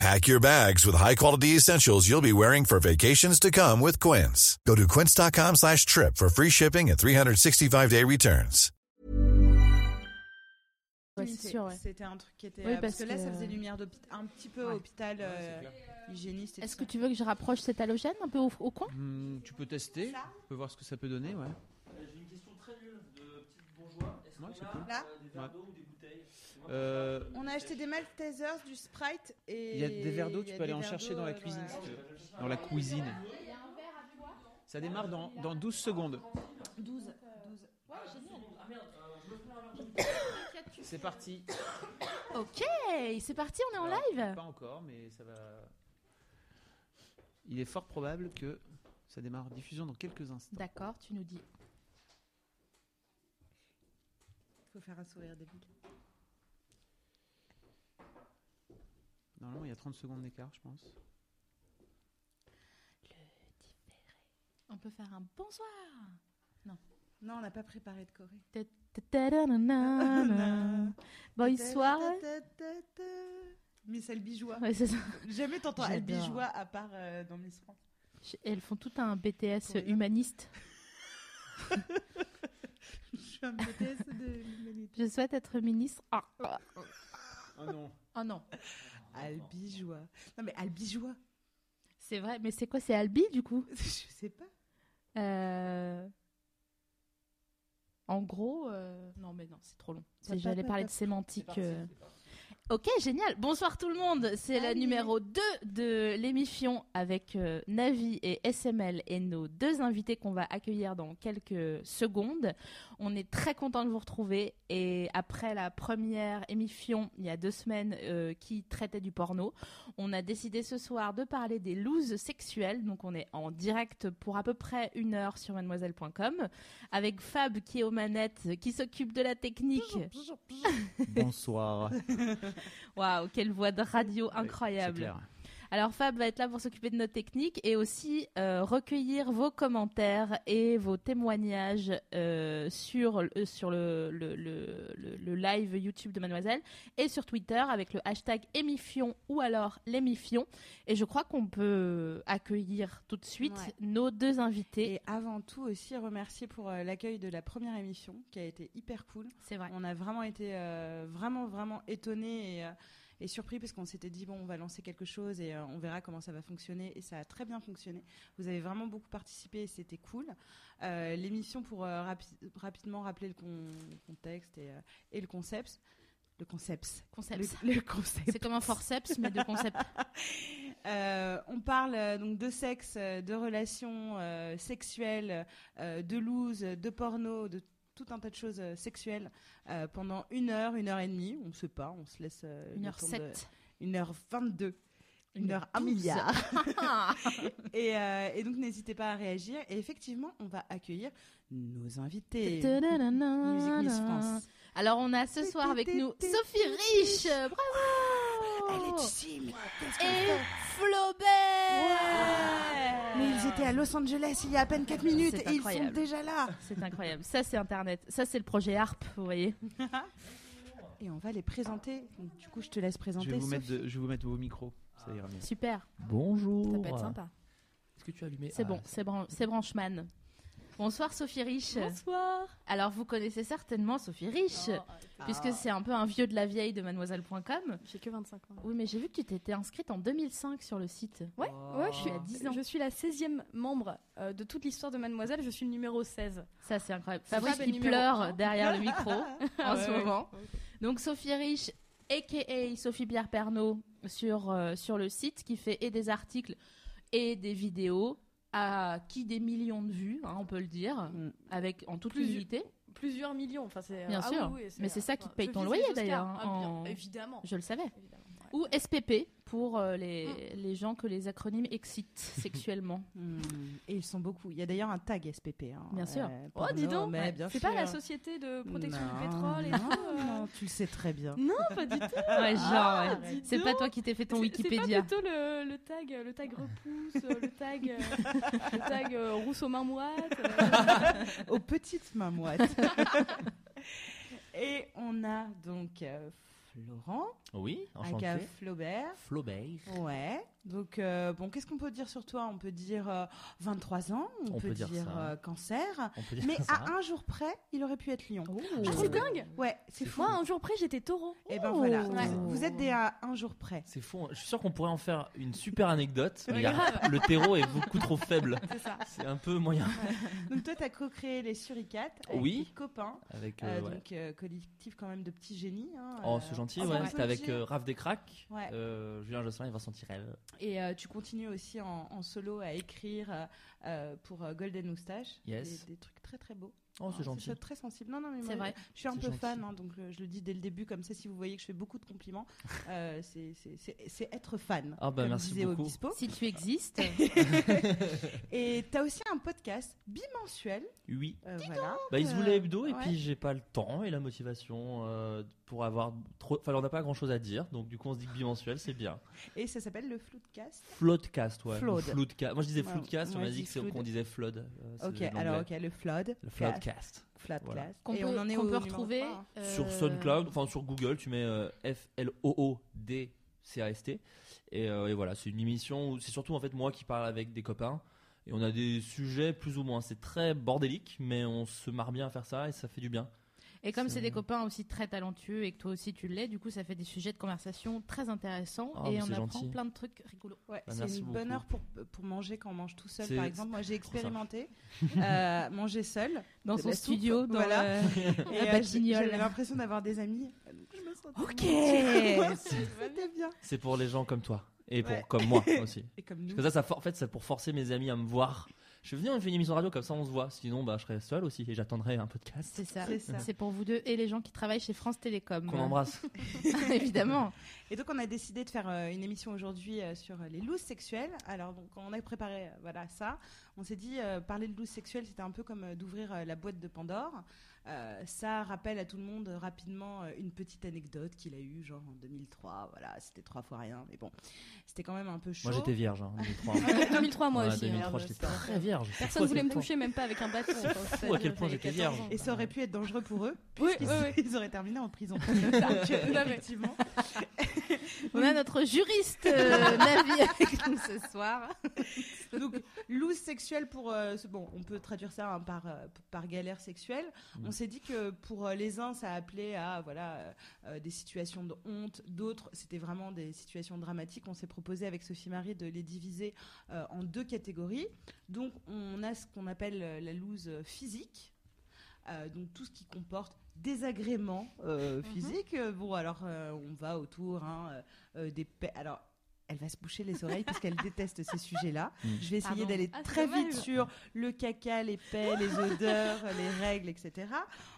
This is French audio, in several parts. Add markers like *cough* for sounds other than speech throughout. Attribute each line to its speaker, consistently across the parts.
Speaker 1: Pack your bags with high-quality essentials you'll be wearing for vacations to come with Quince. Go to quince.com slash trip for free shipping and 365-day returns.
Speaker 2: Ouais,
Speaker 3: Oui,
Speaker 2: c'est
Speaker 3: c'est-
Speaker 2: sûr, ouais.
Speaker 3: C'était un truc qui était.
Speaker 2: Oui,
Speaker 3: euh, parce, que
Speaker 2: parce
Speaker 3: là,
Speaker 2: que-
Speaker 3: ça faisait lumière d'hôpital, un petit peu
Speaker 2: Ouais.
Speaker 3: hôpital euh, hygiéniste. et
Speaker 2: Est-ce que
Speaker 3: tout ça.
Speaker 2: tu veux que je rapproche cet halogène un peu au, au coin
Speaker 4: Hmm, tu peux tester, tu peux voir ce que ça peut donner, ouais. J'ai une question très nulle de petit bourgeois.
Speaker 3: Là,
Speaker 4: Est-ce qu'on ou euh, des bouteilles
Speaker 3: on a acheté des Maltesers, du Sprite et.
Speaker 4: Euh, Il y a des verres d'eau,
Speaker 3: il y
Speaker 4: tu
Speaker 3: a
Speaker 4: peux aller
Speaker 3: des
Speaker 4: en
Speaker 3: verres
Speaker 4: chercher
Speaker 3: d'eau,
Speaker 4: dans la
Speaker 3: euh,
Speaker 4: cuisine,
Speaker 3: la-
Speaker 4: si tu veux. Dans la cuisine. Ça démarre dans, dans 12 secondes.
Speaker 3: 12. 12.
Speaker 4: Ah, euh, C'est parti.
Speaker 2: Ok, c'est parti,
Speaker 3: Ah,
Speaker 2: on est en
Speaker 4: Alors,
Speaker 2: live
Speaker 4: Pas encore, mais ça va. Il est fort probable que ça démarre diffusion dans quelques instants.
Speaker 2: D'accord, tu nous dis.
Speaker 3: Faut faire un sourire débile.
Speaker 4: Normalement, il y a 30 secondes d'écart, je pense.
Speaker 2: On peut faire un bonsoir
Speaker 3: Non, on n'a pas préparé de Corée.
Speaker 2: Ta-ta-da-na-na. Bonsoir
Speaker 3: Ta-ta-ta-ta. Miss El *laughs* Bijoua.
Speaker 2: Ouais, c'est ça.
Speaker 3: Jamais t'entends El
Speaker 2: J'adore.
Speaker 3: Bijoua à part euh, dans Miss France.
Speaker 2: Je- Elles font tout un BTS
Speaker 3: Pour
Speaker 2: humaniste.
Speaker 3: *laughs* Je suis un BTS de l'humanité.
Speaker 2: Je souhaite être ministre. Ah, ah.
Speaker 4: Ah non.
Speaker 2: Oh non,
Speaker 3: *laughs* Al Bijoua. Non, mais Al Bijoua.
Speaker 2: c'est vrai, mais c'est quoi C'est Albi du coup
Speaker 3: *laughs* Je sais pas.
Speaker 2: Euh, En gros, euh, non mais non, c'est trop long.
Speaker 3: Ça
Speaker 2: C'est-
Speaker 3: va,
Speaker 2: J'allais
Speaker 3: va,
Speaker 2: parler
Speaker 3: va.
Speaker 2: de sémantique. euh. Ok, génial. Bonsoir tout le monde. C'est la
Speaker 3: Salut.
Speaker 2: numéro 2 de l'émission avec euh, Navi et SML et nos deux invités qu'on va accueillir dans quelques secondes. On est très content de vous retrouver et après la première émission il y a deux semaines euh, qui traitait du porno, on a décidé ce soir de parler des looses sexuelles. Donc on est en direct pour à peu près une heure sur mademoiselle.com avec Fab qui est aux manettes, qui s'occupe de la technique.
Speaker 4: Bonsoir.
Speaker 2: Waouh, quelle voix de radio incroyable. Alors Fab va être là pour s'occuper de notre technique et aussi euh, recueillir vos commentaires et vos témoignages euh, sur, le- euh, sur le, le, le- le- le live YouTube de Mademoiselle et sur Twitter avec le hashtag émifion ou alors l'émifion. Et je crois qu'on peut accueillir tout de suite
Speaker 3: Ouais.
Speaker 2: nos deux invités.
Speaker 3: Et avant tout aussi remercier pour euh, l'accueil de la première émission qui a été hyper cool.
Speaker 2: C'est vrai.
Speaker 3: On a vraiment été euh, vraiment vraiment étonnés et, euh, et surpris parce qu'on s'était dit bon on va lancer quelque chose et euh, on verra comment ça va fonctionner et ça a très bien fonctionné. Vous avez vraiment beaucoup participé et c'était cool. Euh, L'émission pour euh, rapi- rapidement rappeler le con- contexte et, euh, et le concept. Le concept.
Speaker 2: Concept.
Speaker 3: Le, le concept.
Speaker 2: C'est comme un forceps mais de *laughs* concept.
Speaker 3: Euh, on parle euh, donc de sexe, euh, de relations euh, sexuelles, euh, de loose, de porno, de tout un tas de choses euh, sexuelles euh, pendant une heure, une heure et demie. On ne sait pas, on se laisse euh, le temps de-
Speaker 2: 1h07.
Speaker 3: une heure vingt-deux, une heure un
Speaker 2: 1h12. *laughs*
Speaker 3: milliard. Et, euh, et donc n'hésitez pas à réagir. Et effectivement, on va accueillir nos invités. Musique Miss France.
Speaker 2: Alors on a ce soir avec nous Sophie Rich, bravo
Speaker 3: chine.
Speaker 2: Oh. Et Flaubert
Speaker 3: Mais ils étaient à Los Angeles il y a à peine 4 minutes
Speaker 2: C'est
Speaker 3: et ils sont
Speaker 2: incroyable.
Speaker 3: déjà là.
Speaker 2: C'est incroyable, ça c'est Internet, ça c'est le projet HARP, vous voyez.
Speaker 3: Et on va les présenter. Donc, du coup, je te laisse présenter.
Speaker 4: Je vais, vous mettre
Speaker 3: Sophie.
Speaker 4: de- je vais vous mettre vos micros. Ça ira mieux.
Speaker 2: Super,
Speaker 5: Bonjour.
Speaker 6: Ça peut
Speaker 2: euh,
Speaker 6: être sympa.
Speaker 5: Est-ce que tu as allumé
Speaker 2: c'est
Speaker 5: Ah,
Speaker 2: bon, c'est Bran- c'est Branchman. Bonsoir Sophie Rich.
Speaker 6: Bonsoir. Oh.
Speaker 2: Alors vous connaissez certainement Sophie Rich, puisque c'est un peu un vieux de la vieille de mademoiselle.com.
Speaker 6: J'ai que 25 ans.
Speaker 2: Oui mais j'ai vu que tu t'étais inscrite en 2005 sur le site.
Speaker 6: Ouais, ouais, je suis
Speaker 2: Il y a 10 ans.
Speaker 6: Je suis la 16e membre euh, de toute l'histoire de Mademoiselle. Je suis le numéro 16.
Speaker 2: Ça, c'est incroyable.
Speaker 6: C'est
Speaker 2: Fabrice
Speaker 6: Fab est
Speaker 2: qui
Speaker 6: numéro
Speaker 2: pleure
Speaker 6: un.
Speaker 2: derrière le
Speaker 6: *laughs*
Speaker 2: micro en
Speaker 6: ouais,
Speaker 2: ce
Speaker 6: ouais.
Speaker 2: moment. Donc, Sophie Rich, a.k.a. Sophie Pierre Pernaud, sur, euh, sur le site, qui fait et des articles et des vidéos, à qui des millions de vues, hein, on peut le dire,
Speaker 3: Mm.
Speaker 2: avec, en toute
Speaker 6: Plus-
Speaker 2: humilité.
Speaker 6: Plusieurs millions. Enfin, c'est.
Speaker 2: Bien
Speaker 6: ah
Speaker 2: sûr.
Speaker 6: oui, oui,
Speaker 2: Mais c'est ça qui te paye
Speaker 6: je
Speaker 2: ton
Speaker 6: vise
Speaker 2: loyer,
Speaker 6: les Oscars.
Speaker 2: d'ailleurs, hein,
Speaker 6: Ah, bien,
Speaker 2: en-
Speaker 6: Évidemment.
Speaker 2: Je le savais.
Speaker 6: Évidemment, ouais.
Speaker 2: Ou SPP pour euh, les,
Speaker 6: Mm.
Speaker 2: les gens que les acronymes
Speaker 6: *laughs*
Speaker 2: excitent sexuellement.
Speaker 3: Hmm, Et ils sont beaucoup. Il y a d'ailleurs un tag SPP. hein,
Speaker 2: Bien sûr.
Speaker 3: euh,
Speaker 6: Oh, dis
Speaker 3: porno,
Speaker 6: donc
Speaker 3: mais bien
Speaker 6: C'est pas
Speaker 3: sûr.
Speaker 6: la société de protection
Speaker 3: Non,
Speaker 6: du pétrole et
Speaker 3: non,
Speaker 6: tout euh,
Speaker 3: non, tu le sais très bien.
Speaker 6: Non, pas du tout.
Speaker 2: Ouais, genre,
Speaker 6: Ah,
Speaker 2: ouais.
Speaker 6: dis
Speaker 2: c'est pas
Speaker 6: donc.
Speaker 2: toi qui t'es fait ton
Speaker 6: C'est- C'est pas
Speaker 2: Wikipédia.
Speaker 6: plutôt le, le tag, le tag repousse, euh, le tag, euh, le tag euh, rousse aux mains moites.
Speaker 2: *laughs*
Speaker 6: euh.
Speaker 3: aux petites mains
Speaker 6: *laughs*
Speaker 3: moites. Et on a donc euh, Florent,
Speaker 7: Oui, enchanté.
Speaker 3: aka Flaubert.
Speaker 7: Flaubert.
Speaker 3: Ouais. Donc, euh, bon, qu'est-ce qu'on peut dire sur toi On peut dire euh, 23 ans, on, peut, dire,
Speaker 7: ça.
Speaker 3: euh, *laughs* cancer,
Speaker 7: On peut dire
Speaker 3: mais ah,
Speaker 7: ça.
Speaker 3: à un jour près, il aurait pu être lion.
Speaker 6: Ah,
Speaker 7: Oh.
Speaker 6: c'est dingue.
Speaker 3: Ouais, c'est fou.
Speaker 6: Moi, un jour près, j'étais taureau.
Speaker 3: Et ben voilà,
Speaker 6: Ouais.
Speaker 3: vous, vous êtes des à un jour près.
Speaker 7: C'est fou. hein. Je suis sûr qu'on pourrait en faire une super anecdote. mais
Speaker 6: Ouais,
Speaker 7: il y a-
Speaker 6: grave.
Speaker 7: le terreau est beaucoup trop faible.
Speaker 6: C'est ça.
Speaker 7: C'est un peu moyen.
Speaker 3: Donc toi, t'as co-créé les Suricates avec
Speaker 7: Oui.
Speaker 3: tes copains,
Speaker 7: Avec,
Speaker 3: euh,
Speaker 7: euh, ouais.
Speaker 3: donc euh, collectif quand même de petits génies. hein,
Speaker 7: Oh,
Speaker 3: euh,
Speaker 7: c'est gentil,
Speaker 3: on
Speaker 7: ouais.
Speaker 3: peut
Speaker 7: C'était
Speaker 3: le
Speaker 7: avec
Speaker 3: dire.
Speaker 7: euh, Raph des Cracks,
Speaker 3: Ouais.
Speaker 7: euh, Julien Josselin et Vincent Tirel.
Speaker 3: Et euh, tu continues aussi en, en solo à écrire euh, euh, pour euh, Golden Moustache.
Speaker 7: Yes.
Speaker 3: Des, des trucs très très beaux.
Speaker 7: Oh,
Speaker 3: Hein,
Speaker 7: c'est gentil.
Speaker 3: ça, très sensible. Non, non, mais
Speaker 2: C'est
Speaker 3: moi,
Speaker 2: vrai.
Speaker 3: Je suis un
Speaker 7: C'est
Speaker 3: peu
Speaker 7: gentil.
Speaker 3: fan, hein, donc euh, je le dis dès le début, comme ça, si vous voyez que je fais beaucoup de
Speaker 7: *laughs*
Speaker 3: compliments, euh, c'est- c'est c'est- c'est être fan.
Speaker 7: Ah bah,
Speaker 3: comme
Speaker 7: merci
Speaker 3: disait
Speaker 7: beaucoup.
Speaker 3: Obispo.
Speaker 2: Si tu existes,
Speaker 3: Et tu as aussi un podcast bimensuel.
Speaker 7: Oui.
Speaker 3: euh, voilà.
Speaker 7: Bah, ils se
Speaker 3: euh,
Speaker 7: voulaient hebdo, et
Speaker 3: ouais.
Speaker 7: puis j'ai pas le temps et la motivation euh, pour avoir trop. Enfin, on n'a pas grand chose à dire, donc du coup, on se dit que bimensuel, c'est bien.
Speaker 3: Et ça s'appelle le Floodcast.
Speaker 7: Floodcast, ouais.
Speaker 3: Flood.
Speaker 7: Ou Floodca- Moi, je disais
Speaker 3: Ouais,
Speaker 7: Floodcast, on
Speaker 3: moi,
Speaker 7: m'a
Speaker 3: je
Speaker 7: dit
Speaker 3: dis
Speaker 7: que c'est-
Speaker 3: Flood.
Speaker 7: qu'on disait Flood. euh, c'est
Speaker 3: Ok,
Speaker 7: de l'anglais.
Speaker 3: alors, ok, le Flood.
Speaker 7: Le Floodcast.
Speaker 3: Floodcast.
Speaker 7: Voilà.
Speaker 2: qu'on
Speaker 3: Et
Speaker 2: peut,
Speaker 3: on en est
Speaker 2: qu'on
Speaker 3: au
Speaker 2: peut
Speaker 3: numéro
Speaker 2: retrouver.
Speaker 3: trois.
Speaker 7: Sur
Speaker 2: euh,
Speaker 7: SoundCloud, enfin sur Google, tu mets euh, F-L-O-O-D-C-A-S-T. Et, euh, et voilà, c'est une émission où c'est surtout en fait moi qui parle avec des copains. Et on a des sujets plus ou moins. C'est très bordélique, mais on se marre bien à faire ça et ça fait du bien.
Speaker 2: Et comme c'est
Speaker 7: C'est-
Speaker 2: des copains aussi très talentueux et que toi aussi tu l'es, du coup ça fait des sujets de conversation très intéressants
Speaker 7: Ah, mais
Speaker 2: et on
Speaker 7: c'est
Speaker 2: apprend
Speaker 7: gentil.
Speaker 2: plein de trucs rigolos.
Speaker 3: Ouais,
Speaker 7: Bah,
Speaker 3: c'est
Speaker 7: merci
Speaker 3: une bonne
Speaker 7: beaucoup.
Speaker 3: heure pour, pour manger quand on mange tout seul,
Speaker 7: C'est-
Speaker 3: par exemple. Moi, j'ai
Speaker 7: trop ça. *laughs*
Speaker 3: expérimenté euh, manger seul.
Speaker 2: Dans
Speaker 7: Eh
Speaker 3: De
Speaker 2: son
Speaker 7: ben,
Speaker 3: la soupe,
Speaker 2: studio, dans
Speaker 7: *laughs*
Speaker 3: voilà.
Speaker 2: le-
Speaker 3: Et
Speaker 2: La
Speaker 3: euh, j'ai-
Speaker 2: Batignolles.
Speaker 3: j'avais l'impression d'avoir des amis. Donc, je me sentais
Speaker 2: *laughs* Ok.
Speaker 3: bien. C'était bien.
Speaker 7: C'est pour les gens comme toi et pour,
Speaker 3: Ouais. *laughs*
Speaker 7: comme moi aussi.
Speaker 3: Et comme nous.
Speaker 7: Parce que ça, ça for- en fait, c'est pour forcer mes amis à me voir. Je venir on fait une émission radio comme ça, on se voit. Sinon, bah, je serais seul aussi et j'attendrai un podcast
Speaker 2: C'est ça.
Speaker 3: C'est ça.
Speaker 2: C'est pour vous deux et les gens qui travaillent chez France Télécom.
Speaker 7: qu'on embrasse.
Speaker 2: *laughs* Évidemment.
Speaker 3: Et donc on a décidé de faire euh, une émission aujourd'hui euh, sur euh, les looses sexuelles. Alors donc on a préparé euh, voilà ça. On s'est dit euh, parler de looses sexuelles c'était un peu comme euh, d'ouvrir euh, la boîte de Pandore. Euh, ça rappelle à tout le monde euh, rapidement euh, une petite anecdote qu'il a eue genre en 2003. Voilà c'était trois fois rien mais bon c'était quand même un peu chaud.
Speaker 7: moi, j'étais vierge hein, en 2003.
Speaker 6: Ouais, 2003, Ah, moi
Speaker 7: Ouais,
Speaker 6: aussi.
Speaker 7: 2003,
Speaker 6: alors,
Speaker 7: j'étais
Speaker 6: c'est-
Speaker 7: très vierge. C'est fou
Speaker 6: Personne
Speaker 7: à
Speaker 6: voulait
Speaker 7: quel
Speaker 6: me
Speaker 7: point.
Speaker 6: toucher, même pas avec un bâton.
Speaker 7: C'est
Speaker 6: enfin,
Speaker 7: fou à
Speaker 6: c'est-à-dire,
Speaker 7: quel point
Speaker 6: j'avais
Speaker 7: j'étais
Speaker 6: 14 ans.
Speaker 7: vierge.
Speaker 3: Et ça aurait pu être dangereux pour eux.
Speaker 6: Oui,
Speaker 3: puisqu'ils-
Speaker 6: oui, oui.
Speaker 3: *laughs* Ils auraient terminé en prison. *laughs*
Speaker 6: mais-
Speaker 3: effectivement.
Speaker 2: On a notre juriste *laughs* euh, Navi avec nous ce soir.
Speaker 3: Donc, loose sexuelle pour. euh, ce- bon, on peut traduire ça hein, par, euh, p- par galère sexuelle.
Speaker 7: Mm.
Speaker 3: On s'est dit que pour euh, les uns, ça appelait à voilà, euh, euh, des situations de honte. D'autres, c'était vraiment des situations dramatiques. On s'est proposé avec Sophie Marie de les diviser euh, en deux catégories. Donc, on a ce qu'on appelle euh, la loose physique. Euh, donc tout ce qui comporte désagréments euh, physiques. Euh, Bon, alors euh, on va autour hein, euh, euh, des... pa- Alors, elle va se boucher les oreilles parce qu'elle déteste ces sujets-là.
Speaker 7: Mm.
Speaker 3: Je vais essayer
Speaker 2: Pardon.
Speaker 3: d'aller
Speaker 6: Ah, c'est
Speaker 3: très
Speaker 6: dommage.
Speaker 3: vite sur le caca, les pets, les odeurs,
Speaker 6: *laughs*
Speaker 3: les règles, etc.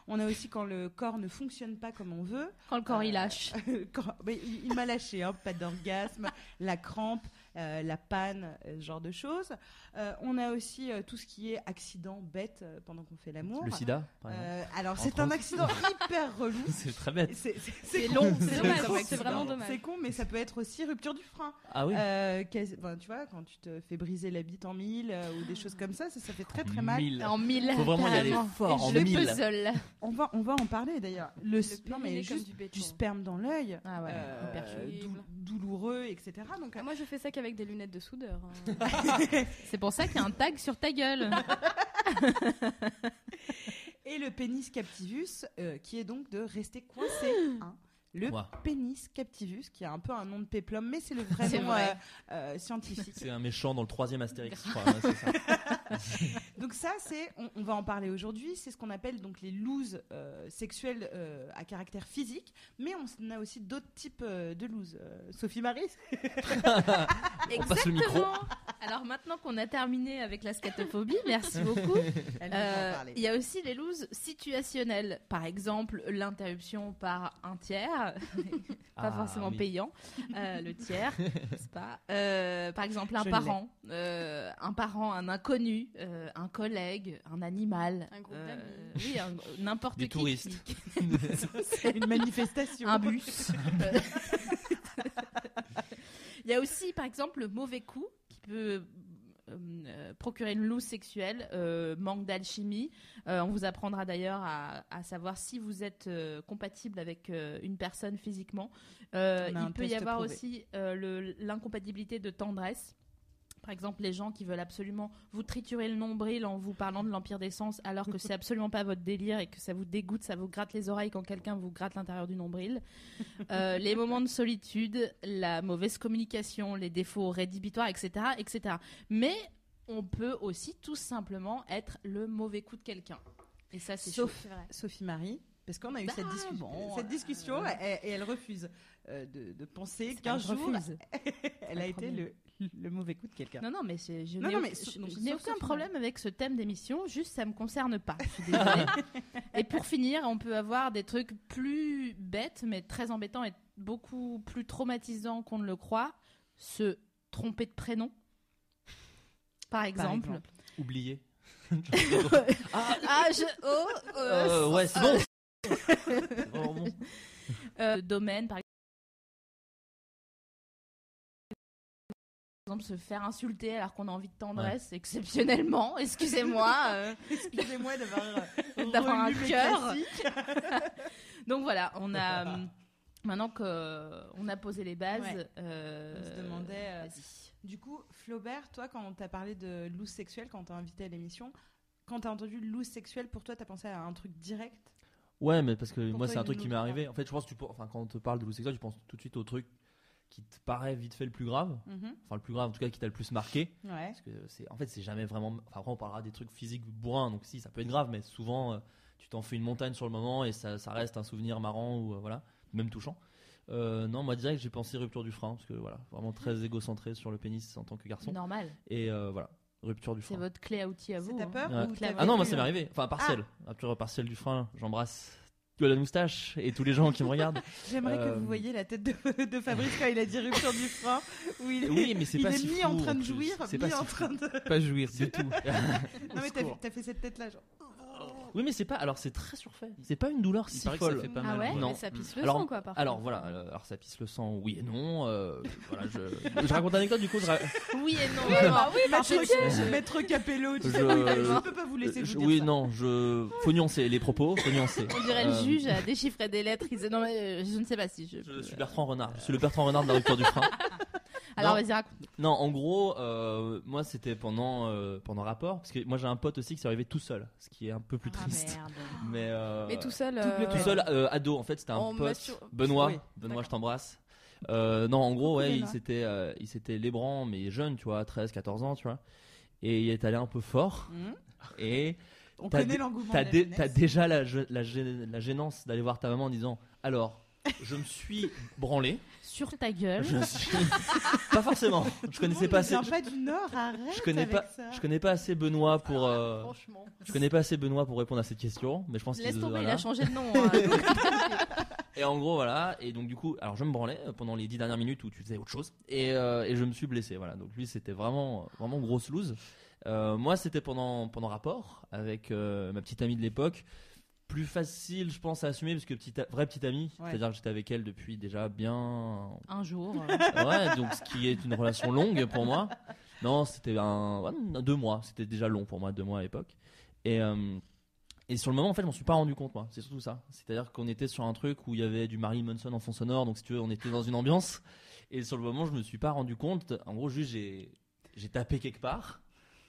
Speaker 3: On a aussi quand le corps ne fonctionne pas comme on veut. Euh,
Speaker 2: Quand le corps il
Speaker 6: Ah,
Speaker 2: lâche.
Speaker 3: Quand- mais il il m'a lâché, hein, pas d'orgasme, la crampe, euh, la panne, euh, ce genre de choses. Euh, on a aussi euh, tout ce qui est accident bête euh, pendant qu'on fait l'amour.
Speaker 7: Le sida, par exemple. *laughs*
Speaker 3: Euh, alors
Speaker 7: En
Speaker 3: c'est un
Speaker 7: France. *laughs*
Speaker 3: accident hyper relou.
Speaker 7: C'est très bête.
Speaker 3: C'est-
Speaker 6: C'est
Speaker 3: con.
Speaker 6: long, c'est dommage,
Speaker 3: con.
Speaker 6: c'est vraiment dommage.
Speaker 3: C'est con, mais ça peut être aussi rupture du frein.
Speaker 7: Ah oui.
Speaker 3: Euh, qu'est- ben, tu vois, quand tu te fais briser la bite en mille euh, ou des choses comme ça, ça, ça fait très très mal.
Speaker 7: Mille.
Speaker 2: En mille.
Speaker 7: Euh, Faut vraiment y aller
Speaker 2: carrément.
Speaker 7: fort, en
Speaker 2: Le
Speaker 7: mille.
Speaker 2: puzzle.
Speaker 3: On va, on va en parler d'ailleurs. Le,
Speaker 6: Le
Speaker 3: non, mais
Speaker 6: périnée
Speaker 3: juste
Speaker 6: comme du béton.
Speaker 3: du sperme dans l'œil,
Speaker 2: Ah ouais,
Speaker 3: euh,
Speaker 2: hyper
Speaker 3: dou- douloureux, etc. Donc, euh,
Speaker 6: Ah, Moi, je fais ça qu'avec des lunettes de soudeur. hein.
Speaker 2: C'est pour ça qu'il y a un tag sur ta gueule.
Speaker 3: et le pénis captivus, euh, qui est donc de rester
Speaker 2: *gasps*
Speaker 3: coincé. hein. Le
Speaker 7: Ouah.
Speaker 3: pénis captivus, qui a un peu un nom de péplum, mais c'est le vrai
Speaker 2: C'est
Speaker 3: nom
Speaker 2: vrai.
Speaker 3: euh, euh, scientifique.
Speaker 7: C'est un méchant dans le troisième Astérix. je crois, hein, c'est ça.
Speaker 3: Donc ça, c'est, on, on va en parler aujourd'hui, c'est ce qu'on appelle donc les looses euh, sexuelles euh, à caractère physique, mais on a aussi d'autres types euh, de looses. Euh, Sophie Marie,
Speaker 7: On passe le micro.
Speaker 2: Exactement. Alors maintenant qu'on a terminé avec la scatophobie, merci beaucoup.
Speaker 3: Elle nous
Speaker 2: Euh,
Speaker 3: en parlait.
Speaker 2: Il y a aussi les looses situationnelles, par exemple l'interruption par un tiers, *laughs* pas
Speaker 7: Ah,
Speaker 2: forcément
Speaker 7: oui. *laughs*
Speaker 2: payant, euh, le tiers, n'est-ce pas Euh, Par exemple un
Speaker 3: Je
Speaker 2: parent, euh, un parent, un inconnu, euh, un collègue, un animal,
Speaker 6: Un groupe
Speaker 2: euh, oui, un- n'importe
Speaker 7: Des
Speaker 2: qui
Speaker 7: touristes.
Speaker 2: qui-
Speaker 3: Une manifestation.
Speaker 2: un bus. Euh, Il y a aussi, par exemple, le mauvais coup qui peut euh, euh, procurer une loose sexuelle, euh, manque d'alchimie. Euh, on vous apprendra d'ailleurs à, à savoir si vous êtes euh, compatible avec euh, une personne physiquement. Euh,
Speaker 3: On a un
Speaker 2: il peut y
Speaker 3: test
Speaker 2: avoir
Speaker 3: prouvé.
Speaker 2: aussi euh, le- l'incompatibilité de tendresse. Par exemple, les gens qui veulent absolument vous triturer le nombril en vous parlant de l'empire des sens, alors
Speaker 3: *laughs*
Speaker 2: que c'est absolument pas votre délire et que ça vous dégoûte, ça vous gratte les oreilles quand quelqu'un vous gratte l'intérieur
Speaker 3: *laughs*
Speaker 2: du nombril. Euh, les moments de solitude, la mauvaise communication, les défauts rédhibitoires, etc., etc. Mais on peut aussi tout simplement être le mauvais coup de quelqu'un. Et ça, c'est chaud.
Speaker 3: Sauf Sophie Marie. Parce qu'on a eu
Speaker 2: Bah,
Speaker 3: cette, discu-
Speaker 2: bon,
Speaker 3: cette
Speaker 2: euh,
Speaker 3: discussion et, et elle refuse euh, de, de penser
Speaker 2: C'est pas
Speaker 3: qu'un
Speaker 2: que je
Speaker 3: jour
Speaker 2: refuse.
Speaker 3: *laughs* elle a été le, le mauvais coup de quelqu'un.
Speaker 2: Non, non, mais c'est- je
Speaker 3: Non,
Speaker 2: n'ai
Speaker 3: non,
Speaker 2: au-
Speaker 3: mais
Speaker 2: je-
Speaker 3: sa- donc,
Speaker 2: je n'ai
Speaker 3: sauf
Speaker 2: aucun
Speaker 3: Sophie
Speaker 2: problème avec ce thème d'émission, juste ça me concerne pas. Je suis désolée.
Speaker 3: *laughs*
Speaker 2: et pour finir, on peut avoir des trucs plus bêtes, mais très embêtants et beaucoup plus traumatisants qu'on ne le croit. Se tromper de prénom, par exemple.
Speaker 3: exemple.
Speaker 7: Oublié.
Speaker 2: ah, ah, je. Oh, oh,
Speaker 7: Euh, ouais, c'est bon. C'est vraiment bon.
Speaker 2: euh, domaine, par exemple se faire insulter alors qu'on a envie de tendresse exceptionnellement *laughs* excusez-moi euh,
Speaker 3: Excusez-moi d'avoir euh,
Speaker 2: *laughs* D'avoir un
Speaker 3: relu mes
Speaker 2: cœur.
Speaker 3: classiques.
Speaker 2: donc voilà on a euh, maintenant que euh, on a posé les bases
Speaker 3: Ouais.
Speaker 2: euh,
Speaker 3: On se demandait, euh,
Speaker 2: vas-y.
Speaker 3: Du coup, Flaubert, toi, quand on t'a parlé de loose sexuelle, quand t'as invité à l'émission, quand t'as entendu loose sexuelle, pour toi, t'as pensé à un truc direct
Speaker 7: Ouais, mais parce que
Speaker 3: Pour
Speaker 7: moi,
Speaker 3: toi,
Speaker 7: c'est un
Speaker 3: il
Speaker 7: truc qui
Speaker 3: nous
Speaker 7: m'est
Speaker 3: parle.
Speaker 7: arrivé. En fait, je pense que tu, pour- enfin, quand on te parle de loup sexuel, tu penses tout de suite au truc qui te paraît vite fait le plus grave.
Speaker 6: Mhm.
Speaker 7: Enfin, le plus grave, en tout cas, qui t'a le plus marqué.
Speaker 3: Ouais.
Speaker 7: Parce que c'est, en fait, c'est jamais vraiment. Enfin, après, on parlera des trucs physiques bourrins, donc si, ça peut être grave, mais souvent, euh, tu t'en fais une montagne sur le moment et ça, ça reste un souvenir marrant ou euh, voilà, même touchant. Euh, non, moi, direct, j'ai pensé rupture du frein, parce que voilà, vraiment très égocentré sur le pénis en tant que garçon.
Speaker 2: normal
Speaker 7: Et euh, voilà, rupture du
Speaker 2: c'est
Speaker 7: frein.
Speaker 2: votre clé à outils à
Speaker 3: C'est
Speaker 2: vous
Speaker 3: ta
Speaker 2: hein.
Speaker 3: peur
Speaker 7: Ouais.
Speaker 3: ou
Speaker 2: Ah
Speaker 3: t'avais
Speaker 7: Ah non, moi
Speaker 3: eu-
Speaker 7: ça m'est arrivé. Enfin, partielle. Rupture partielle du frein. J'embrasse de la moustache et tous les gens qui me regardent.
Speaker 3: J'aimerais que
Speaker 7: Euh,
Speaker 3: vous voyiez la tête de, *laughs* de Fabrice quand il a dit rupture du frein, où il est,
Speaker 7: Oui, mais c'est
Speaker 3: il
Speaker 7: pas
Speaker 3: est
Speaker 7: si
Speaker 3: mis
Speaker 7: fou,
Speaker 3: en
Speaker 7: en
Speaker 3: train de
Speaker 7: plus.
Speaker 3: jouir,
Speaker 7: C'est
Speaker 3: mis
Speaker 7: pas
Speaker 3: en
Speaker 7: si
Speaker 3: train de.
Speaker 4: Pas jouir du tout.
Speaker 3: Non, mais t'as
Speaker 4: secours.
Speaker 3: fait- t'as fait cette tête-là, genre.
Speaker 7: oui, mais c'est pas. Alors c'est très surfait. C'est pas une douleur
Speaker 4: Il
Speaker 7: si
Speaker 4: paraît que ça
Speaker 7: folle.
Speaker 4: fait pas
Speaker 6: Ah
Speaker 4: mal.
Speaker 6: ouais
Speaker 7: Non.
Speaker 6: Mais ça pisse le
Speaker 7: Alors-
Speaker 6: sang, quoi, par
Speaker 7: Alors
Speaker 6: contre.
Speaker 7: voilà. euh, Alors ça pisse le sang. Oui et non. euh, voilà. Je, je raconte l'anecdote. Du
Speaker 2: *laughs*
Speaker 7: coup, je. ra-
Speaker 2: oui et non
Speaker 6: Oui,
Speaker 2: vraiment.
Speaker 6: bah oui, bah
Speaker 3: Maître,
Speaker 6: c'est
Speaker 3: Maître Capello, tu
Speaker 7: Je-
Speaker 3: sais, je peux pas vous laisser
Speaker 7: je-
Speaker 3: vous dire
Speaker 7: oui,
Speaker 3: ça.
Speaker 7: non. Je. Faut nuancer les propos. Faut nuancer.
Speaker 2: on dirait le
Speaker 7: Euh,
Speaker 2: juge à déchiffrer des lettres il disait non mais, euh, je ne sais pas si je,
Speaker 7: Je suis Bertrand Renard. Je suis le Bertrand Renard de la rupture du frein.
Speaker 2: *laughs* alors
Speaker 7: Non.
Speaker 2: vas-y raconte
Speaker 7: Non, en gros, euh, moi c'était pendant euh, pendant rapport, parce que moi j'ai un pote aussi qui s'est arrivé tout seul, ce qui est un peu plus
Speaker 2: Ah,
Speaker 7: triste. Mais, euh,
Speaker 6: Mais tout seul.
Speaker 3: Double
Speaker 6: euh,
Speaker 7: tout seul, euh, ado en fait, c'était un
Speaker 6: En
Speaker 7: pote.
Speaker 6: mature-
Speaker 7: Benoît,
Speaker 3: Oui,
Speaker 7: Benoît,
Speaker 6: d'accord.
Speaker 7: je t'embrasse. Euh, non, en gros, ouais, il
Speaker 6: Benoît.
Speaker 7: s'était, euh, il s'était lébran, mais jeune, tu vois, 13, 14 ans, tu vois. Et il est allé un
Speaker 3: *laughs*
Speaker 7: peu fort.
Speaker 3: Hmm
Speaker 7: Et
Speaker 3: On
Speaker 7: T'as
Speaker 3: connaît
Speaker 7: dé-
Speaker 3: l'engouement. de
Speaker 7: t'as,
Speaker 3: la
Speaker 7: dé-
Speaker 3: jeunesse.
Speaker 7: t'as déjà la, je- la gê- la gênance d'aller voir ta maman en disant Alors, je me suis branlé.
Speaker 2: sur ta gueule
Speaker 7: Je suis. *laughs* pas forcément. Je
Speaker 3: Tout le
Speaker 7: connaissais
Speaker 3: monde
Speaker 7: pas
Speaker 3: ne
Speaker 7: assez.
Speaker 3: vient pas du Nord, arrête.
Speaker 7: Je connais pas,
Speaker 3: avec ça.
Speaker 7: je connais pas assez Benoît pour. euh,
Speaker 6: Franchement.
Speaker 7: je connais pas assez Benoît pour répondre à cette question, mais je pense
Speaker 2: laisse
Speaker 7: qu'il
Speaker 2: tomber il
Speaker 7: voilà.
Speaker 2: a changé de nom hein.
Speaker 7: Et en gros voilà, et donc du coup, alors je me branlais euh, pendant les dix dernières minutes où tu faisais autre chose, et, euh, et je me suis blessé, voilà. Donc lui c'était vraiment vraiment grosse loose. Euh, moi c'était pendant pendant rapport avec euh, ma petite amie de l'époque. Plus facile, je pense, à assumer, parce que petite, a- vraie petite amie,
Speaker 3: Ouais.
Speaker 7: c'est-à-dire que j'étais avec elle depuis déjà bien
Speaker 2: un jour
Speaker 7: Ouais, donc ce qui est une relation longue pour moi. Non, c'était un, ouais, non, deux mois. C'était déjà long pour moi, deux mois à l'époque. Et, euh, et sur le moment, en fait, je m'en suis pas rendu compte, moi. C'est surtout ça. C'est-à-dire qu'on était sur un truc où il y avait du Marilyn Manson en fond sonore. Donc, si tu veux, on était dans une ambiance. Et sur le moment, je me suis pas rendu compte. En gros, juste, j'ai, j'ai tapé quelque part.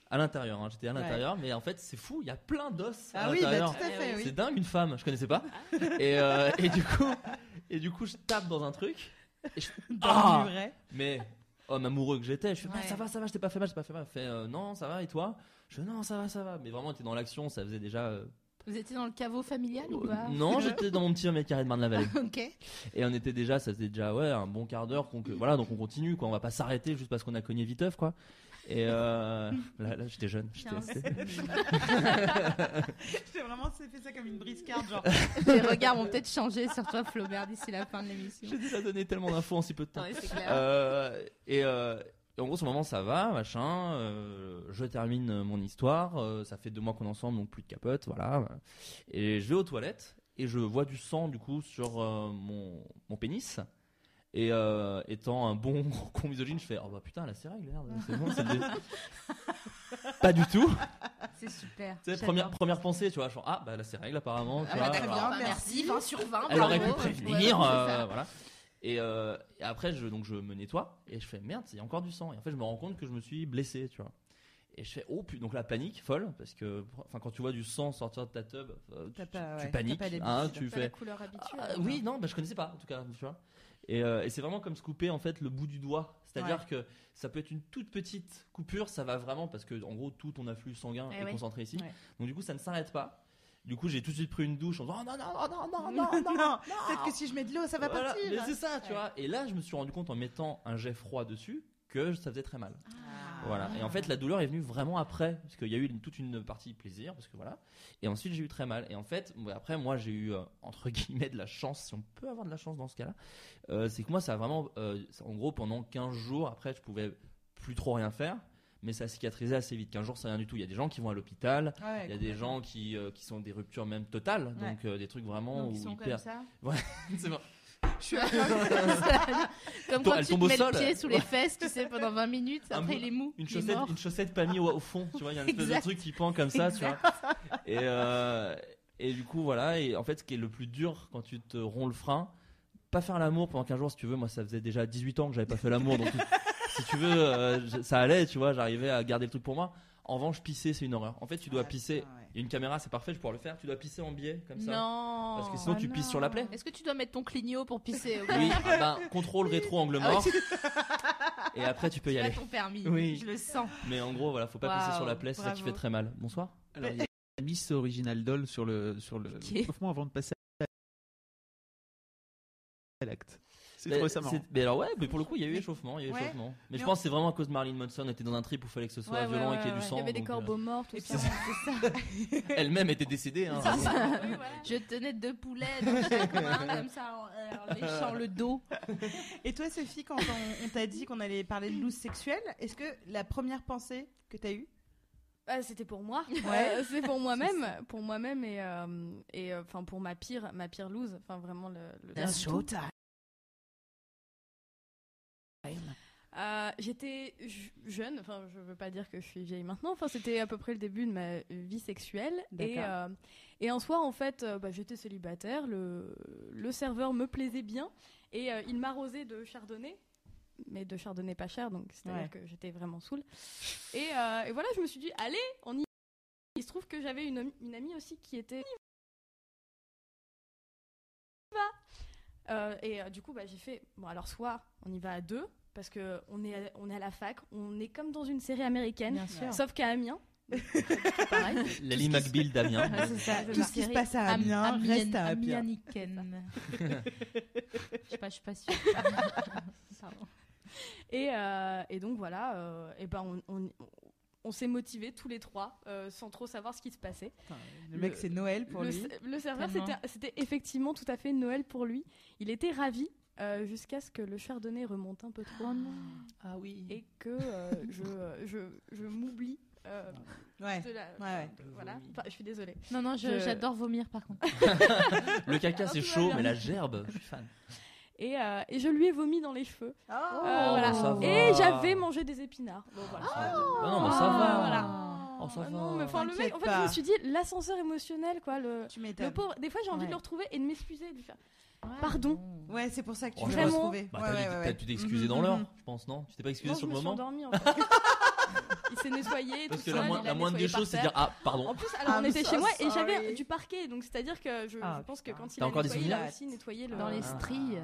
Speaker 7: À l'intérieur, hein. j'étais à
Speaker 3: Ouais.
Speaker 7: l'intérieur, mais en fait c'est fou, il y a plein d'os à
Speaker 3: Ah oui, bah,
Speaker 7: l'intérieur.
Speaker 3: tout à fait,
Speaker 7: C'est
Speaker 3: oui. Ah.
Speaker 7: dingue une femme, je connaissais pas. Et, euh, et du coup, et du coup je tape dans un truc. Et je...
Speaker 3: Dans
Speaker 7: Ah
Speaker 3: le muret.
Speaker 7: mais homme amoureux que j'étais, je fais Ah,
Speaker 2: Ouais.
Speaker 7: ça va, ça va, je t'ai pas fait mal, je t'ai pas fait mal. Elle fait euh, non, ça va et toi Je fais non, ça va, ça va. Mais vraiment, j'étais dans l'action, ça faisait déjà. euh,
Speaker 2: Vous étiez dans le caveau familial ou
Speaker 7: euh,
Speaker 6: Ah.
Speaker 2: pas
Speaker 7: non, j'étais dans mon petit 1 mètre carré de Marne-la-Vallée.
Speaker 2: Ok.
Speaker 7: Et on était déjà, ça faisait déjà ouais un bon quart d'heure qu'on que- voilà, donc on continue quoi. On va pas s'arrêter juste parce qu'on a cogné viteuf quoi. Et euh, là, là, j'étais jeune. j'étais-
Speaker 3: J'ai vraiment fait ça comme une briscarde, *laughs* genre. oh,
Speaker 2: Les regards vont peut-être changer sur toi, Flaubert, d'ici la fin de l'émission.
Speaker 7: J'ai déjà donné tellement d'infos en si peu de temps.
Speaker 2: Ouais, c'est clair.
Speaker 7: Euh, et, euh, et en gros, ce moment, ça va, machin. euh, je termine euh, mon histoire. euh, ça fait deux mois qu'on est ensemble, donc plus de capote, voilà. Et je vais aux toilettes et je vois du sang, du coup, sur euh, mon, mon pénis. Et euh, étant un bon *laughs* gros con misogyne, je fais Oh bah putain, la série, merde, c'est bon,
Speaker 3: *laughs*
Speaker 7: c'est le dé- Pas du tout.
Speaker 2: C'est super.
Speaker 7: Tu sais,
Speaker 2: J'adore.
Speaker 7: première, première pensée, tu vois, genre ah bah la série, apparemment. Tu
Speaker 3: Ah,
Speaker 7: vois,
Speaker 3: bah,
Speaker 7: genre,
Speaker 3: d'accord.
Speaker 2: Ah,
Speaker 3: Bien,
Speaker 2: merci,
Speaker 3: merci.
Speaker 2: 20 sur 20.
Speaker 7: elle aurait pu
Speaker 2: bravo. Ouais, c'est
Speaker 7: *laughs* prévenir, euh,
Speaker 2: ça.
Speaker 7: voilà. Et, euh, et après, je, donc je me nettoie et je fais merde, il y a encore du sang. Et en fait, je me rends compte que je me suis blessé, tu vois. Et je fais oh putain, donc la panique folle parce que enfin quand tu vois du sang sortir de ta tub, euh, tu,
Speaker 3: T'as pas,
Speaker 7: tu
Speaker 3: ouais,
Speaker 7: paniques,
Speaker 3: t'as pas
Speaker 7: hein,
Speaker 3: l'habitude.
Speaker 7: tu
Speaker 6: Pas la
Speaker 7: fais.
Speaker 6: couleur habituelle.
Speaker 3: hein.
Speaker 7: Ah, oui, non, bah, je connaissais pas en tout cas, tu vois. Et, euh, et c'est vraiment comme se couper en fait le bout du doigt, c'est-à-dire que ça peut être une toute petite coupure, ça va vraiment parce que en gros tout ton afflux sanguin
Speaker 2: Eh
Speaker 7: est
Speaker 2: ouais.
Speaker 7: concentré ici.
Speaker 3: Ouais.
Speaker 7: Donc du coup ça ne s'arrête pas. Du coup j'ai tout de suite pris une douche en disant oh, non non non non non non
Speaker 3: *laughs* non, non, peut-être que si je mets de l'eau, ça va
Speaker 7: voilà,
Speaker 3: partir.
Speaker 7: Mais c'est ça, tu
Speaker 3: Ouais.
Speaker 7: vois. Et là, je me suis rendu compte en mettant un jet froid dessus que ça faisait très mal.
Speaker 3: Ah.
Speaker 7: Voilà. Et en fait, la douleur est venue vraiment après, parce qu'il y a eu une- toute une partie plaisir, parce que voilà. Et ensuite, j'ai eu très mal. Et en fait, bon, après, moi, j'ai eu euh, entre guillemets de la chance, si on peut avoir de la chance dans ce cas-là, euh, c'est que moi, ça a vraiment, euh, ça- en gros, pendant 15 jours, après, je pouvais plus trop rien faire. Mais ça cicatrisait assez vite. 15 jours, c'est rien du tout. Il y a des gens qui vont à l'hôpital,
Speaker 3: Ah Ouais,
Speaker 7: il y a des gens qui, euh, qui sont des ruptures même totales,
Speaker 3: Ouais.
Speaker 7: donc euh, des trucs vraiment
Speaker 3: Donc,
Speaker 7: où
Speaker 3: ils sont
Speaker 7: ils
Speaker 3: comme
Speaker 7: perdent-
Speaker 3: ça.
Speaker 7: *laughs* C'est vrai.
Speaker 3: Je suis
Speaker 2: Comme
Speaker 7: Toi,
Speaker 2: quand
Speaker 7: elle
Speaker 2: tu te
Speaker 7: tombe au
Speaker 2: mets le
Speaker 7: sol.
Speaker 2: pied sous les fesses, tu sais, pendant 20 minutes,
Speaker 7: Un
Speaker 2: après
Speaker 7: bout-
Speaker 2: il est mou. il
Speaker 7: une
Speaker 2: est
Speaker 7: chaussette,
Speaker 2: mort.
Speaker 7: une chaussette pas mise au, au fond, tu vois, il y a une espèce de
Speaker 2: Exact.
Speaker 7: truc qui pend comme ça, tu vois. Et, euh, et du coup, voilà, et en fait, ce qui est le plus dur quand tu te ronds le frein, pas faire l'amour pendant 15 jours, si tu veux, moi ça faisait déjà 18 ans que j'avais pas fait l'amour, donc si tu veux, euh, je- ça allait, tu vois, j'arrivais à garder le truc pour moi. En revanche, pisser, c'est une horreur. En fait, tu
Speaker 2: Ah,
Speaker 7: dois pisser, il y a une caméra, c'est parfait, je vais pouvoir le faire, tu dois pisser en biais, comme ça.
Speaker 2: Non.
Speaker 7: Parce que sinon,
Speaker 3: Ah
Speaker 7: tu pisses sur
Speaker 2: *laughs*
Speaker 7: la plaie.
Speaker 2: Est-ce que tu dois mettre ton clignot pour pisser au
Speaker 7: Oui, ah ben, contrôle rétro angle
Speaker 2: Ah
Speaker 7: mort. Et après, tu
Speaker 2: *laughs*
Speaker 7: peux y
Speaker 2: Tu as
Speaker 7: aller.
Speaker 2: ton permis.
Speaker 7: Oui.
Speaker 2: Je le
Speaker 7: *laughs*
Speaker 2: sens.
Speaker 7: Mais en gros, voilà, faut pas pisser
Speaker 2: Waouh,
Speaker 7: sur la plaie, c'est ça qui
Speaker 2: bravo.
Speaker 7: fait très mal. Bonsoir.
Speaker 4: Alors, il y a Miss Original Doll sur le. Sur le...
Speaker 2: Ok.
Speaker 4: Franchement, avant de passer à l'acte. C'est
Speaker 7: Mais
Speaker 4: trop ça marrant.
Speaker 7: c'est- Mais alors ouais, mais pour le coup, il y a eu échauffement, il y a eu
Speaker 3: Ouais.
Speaker 7: échauffement. Mais,
Speaker 3: Mais
Speaker 7: je
Speaker 3: on-
Speaker 7: pense que c'est vraiment à cause de Marilyn Manson était dans un trip où il fallait que ce soit
Speaker 6: Ouais, ouais,
Speaker 7: violent et
Speaker 6: ouais,
Speaker 7: qu'il y ait du
Speaker 6: ouais.
Speaker 7: sang.
Speaker 6: Il y avait des
Speaker 7: donc,
Speaker 6: corbeaux morts, tout
Speaker 3: Et
Speaker 6: ça.
Speaker 3: puis-
Speaker 7: euh, Elle-même était décédée. hein.
Speaker 2: *laughs* C'est ça.
Speaker 6: Oui, voilà.
Speaker 2: Je tenais deux poulets dans chaque main, comme ça, en, en léchant le dos.
Speaker 3: *laughs* Et toi, Sophie, quand on, on t'a dit qu'on allait parler de loose sexuelle, est-ce que la première pensée que t'as eue
Speaker 6: Ah, c'était pour moi.
Speaker 3: Ouais.
Speaker 6: Euh, c'est
Speaker 7: *laughs*
Speaker 6: pour moi-même, pour moi-même et euh, et enfin pour ma pire, ma pire loose. Enfin vraiment le. le- Euh, J'étais ju- jeune. Enfin, je veux pas dire que je suis vieille maintenant. Enfin, c'était à peu près le début de ma vie sexuelle. Et
Speaker 3: D'accord.
Speaker 6: euh, et un soir, en fait, euh, bah, j'étais célibataire. Le le serveur me plaisait bien et euh, il m'arrosait de chardonnay. Mais de chardonnay pas cher, donc c'est-à-dire
Speaker 3: Ouais.
Speaker 6: que j'étais vraiment saoule. Et, euh, et voilà, je me suis dit, allez, on y Il se trouve que j'avais une, ami- une amie aussi qui était. On y va. Euh, et euh, du coup, bah, j'ai fait. Bon, alors soit on y va à deux parce que on est à, on est à la fac, on est comme dans une série américaine,
Speaker 3: sûr.
Speaker 6: sauf qu'à Amiens. C'est pareil.
Speaker 7: Lali McBeal d'Amiens.
Speaker 2: Ouais, c'est
Speaker 6: *laughs*
Speaker 2: ça.
Speaker 3: Tout ce qui se passe à Amiens Ah reste à Amiens.
Speaker 2: Amienicaine. *laughs* Je sais pas, je suis pas sûre. *laughs* Pardon.
Speaker 6: Et, euh, et donc voilà, euh, et ben on, on, on s'est motivés tous les trois euh, sans trop savoir ce qui se passait.
Speaker 3: Putain, Le mec,
Speaker 6: Le-
Speaker 3: c'est Noël pour
Speaker 6: le,
Speaker 3: lui.
Speaker 6: le serveur,
Speaker 2: Tellement.
Speaker 6: c'était c'était effectivement tout à fait Noël pour lui. Il était ravi euh, jusqu'à ce que le chardonnay remonte un peu trop
Speaker 4: Ah oui.
Speaker 6: et que euh, je, je, je m'oublie. euh,
Speaker 3: Ouais.
Speaker 6: de la-
Speaker 3: ouais.
Speaker 6: Voilà. Enfin, je suis désolée.
Speaker 2: Non, non, je-
Speaker 6: Je-
Speaker 2: j'adore vomir par contre.
Speaker 7: *laughs* Le caca, c'est
Speaker 6: Tout va
Speaker 7: chaud,
Speaker 6: bien.
Speaker 7: mais la gerbe, je suis fan.
Speaker 6: Et, euh, et je lui ai vomi dans les cheveux.
Speaker 3: Oh,
Speaker 6: Euh, voilà.
Speaker 7: ça va.
Speaker 6: Et j'avais mangé des épinards. Bon, voilà.
Speaker 7: Ah, non, mais ça va. Oh, ça
Speaker 6: non,
Speaker 7: va.
Speaker 6: mais enfin, le mec, en fait, je me suis dit l'ascenseur émotionnel, quoi. Le,
Speaker 3: Tu
Speaker 6: le
Speaker 3: m'étonnes.
Speaker 6: pauvre. Des fois, j'ai envie
Speaker 3: Ouais.
Speaker 6: de le retrouver et de m'excuser, de lui faire. Pardon.
Speaker 3: Ouais, c'est pour ça que tu
Speaker 7: Oh,
Speaker 3: l'as
Speaker 6: vraiment
Speaker 3: retrouvé.
Speaker 7: Bah,
Speaker 3: Ouais,
Speaker 7: t'as dû-
Speaker 3: ouais,
Speaker 7: t'as
Speaker 3: ouais.
Speaker 7: dû t'excuser dans
Speaker 3: Mhm,
Speaker 7: l'heure,
Speaker 3: mhm.
Speaker 7: je pense, non Tu t'es pas excusé
Speaker 6: Non, je
Speaker 7: sur
Speaker 6: me
Speaker 7: le
Speaker 6: suis
Speaker 7: moment
Speaker 6: endormie. en fait. *laughs* Il s'est nettoyé.
Speaker 7: Parce
Speaker 6: tout
Speaker 7: que la,
Speaker 6: seul,
Speaker 7: moindre-
Speaker 6: il a
Speaker 7: la moindre des
Speaker 6: nettoyé par
Speaker 7: choses, c'est de
Speaker 6: terre. Oh,
Speaker 7: dire ah pardon.
Speaker 6: En plus, alors on
Speaker 3: I'm
Speaker 6: était
Speaker 3: so
Speaker 6: chez moi et
Speaker 3: sorry.
Speaker 6: j'avais du parquet, donc c'est-à-dire que je,
Speaker 3: Ah,
Speaker 6: je pense que
Speaker 3: putain.
Speaker 6: quand il
Speaker 7: T'as
Speaker 6: a
Speaker 7: encore des
Speaker 6: nettoyé, il a
Speaker 7: souvenirs
Speaker 6: aussi nettoyé le.
Speaker 2: Dans les
Speaker 6: le-
Speaker 7: Ah.
Speaker 2: stries.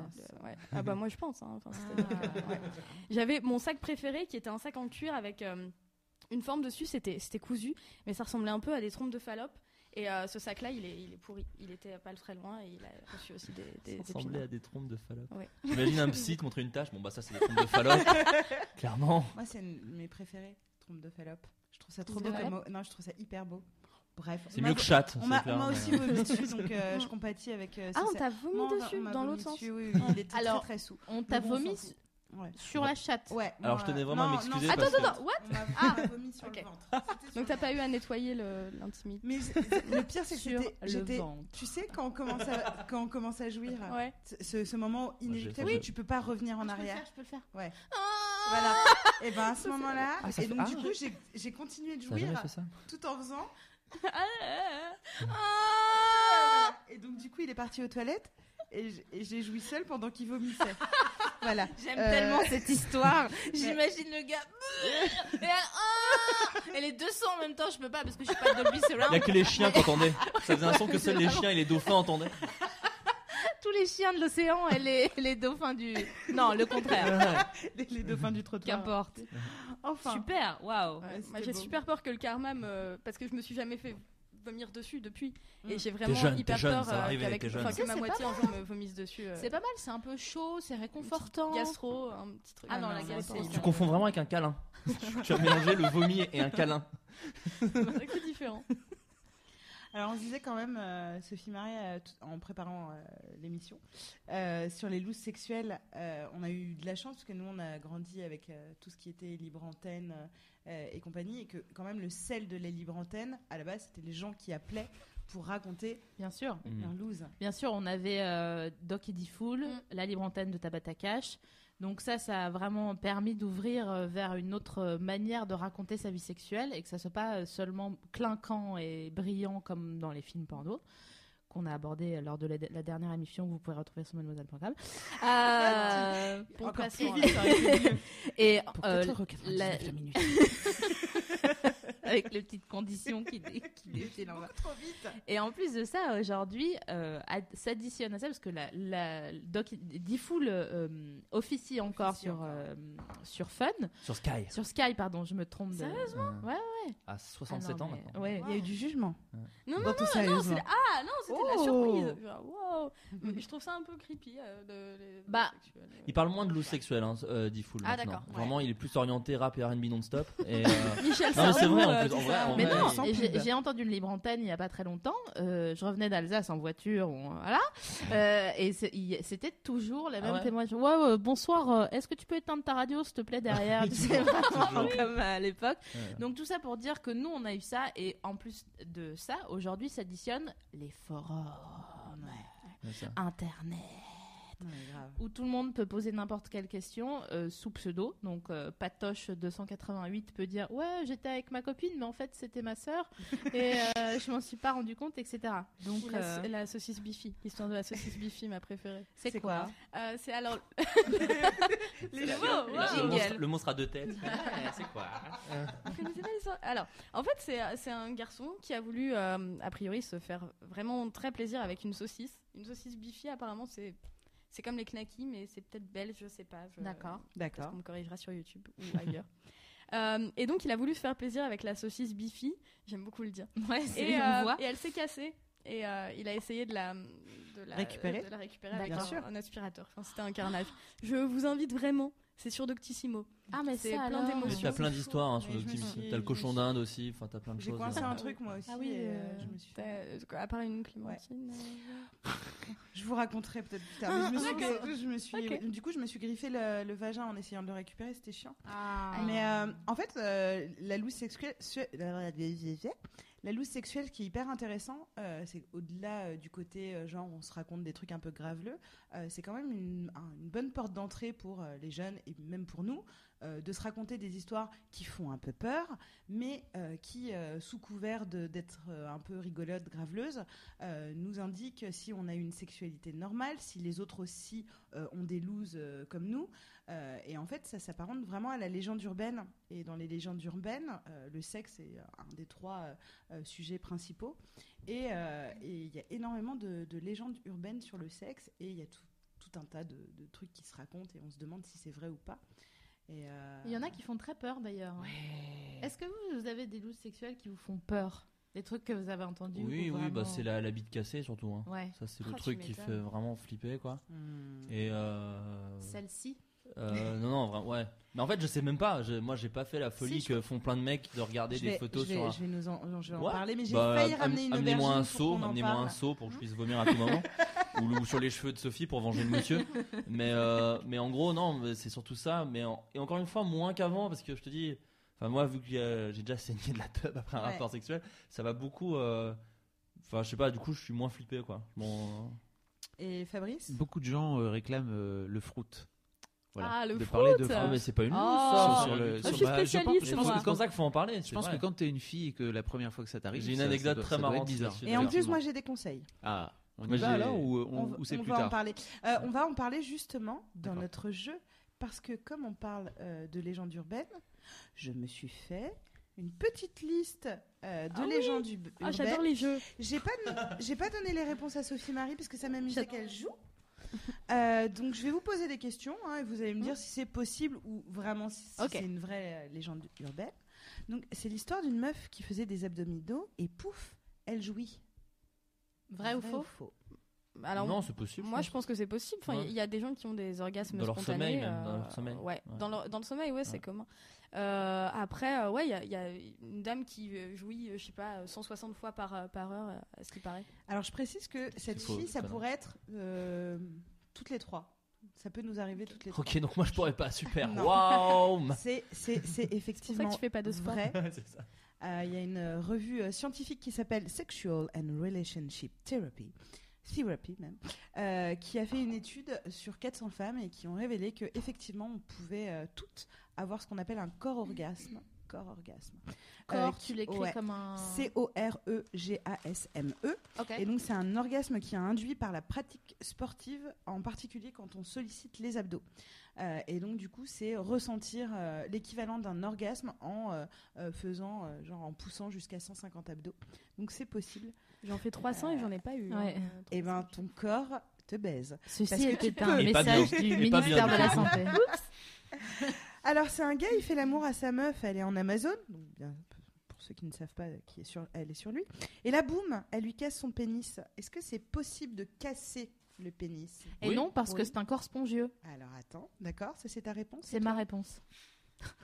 Speaker 6: ouais. Ah bah moi je pense. hein. Enfin, c'est-à-dire que-
Speaker 2: Ah.
Speaker 6: ouais. J'avais mon sac préféré qui était un sac en cuir avec euh, une forme dessus, c'était c'était cousu, mais ça ressemblait un peu à des trompes de Fallope. Et euh, ce sac-là, il est, il est pourri. Il était pas le très loin et il a reçu aussi des, des,
Speaker 7: Ça
Speaker 6: des
Speaker 7: ressemblait
Speaker 6: épinards.
Speaker 7: à des trompes de Fallope.
Speaker 6: Ouais.
Speaker 7: J'imagine un psy te montrer une tâche, bon bah ça c'est des trompes de Fallope. Clairement.
Speaker 3: Moi, c'est une- mes préférés. Trompe de Fallope. Je trouve ça trop
Speaker 6: C'est
Speaker 3: beau
Speaker 6: vrai
Speaker 3: comme mot. Non, je trouve ça hyper beau. Bref.
Speaker 7: C'est
Speaker 3: on m'a-
Speaker 7: mieux que chatte.
Speaker 3: On
Speaker 7: c'est
Speaker 3: m'a
Speaker 7: clair,
Speaker 3: on m'a
Speaker 7: mais-
Speaker 3: aussi vomi dessus, donc
Speaker 6: *laughs*
Speaker 3: euh, je compatis avec. euh,
Speaker 6: Ah,
Speaker 3: ce-
Speaker 6: on t'a vomi
Speaker 3: Non, on m'a-
Speaker 6: dessus,
Speaker 3: on m'a
Speaker 6: dans
Speaker 3: vomi
Speaker 6: l'autre sens.
Speaker 3: dessus, oui, oui, il était
Speaker 2: Alors-
Speaker 3: très, très sous.
Speaker 2: On t'a
Speaker 3: Mais bon, on
Speaker 2: vomi
Speaker 3: s'en
Speaker 2: su-
Speaker 3: fout. Ouais.
Speaker 2: sur la chatte.
Speaker 3: Ouais,
Speaker 7: Alors,
Speaker 3: moi,
Speaker 7: je tenais
Speaker 3: euh,
Speaker 7: vraiment à
Speaker 3: non,
Speaker 7: m'excuser
Speaker 3: non,
Speaker 7: parce
Speaker 2: Attends,
Speaker 7: que-
Speaker 2: attends, what
Speaker 3: On m'a
Speaker 6: Ah.
Speaker 3: vraiment vomi sur
Speaker 6: Ok.
Speaker 3: le ventre. C'était sur
Speaker 6: Donc t'as
Speaker 3: le
Speaker 6: pas
Speaker 3: ventre.
Speaker 6: eu à nettoyer le- *laughs* l'intimité.
Speaker 3: Mais c'est- le pire, c'est que
Speaker 2: Sur
Speaker 3: c'était-
Speaker 2: le
Speaker 3: j'étais.
Speaker 2: ventre.
Speaker 3: Tu sais, quand on commence à, quand on commence à jouir,
Speaker 6: Ouais.
Speaker 3: ce, ce moment inéluctable
Speaker 7: fait
Speaker 3: où
Speaker 7: ça.
Speaker 3: tu peux pas revenir en arrière.
Speaker 2: Je peux le faire,
Speaker 3: Ouais.
Speaker 2: Ah
Speaker 3: Voilà. Et ben à ce moment-là,
Speaker 5: Ah, ça
Speaker 3: et
Speaker 5: fait-
Speaker 3: donc du
Speaker 5: ah.
Speaker 3: coup j'ai- j'ai continué de
Speaker 5: T'as jamais
Speaker 3: jouir
Speaker 5: fait ça ah,
Speaker 3: tout en faisant.
Speaker 2: Ah
Speaker 3: Et donc du coup il est parti aux toilettes et j- et j'ai joui seul pendant qu'il vomissait. voilà.
Speaker 2: J'aime
Speaker 3: Euh,
Speaker 2: tellement cette
Speaker 3: *laughs*
Speaker 2: histoire. J'imagine le gars. Et, elle, Ah Et les deux sons en même temps, je peux pas parce que je suis pas Dolby
Speaker 7: *laughs* Il n'y a
Speaker 2: Surround.
Speaker 7: que les chiens qui entendaient. Ça faisait un son que seuls les chiens et les dauphins entendaient.
Speaker 2: Tous les chiens de l'océan et les, les dauphins du. Non, le *laughs* contraire.
Speaker 3: Les, les dauphins du trottoir.
Speaker 2: Qu'importe.
Speaker 3: Enfin.
Speaker 2: Super, waouh.
Speaker 6: Ouais,
Speaker 3: Ouais,
Speaker 6: moi
Speaker 3: c'était
Speaker 6: j'ai
Speaker 3: beau.
Speaker 6: super peur que le karma me. Parce que je me suis jamais fait vomir dessus depuis. Et
Speaker 3: Mm.
Speaker 6: j'ai vraiment
Speaker 7: jeune,
Speaker 6: hyper
Speaker 7: t'es jeune,
Speaker 6: peur
Speaker 7: ça va
Speaker 6: euh,
Speaker 7: arriver,
Speaker 6: qu'avec-
Speaker 7: t'es jeune.
Speaker 6: enfin,
Speaker 2: Ça,
Speaker 6: que ma
Speaker 2: c'est pas
Speaker 6: moitié un jour me vomisse dessus. euh,
Speaker 2: C'est pas mal, c'est un peu chaud, c'est réconfortant.
Speaker 6: Gastro, un petit truc.
Speaker 2: Ah non, la
Speaker 6: c'est
Speaker 2: gastro,
Speaker 6: pas-
Speaker 2: c'est-
Speaker 7: Tu confonds vraiment avec un câlin. tu as mélangé le vomi et un câlin.
Speaker 6: C'est différent.
Speaker 3: Alors on se disait quand même, euh, Sophie Marie, euh, tout- en préparant euh, l'émission, euh, sur les looses sexuelles, euh, on a eu de la chance parce que nous on a grandi avec euh, tout ce qui était libre antenne euh, et compagnie et que quand même le sel de la libre antenne, à la base c'était les gens qui appelaient pour raconter
Speaker 2: Bien sûr.
Speaker 7: Mm.
Speaker 3: un loose.
Speaker 2: Bien sûr, on avait euh, Doc et Diffoul,
Speaker 6: Mm.
Speaker 2: la libre antenne de Tabata Cash. Donc ça, ça a vraiment permis d'ouvrir euh, vers une autre euh, manière de raconter sa vie sexuelle et que ça soit pas euh, seulement clinquant et brillant comme dans les films porno qu'on a abordé lors de la, la dernière émission que vous pouvez retrouver sur mademoiselle.com. Euh, pour
Speaker 3: Ah, Encore
Speaker 2: passer-
Speaker 3: plus vite, ça aurait été mieux.
Speaker 2: Et
Speaker 3: Pour
Speaker 2: euh,
Speaker 3: 4h99
Speaker 2: la-
Speaker 3: la minute.
Speaker 2: avec les petites conditions qui, dé- qui défilent en bas.
Speaker 3: Trop vite.
Speaker 2: Et en plus de ça, aujourd'hui, euh, ad- s'additionne à ça, parce que la, la Doc Diffoul euh, officie encore,
Speaker 3: Officie
Speaker 2: sur,
Speaker 3: encore.
Speaker 2: euh, sur Fun,
Speaker 7: Sur Sky.
Speaker 2: sur Sky, pardon, je me trompe. de-
Speaker 7: Sérieusement
Speaker 2: Ouais, Ah
Speaker 7: À
Speaker 2: non,
Speaker 7: 67 ans
Speaker 2: mais-
Speaker 7: maintenant.
Speaker 2: ouais.
Speaker 3: Il y a eu du jugement.
Speaker 6: Non, non,
Speaker 3: Dans ton sérieux,
Speaker 6: non, c'est-
Speaker 3: hein.
Speaker 6: ah non, c'était de la
Speaker 3: Oh.
Speaker 6: surprise. Genre, wow. Mais Je trouve ça un peu creepy. euh, de, les- les
Speaker 2: Bah,
Speaker 6: sexuels, euh.
Speaker 7: Il parle moins de loose sexuelle, hein, euh, Diffoul.
Speaker 6: Ah,
Speaker 7: maintenant.
Speaker 6: d'accord, ouais.
Speaker 7: Vraiment, il est plus orienté rap et RB non-stop. Et,
Speaker 2: *laughs*
Speaker 7: euh,
Speaker 6: Michel
Speaker 7: Non, mais c'est
Speaker 6: Sardou,
Speaker 7: vrai, en
Speaker 6: euh,
Speaker 7: plus,
Speaker 6: tout
Speaker 7: en vrai,
Speaker 6: ça,
Speaker 7: en
Speaker 6: euh,
Speaker 2: Mais *laughs*
Speaker 7: vrai,
Speaker 2: non,
Speaker 3: sans
Speaker 2: et j'ai
Speaker 3: pub.
Speaker 2: j'ai entendu une libre antenne il n'y a pas très longtemps. euh, je revenais d'Alsace en voiture, on-
Speaker 7: *laughs*
Speaker 2: voilà. euh, et c'est- il- c'était toujours la
Speaker 7: Ah
Speaker 2: même
Speaker 7: ouais
Speaker 2: témoignage. Ouais, ouais, bonsoir, euh, est-ce que tu peux éteindre ta radio, s'il te plaît,
Speaker 7: *laughs*
Speaker 2: derrière Tu sais, *laughs* vraiment comme à l'époque.
Speaker 7: Ouais.
Speaker 2: Donc tout ça pour dire que nous, on a eu ça. Et en plus de ça, aujourd'hui s'additionnent les forums,
Speaker 7: ouais, ça.
Speaker 2: Internet
Speaker 3: Non, mais grave.
Speaker 2: où tout le monde peut poser n'importe quelle question euh, sous pseudo. Donc euh, Patoche 288 peut dire ouais j'étais avec ma copine mais en fait c'était ma sœur et euh, je m'en suis pas rendu compte etc. Donc
Speaker 6: ou la,
Speaker 2: euh,
Speaker 6: la saucisse Bifi, l'histoire de la saucisse Bifi, ma préférée.
Speaker 2: c'est quoi
Speaker 6: Euh, c'est alors
Speaker 3: Les
Speaker 6: Le-
Speaker 3: gens-
Speaker 6: Oh, wow,
Speaker 7: Le
Speaker 6: wow.
Speaker 7: monstre- Le monstre à deux têtes. Ouais, C'est quoi
Speaker 6: Connaissez pas l'histoire Alors, en fait, c'est euh, c'est un garçon qui a voulu, euh, a priori, se faire vraiment très plaisir avec une saucisse. Une saucisse Bifi, apparemment, c'est c'est comme les knackis, mais c'est peut-être belge, je sais pas. je-
Speaker 2: D'accord.
Speaker 6: Parce
Speaker 3: D'accord.
Speaker 6: qu'on me corrigera sur YouTube ou *laughs* ailleurs. Euh, et donc, il a voulu se faire plaisir avec la saucisse Bifi. J'aime beaucoup le dire.
Speaker 2: Ouais c'est
Speaker 6: et,
Speaker 2: une
Speaker 6: euh,
Speaker 2: voix.
Speaker 6: et elle s'est cassée. Et euh, il a essayé de la, de la
Speaker 3: Récupérer
Speaker 6: de la récupérer avec
Speaker 2: Bien
Speaker 6: un,
Speaker 3: sûr.
Speaker 6: un aspirateur. Enfin, c'était un carnage. Je vous invite vraiment. C'est sur Doctissimo.
Speaker 2: Ah mais
Speaker 6: c'est
Speaker 2: c'est
Speaker 6: plein
Speaker 2: plein
Speaker 6: d'émotions.
Speaker 7: Mais T'as plein d'histoires hein, sur
Speaker 3: Mais je me
Speaker 7: Doctissimo.
Speaker 3: suis-
Speaker 7: T'as le cochon
Speaker 3: je-
Speaker 7: d'Inde aussi. Enfin, t'as plein de
Speaker 3: J'ai
Speaker 7: choses.
Speaker 3: coincé
Speaker 7: euh,
Speaker 3: un truc moi aussi. et, euh, je me suis.
Speaker 6: t'as- euh, à part une clémentine. euh,
Speaker 3: Je vous raconterai peut-être plus tard. mais je me suis- je me suis,
Speaker 6: Ok.
Speaker 3: Du coup, je me suis griffé le, le vagin en essayant de le récupérer. C'était chiant.
Speaker 2: Ah.
Speaker 3: Mais euh, en fait, euh, la loose sexuelle, se- la loose sexuelle, ce qui est hyper intéressant, euh, c'est au-delà euh, du côté euh, genre on se raconte des trucs un peu graveleux, euh, c'est quand même une, un- une bonne porte d'entrée pour euh, les jeunes et même pour nous euh, de se raconter des histoires qui font un peu peur, mais euh, qui, euh, sous couvert de- d'être euh, un peu rigolote, graveleuse, euh, nous indiquent si on a une sexualité normale, si les autres aussi euh, ont des looses euh, comme nous. Euh, et en fait, ça s'apparente vraiment à la légende urbaine. Et dans les légendes urbaines, euh, le sexe est euh, un des trois euh, euh, sujets principaux. Et euh, et il y a énormément de, de légendes urbaines sur le sexe. Et il y a tout, tout un tas de, de trucs qui se racontent. Et on se demande si c'est vrai ou pas. Et, euh,
Speaker 2: Il y en a qui font très peur d'ailleurs. Est-ce que vous, vous avez des loups sexuels qui vous font peur Des trucs que vous avez entendus
Speaker 7: Oui, oui,
Speaker 2: ou
Speaker 7: bah
Speaker 2: vraiment-
Speaker 7: c'est la, la bite cassée surtout. hein.
Speaker 2: Ouais.
Speaker 7: Ça, c'est
Speaker 6: Ah,
Speaker 7: le
Speaker 6: tu
Speaker 7: truc qui
Speaker 6: m'étonnes.
Speaker 3: Mm.
Speaker 7: fait vraiment flipper, quoi.
Speaker 3: Hmm.
Speaker 7: Et euh,
Speaker 2: Celle-ci.
Speaker 7: Euh, non, non, vraiment, ouais. Mais en fait, je sais même pas. Je- moi, j'ai pas fait la folie
Speaker 3: je
Speaker 7: que font plein de mecs de regarder
Speaker 3: je vais,
Speaker 7: des photos
Speaker 3: je vais-
Speaker 7: sur. un-
Speaker 3: je vais nous en, je vais en
Speaker 7: Ouais.
Speaker 3: parler, mais j'ai
Speaker 7: Bah,
Speaker 3: failli
Speaker 7: am-
Speaker 3: ramener une
Speaker 7: Amenez-moi
Speaker 3: aubergine
Speaker 7: un
Speaker 3: pour
Speaker 7: seau,
Speaker 3: qu'on en
Speaker 7: amenez-moi un
Speaker 3: parle. Hein
Speaker 7: seau pour que je puisse vomir à tout moment, ou, le- ou sur les cheveux de Sophie pour venger le
Speaker 3: *laughs*
Speaker 7: monsieur. Mais, euh, mais en gros, non, mais c'est surtout ça. Mais en- et encore une fois, moins qu'avant, parce que je te dis, enfin moi, vu que euh, j'ai déjà saigné de la teub après un
Speaker 3: Ouais.
Speaker 7: rapport sexuel, ça va beaucoup. euh, Enfin, je sais pas. Du coup, je suis moins flippé, quoi. Bon,
Speaker 3: Et Fabrice
Speaker 7: Bah,
Speaker 4: Beaucoup de gens euh, réclament euh, le fruit.
Speaker 6: Ah, le
Speaker 4: de parler de
Speaker 6: fruit.
Speaker 7: ah,
Speaker 4: fruit.
Speaker 7: mais c'est pas une.
Speaker 6: Oh.
Speaker 4: sur le-
Speaker 7: Je
Speaker 4: sur-
Speaker 6: suis
Speaker 4: bah, je pense-
Speaker 6: spécialiste,
Speaker 4: je
Speaker 7: pense
Speaker 4: pense
Speaker 6: moi.
Speaker 7: que
Speaker 4: que
Speaker 7: c'est comme
Speaker 4: quand-
Speaker 7: ça qu'il faut en parler.
Speaker 4: je pense que quand t'es une fille et que la première fois que ça t'arrive,
Speaker 7: J'ai une
Speaker 4: ça- ça
Speaker 7: anecdote
Speaker 4: doit-
Speaker 7: très
Speaker 4: ça doit être
Speaker 7: marrante
Speaker 4: bizarre.
Speaker 7: là-dessus.
Speaker 3: Et en
Speaker 7: D'ailleurs.
Speaker 3: plus, moi j'ai des conseils.
Speaker 4: Ah, on
Speaker 7: Moi,
Speaker 4: y va
Speaker 7: j'ai-
Speaker 4: là ou euh, on,
Speaker 3: va-
Speaker 4: ou c'est plus
Speaker 3: va en
Speaker 4: tard
Speaker 3: parler. Euh, on va en parler justement dans
Speaker 4: D'accord.
Speaker 3: notre jeu parce que comme on parle euh, de légendes urbaines, je me suis fait une petite liste euh, de
Speaker 6: Ah oui.
Speaker 3: légendes ub-
Speaker 6: Ah, j'adore
Speaker 3: urbaines.
Speaker 6: les jeux.
Speaker 3: J'ai pas, don- j'ai pas donné les réponses à Sophie Marie parce que ça m'amusait
Speaker 6: J'adore.
Speaker 3: qu'elle joue. Euh, donc je vais vous poser des questions hein, et vous allez me dire si c'est possible ou vraiment si, si
Speaker 6: Mmh. Ok.
Speaker 3: c'est une vraie euh, légende urbaine. Donc c'est l'histoire d'une meuf qui faisait des abdominaux et pouf, elle jouit.
Speaker 2: Vrai ou faux
Speaker 6: Alors,
Speaker 7: non, c'est possible.
Speaker 6: moi, je pense que c'est possible. Enfin, il
Speaker 7: Ouais.
Speaker 6: y a des gens qui ont des orgasmes
Speaker 7: Dans leur sommeil,
Speaker 6: spontanés.
Speaker 7: même, dans leur
Speaker 6: euh,
Speaker 7: sommeil.
Speaker 6: Ouais,
Speaker 7: Ouais.
Speaker 6: Dans, leur- dans le sommeil, ouais, c'est
Speaker 7: Ouais.
Speaker 6: commun. Euh, après, euh, ouais, il y a- il y, a une dame qui euh, jouit, euh, je sais pas, euh, 160 fois par, euh, par heure, euh, à ce qui paraît.
Speaker 3: Alors je précise que cette
Speaker 7: faux,
Speaker 3: fille, ça
Speaker 7: totalement.
Speaker 3: pourrait être euh, toutes les trois. Ça peut nous arriver toutes les trois.
Speaker 7: Ok, donc moi je pourrais pas, super.
Speaker 3: Non.
Speaker 7: Waouh
Speaker 3: *laughs*
Speaker 7: ma-
Speaker 3: C'est c'est- c'est
Speaker 6: C'est pour ça
Speaker 3: effectivement
Speaker 6: que tu fais pas de sport.
Speaker 3: vrai.
Speaker 7: C'est ça.
Speaker 3: Euh, Il y a une euh, revue euh, scientifique qui s'appelle Sexual and Relationship Therapy, Therapy même, euh, qui a fait une étude sur 400 femmes et qui ont révélé que effectivement on pouvait euh, toutes avoir ce qu'on appelle un corps orgasme. Corps orgasme. Euh,
Speaker 2: Corps,
Speaker 3: qui-
Speaker 2: tu l'écris
Speaker 3: ouais.
Speaker 2: comme un.
Speaker 3: E C-O-R-E-G-A-S-M-E.
Speaker 2: Ok.
Speaker 3: Et donc, c'est un orgasme qui est induit par la pratique sportive, en particulier quand on sollicite les abdos. Euh, et donc, du coup, c'est ressentir euh, l'équivalent d'un orgasme en euh, euh, faisant, euh, genre en poussant jusqu'à 150 abdos. Donc, c'est possible.
Speaker 6: J'en fais 300 et j'en ai pas eu. hein.
Speaker 2: Ouais.
Speaker 6: Euh,
Speaker 3: Et ben, ton corps te baise. Parce
Speaker 2: Ceci
Speaker 3: que
Speaker 2: était
Speaker 3: tu
Speaker 2: un
Speaker 3: peux.
Speaker 7: Et pas bien.
Speaker 2: message du
Speaker 7: Et pas
Speaker 2: ministère
Speaker 7: bien.
Speaker 2: de la Santé.
Speaker 3: Alors, c'est un gars, il fait l'amour à sa meuf, elle est en Amazon. Donc, bien, pour ceux qui ne savent pas, qui est sur, elle est sur lui. Et là, boum, elle lui casse son pénis. Est-ce que c'est possible de casser le pénis
Speaker 2: Et non, parce que
Speaker 3: Oui.
Speaker 2: c'est un corps spongieux.
Speaker 3: Alors, attends, d'accord, ça c'est ta réponse
Speaker 2: C'est ma réponse.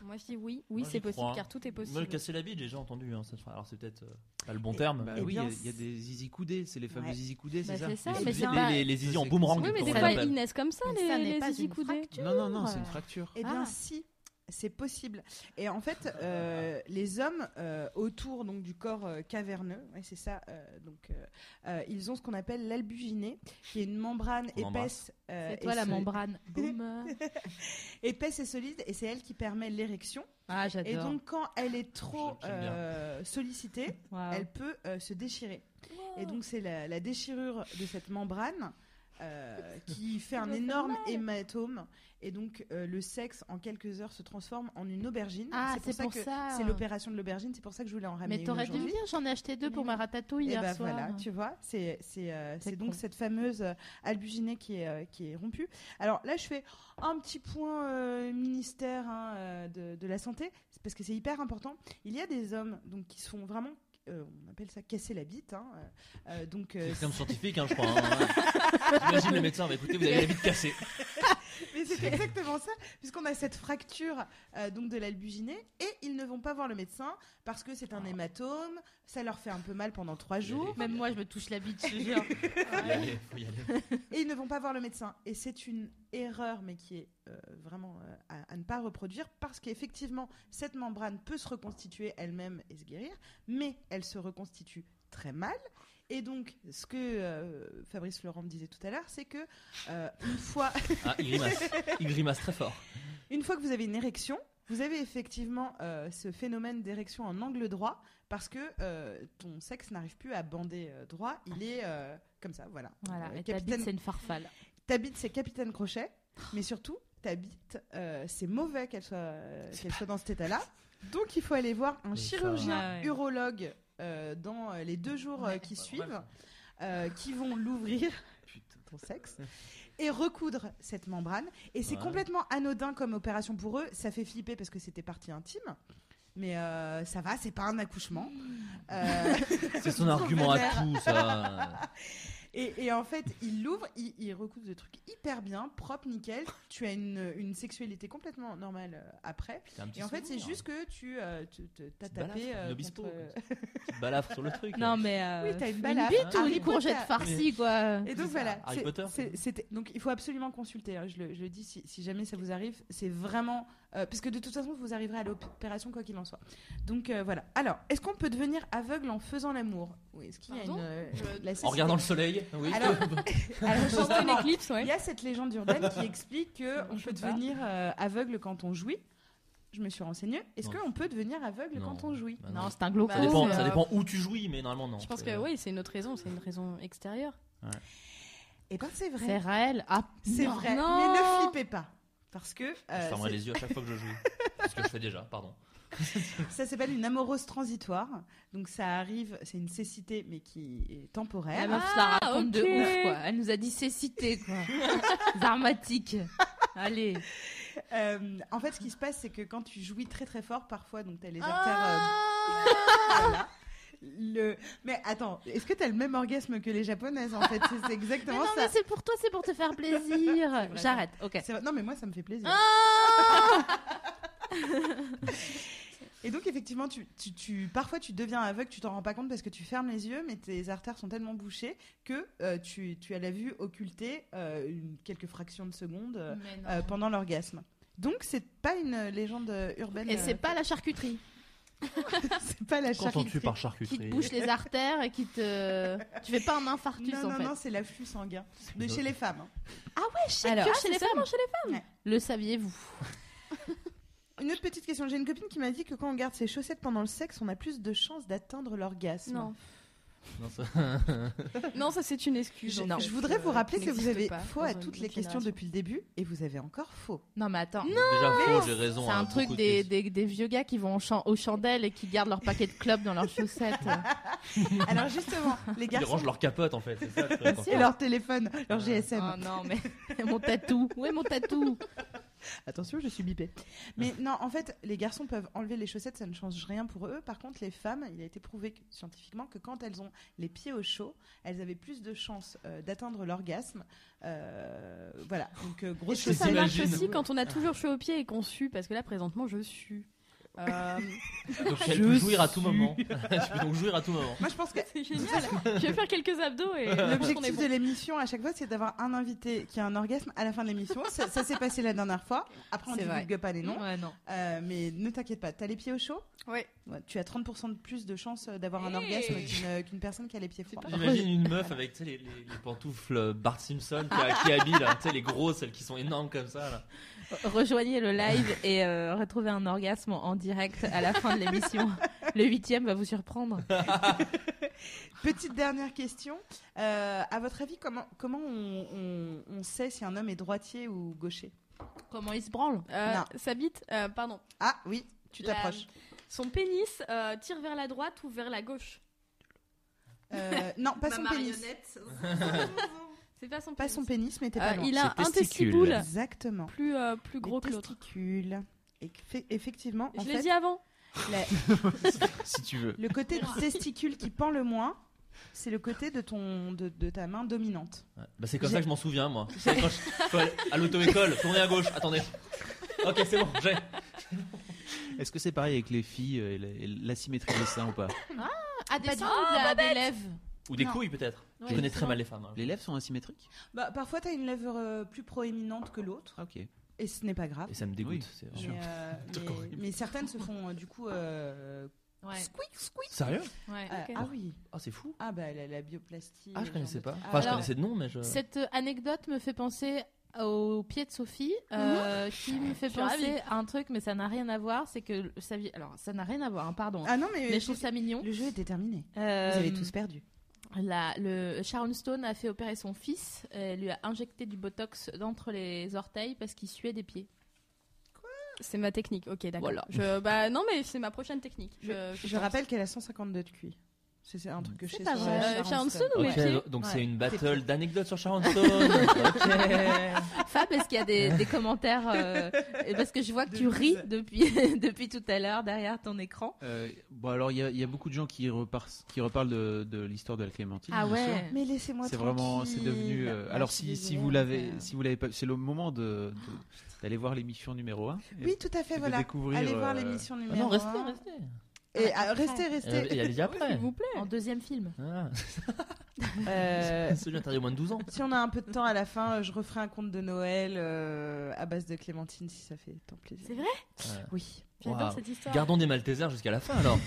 Speaker 6: Moi, je dis oui, oui,
Speaker 7: Moi, j'y
Speaker 6: c'est possible,
Speaker 7: crois.
Speaker 6: car tout est
Speaker 7: Moi,
Speaker 6: possible.
Speaker 7: casser la bite, j'ai déjà entendu. hein, ça se fera. Alors, c'est peut-être euh, pas le bon terme.
Speaker 4: Bah
Speaker 3: Eh
Speaker 4: oui, il y
Speaker 3: bien,
Speaker 4: a- il y, a des zizi coudés, c'est les fameux
Speaker 3: Ouais.
Speaker 4: zizi coudés,
Speaker 2: Bah,
Speaker 4: c'est ça
Speaker 2: c'est ça,
Speaker 4: Les
Speaker 2: mais
Speaker 4: zizi-
Speaker 2: c'est
Speaker 7: les,
Speaker 2: pas-
Speaker 7: les- les zizi en
Speaker 4: c'est-
Speaker 7: boomerang.
Speaker 6: Oui, mais
Speaker 7: comme
Speaker 6: des
Speaker 7: on
Speaker 6: fois,
Speaker 7: l'appelle.
Speaker 6: ils naissent comme ça,
Speaker 2: Mais
Speaker 6: les,
Speaker 2: ça n'est
Speaker 6: les
Speaker 2: pas
Speaker 6: zizi
Speaker 2: une
Speaker 6: coudés.
Speaker 2: fracture.
Speaker 4: Non, non, non, c'est une fracture.
Speaker 3: Eh bien,
Speaker 6: Ah.
Speaker 3: si, c'est possible. Et en fait, euh, les hommes euh, autour donc du corps euh, caverneux, ouais, c'est ça. euh, donc, euh, euh, ils ont ce qu'on appelle l'albuginée, qui est une membrane
Speaker 7: Qu'on embrasse.
Speaker 3: épaisse, euh,
Speaker 2: C'est toi
Speaker 3: et
Speaker 2: la
Speaker 3: soli-
Speaker 2: membrane. Boum.
Speaker 3: épaisse et solide, et c'est elle qui permet l'érection.
Speaker 2: Ah,
Speaker 3: Et
Speaker 2: j'adore.
Speaker 3: donc, quand elle est trop
Speaker 7: J'aime bien.
Speaker 3: euh, sollicitée,
Speaker 2: Waouh.
Speaker 3: elle peut euh, se déchirer. Et donc, c'est la, la déchirure de cette membrane euh,
Speaker 2: *laughs*
Speaker 3: qui fait un
Speaker 6: doit faire
Speaker 3: énorme hématome. Et donc, euh, le sexe, en quelques heures, se transforme en une aubergine.
Speaker 2: Ah,
Speaker 3: c'est pour ça que
Speaker 2: ça.
Speaker 3: c'est l'opération de l'aubergine. C'est pour ça que je voulais en ramener
Speaker 2: Mais
Speaker 3: une
Speaker 2: t'aurais dû me
Speaker 3: aujourd'hui.
Speaker 2: dire, j'en ai acheté deux pour ma ratatouille
Speaker 3: Et
Speaker 2: hier
Speaker 3: bah
Speaker 2: soir.
Speaker 3: voilà, tu vois, c'est c'est euh,
Speaker 2: C'est
Speaker 3: c'est donc
Speaker 2: con.
Speaker 3: cette fameuse euh, albuginée qui est euh, qui est rompue. Alors là, je fais un petit point euh, ministère hein, euh, de, de la santé, c'est parce que c'est hyper important. Il y a des hommes donc qui se font vraiment, euh, on appelle ça casser la bite, hein, euh, euh, donc euh,
Speaker 7: C'est comme scientifique, hein, je crois. hein. J'imagine le médecin, bah, écoutez, vous avez la bite cassée.
Speaker 3: Mais c'est exactement ça, puisqu'on a cette fracture euh, donc de l'albuginée et ils ne vont pas voir le médecin parce que c'est un hématome, ça leur fait un peu mal pendant trois jours
Speaker 2: Même moi, je me touche la bite, je te jure.
Speaker 7: Faut y aller, faut y aller.
Speaker 3: et ils ne vont pas voir le médecin. Et c'est une erreur, mais qui est euh, vraiment euh, à, à ne pas reproduire parce qu'effectivement, cette membrane peut se reconstituer elle-même et se guérir, mais elle se reconstitue très mal. Et donc, ce que euh, Fabrice Laurent me disait tout à l'heure, c'est que euh, une fois
Speaker 7: Ah, il grimace. Il grimace très fort.
Speaker 3: Une fois que vous avez une érection, vous avez effectivement euh, ce phénomène d'érection en angle droit parce que euh, ton sexe n'arrive plus à bander euh, droit, il est euh, comme ça, voilà.
Speaker 2: Voilà,
Speaker 3: Euh,
Speaker 2: et Oh. ta bite,
Speaker 3: capitaine,
Speaker 2: c'est une farfale.
Speaker 3: ta bite, c'est capitaine crochet, mais surtout, ta bite, euh, c'est mauvais qu'elle soit, euh, qu'elle soit dans cet état-là. Donc il faut aller voir un
Speaker 7: Mais ça-
Speaker 3: chirurgien
Speaker 2: Ouais, ouais.
Speaker 3: urologue euh, dans euh, les deux jours euh, qui suivent, euh, qui vont l'ouvrir ton sexe et recoudre cette membrane. Et c'est
Speaker 7: Ouais.
Speaker 3: complètement anodin comme opération pour eux. Ça fait flipper parce que c'était partie intime. Mais euh, ça va, c'est pas un accouchement.
Speaker 2: Hmm.
Speaker 3: Euh,
Speaker 7: C'est son argument à
Speaker 3: vénère.
Speaker 7: tout, ça.
Speaker 3: et, et en fait, ils l'ouvrent, ils, ils recoudent le truc hyper bien, propre, nickel. Tu as une, une sexualité complètement normale euh, après.
Speaker 7: C'était un petit
Speaker 3: Et en fait, c'est
Speaker 7: souvenir.
Speaker 3: juste que tu euh, tu- tu- t'as
Speaker 7: Petite balafre,
Speaker 3: tapé. euh, *laughs*
Speaker 7: hein. une obispo,
Speaker 3: contre-
Speaker 7: quoi. Petite balafre sur le truc.
Speaker 2: Non, mais.
Speaker 3: Oui,
Speaker 2: euh,
Speaker 3: t'as une
Speaker 2: Une
Speaker 3: balafre.
Speaker 2: bite ou
Speaker 3: Harry
Speaker 2: une courgette
Speaker 3: Potter.
Speaker 2: farcie, quoi
Speaker 3: Et donc
Speaker 7: C'est ça,
Speaker 3: voilà,
Speaker 7: Harry
Speaker 3: c'est-
Speaker 7: Potter,
Speaker 3: c'est-
Speaker 7: c'est-
Speaker 3: c'était donc il faut absolument consulter. hein, je, le, je le dis si, si jamais ça vous arrive, c'est vraiment euh, parce que de toute façon vous arriverez à l'opération quoi qu'il en soit. Donc euh, voilà. Alors est-ce qu'on peut devenir aveugle en faisant l'amour Oui, est-ce qu'il y a une
Speaker 6: Pardon
Speaker 3: euh,
Speaker 6: Je-
Speaker 3: la
Speaker 7: En regardant le soleil. Oui. *laughs*
Speaker 3: Alors- Alors,
Speaker 6: Pendant
Speaker 3: justement,
Speaker 6: l'éclipse,
Speaker 3: il
Speaker 6: ouais.
Speaker 3: y a cette légende urbaine qui explique que
Speaker 6: Ça
Speaker 3: on
Speaker 6: marche
Speaker 3: peut
Speaker 6: pas.
Speaker 3: devenir euh, aveugle quand on jouit. Je me suis renseignée. Est-ce
Speaker 7: Non.
Speaker 3: qu'on peut devenir aveugle
Speaker 7: Non.
Speaker 3: quand on jouit
Speaker 7: Bah non.
Speaker 2: Non, c'est un glaucome.
Speaker 7: ça, dépend,
Speaker 6: mais,
Speaker 7: ça
Speaker 6: euh,
Speaker 7: dépend où tu jouis, mais normalement non.
Speaker 6: Je pense
Speaker 7: C'est-
Speaker 6: que oui, c'est une autre raison, c'est une raison extérieure.
Speaker 3: Eh ben c'est vrai.
Speaker 2: C'est réel. Ah,
Speaker 3: C'est
Speaker 2: non.
Speaker 3: vrai.
Speaker 6: Non.
Speaker 3: Mais ne flippez pas parce que
Speaker 7: Je
Speaker 3: euh,
Speaker 7: fermerai
Speaker 3: c'est-
Speaker 7: les yeux à chaque fois que je joue. Ce que je fais déjà, pardon.
Speaker 3: Ça s'appelle une amorose transitoire. Donc ça arrive, c'est une cécité mais qui est
Speaker 2: La
Speaker 3: temporaire.
Speaker 2: meuf se la
Speaker 6: Ah,
Speaker 2: raconte de
Speaker 6: ok.
Speaker 2: ouf, quoi. Elle nous a dit cécité, quoi. *laughs* Zarmatique. Allez.
Speaker 3: Euh, en fait, ce qui se passe, c'est que quand tu jouis très très fort, parfois, donc t'as les artères.
Speaker 6: Ah
Speaker 3: euh, voilà. Le... Mais attends, est-ce que t'as le même orgasme que les japonaises en fait C'est- C'est
Speaker 2: *laughs* Mais
Speaker 3: exactement
Speaker 2: non, mais
Speaker 3: ça.
Speaker 2: c'est pour toi, c'est pour te faire *laughs* plaisir.
Speaker 3: vrai.
Speaker 2: J'arrête, ok.
Speaker 3: C'est vrai- Non mais moi ça me fait plaisir. Et donc effectivement, tu, tu, tu- parfois tu deviens aveugle, tu t'en rends pas compte parce que tu fermes les yeux, mais tes artères sont tellement bouchées que euh, tu, tu as la vue occultée euh, une- quelques fractions de secondes euh, euh, pendant l'orgasme. Donc c'est pas une légende euh, urbaine.
Speaker 2: Et
Speaker 3: euh,
Speaker 2: c'est pas la charcuterie
Speaker 3: *laughs* c'est pas la charcuterie.
Speaker 7: Qu'entends-tu par
Speaker 2: qui te
Speaker 7: charcuterie
Speaker 2: bouche les artères et qui te. Tu fais pas un infarctus
Speaker 3: Non
Speaker 2: en
Speaker 3: non
Speaker 2: fait.
Speaker 3: non, c'est l'afflux sanguin. De chez les femmes. hein.
Speaker 2: Alors,
Speaker 6: que chez les femmes, chez
Speaker 2: le saviez-vous
Speaker 3: Une autre petite question. J'ai une copine qui m'a dit que quand on garde ses chaussettes pendant le sexe, on a plus de chances d'atteindre l'orgasme.
Speaker 6: Non,
Speaker 7: Non, ça-
Speaker 6: non, ça c'est une excuse.
Speaker 3: Je,
Speaker 6: en
Speaker 3: non,
Speaker 6: fait,
Speaker 3: je voudrais
Speaker 6: euh,
Speaker 3: vous rappeler
Speaker 6: qui
Speaker 3: que vous
Speaker 6: n'existe
Speaker 3: avez
Speaker 6: pas
Speaker 3: faux
Speaker 6: dans
Speaker 3: à
Speaker 6: une
Speaker 3: toutes les
Speaker 6: autre
Speaker 3: questions
Speaker 6: génération.
Speaker 3: depuis le début et vous avez encore faux.
Speaker 2: Non, mais attends.
Speaker 7: Déjà
Speaker 3: mais
Speaker 7: faux, j'ai raison.
Speaker 2: C'est
Speaker 7: hein,
Speaker 2: un truc
Speaker 7: beaucoup de-
Speaker 2: des, des, des vieux gars qui vont en chan- aux chandelles et qui gardent leur paquet de clubs dans leurs
Speaker 6: *laughs*
Speaker 2: chaussettes.
Speaker 3: *laughs* Alors *laughs* justement, les
Speaker 7: Ils
Speaker 3: garçons
Speaker 7: rangent leur capote en fait. c'est ça, le truc, en
Speaker 3: et
Speaker 7: fait.
Speaker 3: leur téléphone, Euh, ah. leur
Speaker 7: Ouais.
Speaker 3: GSM.
Speaker 2: oh non, mais mon tatou. Ouais, mon tatou.
Speaker 3: Attention, je suis bipée. Mais non, en fait, les garçons peuvent enlever les chaussettes, ça ne change rien pour eux. Par contre, les femmes, il a été prouvé que- scientifiquement que quand elles ont les pieds au chaud, elles avaient plus de chances euh, d'atteindre l'orgasme. Euh, voilà. Donc euh, grosse
Speaker 6: Est-ce que ça
Speaker 7: J'imagine.
Speaker 6: marche
Speaker 3: chaussette.
Speaker 6: aussi quand on a toujours chaud au pied et qu'on sue Parce que là, présentement, je sue. Euh,
Speaker 7: Donc elle peut jouir à tout *laughs* moment. tu peux donc jouir à tout moment.
Speaker 3: Moi, je pense que
Speaker 6: *laughs* c'est génial. je vais faire quelques abdos et on est
Speaker 3: l'objectif
Speaker 6: bon.
Speaker 3: de l'émission à chaque fois, c'est d'avoir un invité qui a un orgasme à la fin de l'émission. ça ça s'est passé la dernière fois. Après, on
Speaker 2: C'est
Speaker 3: ne
Speaker 2: vrai.
Speaker 3: divulgue pas les noms.
Speaker 2: Ouais, non.
Speaker 3: Euh, mais ne t'inquiète pas, t'as les pieds au chaud.
Speaker 6: Ouais.
Speaker 3: Ouais, tu as 30% de plus de chances euh, d'avoir un
Speaker 6: Hey.
Speaker 3: orgasme qu'une euh, qu'une personne qui a les pieds froids.
Speaker 7: J'imagine une meuf avec tu sais, les, les- les pantoufles euh, Bart Simpson qui, a- qui habille là, tu sais, les grosses, celles qui sont énormes comme ça. Là.
Speaker 2: Rejoignez le live et euh, retrouvez un orgasme en direct à la fin de l'émission. Le huitième va vous surprendre.
Speaker 3: Petite dernière question. Euh, à votre avis, comment, comment on, on- on sait si un homme est droitier ou gaucher
Speaker 2: Comment il se branle
Speaker 6: Euh,
Speaker 3: Non.
Speaker 6: Sa bite, euh, pardon.
Speaker 3: Ah oui, tu
Speaker 6: La-
Speaker 3: t'approches.
Speaker 6: Son pénis euh, tire vers la droite ou vers la gauche
Speaker 3: Euh, non,
Speaker 6: *laughs*
Speaker 3: pas son pénis.
Speaker 6: C'est pas son pénis.
Speaker 3: Pas son pénis, mais t'es pas
Speaker 6: Euh,
Speaker 3: loin.
Speaker 6: il a
Speaker 7: Ses
Speaker 6: un
Speaker 7: testicules.
Speaker 6: testibule
Speaker 3: Exactement.
Speaker 6: plus, euh, plus gros que
Speaker 3: Les
Speaker 6: l'autre.
Speaker 3: testicules. Et fait- effectivement, en
Speaker 6: Je
Speaker 3: fait,
Speaker 6: l'ai dit avant.
Speaker 3: la-
Speaker 4: si tu veux.
Speaker 3: le côté du testicule qui pend le moins, c'est le côté de, ton, de- de ta main dominante.
Speaker 7: Ouais. Bah, c'est comme
Speaker 3: J'ai-
Speaker 7: ça que je m'en souviens moi. C'est quand je faut aller à l'auto-école, tournez à gauche, attendez. Ok, c'est bon, j'ai.
Speaker 4: Est-ce que c'est pareil avec les filles euh, et la- et l'asymétrie des seins ou pas
Speaker 2: Ah, des sangles, des lèvres.
Speaker 7: Ou des
Speaker 3: Non.
Speaker 7: couilles peut-être.
Speaker 4: Ouais,
Speaker 7: je connais très
Speaker 4: justement.
Speaker 7: mal les femmes. hein.
Speaker 4: Les lèvres sont asymétriques
Speaker 3: Bah, parfois, t'as une lèvre euh, plus proéminente que l'autre,
Speaker 4: Ah, ok.
Speaker 3: et ce n'est pas grave.
Speaker 7: Et ça me dégoûte.
Speaker 4: Oui.
Speaker 7: *laughs* c'est
Speaker 4: Bien
Speaker 3: Mais,
Speaker 4: sûr.
Speaker 3: euh,
Speaker 4: Truc
Speaker 3: mais-
Speaker 4: horrible.
Speaker 3: mais certaines se font euh, du coup euh,
Speaker 2: Ouais,
Speaker 3: squeak, squeak.
Speaker 7: Sérieux
Speaker 2: ouais.
Speaker 3: Euh,
Speaker 6: Ok.
Speaker 3: Ah oui.
Speaker 7: Ah, c'est fou.
Speaker 3: Ah bah la, la bioplastie.
Speaker 7: Ah, je
Speaker 3: le genre
Speaker 7: connaissais
Speaker 3: de
Speaker 7: pas.
Speaker 3: truc.
Speaker 7: Enfin, je
Speaker 2: Alors-
Speaker 7: connaissais de nom, mais je.
Speaker 2: Cette euh, anecdote me fait penser au pied de Sophie, euh, qui me fait
Speaker 6: Je suis
Speaker 2: penser
Speaker 6: ravie.
Speaker 2: à un truc, mais ça n'a rien à voir. C'est que le- sa vie. Alors, ça n'a rien à voir, hein, pardon.
Speaker 3: Ah non mais,
Speaker 2: mais je trouve ça mignon.
Speaker 3: le jeu était terminé.
Speaker 2: Euh,
Speaker 3: Vous avez tous perdu.
Speaker 2: la- le, Sharon Stone a fait opérer son fils. Elle lui a injecté du botox d'entre les orteils parce qu'il suait des pieds.
Speaker 6: C'est ma technique, ok, d'accord.
Speaker 2: Voilà.
Speaker 6: Je- bah, non, mais c'est ma prochaine technique. Je,
Speaker 3: Je rappelle qu'elle a 152 de QI. C'est c'est un truc que je
Speaker 2: C'est
Speaker 3: sais.
Speaker 2: pas
Speaker 3: sur
Speaker 2: vrai.
Speaker 3: la
Speaker 2: Euh,
Speaker 3: Sharon
Speaker 6: Sharon Stone ou
Speaker 7: Ok,
Speaker 6: mes pieds
Speaker 7: donc
Speaker 3: Ouais.
Speaker 7: c'est une battle
Speaker 3: T'es-
Speaker 7: d'anecdotes sur Sharon Stone.
Speaker 3: *laughs*
Speaker 2: *laughs*
Speaker 7: Ok.
Speaker 2: Fab, est-ce qu'il y a des, des commentaires euh, Parce que je vois que
Speaker 3: De
Speaker 2: tu ris
Speaker 3: bise.
Speaker 2: depuis, *laughs* depuis tout à l'heure derrière ton écran.
Speaker 4: Euh, bon, alors, il y, a- il y a beaucoup de gens qui, reparsent- qui reparlent de, de l'histoire de la Clémentine.
Speaker 2: Ah
Speaker 4: bien sûr.
Speaker 3: Mais laissez-moi
Speaker 4: C'est vraiment, c'est
Speaker 3: tranquille.
Speaker 4: devenu. euh,
Speaker 3: Ah,
Speaker 4: alors
Speaker 3: je suis
Speaker 4: si, si
Speaker 3: désolée,
Speaker 4: vous l'avez,
Speaker 3: mais, euh,
Speaker 4: si vous l'avez pas, c'est le moment de de- d'aller voir l'émission numéro 1
Speaker 3: euh, Oui, tout à fait,
Speaker 4: de
Speaker 3: voilà.
Speaker 4: découvrir,
Speaker 3: Allez voir
Speaker 4: euh,
Speaker 3: l'émission
Speaker 7: Ah non,
Speaker 3: numéro
Speaker 7: restez,
Speaker 3: un.
Speaker 7: restez.
Speaker 3: Et, ah, restez,
Speaker 7: Euh,
Speaker 3: restez.
Speaker 7: Et allez-y
Speaker 6: S'il
Speaker 7: après.
Speaker 6: vous plaît.
Speaker 2: En deuxième film.
Speaker 7: Voilà.
Speaker 3: *laughs* Euh,
Speaker 7: Celui interdit au moins de 12 ans.
Speaker 3: Si on a un peu de temps à la fin, euh, je referai un conte de Noël euh, à base de Clémentine si ça fait tant plaisir.
Speaker 6: C'est vrai
Speaker 7: *laughs*
Speaker 3: Oui.
Speaker 6: J'adore
Speaker 7: Waouh.
Speaker 6: cette histoire.
Speaker 7: Gardons des Maltesers jusqu'à la fin alors.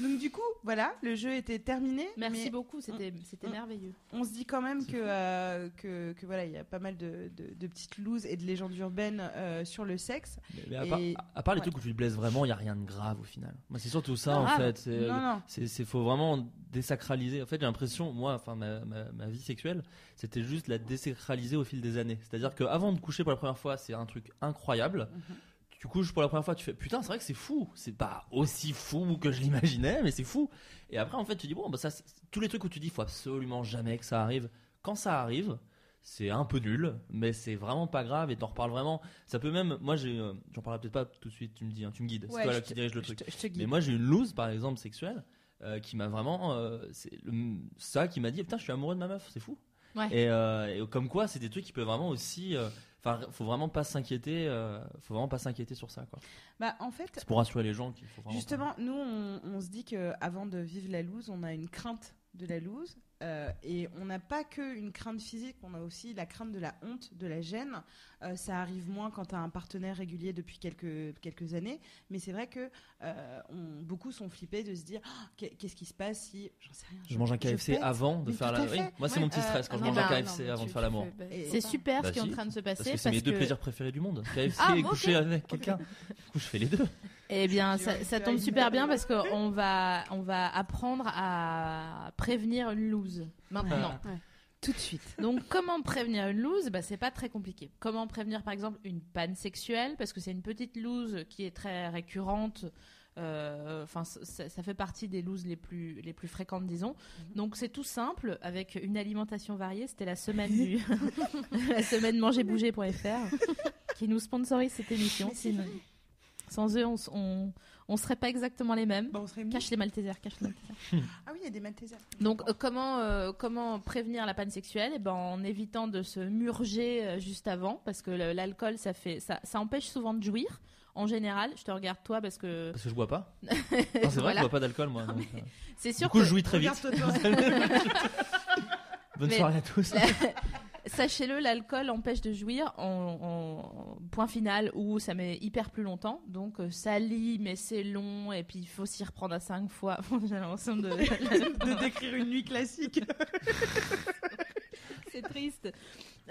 Speaker 3: Donc du coup, voilà, le jeu était terminé.
Speaker 2: Merci
Speaker 3: mais
Speaker 2: beaucoup, c'était c'était
Speaker 3: Mm.
Speaker 2: merveilleux.
Speaker 3: On se dit quand même
Speaker 7: C'est
Speaker 3: que,
Speaker 7: fou.
Speaker 3: euh, que, que voilà, il y a pas mal de, de- de petites looses et de légendes urbaines euh, sur le sexe.
Speaker 7: Mais, mais à,
Speaker 3: Et-
Speaker 7: part, à part les
Speaker 3: ouais.
Speaker 7: trucs où tu te blesses vraiment, il n'y a rien de grave au final. Moi, c'est surtout ça en
Speaker 3: grave.
Speaker 7: fait. C'est euh, le-
Speaker 3: non, non.
Speaker 7: C'est, c'est faut vraiment désacraliser. En fait, j'ai l'impression, moi, enfin, ma, ma- ma vie sexuelle, c'était juste la désacraliser au fil des années. C'est-à-dire qu'avant de coucher pour la première fois, c'est un truc incroyable.
Speaker 3: Mm-hmm.
Speaker 7: Tu couches pour la première fois, tu fais putain, c'est vrai que c'est fou. C'est pas aussi fou que je l'imaginais, mais c'est fou. Et après, en fait, tu dis bon, bah, ça, c'est- tous les trucs où tu dis faut absolument jamais que ça arrive. Quand ça arrive, c'est un peu nul, mais c'est vraiment pas grave et t'en reparles vraiment. Ça peut même, moi, j'ai, euh, j'en parlerai peut-être pas tout de suite. Tu me dis, hein, tu me guides.
Speaker 3: Ouais,
Speaker 7: c'est toi là
Speaker 3: je
Speaker 7: qui
Speaker 3: te-
Speaker 7: dirige le
Speaker 3: je
Speaker 7: truc.
Speaker 3: te- je te guide.
Speaker 7: Mais moi, j'ai une loose, par exemple, sexuelle, euh, qui m'a vraiment. euh, c'est le- ça qui m'a dit Putain, je suis amoureux de ma meuf, c'est fou.
Speaker 2: Ouais.
Speaker 7: Et, euh, et comme quoi, c'est des trucs qui peuvent vraiment aussi. euh, Enfin, faut vraiment pas s'inquiéter. euh, faut vraiment pas s'inquiéter sur ça, quoi.
Speaker 3: Bah, en fait,
Speaker 7: C'est pour rassurer les gens qu'il faut vraiment.
Speaker 3: Justement, nous, on, on se dit que avant de vivre la loose, on a une crainte de la loose. euh, et on n'a pas que une crainte physique, on a aussi la crainte de la honte, de la gêne. Euh, ça arrive moins quand tu as un partenaire régulier depuis quelques, quelques années. Mais c'est vrai que euh, on- beaucoup sont flippés de se dire Ah, qu'est- qu'est-ce qui se passe si. J'en sais rien.
Speaker 7: Je mange un KFC
Speaker 3: pète.
Speaker 7: avant de
Speaker 3: Mais
Speaker 7: faire
Speaker 3: tout
Speaker 7: la.
Speaker 3: à fait.
Speaker 7: oui, Moi, c'est
Speaker 3: Ouais,
Speaker 7: mon petit
Speaker 3: euh,
Speaker 7: stress quand
Speaker 3: ah
Speaker 7: je
Speaker 3: non,
Speaker 7: mange un
Speaker 3: bah,
Speaker 7: KFC avant de faire l'amour.
Speaker 3: Et-
Speaker 2: C'est super
Speaker 7: Bah
Speaker 2: ce qui est
Speaker 7: si.
Speaker 2: en train de se passer.
Speaker 7: Parce que c'est mes deux
Speaker 2: que-
Speaker 7: plaisirs préférés du monde. KFC
Speaker 2: Ah,
Speaker 7: et
Speaker 2: ok.
Speaker 7: coucher avec quelqu'un. Du coup, je fais les deux.
Speaker 2: Eh bien,
Speaker 3: Tu
Speaker 2: ça,
Speaker 3: vois,
Speaker 2: ça
Speaker 3: tu
Speaker 2: tombe
Speaker 3: vois,
Speaker 2: super
Speaker 3: il-
Speaker 2: bien parce qu'on va, on va apprendre à prévenir une loose maintenant.
Speaker 3: Tout de suite.
Speaker 2: Donc, comment prévenir une loose bah, C'est pas très compliqué. Comment prévenir, par exemple, une panne sexuelle Parce que c'est une petite loose qui est très récurrente. Euh, Enfin, c- ça, ça fait partie des looses les plus, les plus fréquentes, disons.
Speaker 3: Mhm.
Speaker 2: Donc, c'est tout simple avec une alimentation variée. C'était la semaine du, *laughs* la semaine
Speaker 3: *laughs*
Speaker 2: mangerbouger.fr qui nous sponsorise cette émission.
Speaker 3: Mais c'est vrai.
Speaker 2: Sans eux, on, s- on, on serait pas exactement les mêmes.
Speaker 3: Bon, on serait mou-
Speaker 2: Cache les Maltesers, cache les Maltesers.
Speaker 3: Ah oui, il y a des Maltesers.
Speaker 2: Donc euh, comment euh, comment prévenir la panne sexuelle Eh ben en évitant de se murger euh, juste avant parce que le- l'alcool ça fait ça, ça empêche souvent de jouir. En général, je te regarde toi parce que
Speaker 7: Parce que je bois pas. Non, c'est vrai,
Speaker 2: Voilà.
Speaker 7: je bois pas d'alcool, moi. donc, euh,
Speaker 2: c'est
Speaker 7: Du
Speaker 2: sûr
Speaker 7: coup,
Speaker 2: que
Speaker 7: je jouis très vite.
Speaker 3: Regarde-toi, toi.
Speaker 7: Bonne
Speaker 2: Mais-
Speaker 7: soirée à tous.
Speaker 2: sachez-le, l'alcool empêche de jouir en, en- en point final où ça met hyper plus longtemps. Donc euh, ça lit mais c'est long et puis il faut s'y reprendre à cinq fois. *laughs* J'ai l'impression
Speaker 7: *laughs*
Speaker 2: de
Speaker 3: de décrire une nuit classique.
Speaker 2: C'est triste.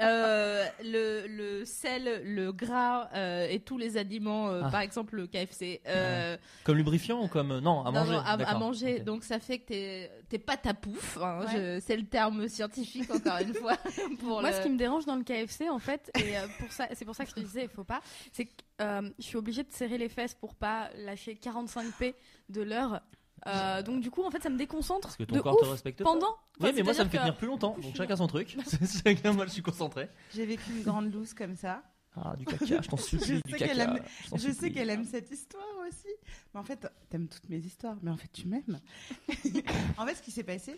Speaker 2: Euh, le, le sel, le gras euh, et tous les aliments, euh,
Speaker 7: Ah.
Speaker 2: par exemple le KFC, euh,
Speaker 7: Comme lubrifiant ou comme. euh, Non, à
Speaker 2: non,
Speaker 7: manger.
Speaker 2: non, à, à
Speaker 7: d'accord.
Speaker 2: manger.
Speaker 7: Ok.
Speaker 2: Donc ça fait que t'es- t'es pas ta pouffe. hein,
Speaker 6: Ouais.
Speaker 2: je- C'est le terme scientifique, encore une fois. *laughs* Pour
Speaker 6: Moi,
Speaker 2: le-
Speaker 6: ce qui me dérange dans le KFC, en fait, et euh, pour ça, c'est pour ça que je te disais, il faut pas, c'est que euh, je suis obligée de serrer les fesses pour pas lâcher 45p de l'heure. Euh, donc, du coup, en fait, ça me déconcentre
Speaker 7: Parce que ton
Speaker 6: de
Speaker 7: corps
Speaker 6: ouf
Speaker 7: te respecte pas.
Speaker 6: pendant.
Speaker 7: Oui,
Speaker 6: Enfin,
Speaker 7: mais moi ça
Speaker 6: c'est-à-dire
Speaker 7: me fait
Speaker 6: que-
Speaker 7: tenir plus longtemps.
Speaker 6: du coup,
Speaker 7: Donc
Speaker 6: je
Speaker 7: chacun son truc. *laughs* C'est- chacun, moi je suis concentré.
Speaker 3: J'ai vécu une grande loose comme ça.
Speaker 7: Ah, *laughs* du caca, je t'en supplie.
Speaker 3: sais qu'elle aime- *laughs* Je sais qu'elle aime cette histoire aussi. Mais en fait, t'aimes toutes mes histoires. Mais en fait, tu m'aimes. en fait, ce qui s'est passé,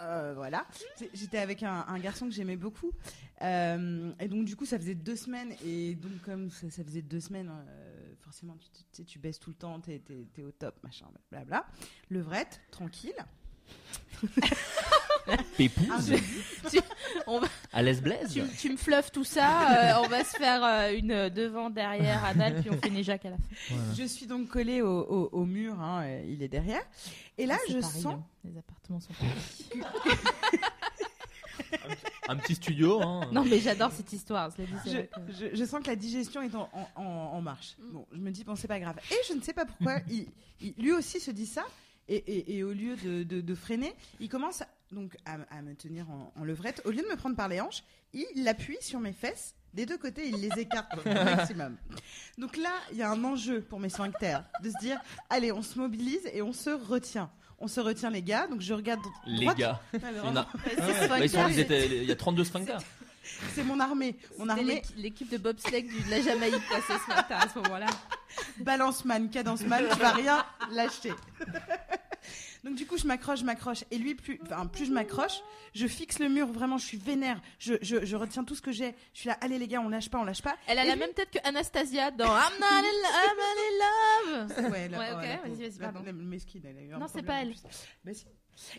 Speaker 3: euh, voilà, C'est- j'étais avec un, un garçon que j'aimais beaucoup. Euh, et donc, du coup, ça faisait deux semaines. Et donc, comme ça, ça faisait deux semaines, euh, forcément, tu, tu- tu, sais, tu baisses tout le temps, t'es t'es- t'es au top, machin, blabla. Levrette, tranquille. Un
Speaker 7: Épouse.
Speaker 3: jeudi,
Speaker 7: À l'aise blaise.
Speaker 2: Tu, tu me fluffes tout ça, euh, on va se faire euh, une devant, derrière, anal, puis on fait Jacques à la fin.
Speaker 3: je suis donc collée au, au- au mur, hein, euh, il est derrière. Et là,
Speaker 2: C'est
Speaker 3: je
Speaker 2: Paris,
Speaker 3: sens.
Speaker 2: hein, Les appartements sont Paris.
Speaker 7: Un petit studio. Hein.
Speaker 2: Non, mais j'adore cette histoire. Je l'ai dit, c'est
Speaker 3: je,
Speaker 2: vrai que-
Speaker 3: je- je sens que la digestion est en, en- en- en marche. Bon, je me dis, bon, c'est pas grave. Et je ne sais pas pourquoi, il, il- lui aussi se dit ça. Et, et- et au lieu de, de- de freiner, il commence à- donc à, à me tenir en, en levrette. Au lieu de me prendre par les hanches, il appuie sur mes fesses Des deux côtés, il les écarte au maximum. Donc là, il y a un enjeu pour mes sphincters de se dire allez, on se mobilise et on se retient. On se retient, les gars. Donc je regarde.
Speaker 7: Les
Speaker 3: droite-
Speaker 7: gars.
Speaker 3: Ouais, mais
Speaker 7: Il y en a-
Speaker 3: vraiment, *laughs* c'est
Speaker 7: Bah, ils sont-
Speaker 3: sphincters,
Speaker 7: ils étaient- Il y a 32 sphincters.
Speaker 3: C'est mon armée. Mon
Speaker 2: C'était
Speaker 3: armée,
Speaker 2: l'équ- l'équipe de bobsleigh du- de la Jamaïque passée ce matin à ce moment-là.
Speaker 3: balance man, cadence man, tu vas rien lâcher. Donc du coup, je m'accroche, je m'accroche. Et lui, plus, enfin, plus je m'accroche, je fixe le mur, vraiment, je suis vénère. Je, je- je retiens tout ce que j'ai. Je suis là, allez les gars, on lâche pas, on lâche pas.
Speaker 2: Elle a
Speaker 3: Et
Speaker 2: la
Speaker 3: lui-
Speaker 2: même tête que Anastasia *laughs* dans I'm not in love, I'm not in love.
Speaker 3: Ouais,
Speaker 2: Ouais, ok,
Speaker 3: la
Speaker 2: vas-y,
Speaker 3: pauvre.
Speaker 2: vas-y,
Speaker 3: La-
Speaker 2: pardon.
Speaker 3: la- mesquine, elle a eu un
Speaker 2: Non, c'est
Speaker 3: problème
Speaker 2: pas
Speaker 3: en
Speaker 2: elle.
Speaker 3: plus. Bah, si.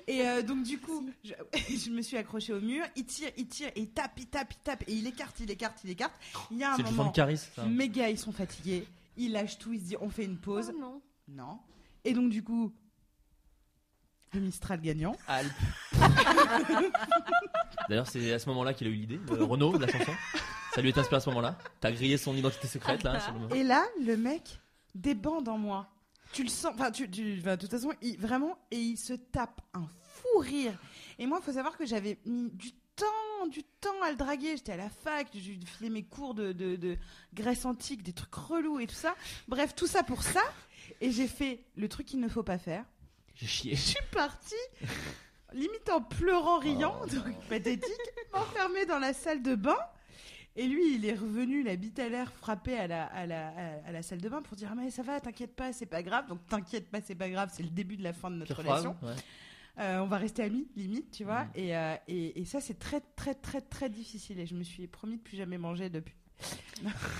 Speaker 3: Et euh, donc du coup, je, je *laughs* me suis accrochée au mur. Il tire, il tire, et il tape, il tape, il tape, et il écarte, il écarte, il écarte. Il y a un
Speaker 7: C'est du fond
Speaker 3: moment,
Speaker 7: de charisme, ça.
Speaker 3: mes gars, ils sont fatigués. Ils lâchent tout, ils se disent, on fait une pause.
Speaker 6: Oh non.
Speaker 3: Non. Et donc, du coup, le Mistral gagnant.
Speaker 7: Alpes. *laughs* D'ailleurs, c'est à ce moment-là qu'il a eu l'idée, de Renaud, de la chanson. Ça lui est inspiré à ce moment-là. T'as grillé son identité secrète, là. sur le moment.
Speaker 3: Et là, le mec débande en moi. Tu le sens. Enfin, tu, tu- enfin, de toute façon, il, vraiment, et il se tape un fou rire. Et moi, il faut savoir que j'avais mis du temps, du temps à le draguer. J'étais à la fac, j'ai filé mes cours de, de- de Grèce antique, des trucs relous et tout ça. Bref, tout ça pour ça. Et j'ai fait le truc qu'il ne faut pas faire.
Speaker 7: J'ai chié.
Speaker 3: Je suis partie, limite en pleurant, riant,
Speaker 7: Oh.
Speaker 3: donc pathétique, *laughs* enfermée dans la salle de bain. Et lui, il est revenu, la bite à l'air, frappé à la, à, la, à la salle de bain pour dire Ah, Mais ça va, t'inquiète pas, c'est pas grave. Donc t'inquiète pas, c'est pas grave, c'est le début de la fin de notre
Speaker 7: Pire phrase.
Speaker 3: relation.
Speaker 7: ouais.
Speaker 3: Euh, on va rester amis, limite, tu vois.
Speaker 7: Mm.
Speaker 3: Et, euh, et, et ça, c'est très, très, très, très difficile. Et je me suis promis de plus jamais manger depuis.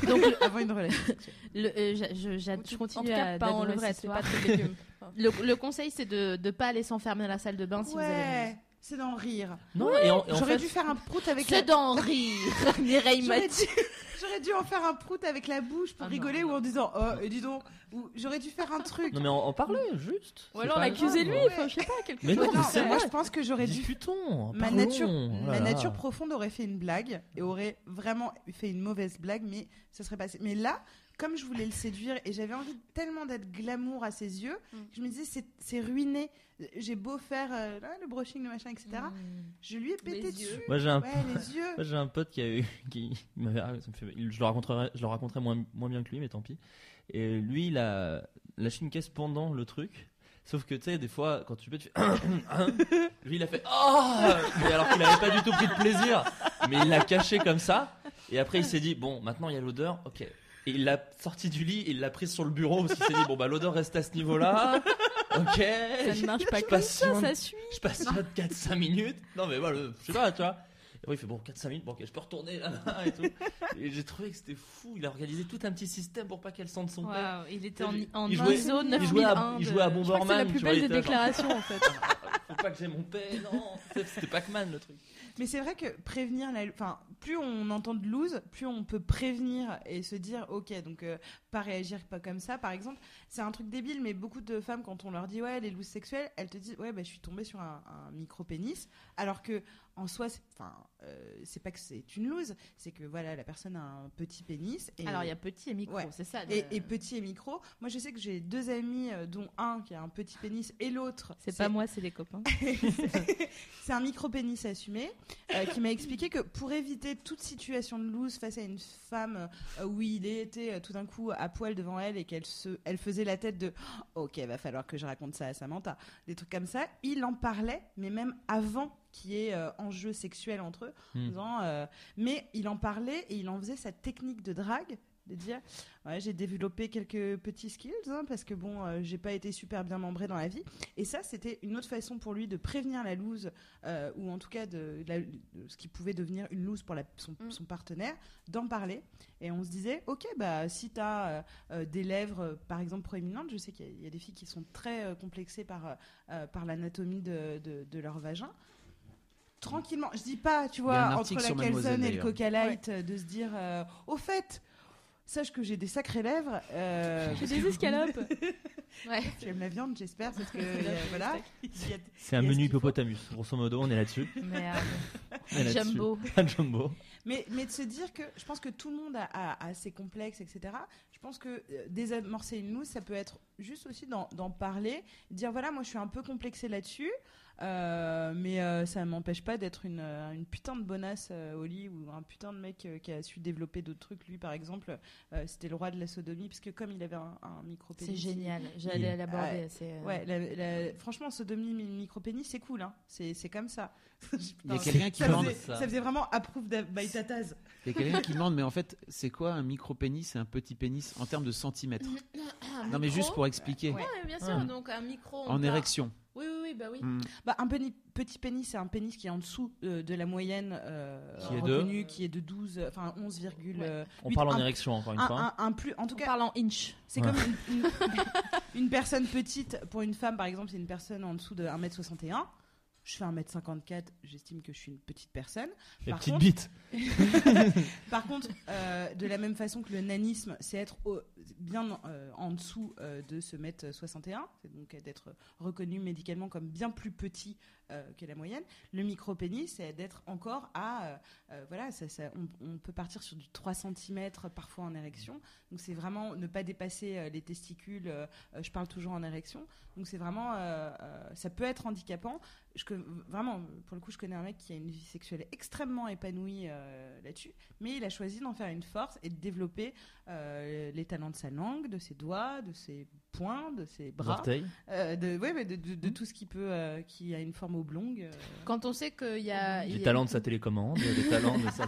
Speaker 3: Donc, avant une relation.
Speaker 2: *laughs* Le- euh, j'a- je, j'a-
Speaker 6: Ou
Speaker 2: je
Speaker 6: tu- en
Speaker 2: continue
Speaker 6: tout cas,
Speaker 2: à
Speaker 6: pas en
Speaker 2: d'adorer
Speaker 6: levrette,
Speaker 2: cette
Speaker 6: c'est pas
Speaker 2: histoire.
Speaker 6: trop de *laughs* légumes.
Speaker 2: le, le conseil, c'est de ne pas aller s'enfermer dans la salle de bain si vous avez
Speaker 3: Ouais, c'est d'en rire.
Speaker 7: Non, et en, et en
Speaker 3: J'aurais
Speaker 7: fait,
Speaker 3: dû faire un prout avec la-
Speaker 2: C'est d'en
Speaker 6: *laughs*
Speaker 2: rire, Mireille
Speaker 3: J'aurais
Speaker 2: Mathieu.
Speaker 3: dû, j'aurais dû en faire un prout avec la bouche pour
Speaker 2: Ah non,
Speaker 3: rigoler
Speaker 2: non.
Speaker 3: ou en disant oh et dis donc ou j'aurais dû faire un truc.
Speaker 7: Non, mais en, en parler, juste.
Speaker 6: Ou
Speaker 7: C'est
Speaker 6: alors
Speaker 7: pas
Speaker 6: l'accusez-lui,
Speaker 7: grave.
Speaker 6: enfin, euh, je sais pas, quelque
Speaker 7: Mais
Speaker 6: chose.
Speaker 7: non, mais
Speaker 3: Non,
Speaker 7: c'est
Speaker 3: moi
Speaker 7: vrai.
Speaker 3: je pense que j'aurais dû
Speaker 7: Discutons.
Speaker 3: ma
Speaker 7: parlons,
Speaker 3: nature
Speaker 7: oh
Speaker 3: ma
Speaker 7: là là.
Speaker 3: nature profonde aurait fait une blague et aurait vraiment fait une mauvaise blague mais ça serait passé. Mais là comme je voulais le séduire et j'avais envie tellement d'être glamour à ses yeux,
Speaker 6: Mm.
Speaker 3: je me disais c'est- c'est ruiné. J'ai beau faire euh, ah, le brushing, le machin, etc. Je lui ai pété
Speaker 2: Mm. yeux.
Speaker 3: dessus.
Speaker 7: Moi, j'ai un
Speaker 3: Ouais, les yeux.
Speaker 7: Moi, j'ai un pote qui a eu, *laughs* qui il m'avait- ah, ça me fait- il- je le raconterai, je le raconterai moins, moins bien que lui, mais tant pis. Et lui, il a lâché une caisse pendant le truc. Sauf que tu sais, des fois, quand tu peux, *coughs* tu fais. lui, il a fait ah, mais alors qu'il n'avait pas du tout pris de plaisir, mais il l'a caché comme ça. Et après, il s'est dit bon, maintenant il y a l'odeur, ok. Et il l'a sorti du lit, il l'a prise sur le bureau parce qu'il s'est dit bon bah l'odeur reste à ce niveau-là, ok.
Speaker 6: Ça ne marche pas
Speaker 7: Je
Speaker 6: comme ça,
Speaker 7: passionne.
Speaker 6: ça suit.
Speaker 7: Je passe 4-5 minutes. Non, mais voilà, je sais pas, tu vois. Et moi, il fait bon, 4-5 minutes, bon, ok, je peux retourner là, là, et tout. Et j'ai trouvé que c'était fou. Il a organisé tout un petit système pour pas qu'elle sente son père.
Speaker 2: Waouh, il était en,
Speaker 7: Il
Speaker 2: en
Speaker 7: jouait-
Speaker 2: ISO
Speaker 6: il
Speaker 7: Il jouait à,
Speaker 2: 9001
Speaker 7: il jouait à
Speaker 2: de-
Speaker 6: Je crois que c'est la
Speaker 7: Bomberman.
Speaker 6: plus
Speaker 7: tu vois,
Speaker 6: belle
Speaker 7: il
Speaker 6: des
Speaker 7: était là, genre,
Speaker 6: déclarations, en fait.
Speaker 7: Faut pas que j'ai mon père, non. Tu sais, C'était Pac-Man le truc.
Speaker 3: Mais c'est vrai que prévenir, la... enfin, plus on entend de loose, plus on peut prévenir et se dire, ok, donc euh, pas réagir pas comme ça. Par exemple, c'est un truc débile, mais beaucoup de femmes, quand on leur dit, ouais, les looses sexuelles, elles te disent, ouais, bah, je suis tombée sur un, un micro-pénis. Alors que, en soi, c'est- enfin, euh, c'est pas que c'est une loose, c'est que voilà, la personne a un petit pénis. Et...
Speaker 2: *laughs* Alors, il y a petit et micro,
Speaker 3: Ouais.
Speaker 2: c'est ça. le-
Speaker 3: Et, et petit et micro. Moi, je sais que j'ai deux amis, euh, dont un qui a un petit pénis et l'autre.
Speaker 2: C'est pas moi, c'est des copains.
Speaker 6: Ah,
Speaker 3: C'est un micro-pénis assumé euh, qui m'a expliqué que pour éviter toute situation de loose face à une femme euh, où il était euh, tout d'un coup à poil devant elle et qu'elle se, elle faisait la tête de Ok, va falloir que je raconte ça à Samantha, des trucs comme ça, il en parlait, mais même avant qu'il y ait euh, enjeu sexuel entre eux. en
Speaker 7: Hmm.
Speaker 3: disant, euh, mais il en parlait et il en faisait sa technique de drague de dire ouais j'ai développé quelques petits skills hein, parce que bon euh, j'ai pas été super bien membré dans la vie et ça c'était une autre façon pour lui de prévenir la loose euh, ou en tout cas de, de la- de ce qui pouvait devenir une loose pour la- son,
Speaker 6: Mm.
Speaker 3: son partenaire d'en parler et on se disait ok bah si t'as euh, euh, des lèvres euh, par exemple proéminentes je sais qu'il y, a- il y a des filles qui sont très euh, complexées par euh, euh, par l'anatomie de, de- de leur vagin tranquillement je dis pas tu
Speaker 4: Il y
Speaker 3: vois
Speaker 4: a un
Speaker 3: entre
Speaker 4: article
Speaker 3: la
Speaker 4: sur Mademoiselle,
Speaker 3: calzone et le
Speaker 4: d'ailleurs.
Speaker 3: coca light euh, de se dire euh, au fait sache que j'ai des sacrées lèvres
Speaker 4: *laughs*
Speaker 3: euh,
Speaker 6: J'ai des escalopes.
Speaker 2: *laughs*
Speaker 3: tu aimes la viande j'espère parce que
Speaker 6: Là,
Speaker 3: euh,
Speaker 6: j'ai
Speaker 3: voilà
Speaker 6: des
Speaker 3: Il y a-
Speaker 7: C'est un
Speaker 3: Yes,
Speaker 7: menu
Speaker 3: qu'il faut.
Speaker 7: hippopotamus. Grosso modo, on est là-dessus.
Speaker 2: Merde.
Speaker 7: On est là-dessus.
Speaker 2: Jumbo.
Speaker 7: *laughs* Un jumbo.
Speaker 3: Mais, mais de se dire que je pense que tout le monde a, a- a ses complexes, etc. Je pense que euh, désamorcer une loose, ça peut être juste aussi d'en d'en parler, dire voilà, moi je suis un peu complexée là-dessus. Euh, mais euh, ça m'empêche pas d'être une, euh, une putain de bonasse euh, au lit ou un putain de mec euh, qui a su développer d'autres trucs. Lui, par exemple, euh, c'était le roi de la sodomie, parce que comme il avait un, un micro-pénis,
Speaker 2: C'est
Speaker 3: il-
Speaker 2: génial, j'allais l'aborder. c'est, euh,
Speaker 3: Ouais, la, la- franchement, sodomie, mi- micro-pénis, c'est cool, hein. c'est c'est comme ça. *laughs*
Speaker 4: Il y a
Speaker 3: Putain,
Speaker 4: quelqu'un qui
Speaker 3: ça,
Speaker 4: demande.
Speaker 3: faisait,
Speaker 7: ça.
Speaker 3: ça faisait vraiment approve da- by Tataz.
Speaker 4: Il y
Speaker 3: *laughs*
Speaker 4: a quelqu'un qui demande, mais en fait, c'est quoi un micro-pénis et un petit pénis en termes
Speaker 3: *coughs*
Speaker 4: de centimètres Non, mais juste pour expliquer.
Speaker 3: Ouais.
Speaker 2: Ouais, bien sûr,
Speaker 7: Ah.
Speaker 2: donc un micro. on
Speaker 4: En
Speaker 2: part-
Speaker 4: *laughs* érection.
Speaker 2: Oui, oui, oui, bah oui.
Speaker 4: Mm.
Speaker 3: Bah, un peni- petit pénis, c'est un pénis qui est en dessous euh, de la moyenne euh,
Speaker 7: Qui est de
Speaker 3: reconnue, qui est de 12, euh, enfin 11, virgule,
Speaker 2: Ouais.
Speaker 3: euh,
Speaker 7: On
Speaker 3: huit,
Speaker 7: parle en
Speaker 3: un-
Speaker 7: érection encore une
Speaker 3: un,
Speaker 7: fois.
Speaker 3: un- un plus, en tout
Speaker 2: On
Speaker 3: cas,
Speaker 2: parle en inch.
Speaker 3: c'est
Speaker 7: Ouais.
Speaker 3: comme une, une- *laughs* une personne petite, pour une femme par exemple, c'est une personne en dessous de 1m61. Je fais 1m54, j'estime que je suis une petite personne.
Speaker 7: Les
Speaker 3: par
Speaker 7: petites
Speaker 3: contre-
Speaker 7: bites.
Speaker 3: Par
Speaker 2: *laughs*
Speaker 3: contre, euh, de la même façon que le nanisme, c'est être au- bien euh, en dessous euh, de ce mètre 61, c'est donc euh, d'être reconnu médicalement comme bien plus petit euh, que la moyenne. Le micro-pénis, c'est d'être encore à. euh, euh, voilà, ça- ça- on, on peut partir sur du 3 cm parfois en érection. Donc c'est vraiment ne pas dépasser euh, les testicules. euh, euh, je parle toujours en érection. Donc c'est vraiment. euh, euh, ça peut être handicapant. Je, con- vraiment, pour le coup, je connais un mec qui a une vie sexuelle extrêmement épanouie euh, là-dessus mais il a choisi d'en faire une force et de développer euh, les talents de sa langue, de ses doigts, de ses poings, de ses bras,
Speaker 7: Orteils.
Speaker 3: euh, de, ouais, mais de, de- de tout ce qui peut, euh, qui a une forme oblongue. euh.
Speaker 2: Quand on sait qu'il y a. il
Speaker 7: Les
Speaker 2: y a-
Speaker 7: talents de sa télécommande. Les talents de
Speaker 3: *laughs*
Speaker 7: sa.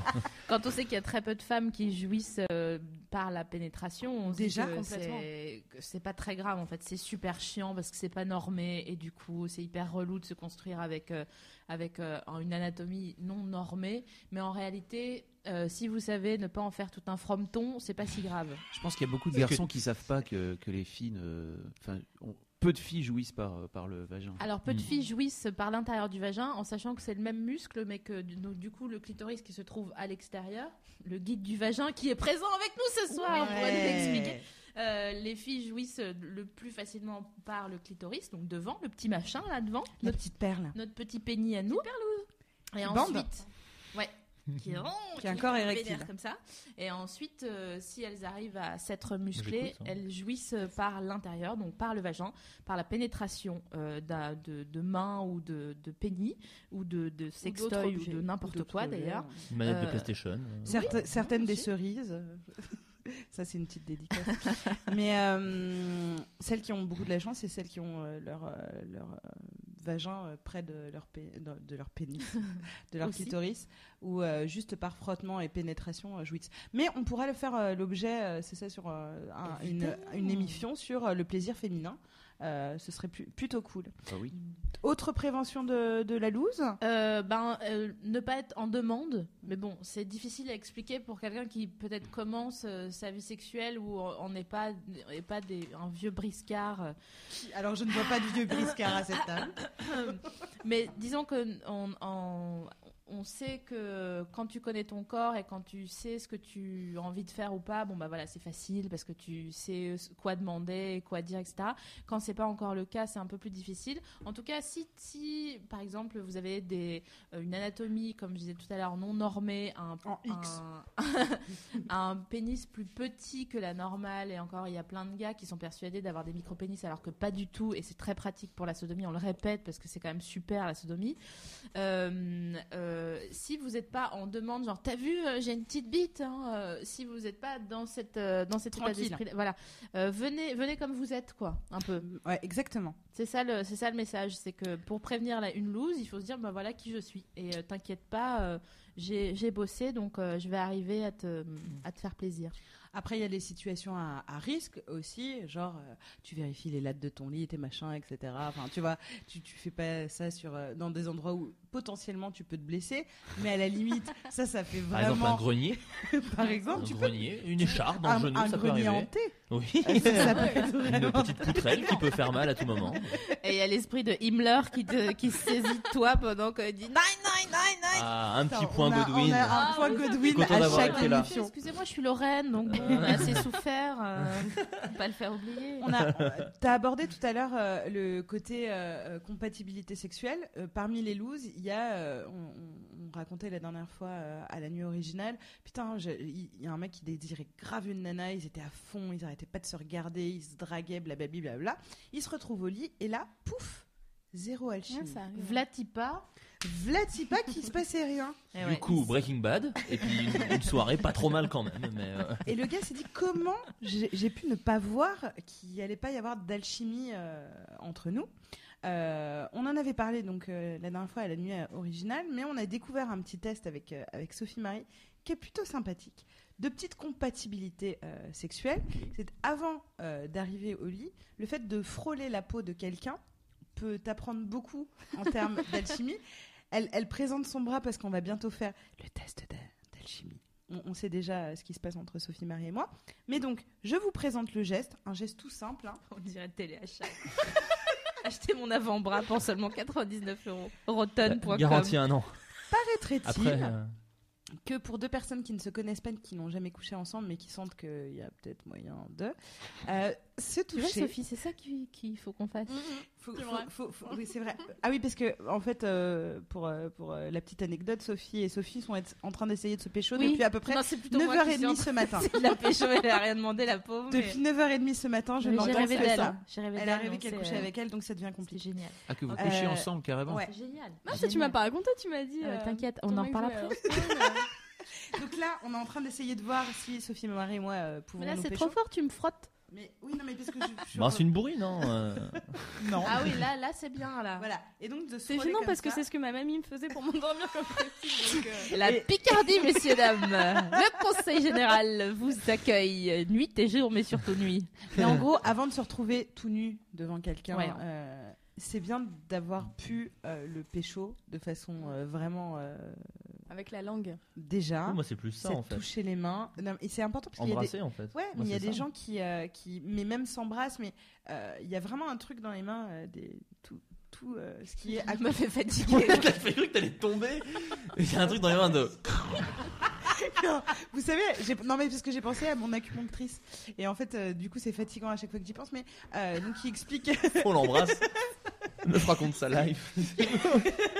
Speaker 2: Quand on sait qu'il y a très peu de femmes qui jouissent euh, par la pénétration, on se dit
Speaker 3: Déjà,
Speaker 2: que
Speaker 6: complètement.
Speaker 2: c'est- que c'est pas très grave en fait. C'est super chiant parce que c'est pas normé et du coup c'est hyper relou de se construire avec euh, avec euh, une anatomie non normée. Mais en réalité, euh, si vous savez ne pas en faire tout un frometon, c'est pas si grave.
Speaker 4: Je pense qu'il y a beaucoup de
Speaker 7: Parce que-
Speaker 4: garçons qui savent pas que, que les filles. ne- Enfin, on- peu de filles jouissent par, par le vagin.
Speaker 2: Alors peu de
Speaker 7: Mm.
Speaker 2: filles jouissent par l'intérieur du vagin en sachant que c'est le même muscle, mais que du- donc, du coup le clitoris qui se trouve à l'extérieur, le guide du vagin qui est présent avec nous ce soir, on pourrait nous expliquer. Euh, les filles jouissent le plus facilement par le clitoris, donc devant, le petit machin là devant,
Speaker 3: La
Speaker 2: notre,
Speaker 3: petite perle,
Speaker 2: notre petit pénis à nous. Et
Speaker 3: Bande.
Speaker 2: ensuite,
Speaker 7: *laughs*
Speaker 2: ouais, qui est rond,
Speaker 3: Qui est encore
Speaker 2: est
Speaker 3: érectile.
Speaker 2: vénère comme ça. Et ensuite, euh, si elles arrivent à s'être musclées,
Speaker 7: j'écoute, hein.
Speaker 2: elles jouissent par l'intérieur, donc par le vagin, par la pénétration euh, d'un- de, de mains ou de, de pénis ou de, de sextoy ou,
Speaker 6: objets,
Speaker 2: de n'importe
Speaker 3: d'autres
Speaker 2: quoi
Speaker 3: verres.
Speaker 2: d'ailleurs.
Speaker 7: Une manette de
Speaker 2: Euh,
Speaker 7: PlayStation.
Speaker 3: Certes-
Speaker 2: Oui,
Speaker 3: certaines
Speaker 2: oui,
Speaker 3: des
Speaker 2: si.
Speaker 3: cerises. euh, *laughs* Ça, c'est une petite dédicace. Mais euh, celles qui ont beaucoup de la chance, c'est celles qui ont euh, leur, euh, leur euh, vagin euh, près de leur, pé- de, de leur pénis, *laughs* de leur
Speaker 2: Aussi.
Speaker 3: clitoris, ou euh, juste par frottement et pénétration euh, jouissent. Mais on pourra le faire euh, l'objet, euh, c'est ça, sur euh, un- une, une émission sur euh, le plaisir féminin. Euh, ce serait plu- plutôt cool.
Speaker 4: Ah oui.
Speaker 3: Autre prévention de, de la loose
Speaker 2: Euh, ben, euh, ne pas être en demande, mais bon, c'est difficile à expliquer pour quelqu'un qui peut-être commence euh, sa vie sexuelle ou en- on n'est pas, est pas des, un vieux briscard. euh,
Speaker 3: Alors, je ne vois pas de vieux briscard à cette table.
Speaker 2: mais disons que on, en- on sait que quand tu connais ton corps et quand tu sais ce que tu as envie de faire ou pas, bon bah voilà, c'est facile parce que tu sais ce- quoi demander, et quoi dire, etc. Quand c'est pas encore le cas, c'est un peu plus difficile. En tout cas, si, si par exemple vous avez des, euh, une anatomie, comme je disais tout à l'heure, non normée, un,
Speaker 3: En X.
Speaker 2: un, *laughs* un pénis plus petit que la normale, et encore il y a plein de gars qui sont persuadés d'avoir des micro-pénis alors que pas du tout, et c'est très pratique pour la sodomie, on le répète parce que c'est quand même super la sodomie. Euh, euh, si vous n'êtes pas en demande, genre t'as vu, euh, j'ai une petite bite, hein, euh, si vous n'êtes pas dans cette euh, dans cet état
Speaker 3: Tranquille.
Speaker 2: d'esprit, voilà, Euh, venez venez comme vous êtes quoi, un peu.
Speaker 3: Ouais, exactement.
Speaker 2: C'est ça le c'est ça le message, c'est que pour prévenir la, une loose, il faut se dire bah voilà qui je suis et euh, t'inquiète pas, euh, j'ai j'ai bossé donc euh, je vais arriver à te à te faire plaisir.
Speaker 3: Après, il y a les situations à, à risque aussi, genre euh, tu vérifies les lattes de ton lit, tes machins, etc. Enfin, tu vois, tu, tu fais pas ça sur euh, dans des endroits où potentiellement tu peux te blesser, mais à la limite, ça, ça fait
Speaker 7: Par exemple, un
Speaker 3: vraiment.
Speaker 7: grenier.
Speaker 3: *laughs* Par
Speaker 7: Un
Speaker 3: exemple, tu peux
Speaker 7: grenier. Une écharpe dans
Speaker 3: un,
Speaker 7: le genou,
Speaker 3: un
Speaker 7: ça peut
Speaker 3: grenier
Speaker 7: arriver.
Speaker 3: hanté.
Speaker 7: *laughs* Oui.
Speaker 3: Ça, ça peut être
Speaker 7: Une
Speaker 3: vraiment-
Speaker 7: petite poutrelle qui peut faire mal à tout moment.
Speaker 2: Et il y a l'esprit de Himmler qui te qui se saisit de toi pendant que dit
Speaker 7: Ah, un petit
Speaker 3: Attends,
Speaker 7: point
Speaker 3: on a-
Speaker 7: Godwin.
Speaker 3: On a un
Speaker 2: Ah,
Speaker 3: point
Speaker 2: oui, ça fait
Speaker 3: Godwin
Speaker 7: plaisir.
Speaker 3: à chaque
Speaker 7: Content d'avoir été là. Euh.
Speaker 3: émission.
Speaker 2: Excusez-moi, je suis Lorraine donc bon, on a *laughs* assez souffert, euh, faut pas le faire oublier.
Speaker 3: On a, on- t'as abordé tout à l'heure euh, le côté euh, euh, compatibilité sexuelle. Euh, parmi les looses, il y a, euh, on, on- on racontait la dernière fois euh, à la nuit originale, putain, je- il il y, a un mec qui désirait grave une nana, ils étaient à fond, ils arrêtaient pas de se regarder, ils se draguaient, blablabla, blabla. Ils se retrouvent au lit et là, pouf, Zéro alchimie.
Speaker 6: ça arrive.
Speaker 2: Vlatipa.
Speaker 3: Vlatipa qui se passait rien.
Speaker 2: Eh
Speaker 7: Du
Speaker 2: ouais.
Speaker 7: coup, Breaking Bad, et puis une, une soirée pas trop mal quand même. Mais euh,
Speaker 3: Et le gars s'est dit comment j'ai j'ai pu ne pas voir qu'il allait pas y avoir d'alchimie euh, entre nous. Euh, on en avait parlé donc euh, la dernière fois à la nuit euh, originale, mais on a découvert un petit test avec, euh, avec Sophie Marie qui est plutôt sympathique. De petites compatibilités euh, sexuelles. C'est avant euh, d'arriver au lit, le fait de frôler la peau de quelqu'un peut t'apprendre beaucoup en termes d'alchimie. Elle, elle présente son bras parce qu'on va bientôt faire le test d'a- d'alchimie. On, on sait déjà euh, ce qui se passe entre Sophie Marie et moi. Mais donc, je vous présente le geste, un geste tout simple. hein.
Speaker 2: On dirait téléachat. *laughs* Acheter mon avant-bras pour seulement 99 euros. Rotten.com.
Speaker 7: garantie un an.
Speaker 3: Paraîtrait-il
Speaker 7: Après, euh,
Speaker 3: que pour deux personnes qui ne se connaissent pas, qui n'ont jamais couché ensemble, mais qui sentent qu'il y a peut-être moyen de euh, se
Speaker 2: Tu vois,
Speaker 3: toucher.
Speaker 2: Sophie, c'est ça qu'il qu'il faut qu'on fasse.
Speaker 3: Faut-
Speaker 6: C'est
Speaker 3: faut-
Speaker 6: vrai.
Speaker 3: faut- faut- oui, *laughs* c'est vrai. Ah oui, parce que en fait, euh, pour euh, pour euh, la petite anecdote, Sophie et Sophie sont être- en train d'essayer de se pécho
Speaker 2: Oui.
Speaker 3: depuis à peu près
Speaker 2: Non, c'est plutôt moi qui suis en
Speaker 3: 9h30
Speaker 2: train
Speaker 3: ce *laughs* matin.
Speaker 2: de *laughs* La pécho, elle a rien demandé, la pauvre. mais-
Speaker 3: Depuis 9h30 ce matin, je
Speaker 2: Mais
Speaker 3: n'entends
Speaker 2: J'ai rêvé
Speaker 3: que
Speaker 2: d'elle.
Speaker 3: ça.
Speaker 2: hein. J'ai rêvé
Speaker 3: Elle
Speaker 2: d'elle,
Speaker 3: a rêvé
Speaker 2: donc
Speaker 3: qu'elle
Speaker 2: c'est,
Speaker 3: couchait
Speaker 2: euh,
Speaker 3: avec elle, donc ça devient
Speaker 2: C'est
Speaker 3: compliqué.
Speaker 2: génial.
Speaker 4: Ah, que vous
Speaker 3: Euh,
Speaker 4: couchez ensemble carrément.
Speaker 3: Ouais.
Speaker 2: Génial.
Speaker 6: Ah, ça, tu m'as pas raconté, tu m'as dit.
Speaker 2: Euh,
Speaker 6: euh,
Speaker 2: T'inquiète,
Speaker 6: ton
Speaker 2: on en
Speaker 6: mec
Speaker 2: parle
Speaker 6: jouait à
Speaker 2: après.
Speaker 6: Hearthstone, euh.
Speaker 3: Donc là, on est en train d'essayer de voir si Sophie, Marie et moi euh, pouvons
Speaker 2: Mais là,
Speaker 3: nous
Speaker 2: c'est
Speaker 3: pécho.
Speaker 2: trop fort, tu me frottes.
Speaker 3: Mais oui, non, mais parce que
Speaker 7: *laughs*
Speaker 3: je, je-
Speaker 7: bah, c'est une bourrine, hein. euh.
Speaker 3: non.
Speaker 2: Ah oui, là, là, c'est bien, là.
Speaker 3: Voilà. Et donc de se
Speaker 6: C'est
Speaker 3: frôler
Speaker 6: gênant
Speaker 3: comme
Speaker 6: parce que
Speaker 3: ça.
Speaker 6: c'est ce que ma mamie me faisait pour m'endormir quand j'étais petite. donc, euh,
Speaker 2: La
Speaker 3: Et-
Speaker 2: Picardie, messieurs, dames. Le Conseil Général vous accueille nuit et jour, mais surtout nuit.
Speaker 3: Mais
Speaker 2: *laughs*
Speaker 3: en gros, avant de se retrouver tout nu devant quelqu'un,
Speaker 2: Ouais.
Speaker 3: euh, c'est bien d'avoir pu euh, le pécho de façon euh, vraiment euh,
Speaker 6: Avec la langue.
Speaker 3: déjà.
Speaker 7: Moi, c'est plus ça
Speaker 3: C'est
Speaker 7: en fait.
Speaker 3: toucher les mains. Non, et c'est important parce qu'il y a des,
Speaker 7: Embrasser en fait.
Speaker 3: ouais, mais
Speaker 7: Moi,
Speaker 3: il y a
Speaker 7: c'est
Speaker 3: des
Speaker 7: ça. *laughs*
Speaker 3: gens qui, euh, qui, mais même s'embrassent, mais euh, il y a vraiment un truc dans les mains, euh, des, tout, tout euh, ce
Speaker 2: *laughs*
Speaker 3: qui est.
Speaker 2: Elle me fait
Speaker 7: Ouais,
Speaker 2: fatiguer.
Speaker 7: T'as fait cru que t'allais tomber. Il y a un truc dans les mains de.
Speaker 3: Vous savez, j'ai- non mais parce que j'ai pensé à mon acupunctrice et en fait, euh, du coup, c'est fatigant à chaque fois que j'y pense, mais euh, donc il explique. *laughs*
Speaker 7: On l'embrasse. Meuf raconte sa life. *laughs*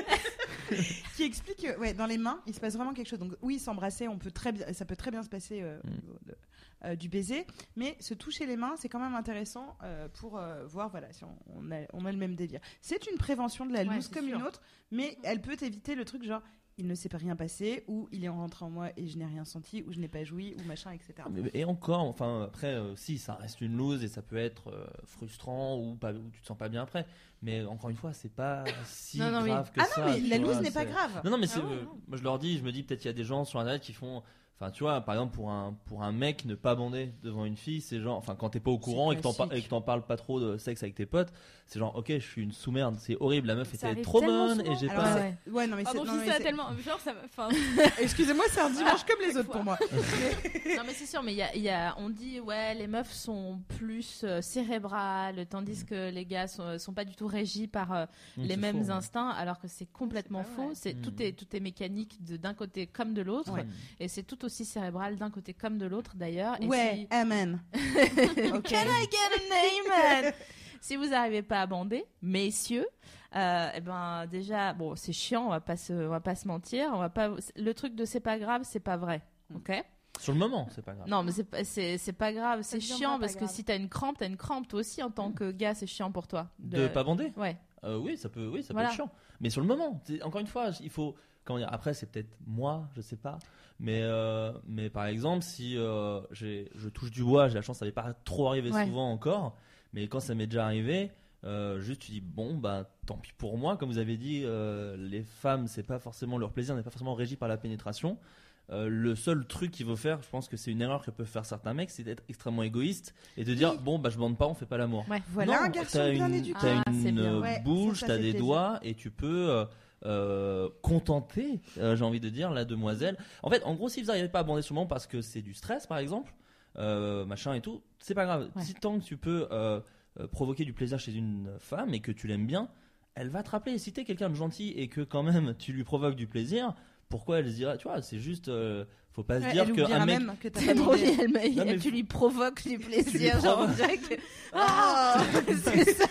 Speaker 3: qui explique que ouais, dans les mains, il se passe vraiment quelque chose. Donc oui, s'embrasser, on peut très bien, ça peut très bien se passer euh, au
Speaker 7: Mm.
Speaker 3: niveau de- euh, du baiser, mais se toucher les mains, c'est quand même intéressant euh, pour euh, voir voilà si on, on a, on a le même délire. C'est une prévention de la
Speaker 2: Ouais,
Speaker 3: loose
Speaker 2: c'est
Speaker 3: comme
Speaker 2: sûr.
Speaker 3: une autre, mais elle peut éviter le truc genre il ne s'est pas rien passé ou il est rentré en moi et je n'ai rien senti ou je n'ai pas joui ou machin etc.
Speaker 7: Ah, Et encore, enfin après, euh, si ça reste une lose et ça peut être euh, frustrant ou pas, ou tu te sens pas bien après. Mais encore une fois, c'est pas si
Speaker 2: Non, non, oui.
Speaker 7: grave que
Speaker 3: Ah
Speaker 7: ça.
Speaker 3: non mais
Speaker 7: tu
Speaker 3: la
Speaker 7: vois,
Speaker 3: loose n'est pas
Speaker 7: c'est-
Speaker 3: grave.
Speaker 7: Non, non, mais c'est,
Speaker 6: Ah ouais,
Speaker 7: euh,
Speaker 6: non.
Speaker 7: moi je leur dis, je me dis peut-être qu'il y a des gens sur internet qui font, enfin tu vois, par exemple pour un pour un mec ne pas bander devant une fille, c'est genre, enfin quand t'es pas au courant et que t'en par-
Speaker 3: classique.
Speaker 7: et que t'en parles pas trop de sexe avec tes potes, c'est genre ok je suis une sous merde, c'est horrible, la meuf
Speaker 6: Ça
Speaker 7: était
Speaker 6: arrive
Speaker 7: trop
Speaker 6: tellement
Speaker 7: bonne
Speaker 6: souvent.
Speaker 7: et j'ai
Speaker 3: Alors,
Speaker 7: pas.
Speaker 3: c'est- ouais, non mais
Speaker 6: Ah
Speaker 3: c'est-
Speaker 6: mon
Speaker 3: non,
Speaker 6: fils,
Speaker 3: mais
Speaker 6: ça a
Speaker 3: c'est-
Speaker 6: tellement. Genre, ça m'a. Enfin,
Speaker 3: *laughs* excusez-moi c'est un dimanche comme les
Speaker 6: chaque
Speaker 3: autres pour moi.
Speaker 2: Non mais c'est sûr, mais il y a, il y a- on dit ouais, les meufs sont plus euh, cérébrales, tandis que les gars sont, sont pas du tout régis par euh,
Speaker 7: Mm,
Speaker 2: les
Speaker 7: c'est
Speaker 2: mêmes
Speaker 7: faux, hein.
Speaker 2: instincts, alors que c'est complètement
Speaker 6: C'est pas
Speaker 2: faux.
Speaker 6: vrai.
Speaker 2: C'est
Speaker 7: Mm.
Speaker 2: tout est tout est mécanique de- d'un côté comme de l'autre,
Speaker 3: Ouais.
Speaker 2: et c'est tout aussi cérébral d'un côté comme de l'autre d'ailleurs. Et
Speaker 3: Ouais,
Speaker 2: si-
Speaker 3: amen. Ok.
Speaker 2: Can I get an amen? si vous n'arrivez pas à bander, messieurs, euh, eh ben déjà, bon, c'est chiant, on va pas se, on va pas se mentir, on va pas. Le truc de c'est pas grave, c'est pas vrai, ok?
Speaker 7: Sur le moment, c'est pas grave.
Speaker 2: Non, mais c'est pas- c'est c'est pas grave, c'est
Speaker 6: deviendra
Speaker 2: chiant
Speaker 6: pas
Speaker 2: parce que
Speaker 6: grave.
Speaker 2: si t'as une crampe, t'as une crampe toi aussi en tant que gars, c'est chiant pour toi.
Speaker 7: De pas bander
Speaker 2: Ouais.
Speaker 7: Euh, oui, ça peut, oui, ça
Speaker 2: Voilà.
Speaker 7: peut être chiant. Mais sur le moment, c'est- encore une fois, il faut. Comment dire Après, c'est peut-être moi, je sais pas. Mais, euh, mais par exemple, si euh, j'ai- je touche du bois, j'ai la chance, ça m'est pas trop arrivé
Speaker 2: Ouais.
Speaker 7: souvent encore. Mais quand ça m'est déjà arrivé, euh, juste tu dis bon, bah tant pis pour moi. Comme vous avez dit, euh, les femmes, c'est pas forcément leur plaisir, n'est pas forcément régi par la pénétration. Euh, le seul truc qu'il faut faire, je pense que c'est une erreur que peuvent faire certains mecs, c'est d'être extrêmement égoïste et de dire bon, bah je bande pas, on fait pas l'amour.
Speaker 3: Voilà
Speaker 7: Non,
Speaker 3: un garçon
Speaker 7: t'as
Speaker 3: bien
Speaker 7: une-
Speaker 3: éduqué.
Speaker 7: T'as
Speaker 2: Ah, c'est
Speaker 7: une
Speaker 2: bien.
Speaker 7: euh,
Speaker 3: Ouais,
Speaker 7: bouche,
Speaker 3: ça, ça
Speaker 7: t'as
Speaker 3: fait
Speaker 7: des
Speaker 3: plaisir.
Speaker 7: doigts et tu peux euh, euh, contenter, euh, j'ai envie de dire, la demoiselle. En fait, en gros, si vous n'arrivez pas à bander sur le moment parce que c'est du stress, par exemple, euh, machin et tout, c'est pas grave.
Speaker 2: Ouais.
Speaker 7: Si tant que tu peux euh, euh, provoquer du plaisir chez une femme et que tu l'aimes bien, elle va te rappeler. Et Si t'es quelqu'un de gentil et que quand même tu lui provoques du plaisir, pourquoi elle se dira, tu vois, c'est juste, euh, faut pas se
Speaker 3: Ouais,
Speaker 7: dire
Speaker 3: elle
Speaker 7: qu'un
Speaker 3: oubliera
Speaker 7: mec
Speaker 3: même que t'as pas
Speaker 2: C'est drôle,
Speaker 3: demandé.
Speaker 2: elle, m'a-
Speaker 7: Non, mais-
Speaker 2: tu lui provoques du plaisir,
Speaker 7: lui
Speaker 2: genre on
Speaker 7: provoques.
Speaker 2: dirait que. Ah *laughs* C'est ça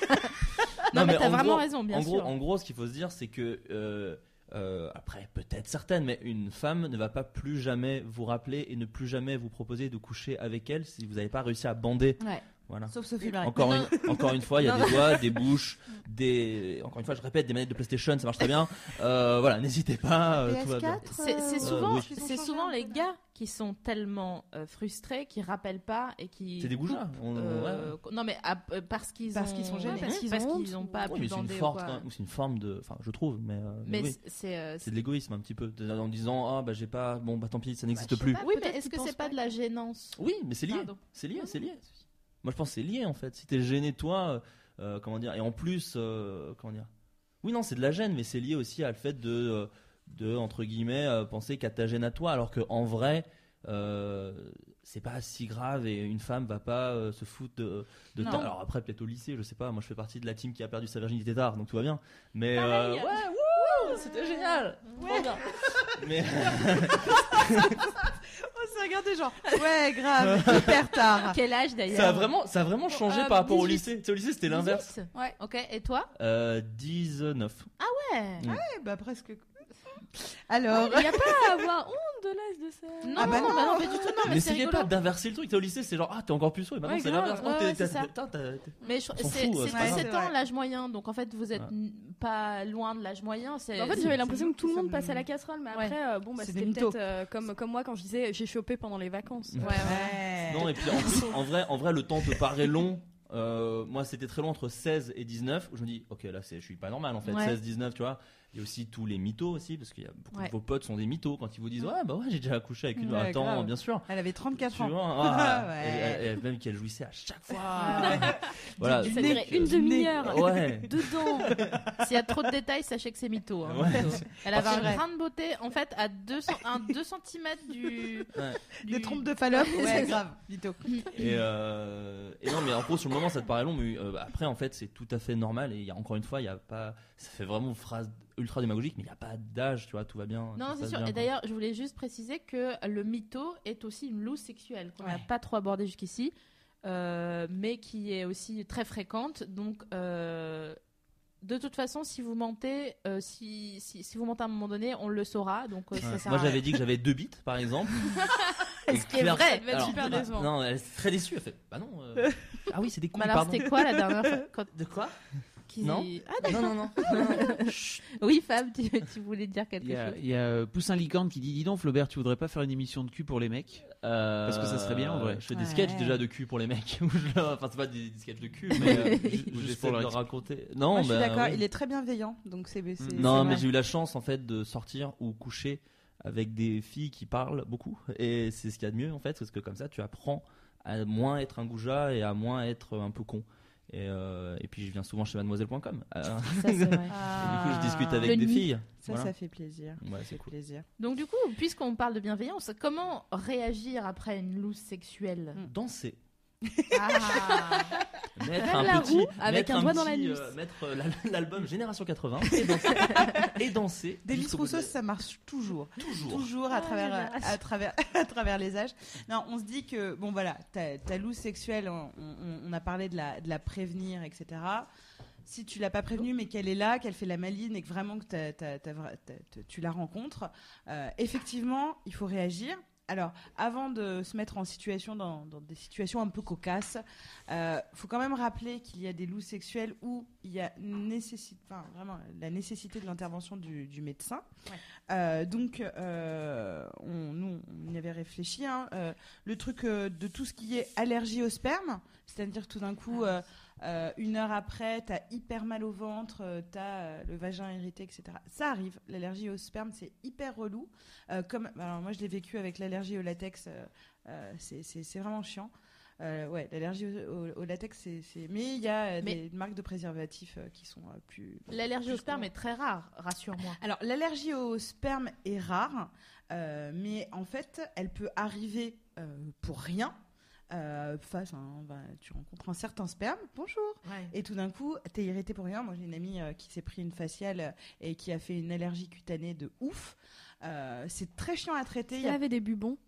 Speaker 2: Non, mais,
Speaker 7: mais
Speaker 2: t'as
Speaker 7: en
Speaker 2: vraiment
Speaker 7: gros-
Speaker 2: raison, bien
Speaker 7: en gros,
Speaker 2: sûr.
Speaker 7: en gros, ce qu'il faut se dire, c'est que euh, euh, après, peut-être certaines, mais une femme ne va pas plus jamais vous rappeler et ne plus jamais vous proposer de coucher avec elle si vous n'avez pas réussi à bander.
Speaker 2: Ouais.
Speaker 7: Voilà.
Speaker 3: Sauf Sophie Marie.
Speaker 7: Encore une, encore une
Speaker 2: *laughs*
Speaker 7: fois, il y a des doigts, des bouches, des. Encore une fois, je répète, des manettes de PlayStation, ça marche très bien. Euh, voilà, n'hésitez pas. euh, tout va bien.
Speaker 3: PS4
Speaker 2: C'est c'est
Speaker 3: euh,
Speaker 2: souvent,
Speaker 7: oui.
Speaker 3: ils ont
Speaker 2: c'est
Speaker 3: changé
Speaker 2: souvent
Speaker 3: un
Speaker 2: les
Speaker 3: peu.
Speaker 2: *laughs* gars qui sont tellement euh, frustrés qu'ils rappellent pas et qui.
Speaker 7: C'est des goujats. On- ouais,
Speaker 2: Euh,
Speaker 7: ouais.
Speaker 2: qu- Non mais à- euh, parce qu'ils
Speaker 3: Parce
Speaker 2: ont-
Speaker 3: qu'ils sont gênés.
Speaker 2: parce
Speaker 6: Ouais,
Speaker 2: qu'ils
Speaker 6: parce
Speaker 2: ont,
Speaker 6: qu'ils ont honte.
Speaker 2: pas
Speaker 7: Oui,
Speaker 2: pu
Speaker 7: mais c'est une,
Speaker 2: bander ou
Speaker 7: forte,
Speaker 2: quoi.
Speaker 7: quand même- c'est une forme de. Enfin, je trouve, mais. euh, mais
Speaker 2: Mais
Speaker 7: oui.
Speaker 2: c'est- c'est euh,
Speaker 7: C'est de l'égoïsme un petit peu, de- en disant ah bah j'ai pas, bon bah tant pis, ça n'existe
Speaker 6: je sais
Speaker 7: plus.
Speaker 6: pas.
Speaker 2: oui mais
Speaker 6: Peut-être
Speaker 2: est-ce
Speaker 6: qu'ils
Speaker 2: que c'est
Speaker 6: pensent
Speaker 2: pas
Speaker 6: pas
Speaker 2: de la gênance
Speaker 7: Oui, mais c'est lié,
Speaker 2: Pardon.
Speaker 7: c'est lié, c'est lié. Moi je pense que c'est lié en fait. Si t'es gêné toi, euh, euh, comment dire, et en plus euh, comment dire. Oui non c'est de la gêne, mais c'est lié aussi à le fait de, euh, de entre guillemets euh, penser qu'à ta gêne à toi, alors que en vrai. euh, c'est pas si grave et une femme va pas euh, se foutre de, de
Speaker 3: Non.
Speaker 7: ta- alors après peut-être au lycée je sais pas moi je fais partie de la team qui a perdu sa virginité tard donc tout va bien mais euh,
Speaker 6: Pareil.
Speaker 7: ouais wouh, c'était génial Trop bien. *laughs* mais
Speaker 3: Oh, ça regarde des gens. Ouais,
Speaker 7: *laughs*
Speaker 3: grave, hyper tard.
Speaker 2: Quel âge d'ailleurs
Speaker 7: Ça a vraiment, ça a vraiment changé
Speaker 6: euh,
Speaker 7: par rapport au
Speaker 6: 18.
Speaker 7: lycée. Tu sais, au lycée, c'était l'inverse.
Speaker 2: 18?
Speaker 6: Ouais.
Speaker 2: Ok, et toi
Speaker 7: Euh, 19.
Speaker 2: Ouais.
Speaker 7: Mm.
Speaker 3: Ouais, bah presque. Alors,
Speaker 6: Il n'y a pas à avoir honte de l'âge de ça.
Speaker 2: Non,
Speaker 3: Ah bah
Speaker 2: non,
Speaker 3: non.
Speaker 2: bah non, mais du tout, non, mais,
Speaker 7: mais
Speaker 2: c'est
Speaker 7: essayez
Speaker 2: rigolo.
Speaker 7: pas d'inverser le truc. T'es au lycée, c'est genre, ah, t'es encore plus chaud. Et maintenant,
Speaker 6: Ouais,
Speaker 7: c'est
Speaker 6: grave.
Speaker 7: l'inverse. Oh,
Speaker 2: Ouais,
Speaker 7: t'es-
Speaker 2: ouais,
Speaker 7: t'as-
Speaker 2: c'est ça.
Speaker 7: t'as- t'as- t'as-
Speaker 2: Mais je-
Speaker 7: On s'en
Speaker 2: c'est
Speaker 7: fout, euh,
Speaker 2: c'est
Speaker 7: c'est pas grave.
Speaker 2: 17 ans
Speaker 3: Ouais.
Speaker 2: l'âge moyen, donc en fait vous êtes
Speaker 7: Ouais.
Speaker 2: n- pas loin de l'âge moyen. c'est-
Speaker 6: En fait,
Speaker 2: c'est-
Speaker 6: j'avais l'impression que tout le
Speaker 3: ça
Speaker 6: monde
Speaker 3: me-
Speaker 6: passait à la casserole, mais
Speaker 2: Ouais.
Speaker 6: après, euh, bon, bah,
Speaker 3: C'est
Speaker 6: c'était
Speaker 3: des mythos.
Speaker 6: peut-être euh, comme, comme moi quand je disais j'ai chopé pendant les vacances.
Speaker 7: Ouais,
Speaker 2: ouais.
Speaker 3: ouais.
Speaker 7: Non, et puis en plus, en vrai, en vrai, le temps peut paraître long. Euh, moi, c'était très long entre 16 et 19. Où je me dis, ok, là, c'est- je suis pas normal en fait.
Speaker 2: Ouais.
Speaker 7: 16, 19, tu vois. Il y a aussi tous les mythos aussi, parce qu'il y a beaucoup
Speaker 2: Ouais.
Speaker 7: de vos potes sont des mythos quand ils vous disent, ouais, bah ouais, j'ai déjà accouché avec une.
Speaker 3: Ouais,
Speaker 7: Attends,
Speaker 3: grave.
Speaker 7: bien sûr.
Speaker 3: Elle avait 34
Speaker 7: Tu
Speaker 3: ans.
Speaker 7: vois, ah,
Speaker 3: Ouais.
Speaker 7: et- et- et même qu'elle jouissait à chaque fois.
Speaker 3: Ouais.
Speaker 7: Voilà.
Speaker 3: Du
Speaker 6: Ça
Speaker 3: nez.
Speaker 6: durait une
Speaker 3: Du nez.
Speaker 2: *laughs*
Speaker 6: demi-heure.
Speaker 7: Ouais.
Speaker 2: Dedans S'il y a trop de détails, sachez que c'est mytho. hein.
Speaker 7: Ouais. Ah,
Speaker 2: Elle avait
Speaker 3: C'est
Speaker 2: un
Speaker 3: vrai.
Speaker 2: grain de beauté, en fait, à 200, un 2 cm du,
Speaker 7: Ouais.
Speaker 2: du-
Speaker 3: Des trompes de Fallope.
Speaker 2: C'est
Speaker 3: Ouais, grave, mytho.
Speaker 7: Et, euh, et non, mais en gros, sur le moment, ça te paraît long, mais euh, bah, après, en fait, c'est tout à fait normal. Et il y a, encore une fois, il y a pas. Ça fait vraiment phrase ultra démagogique, mais il n'y a pas d'âge, tu vois, tout va bien. tout
Speaker 2: Non,
Speaker 7: se
Speaker 2: c'est
Speaker 7: passe
Speaker 2: sûr.
Speaker 7: Oh, bien,
Speaker 2: Et
Speaker 7: quoi.
Speaker 2: d'ailleurs, je voulais juste préciser que le mytho est aussi une loose sexuelle qu'on n'a
Speaker 3: Ouais.
Speaker 2: pas trop abordée jusqu'ici, euh, mais qui est aussi très fréquente. Donc, euh, de toute façon, si vous mentez, euh, si, si, si vous mentez à un moment donné, on le saura. Donc, euh,
Speaker 7: Ouais.
Speaker 2: ça sert
Speaker 7: Moi,
Speaker 2: à
Speaker 7: j'avais dit que j'avais deux bits,
Speaker 2: *laughs*
Speaker 7: par exemple. Et
Speaker 2: Ce qui est
Speaker 7: Claire-
Speaker 2: vrai,
Speaker 6: ça devait être
Speaker 7: alors,
Speaker 6: super
Speaker 7: non,
Speaker 6: décevant.
Speaker 7: Non, elle est très déçue. Elle fait Bah non.
Speaker 2: *laughs*
Speaker 7: euh, Ah oui, c'est des couilles,
Speaker 2: Mais alors,
Speaker 7: pardon.
Speaker 2: c'était quoi la dernière fois quand-
Speaker 7: *laughs* De quoi
Speaker 2: qu'ils-
Speaker 7: Non.
Speaker 2: Ah,
Speaker 7: Non, non, non.
Speaker 2: oui, Fab, tu, tu voulais dire quelque
Speaker 4: Il y a,
Speaker 2: chose.
Speaker 4: il y a, euh, Poussin Licorne qui dit Dis donc, Flaubert, tu voudrais pas faire une émission de cul pour les mecs
Speaker 7: Euh,
Speaker 4: Parce que ça serait bien, en vrai.
Speaker 7: Je fais des
Speaker 3: Ouais.
Speaker 7: sketchs déjà de cul pour les mecs. *laughs* où je leur- Enfin, c'est pas des, des sketchs de cul, mais euh,
Speaker 4: Ju-
Speaker 7: où
Speaker 4: juste
Speaker 7: j'essaie
Speaker 4: pour
Speaker 7: de
Speaker 4: leur
Speaker 7: leur
Speaker 4: expliquer.
Speaker 7: raconter. Non,
Speaker 3: Moi, je suis
Speaker 7: bah,
Speaker 3: d'accord,
Speaker 7: oui.
Speaker 3: il est très bienveillant, donc c'est. c'est-
Speaker 7: Non,
Speaker 3: c'est
Speaker 7: mais
Speaker 3: vrai.
Speaker 7: j'ai eu la chance en fait de sortir ou coucher avec des filles qui parlent beaucoup et c'est ce qu'il y a de mieux en fait parce que comme ça tu apprends à moins être un goujat et à moins être un peu con. Et, euh, et puis je viens souvent chez mademoiselle.com. *laughs* Euh,
Speaker 2: Ça, c'est vrai.
Speaker 7: et du coup je discute avec
Speaker 2: Le
Speaker 7: des
Speaker 2: nid.
Speaker 7: filles.
Speaker 3: Ah. Ça,
Speaker 7: Voilà.
Speaker 3: ça fait plaisir.
Speaker 7: Ouais,
Speaker 3: Ça
Speaker 7: c'est
Speaker 3: fait
Speaker 7: cool.
Speaker 3: plaisir.
Speaker 2: *laughs* Donc, du coup, puisqu'on parle de bienveillance, comment réagir après une loose sexuelle
Speaker 7: Mm. Danser.
Speaker 3: *laughs*
Speaker 2: Ah.
Speaker 7: Mettre
Speaker 6: Faire
Speaker 7: un
Speaker 6: la
Speaker 7: petit,
Speaker 6: roue avec
Speaker 7: mettre
Speaker 6: un doigt dans
Speaker 7: petit,
Speaker 6: l'anus.
Speaker 7: euh, mettre euh, l'al- *laughs* l'album Génération 80 et danser. et danser
Speaker 3: Des Miss
Speaker 7: jusqu'au bout de
Speaker 3: Rousseau, ça marche toujours.
Speaker 7: la- toujours.
Speaker 3: Toujours à
Speaker 6: Ah,
Speaker 3: travers,
Speaker 6: génial.
Speaker 3: à, travers, *laughs* à travers les âges. Non, on se dit que, bon voilà, ta, ta loose sexuelle, on, on- on a parlé de la, de la prévenir, etc. Si tu l'as pas prévenue, mais qu'elle est là, qu'elle fait la maline et que vraiment que t'as- t'as- t'as vra- t'as- t'as- tu la rencontres, euh, effectivement, il faut réagir. Alors, avant de se mettre en situation, dans, dans des situations un peu cocasses, euh, faut quand même rappeler qu'il y a des loups sexuels où il y a nécessité, enfin, vraiment la nécessité de l'intervention du, du médecin. Euh, donc, euh, on, nous, on y avait réfléchi. hein, euh, le truc euh, de tout ce qui est allergie au sperme, c'est-à-dire tout d'un coup,
Speaker 2: Ah.
Speaker 3: euh, euh, une heure après, t'as hyper mal au ventre, euh, t'as euh, le vagin irrité, etc. Ça arrive. L'allergie au sperme, c'est hyper relou. Euh, comme, alors moi, je l'ai vécu avec l'allergie au latex. euh, euh, c'est- c'est c'est vraiment chiant. Euh, ouais, l'allergie au, au- au latex, c'est. c'est- Mais il y a euh, des
Speaker 2: Mais-
Speaker 3: marques de préservatifs euh, qui sont euh, plus.
Speaker 2: L'allergie au
Speaker 3: Plus
Speaker 2: sperme
Speaker 3: qu'on-
Speaker 2: est très rare, rassure-moi.
Speaker 3: Alors, l'allergie au sperme est rare, euh, mais en fait, elle peut arriver euh, pour rien. Euh, face, à un- bah, tu rencontres un certain sperme, bonjour, et tout d'un coup, t'es irrité pour rien. Moi, j'ai une amie euh, qui s'est pris une faciale euh, et qui a fait une allergie cutanée de ouf. Euh, c'est très chiant à traiter. Il y
Speaker 6: Elle
Speaker 3: a-
Speaker 6: avait des bubons.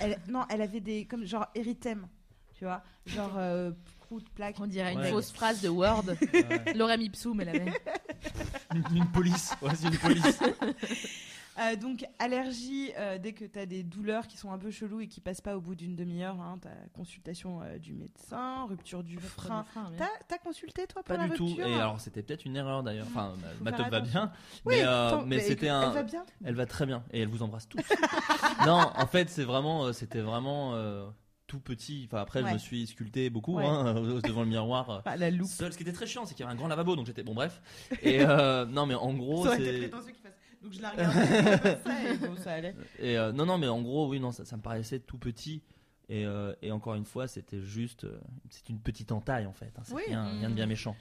Speaker 3: elle- non, elle avait des comme genre érythème, tu *laughs* vois, genre euh, croûte, plaque.
Speaker 2: On dirait une
Speaker 7: Ouais.
Speaker 2: fausse phrase de Word.
Speaker 7: Ouais.
Speaker 2: Lorem ipsum, elle avait.
Speaker 7: Une, une police. Ouais, c'est une police.
Speaker 3: Euh, donc, allergie, euh, dès que tu as des douleurs qui sont un peu cheloues et qui passent pas au bout d'une demi-heure, hein, t'as consultation euh, du médecin, rupture du frein. T'as t'as consulté, toi, pour
Speaker 7: Pas
Speaker 3: la
Speaker 7: du tout.
Speaker 3: rupture
Speaker 7: Et alors, c'était peut-être une erreur d'ailleurs. Enfin, ma-
Speaker 3: Faut
Speaker 7: ma
Speaker 3: faire
Speaker 7: teub va
Speaker 3: attention.
Speaker 7: bien.
Speaker 3: Oui,
Speaker 7: mais euh,
Speaker 3: attends,
Speaker 7: mais c'était
Speaker 3: écoute,
Speaker 7: un.
Speaker 3: Elle va bien
Speaker 7: Elle va très bien et elle vous embrasse tous. *laughs* non, en fait, c'est vraiment, euh, c'était vraiment euh, tout petit. Enfin, après, je
Speaker 3: Ouais.
Speaker 7: me suis sculpté beaucoup
Speaker 3: Ouais.
Speaker 7: hein, euh, devant le miroir. euh,
Speaker 3: Bah, la loupe.
Speaker 7: Seul, ce qui était très chiant, c'est qu'il y avait un grand lavabo, donc j'étais
Speaker 3: *laughs*
Speaker 7: bon, bref. Et euh, non, mais en gros,
Speaker 3: ça aurait été
Speaker 7: c'est
Speaker 3: prétentieux qu'il fasse. Donc, je la regarde. comme ça, et bon, ça
Speaker 7: *laughs*
Speaker 3: allait.
Speaker 7: et, euh, non, non, mais en gros, oui, non, ça, ça me paraissait tout petit. Et, euh, et encore une fois, c'était juste, euh, c'est une petite entaille en fait. hein, c'est
Speaker 3: Oui. Mm.
Speaker 7: rien, rien de bien méchant.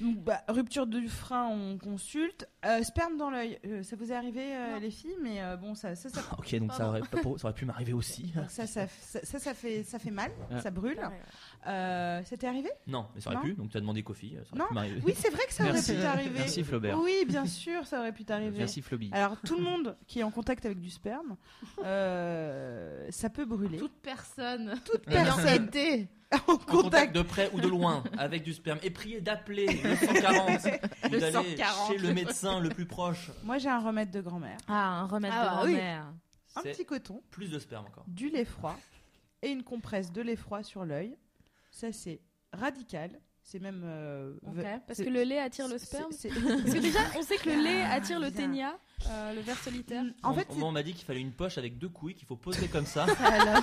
Speaker 3: Donc, bah, rupture du frein, on consulte. Euh, sperme dans l'œil, Euh, ça vous est arrivé, euh,
Speaker 6: Non.
Speaker 3: les filles, mais euh, bon, ça, ça, ça,
Speaker 7: *laughs* Ok, donc ça aurait, ça aurait pu
Speaker 3: *laughs*
Speaker 7: m'arriver aussi.
Speaker 3: donc ça, ça, ça, ça, ça fait, ça fait mal,
Speaker 7: Ah.
Speaker 4: Ouais.
Speaker 3: ça brûle.
Speaker 6: Pareil,
Speaker 3: Euh, ça t'est arrivé
Speaker 7: Non, mais ça aurait
Speaker 3: Non.
Speaker 7: pu. Donc tu as demandé Kofi, euh, ça aurait
Speaker 3: Non.
Speaker 7: pu m'arriver.
Speaker 3: Oui, c'est vrai que ça aurait
Speaker 4: Merci.
Speaker 3: pu t'arriver.
Speaker 4: *laughs* Merci Flaubert.
Speaker 3: Oui, bien sûr, ça aurait pu t'arriver.
Speaker 4: Merci Floby.
Speaker 3: Alors, tout le monde qui est en contact avec du sperme, euh, ça peut brûler.
Speaker 2: Toute personne
Speaker 3: toute
Speaker 2: ayant
Speaker 3: personne
Speaker 2: été
Speaker 3: en
Speaker 7: En contact
Speaker 3: contact.
Speaker 7: de près ou de loin avec du sperme et prier d'appeler le 140 ou
Speaker 2: Le
Speaker 7: d'aller
Speaker 2: 140.
Speaker 7: chez le médecin le plus proche.
Speaker 3: Moi, j'ai un remède de grand-mère.
Speaker 2: Ah, un remède
Speaker 3: Ah,
Speaker 2: de
Speaker 3: oui.
Speaker 2: grand-mère.
Speaker 3: Un
Speaker 7: C'est
Speaker 3: petit coton,
Speaker 7: plus de sperme encore.
Speaker 3: du lait froid et une compresse de lait froid sur l'œil. Ça, c'est radical. C'est même. euh,
Speaker 2: Ok.
Speaker 3: ve-
Speaker 6: Parce
Speaker 3: c'est-
Speaker 6: que le lait attire le
Speaker 3: c'est-
Speaker 6: sperme.
Speaker 3: c'est-
Speaker 6: Parce que déjà, on sait que le lait attire le
Speaker 3: Bien.
Speaker 6: ténia, euh, le ver solitaire.
Speaker 3: *laughs* En
Speaker 7: On-
Speaker 3: fait,
Speaker 7: on, m'a dit qu'il fallait une poche avec deux couilles qu'il faut poser comme ça.
Speaker 3: c'est- alors,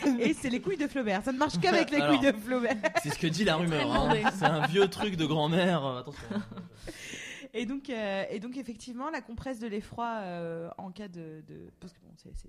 Speaker 3: *laughs* et c'est les couilles de Flaubert. Ça ne marche
Speaker 7: *laughs*
Speaker 3: qu'avec les
Speaker 7: Alors.
Speaker 3: couilles de Flaubert.
Speaker 7: C'est ce que dit la rumeur. hein.
Speaker 6: demandé.
Speaker 7: C'est un vieux truc de grand-mère. Euh, Attention.
Speaker 3: Et donc, euh, et donc effectivement, la compresse de l'effroi euh, en cas de, de- parce que bon, c'est- c'est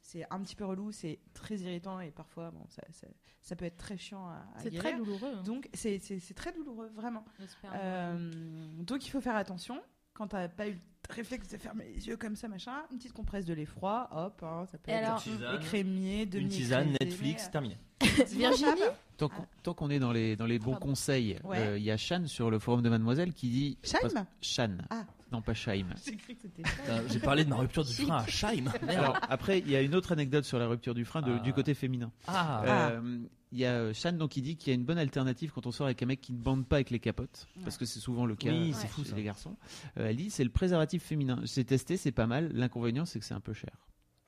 Speaker 3: c'est un petit peu relou, c'est très irritant et parfois bon, ça, ça, ça peut être très chiant à, à
Speaker 2: C'est
Speaker 3: guérir.
Speaker 2: très douloureux. hein,
Speaker 3: Donc c'est c'est- c'est très douloureux vraiment.
Speaker 2: le
Speaker 6: Ah,
Speaker 2: sperme.
Speaker 3: Euh, donc il faut faire attention quand t'as pas eu le réflexe de fermer les yeux comme ça machin, une petite compresse de l'effroi, hop, hein, ça peut
Speaker 2: Et
Speaker 3: être
Speaker 2: alors,
Speaker 7: Une tisane.
Speaker 3: écrémié, demi
Speaker 7: Une tisane, Netflix, terminé.
Speaker 2: *laughs* Virginie
Speaker 4: Tant qu'on tant qu'on est dans les, dans les bons
Speaker 2: Pardon.
Speaker 4: conseils, euh, il
Speaker 3: Ouais.
Speaker 4: y a Shan sur le forum de Mademoiselle qui dit.
Speaker 3: Chaim
Speaker 4: Shan.
Speaker 3: Ah.
Speaker 4: Non, pas Shaim.
Speaker 3: J'ai cru que c'était
Speaker 7: Putain, Euh, J'ai parlé de ma rupture du frein à Scheim. Merde.
Speaker 4: Alors, après, il y a une autre anecdote sur la rupture du frein de-
Speaker 7: Ah.
Speaker 4: du côté féminin.
Speaker 7: Ah.
Speaker 3: Ah.
Speaker 4: Euh, Il y a euh, Shan donc, qui dit qu'il y a une bonne alternative quand on sort avec un mec qui ne bande pas avec les capotes, parce que c'est souvent le cas
Speaker 7: Oui,
Speaker 4: euh,
Speaker 7: c'est
Speaker 4: chez
Speaker 7: fou, ça.
Speaker 4: les garçons. Euh, elle dit c'est le préservatif féminin. J'ai testé, c'est pas mal. L'inconvénient, c'est que c'est un peu cher.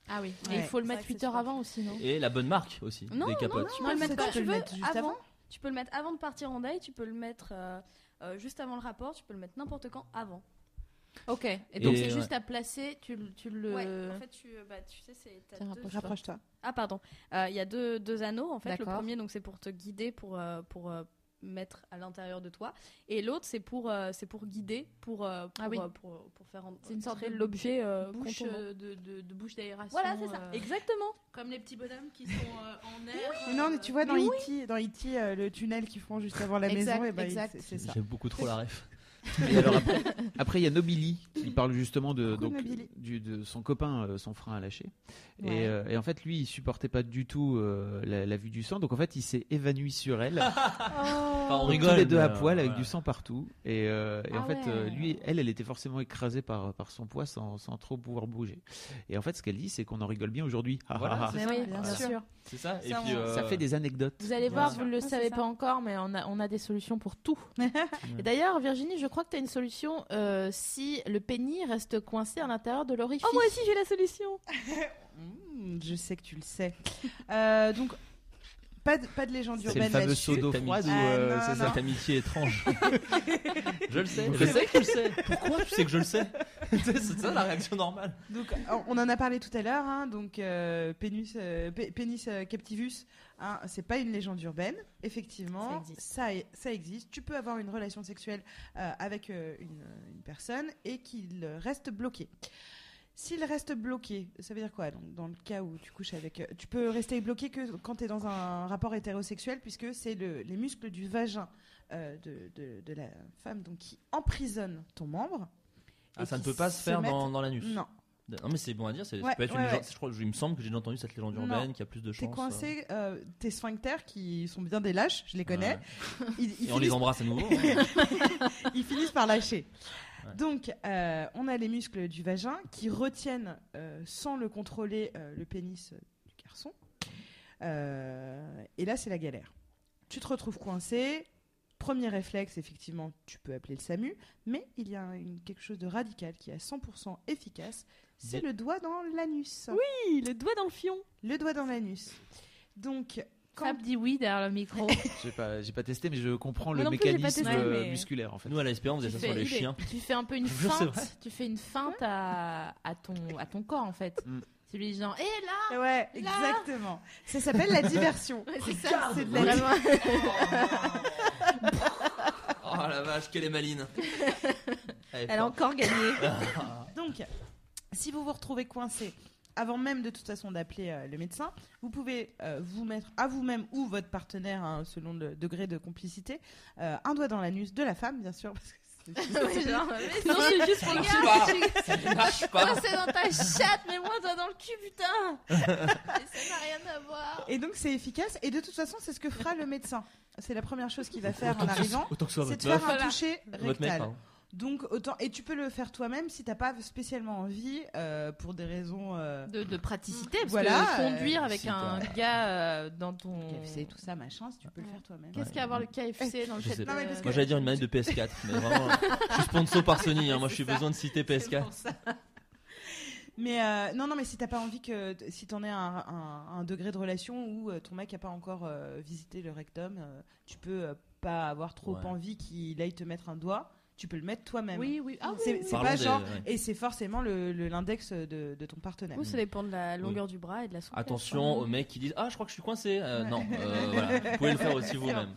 Speaker 2: Ah oui. Et
Speaker 3: Ouais.
Speaker 2: il faut le
Speaker 6: C'est
Speaker 2: mettre
Speaker 6: vrai que
Speaker 2: 8
Speaker 6: c'est
Speaker 2: heures
Speaker 6: super.
Speaker 2: avant aussi, non
Speaker 7: Et la bonne marque aussi.
Speaker 6: Non,
Speaker 7: des
Speaker 6: non,
Speaker 7: capotes.
Speaker 6: Tu peux le mettre
Speaker 3: ça,
Speaker 6: quand
Speaker 3: tu
Speaker 6: tu
Speaker 3: peux le
Speaker 6: veux,
Speaker 3: mettre juste
Speaker 6: avant.
Speaker 3: avant.
Speaker 6: Tu peux le mettre avant de partir en date, tu peux le mettre euh, euh, juste avant le rapport, tu peux le mettre n'importe quand avant.
Speaker 2: Ok. Et donc
Speaker 7: Et
Speaker 2: c'est
Speaker 7: ouais.
Speaker 2: juste à placer, tu, le- tu le.
Speaker 6: Ouais, en fait, tu, euh, bah, tu sais, c'est. t'as
Speaker 2: Tiens,
Speaker 6: deux-
Speaker 2: rapproche.
Speaker 3: Rapproche-toi.
Speaker 6: Ah, pardon. Euh, Il y a deux, deux anneaux, en fait. Le
Speaker 2: D'accord.
Speaker 6: premier, donc, c'est pour te guider, pour, euh, pour euh, mettre à l'intérieur de toi. Et l'autre, c'est pour, euh, c'est pour guider, pour, euh, pour,
Speaker 2: Ah oui.
Speaker 6: euh, pour, pour faire en-
Speaker 2: C'est une sorte
Speaker 6: entrer
Speaker 2: de
Speaker 6: l'objet euh,
Speaker 2: bouche
Speaker 6: contournant.
Speaker 2: euh, de, de- de bouche d'aération.
Speaker 6: Voilà, c'est ça.
Speaker 2: euh,
Speaker 6: Exactement.
Speaker 2: Comme les petits bonhommes qui sont euh, en air.
Speaker 3: Mais non, mais tu vois dans
Speaker 6: Mais
Speaker 3: E.T., dans E.T., euh, le tunnel qu'ils font juste avant la
Speaker 2: Exact,
Speaker 3: maison, et ben, il-
Speaker 2: exact.
Speaker 3: c'est- c'est ça.
Speaker 7: J'aime beaucoup trop la ref.
Speaker 4: Et alors après, après, il y a Nobili qui parle justement de,
Speaker 3: Coucou,
Speaker 4: donc,
Speaker 3: Nobili.
Speaker 4: du- de son copain, euh, son frein à lâcher.
Speaker 2: Ouais.
Speaker 4: Et, euh, et en fait, lui, il supportait pas du tout euh, la, la vue du sang. Donc en fait, il s'est évanoui sur elle.
Speaker 7: *laughs* *laughs* Enfin, on
Speaker 4: Donc,
Speaker 7: rigole.
Speaker 4: tous les deux
Speaker 7: mais,
Speaker 4: à
Speaker 7: euh,
Speaker 4: poil avec
Speaker 7: voilà.
Speaker 4: du sang partout. Et, euh, et
Speaker 2: Ah
Speaker 4: en fait, euh,
Speaker 2: ouais.
Speaker 4: lui, elle, elle était forcément écrasée par, par son poids sans, sans trop pouvoir bouger. Et en fait, ce qu'elle dit, c'est qu'on en rigole bien aujourd'hui. Ah,
Speaker 7: Voilà,
Speaker 4: ah, ah.
Speaker 7: c'est
Speaker 2: Mais
Speaker 7: ça.
Speaker 2: oui,
Speaker 3: Bien
Speaker 2: bien
Speaker 3: sûr.
Speaker 2: sûr.
Speaker 7: C'est ça. Et
Speaker 3: Ça,
Speaker 7: puis,
Speaker 3: on-
Speaker 7: euh,
Speaker 4: Ça fait des anecdotes.
Speaker 2: Vous allez
Speaker 7: Bien
Speaker 2: voir,
Speaker 7: sûr.
Speaker 2: vous ne le
Speaker 6: Ah, c'est
Speaker 2: savez
Speaker 6: ça.
Speaker 2: pas encore, mais on a, on a des solutions pour *laughs* tout. Et D'ailleurs, Virginie, je crois que tu as une solution euh, si le pénis reste coincé à l'intérieur de l'orifice.
Speaker 6: Oh, moi aussi, j'ai la solution.
Speaker 3: Mmh, je sais que tu le sais. Euh, donc, pas de, pas de légende
Speaker 4: C'est le
Speaker 3: urbaine
Speaker 4: fameux
Speaker 3: là-dessus.
Speaker 4: seau d'eau
Speaker 7: Cette
Speaker 4: froide ou
Speaker 3: amitié.
Speaker 4: euh,
Speaker 3: Ah,
Speaker 4: c'est
Speaker 3: non,
Speaker 4: ça
Speaker 7: Cette amitié étrange. je le sais. Je
Speaker 4: Je
Speaker 7: sais que tu le sais. Pourquoi tu sais que je le *laughs* sais C'est ça la réaction normale.
Speaker 3: Donc, on- on en a parlé tout à l'heure. hein, donc, euh, pénus, euh, pé- pénis euh, captivus, hein, c'est pas une légende urbaine.
Speaker 2: Ça
Speaker 3: Effectivement,
Speaker 2: existe.
Speaker 3: ça, e- ça existe. Tu peux avoir une relation sexuelle euh, avec euh, une, une personne et qu'il euh, reste bloqué. S'il reste bloqué, ça veut dire quoi Donc, Dans le cas où tu couches avec. euh, tu peux rester bloqué que quand tu es dans un rapport hétérosexuel, puisque c'est le- les muscles du vagin euh, de, de- de la femme donc, qui emprisonne ton membre.
Speaker 7: Ah,
Speaker 3: et
Speaker 7: ça ne
Speaker 3: qui
Speaker 7: peut pas se faire dans,
Speaker 3: mettent-
Speaker 7: dans l'anus.
Speaker 3: Non,
Speaker 7: Non, mais c'est bon à dire. c'est-
Speaker 3: Ouais,
Speaker 7: ça peut être
Speaker 3: ouais,
Speaker 7: une légende-
Speaker 3: ouais.
Speaker 7: je crois, je- il me semble que j'ai déjà entendu cette légende
Speaker 3: Non.
Speaker 7: urbaine qui a plus de
Speaker 3: t'es
Speaker 7: chances. euh,
Speaker 3: coincé, euh, tes sphincters qui sont bien des lâches, je les connais.
Speaker 7: ouais. *laughs*
Speaker 3: Ils, ils
Speaker 7: Et on les
Speaker 3: finissent-
Speaker 7: embrasse à nouveau.
Speaker 3: *laughs*
Speaker 7: hein.
Speaker 3: ils finissent par lâcher.
Speaker 7: Ouais.
Speaker 3: Donc, euh, on a les muscles du vagin qui retiennent, euh, sans le contrôler, euh, le pénis euh, du garçon. Euh, et là, c'est la galère. Tu te retrouves coincé. Premier réflexe, effectivement, tu peux appeler le SAMU, mais il y a une- quelque chose de radical qui est à 100% efficace, c'est
Speaker 7: Des-
Speaker 3: le doigt dans l'anus.
Speaker 6: Oui, le doigt dans le fion.
Speaker 3: Le doigt dans l'anus. Donc, quand
Speaker 2: Fab dit oui derrière le *laughs* micro.
Speaker 4: J'ai pas, j'ai pas testé, mais je comprends
Speaker 6: Moi
Speaker 4: le
Speaker 6: non plus, j'ai pas
Speaker 4: mécanisme
Speaker 6: testé,
Speaker 4: euh,
Speaker 6: mais-
Speaker 4: musculaire en fait.
Speaker 7: Nous, à la SPA, on faisait
Speaker 2: Tu
Speaker 7: ça sur
Speaker 2: fais-
Speaker 7: les
Speaker 2: il est-
Speaker 7: chiens.
Speaker 2: tu fais un peu
Speaker 7: *laughs*
Speaker 2: une
Speaker 4: Je jure, c'est
Speaker 2: feinte, tu fais une feinte à, à ton, à ton corps en fait.
Speaker 4: Mm.
Speaker 2: C'est lui disant, hé là
Speaker 3: Ouais, exactement. Ça s'appelle la diversion.
Speaker 2: C'est ça,
Speaker 3: C'est de la
Speaker 2: vraiment.
Speaker 7: Oh la vache, qu'elle
Speaker 3: *laughs*
Speaker 7: est maline.
Speaker 2: Elle a encore
Speaker 7: *laughs*
Speaker 2: gagné.
Speaker 3: Donc, si vous vous retrouvez coincé, avant même de toute façon d'appeler euh, le médecin, vous pouvez euh, vous mettre à vous-même ou votre partenaire, hein, selon le degré de complicité, euh, un doigt dans l'anus de la femme, bien sûr. Parce que
Speaker 2: *laughs*
Speaker 3: c'est-
Speaker 2: Ouais, genre, mais
Speaker 6: Non, c'est juste pour le
Speaker 2: Regarde,
Speaker 7: pas.
Speaker 2: je suis
Speaker 7: Lâche pas.
Speaker 2: coincée dans ta chatte, mais moi, toi dans le cul,
Speaker 7: *laughs*
Speaker 2: putain Mais Ça n'a rien à voir
Speaker 3: et donc, c'est efficace. Et de toute façon, c'est ce que fera le médecin. C'est la première chose qu'il va faire en arrivant.
Speaker 7: Autant que ce soit
Speaker 3: C'est de
Speaker 7: votre
Speaker 3: faire
Speaker 7: meuf.
Speaker 3: un
Speaker 2: Voilà.
Speaker 3: toucher
Speaker 7: Votre mec,
Speaker 3: rectal.
Speaker 7: pardon.
Speaker 3: Donc autant et tu peux le faire toi-même si t'as pas spécialement envie euh, pour des raisons euh,
Speaker 2: de, de praticité, parce
Speaker 3: Voilà,
Speaker 2: que
Speaker 3: euh,
Speaker 2: conduire avec
Speaker 7: si
Speaker 2: un gars euh, dans ton...
Speaker 3: KFC tout ça machin, si tu peux le faire toi-même.
Speaker 2: Qu'est-ce qu'il y a à voir le KFC dans le
Speaker 7: Je
Speaker 2: chat
Speaker 7: sais pas.
Speaker 2: de-
Speaker 3: Non, mais parce que-
Speaker 7: Moi j'allais dire une manette de PS4, mais vraiment, je suis sponsor par Sony, hein, moi je suis besoin de citer PS4.
Speaker 3: Mais euh, non, non, mais si t'as pas envie que t- si t'en es à un, un- un degré de relation où euh, ton mec a pas encore euh, visité le rectum, euh, tu peux euh, pas avoir trop
Speaker 7: Ouais.
Speaker 3: envie qu'il aille te mettre un doigt. Tu peux le mettre toi-même.
Speaker 2: Oui, oui. Ah, oui,
Speaker 3: C'est
Speaker 2: oui.
Speaker 3: c'est
Speaker 7: Parlons
Speaker 3: pas
Speaker 7: des-
Speaker 3: genre
Speaker 7: ouais.
Speaker 3: et c'est forcément le le- l'index de, de ton partenaire.
Speaker 6: Ou ça dépend de la longueur du bras et de la souplesse. hein.
Speaker 7: Attention aux mecs qui disent Ah, je crois que je suis coincé. Euh, non, euh, voilà. vous pouvez le faire aussi vous-même.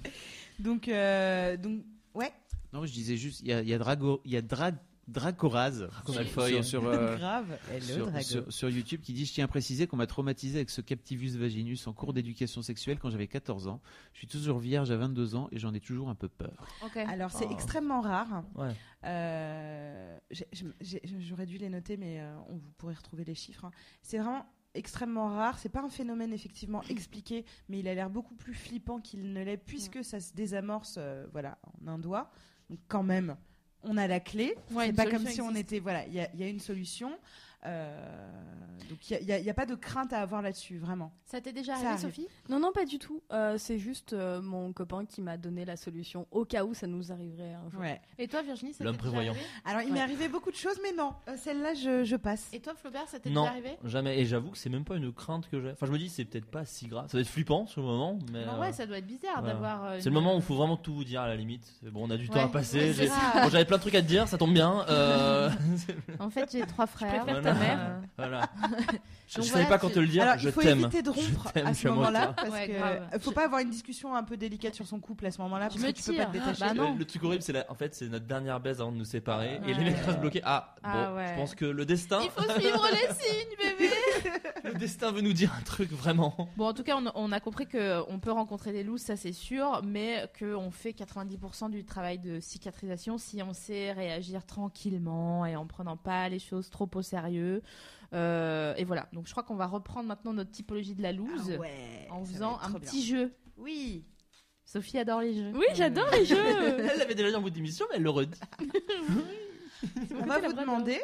Speaker 3: Donc euh, donc ouais.
Speaker 4: Non, je disais juste, il y a, il y a Drago, il y a Drag, Dragoraz
Speaker 7: Malfoy.
Speaker 4: sur,
Speaker 7: *laughs*
Speaker 4: sur, euh,
Speaker 3: Grave. Hello
Speaker 4: sur-
Speaker 3: Drago.
Speaker 4: sur- sur YouTube qui dit Je tiens à préciser qu'on m'a traumatisé avec ce Captivus vaginus en cours d'éducation sexuelle quand j'avais 14 ans. Je suis toujours vierge à 22 ans et j'en ai toujours un peu peur.
Speaker 2: Ok.
Speaker 3: Alors c'est
Speaker 7: Oh.
Speaker 3: extrêmement rare.
Speaker 7: Ouais.
Speaker 3: Euh, j'ai- j'ai- j'ai- J'aurais dû les noter, mais euh, on vous pourrez retrouver les chiffres. hein. C'est vraiment extrêmement rare. C'est pas un phénomène effectivement expliqué, mais il a l'air beaucoup plus flippant qu'il ne l'est puisque ça se désamorce, euh, voilà, en un doigt. Donc quand même, on a la clé.
Speaker 2: Ouais,
Speaker 3: C'est
Speaker 2: une
Speaker 3: pas comme si
Speaker 2: solution
Speaker 3: on
Speaker 2: existe.
Speaker 3: était, voilà, il y, a- il y a une solution. Euh, donc il y a- il y a, il y a pas de crainte à avoir là-dessus, vraiment.
Speaker 2: Ça t'est
Speaker 3: Ça
Speaker 2: déjà arrivé,
Speaker 3: arrive.
Speaker 2: Sophie
Speaker 6: Non, non, pas du tout. Euh, c'est juste euh, mon copain qui m'a donné la solution au cas où ça nous arriverait un jour.
Speaker 3: Ouais.
Speaker 2: Et toi, Virginie, ça t'est
Speaker 7: L'homme
Speaker 2: déjà
Speaker 7: prévoyant.
Speaker 2: arrivé
Speaker 3: Alors il
Speaker 2: Ouais.
Speaker 3: m'est arrivé beaucoup de choses, mais non, Euh, celle-là je, je passe.
Speaker 2: Et toi, Flaubert, ça t'est déjà
Speaker 7: Non,
Speaker 2: arrivé
Speaker 7: jamais. Et j'avoue que c'est même pas une crainte que j'ai. Enfin, je me dis, c'est peut-être pas si grave. Ça va être flippant sur le moment, mais.
Speaker 2: Bah
Speaker 7: euh,
Speaker 2: ouais, ça doit être bizarre
Speaker 7: ouais.
Speaker 2: d'avoir. euh,
Speaker 7: C'est le
Speaker 2: une-
Speaker 7: moment où il faut vraiment tout vous dire à la limite. Bon, on a du temps
Speaker 2: Ouais.
Speaker 7: à passer.
Speaker 2: Ouais, c'est
Speaker 7: j'ai-
Speaker 2: ça.
Speaker 7: *laughs* Bon, j'avais plein de trucs à te dire, ça tombe bien.
Speaker 2: *laughs*
Speaker 7: euh, *laughs*
Speaker 2: En fait, j'ai trois frères.
Speaker 7: préfère ta
Speaker 2: Euh,
Speaker 7: mère. voilà.
Speaker 2: *laughs*
Speaker 7: Je,
Speaker 2: Donc
Speaker 7: je
Speaker 2: voilà,
Speaker 7: savais pas quand
Speaker 2: tu-
Speaker 7: te le dire,
Speaker 3: Alors,
Speaker 7: je
Speaker 3: il faut
Speaker 7: t'aime.
Speaker 3: éviter de rompre
Speaker 7: t'aime,
Speaker 3: à
Speaker 7: je suis
Speaker 3: ce
Speaker 7: amoureux de
Speaker 3: moment-là
Speaker 7: toi.
Speaker 3: parce
Speaker 2: Ouais, grave.
Speaker 3: que faut pas avoir une discussion un peu délicate sur son couple à ce moment-là
Speaker 2: Tu
Speaker 3: parce que
Speaker 2: me
Speaker 3: tu peux pas te
Speaker 2: tires.
Speaker 3: détacher.
Speaker 2: Bah
Speaker 7: Le-
Speaker 2: non.
Speaker 7: Le, truc horrible, c'est la- en fait, c'est notre dernière baise avant de nous séparer. Et
Speaker 2: Ouais.
Speaker 7: les mecs restent bloqués. Ah,
Speaker 2: Ah
Speaker 7: bon,
Speaker 2: ouais.
Speaker 7: je pense que le destin,
Speaker 2: Il faut suivre les signes, bébé.
Speaker 7: le destin veut nous dire un truc
Speaker 2: *laughs*
Speaker 7: vraiment.
Speaker 2: Bon, en tout cas, on, on a compris que on peut rencontrer des loups, ça c'est sûr, mais qu'on fait 90% du travail de cicatrisation si on sait réagir tranquillement et en prenant pas les choses trop au sérieux. Euh, et voilà. Donc, je crois qu'on va reprendre maintenant notre typologie de la loose
Speaker 3: Ah ouais,
Speaker 2: en
Speaker 3: ça
Speaker 2: faisant
Speaker 3: va être
Speaker 2: un
Speaker 3: trop
Speaker 2: petit
Speaker 3: bien.
Speaker 2: jeu.
Speaker 3: Oui.
Speaker 2: Sophie adore les jeux.
Speaker 6: Oui, j'adore les *laughs* jeux.
Speaker 7: Elle l'avait déjà dit en bout d'émission, mais elle le redit.
Speaker 3: On va vous demander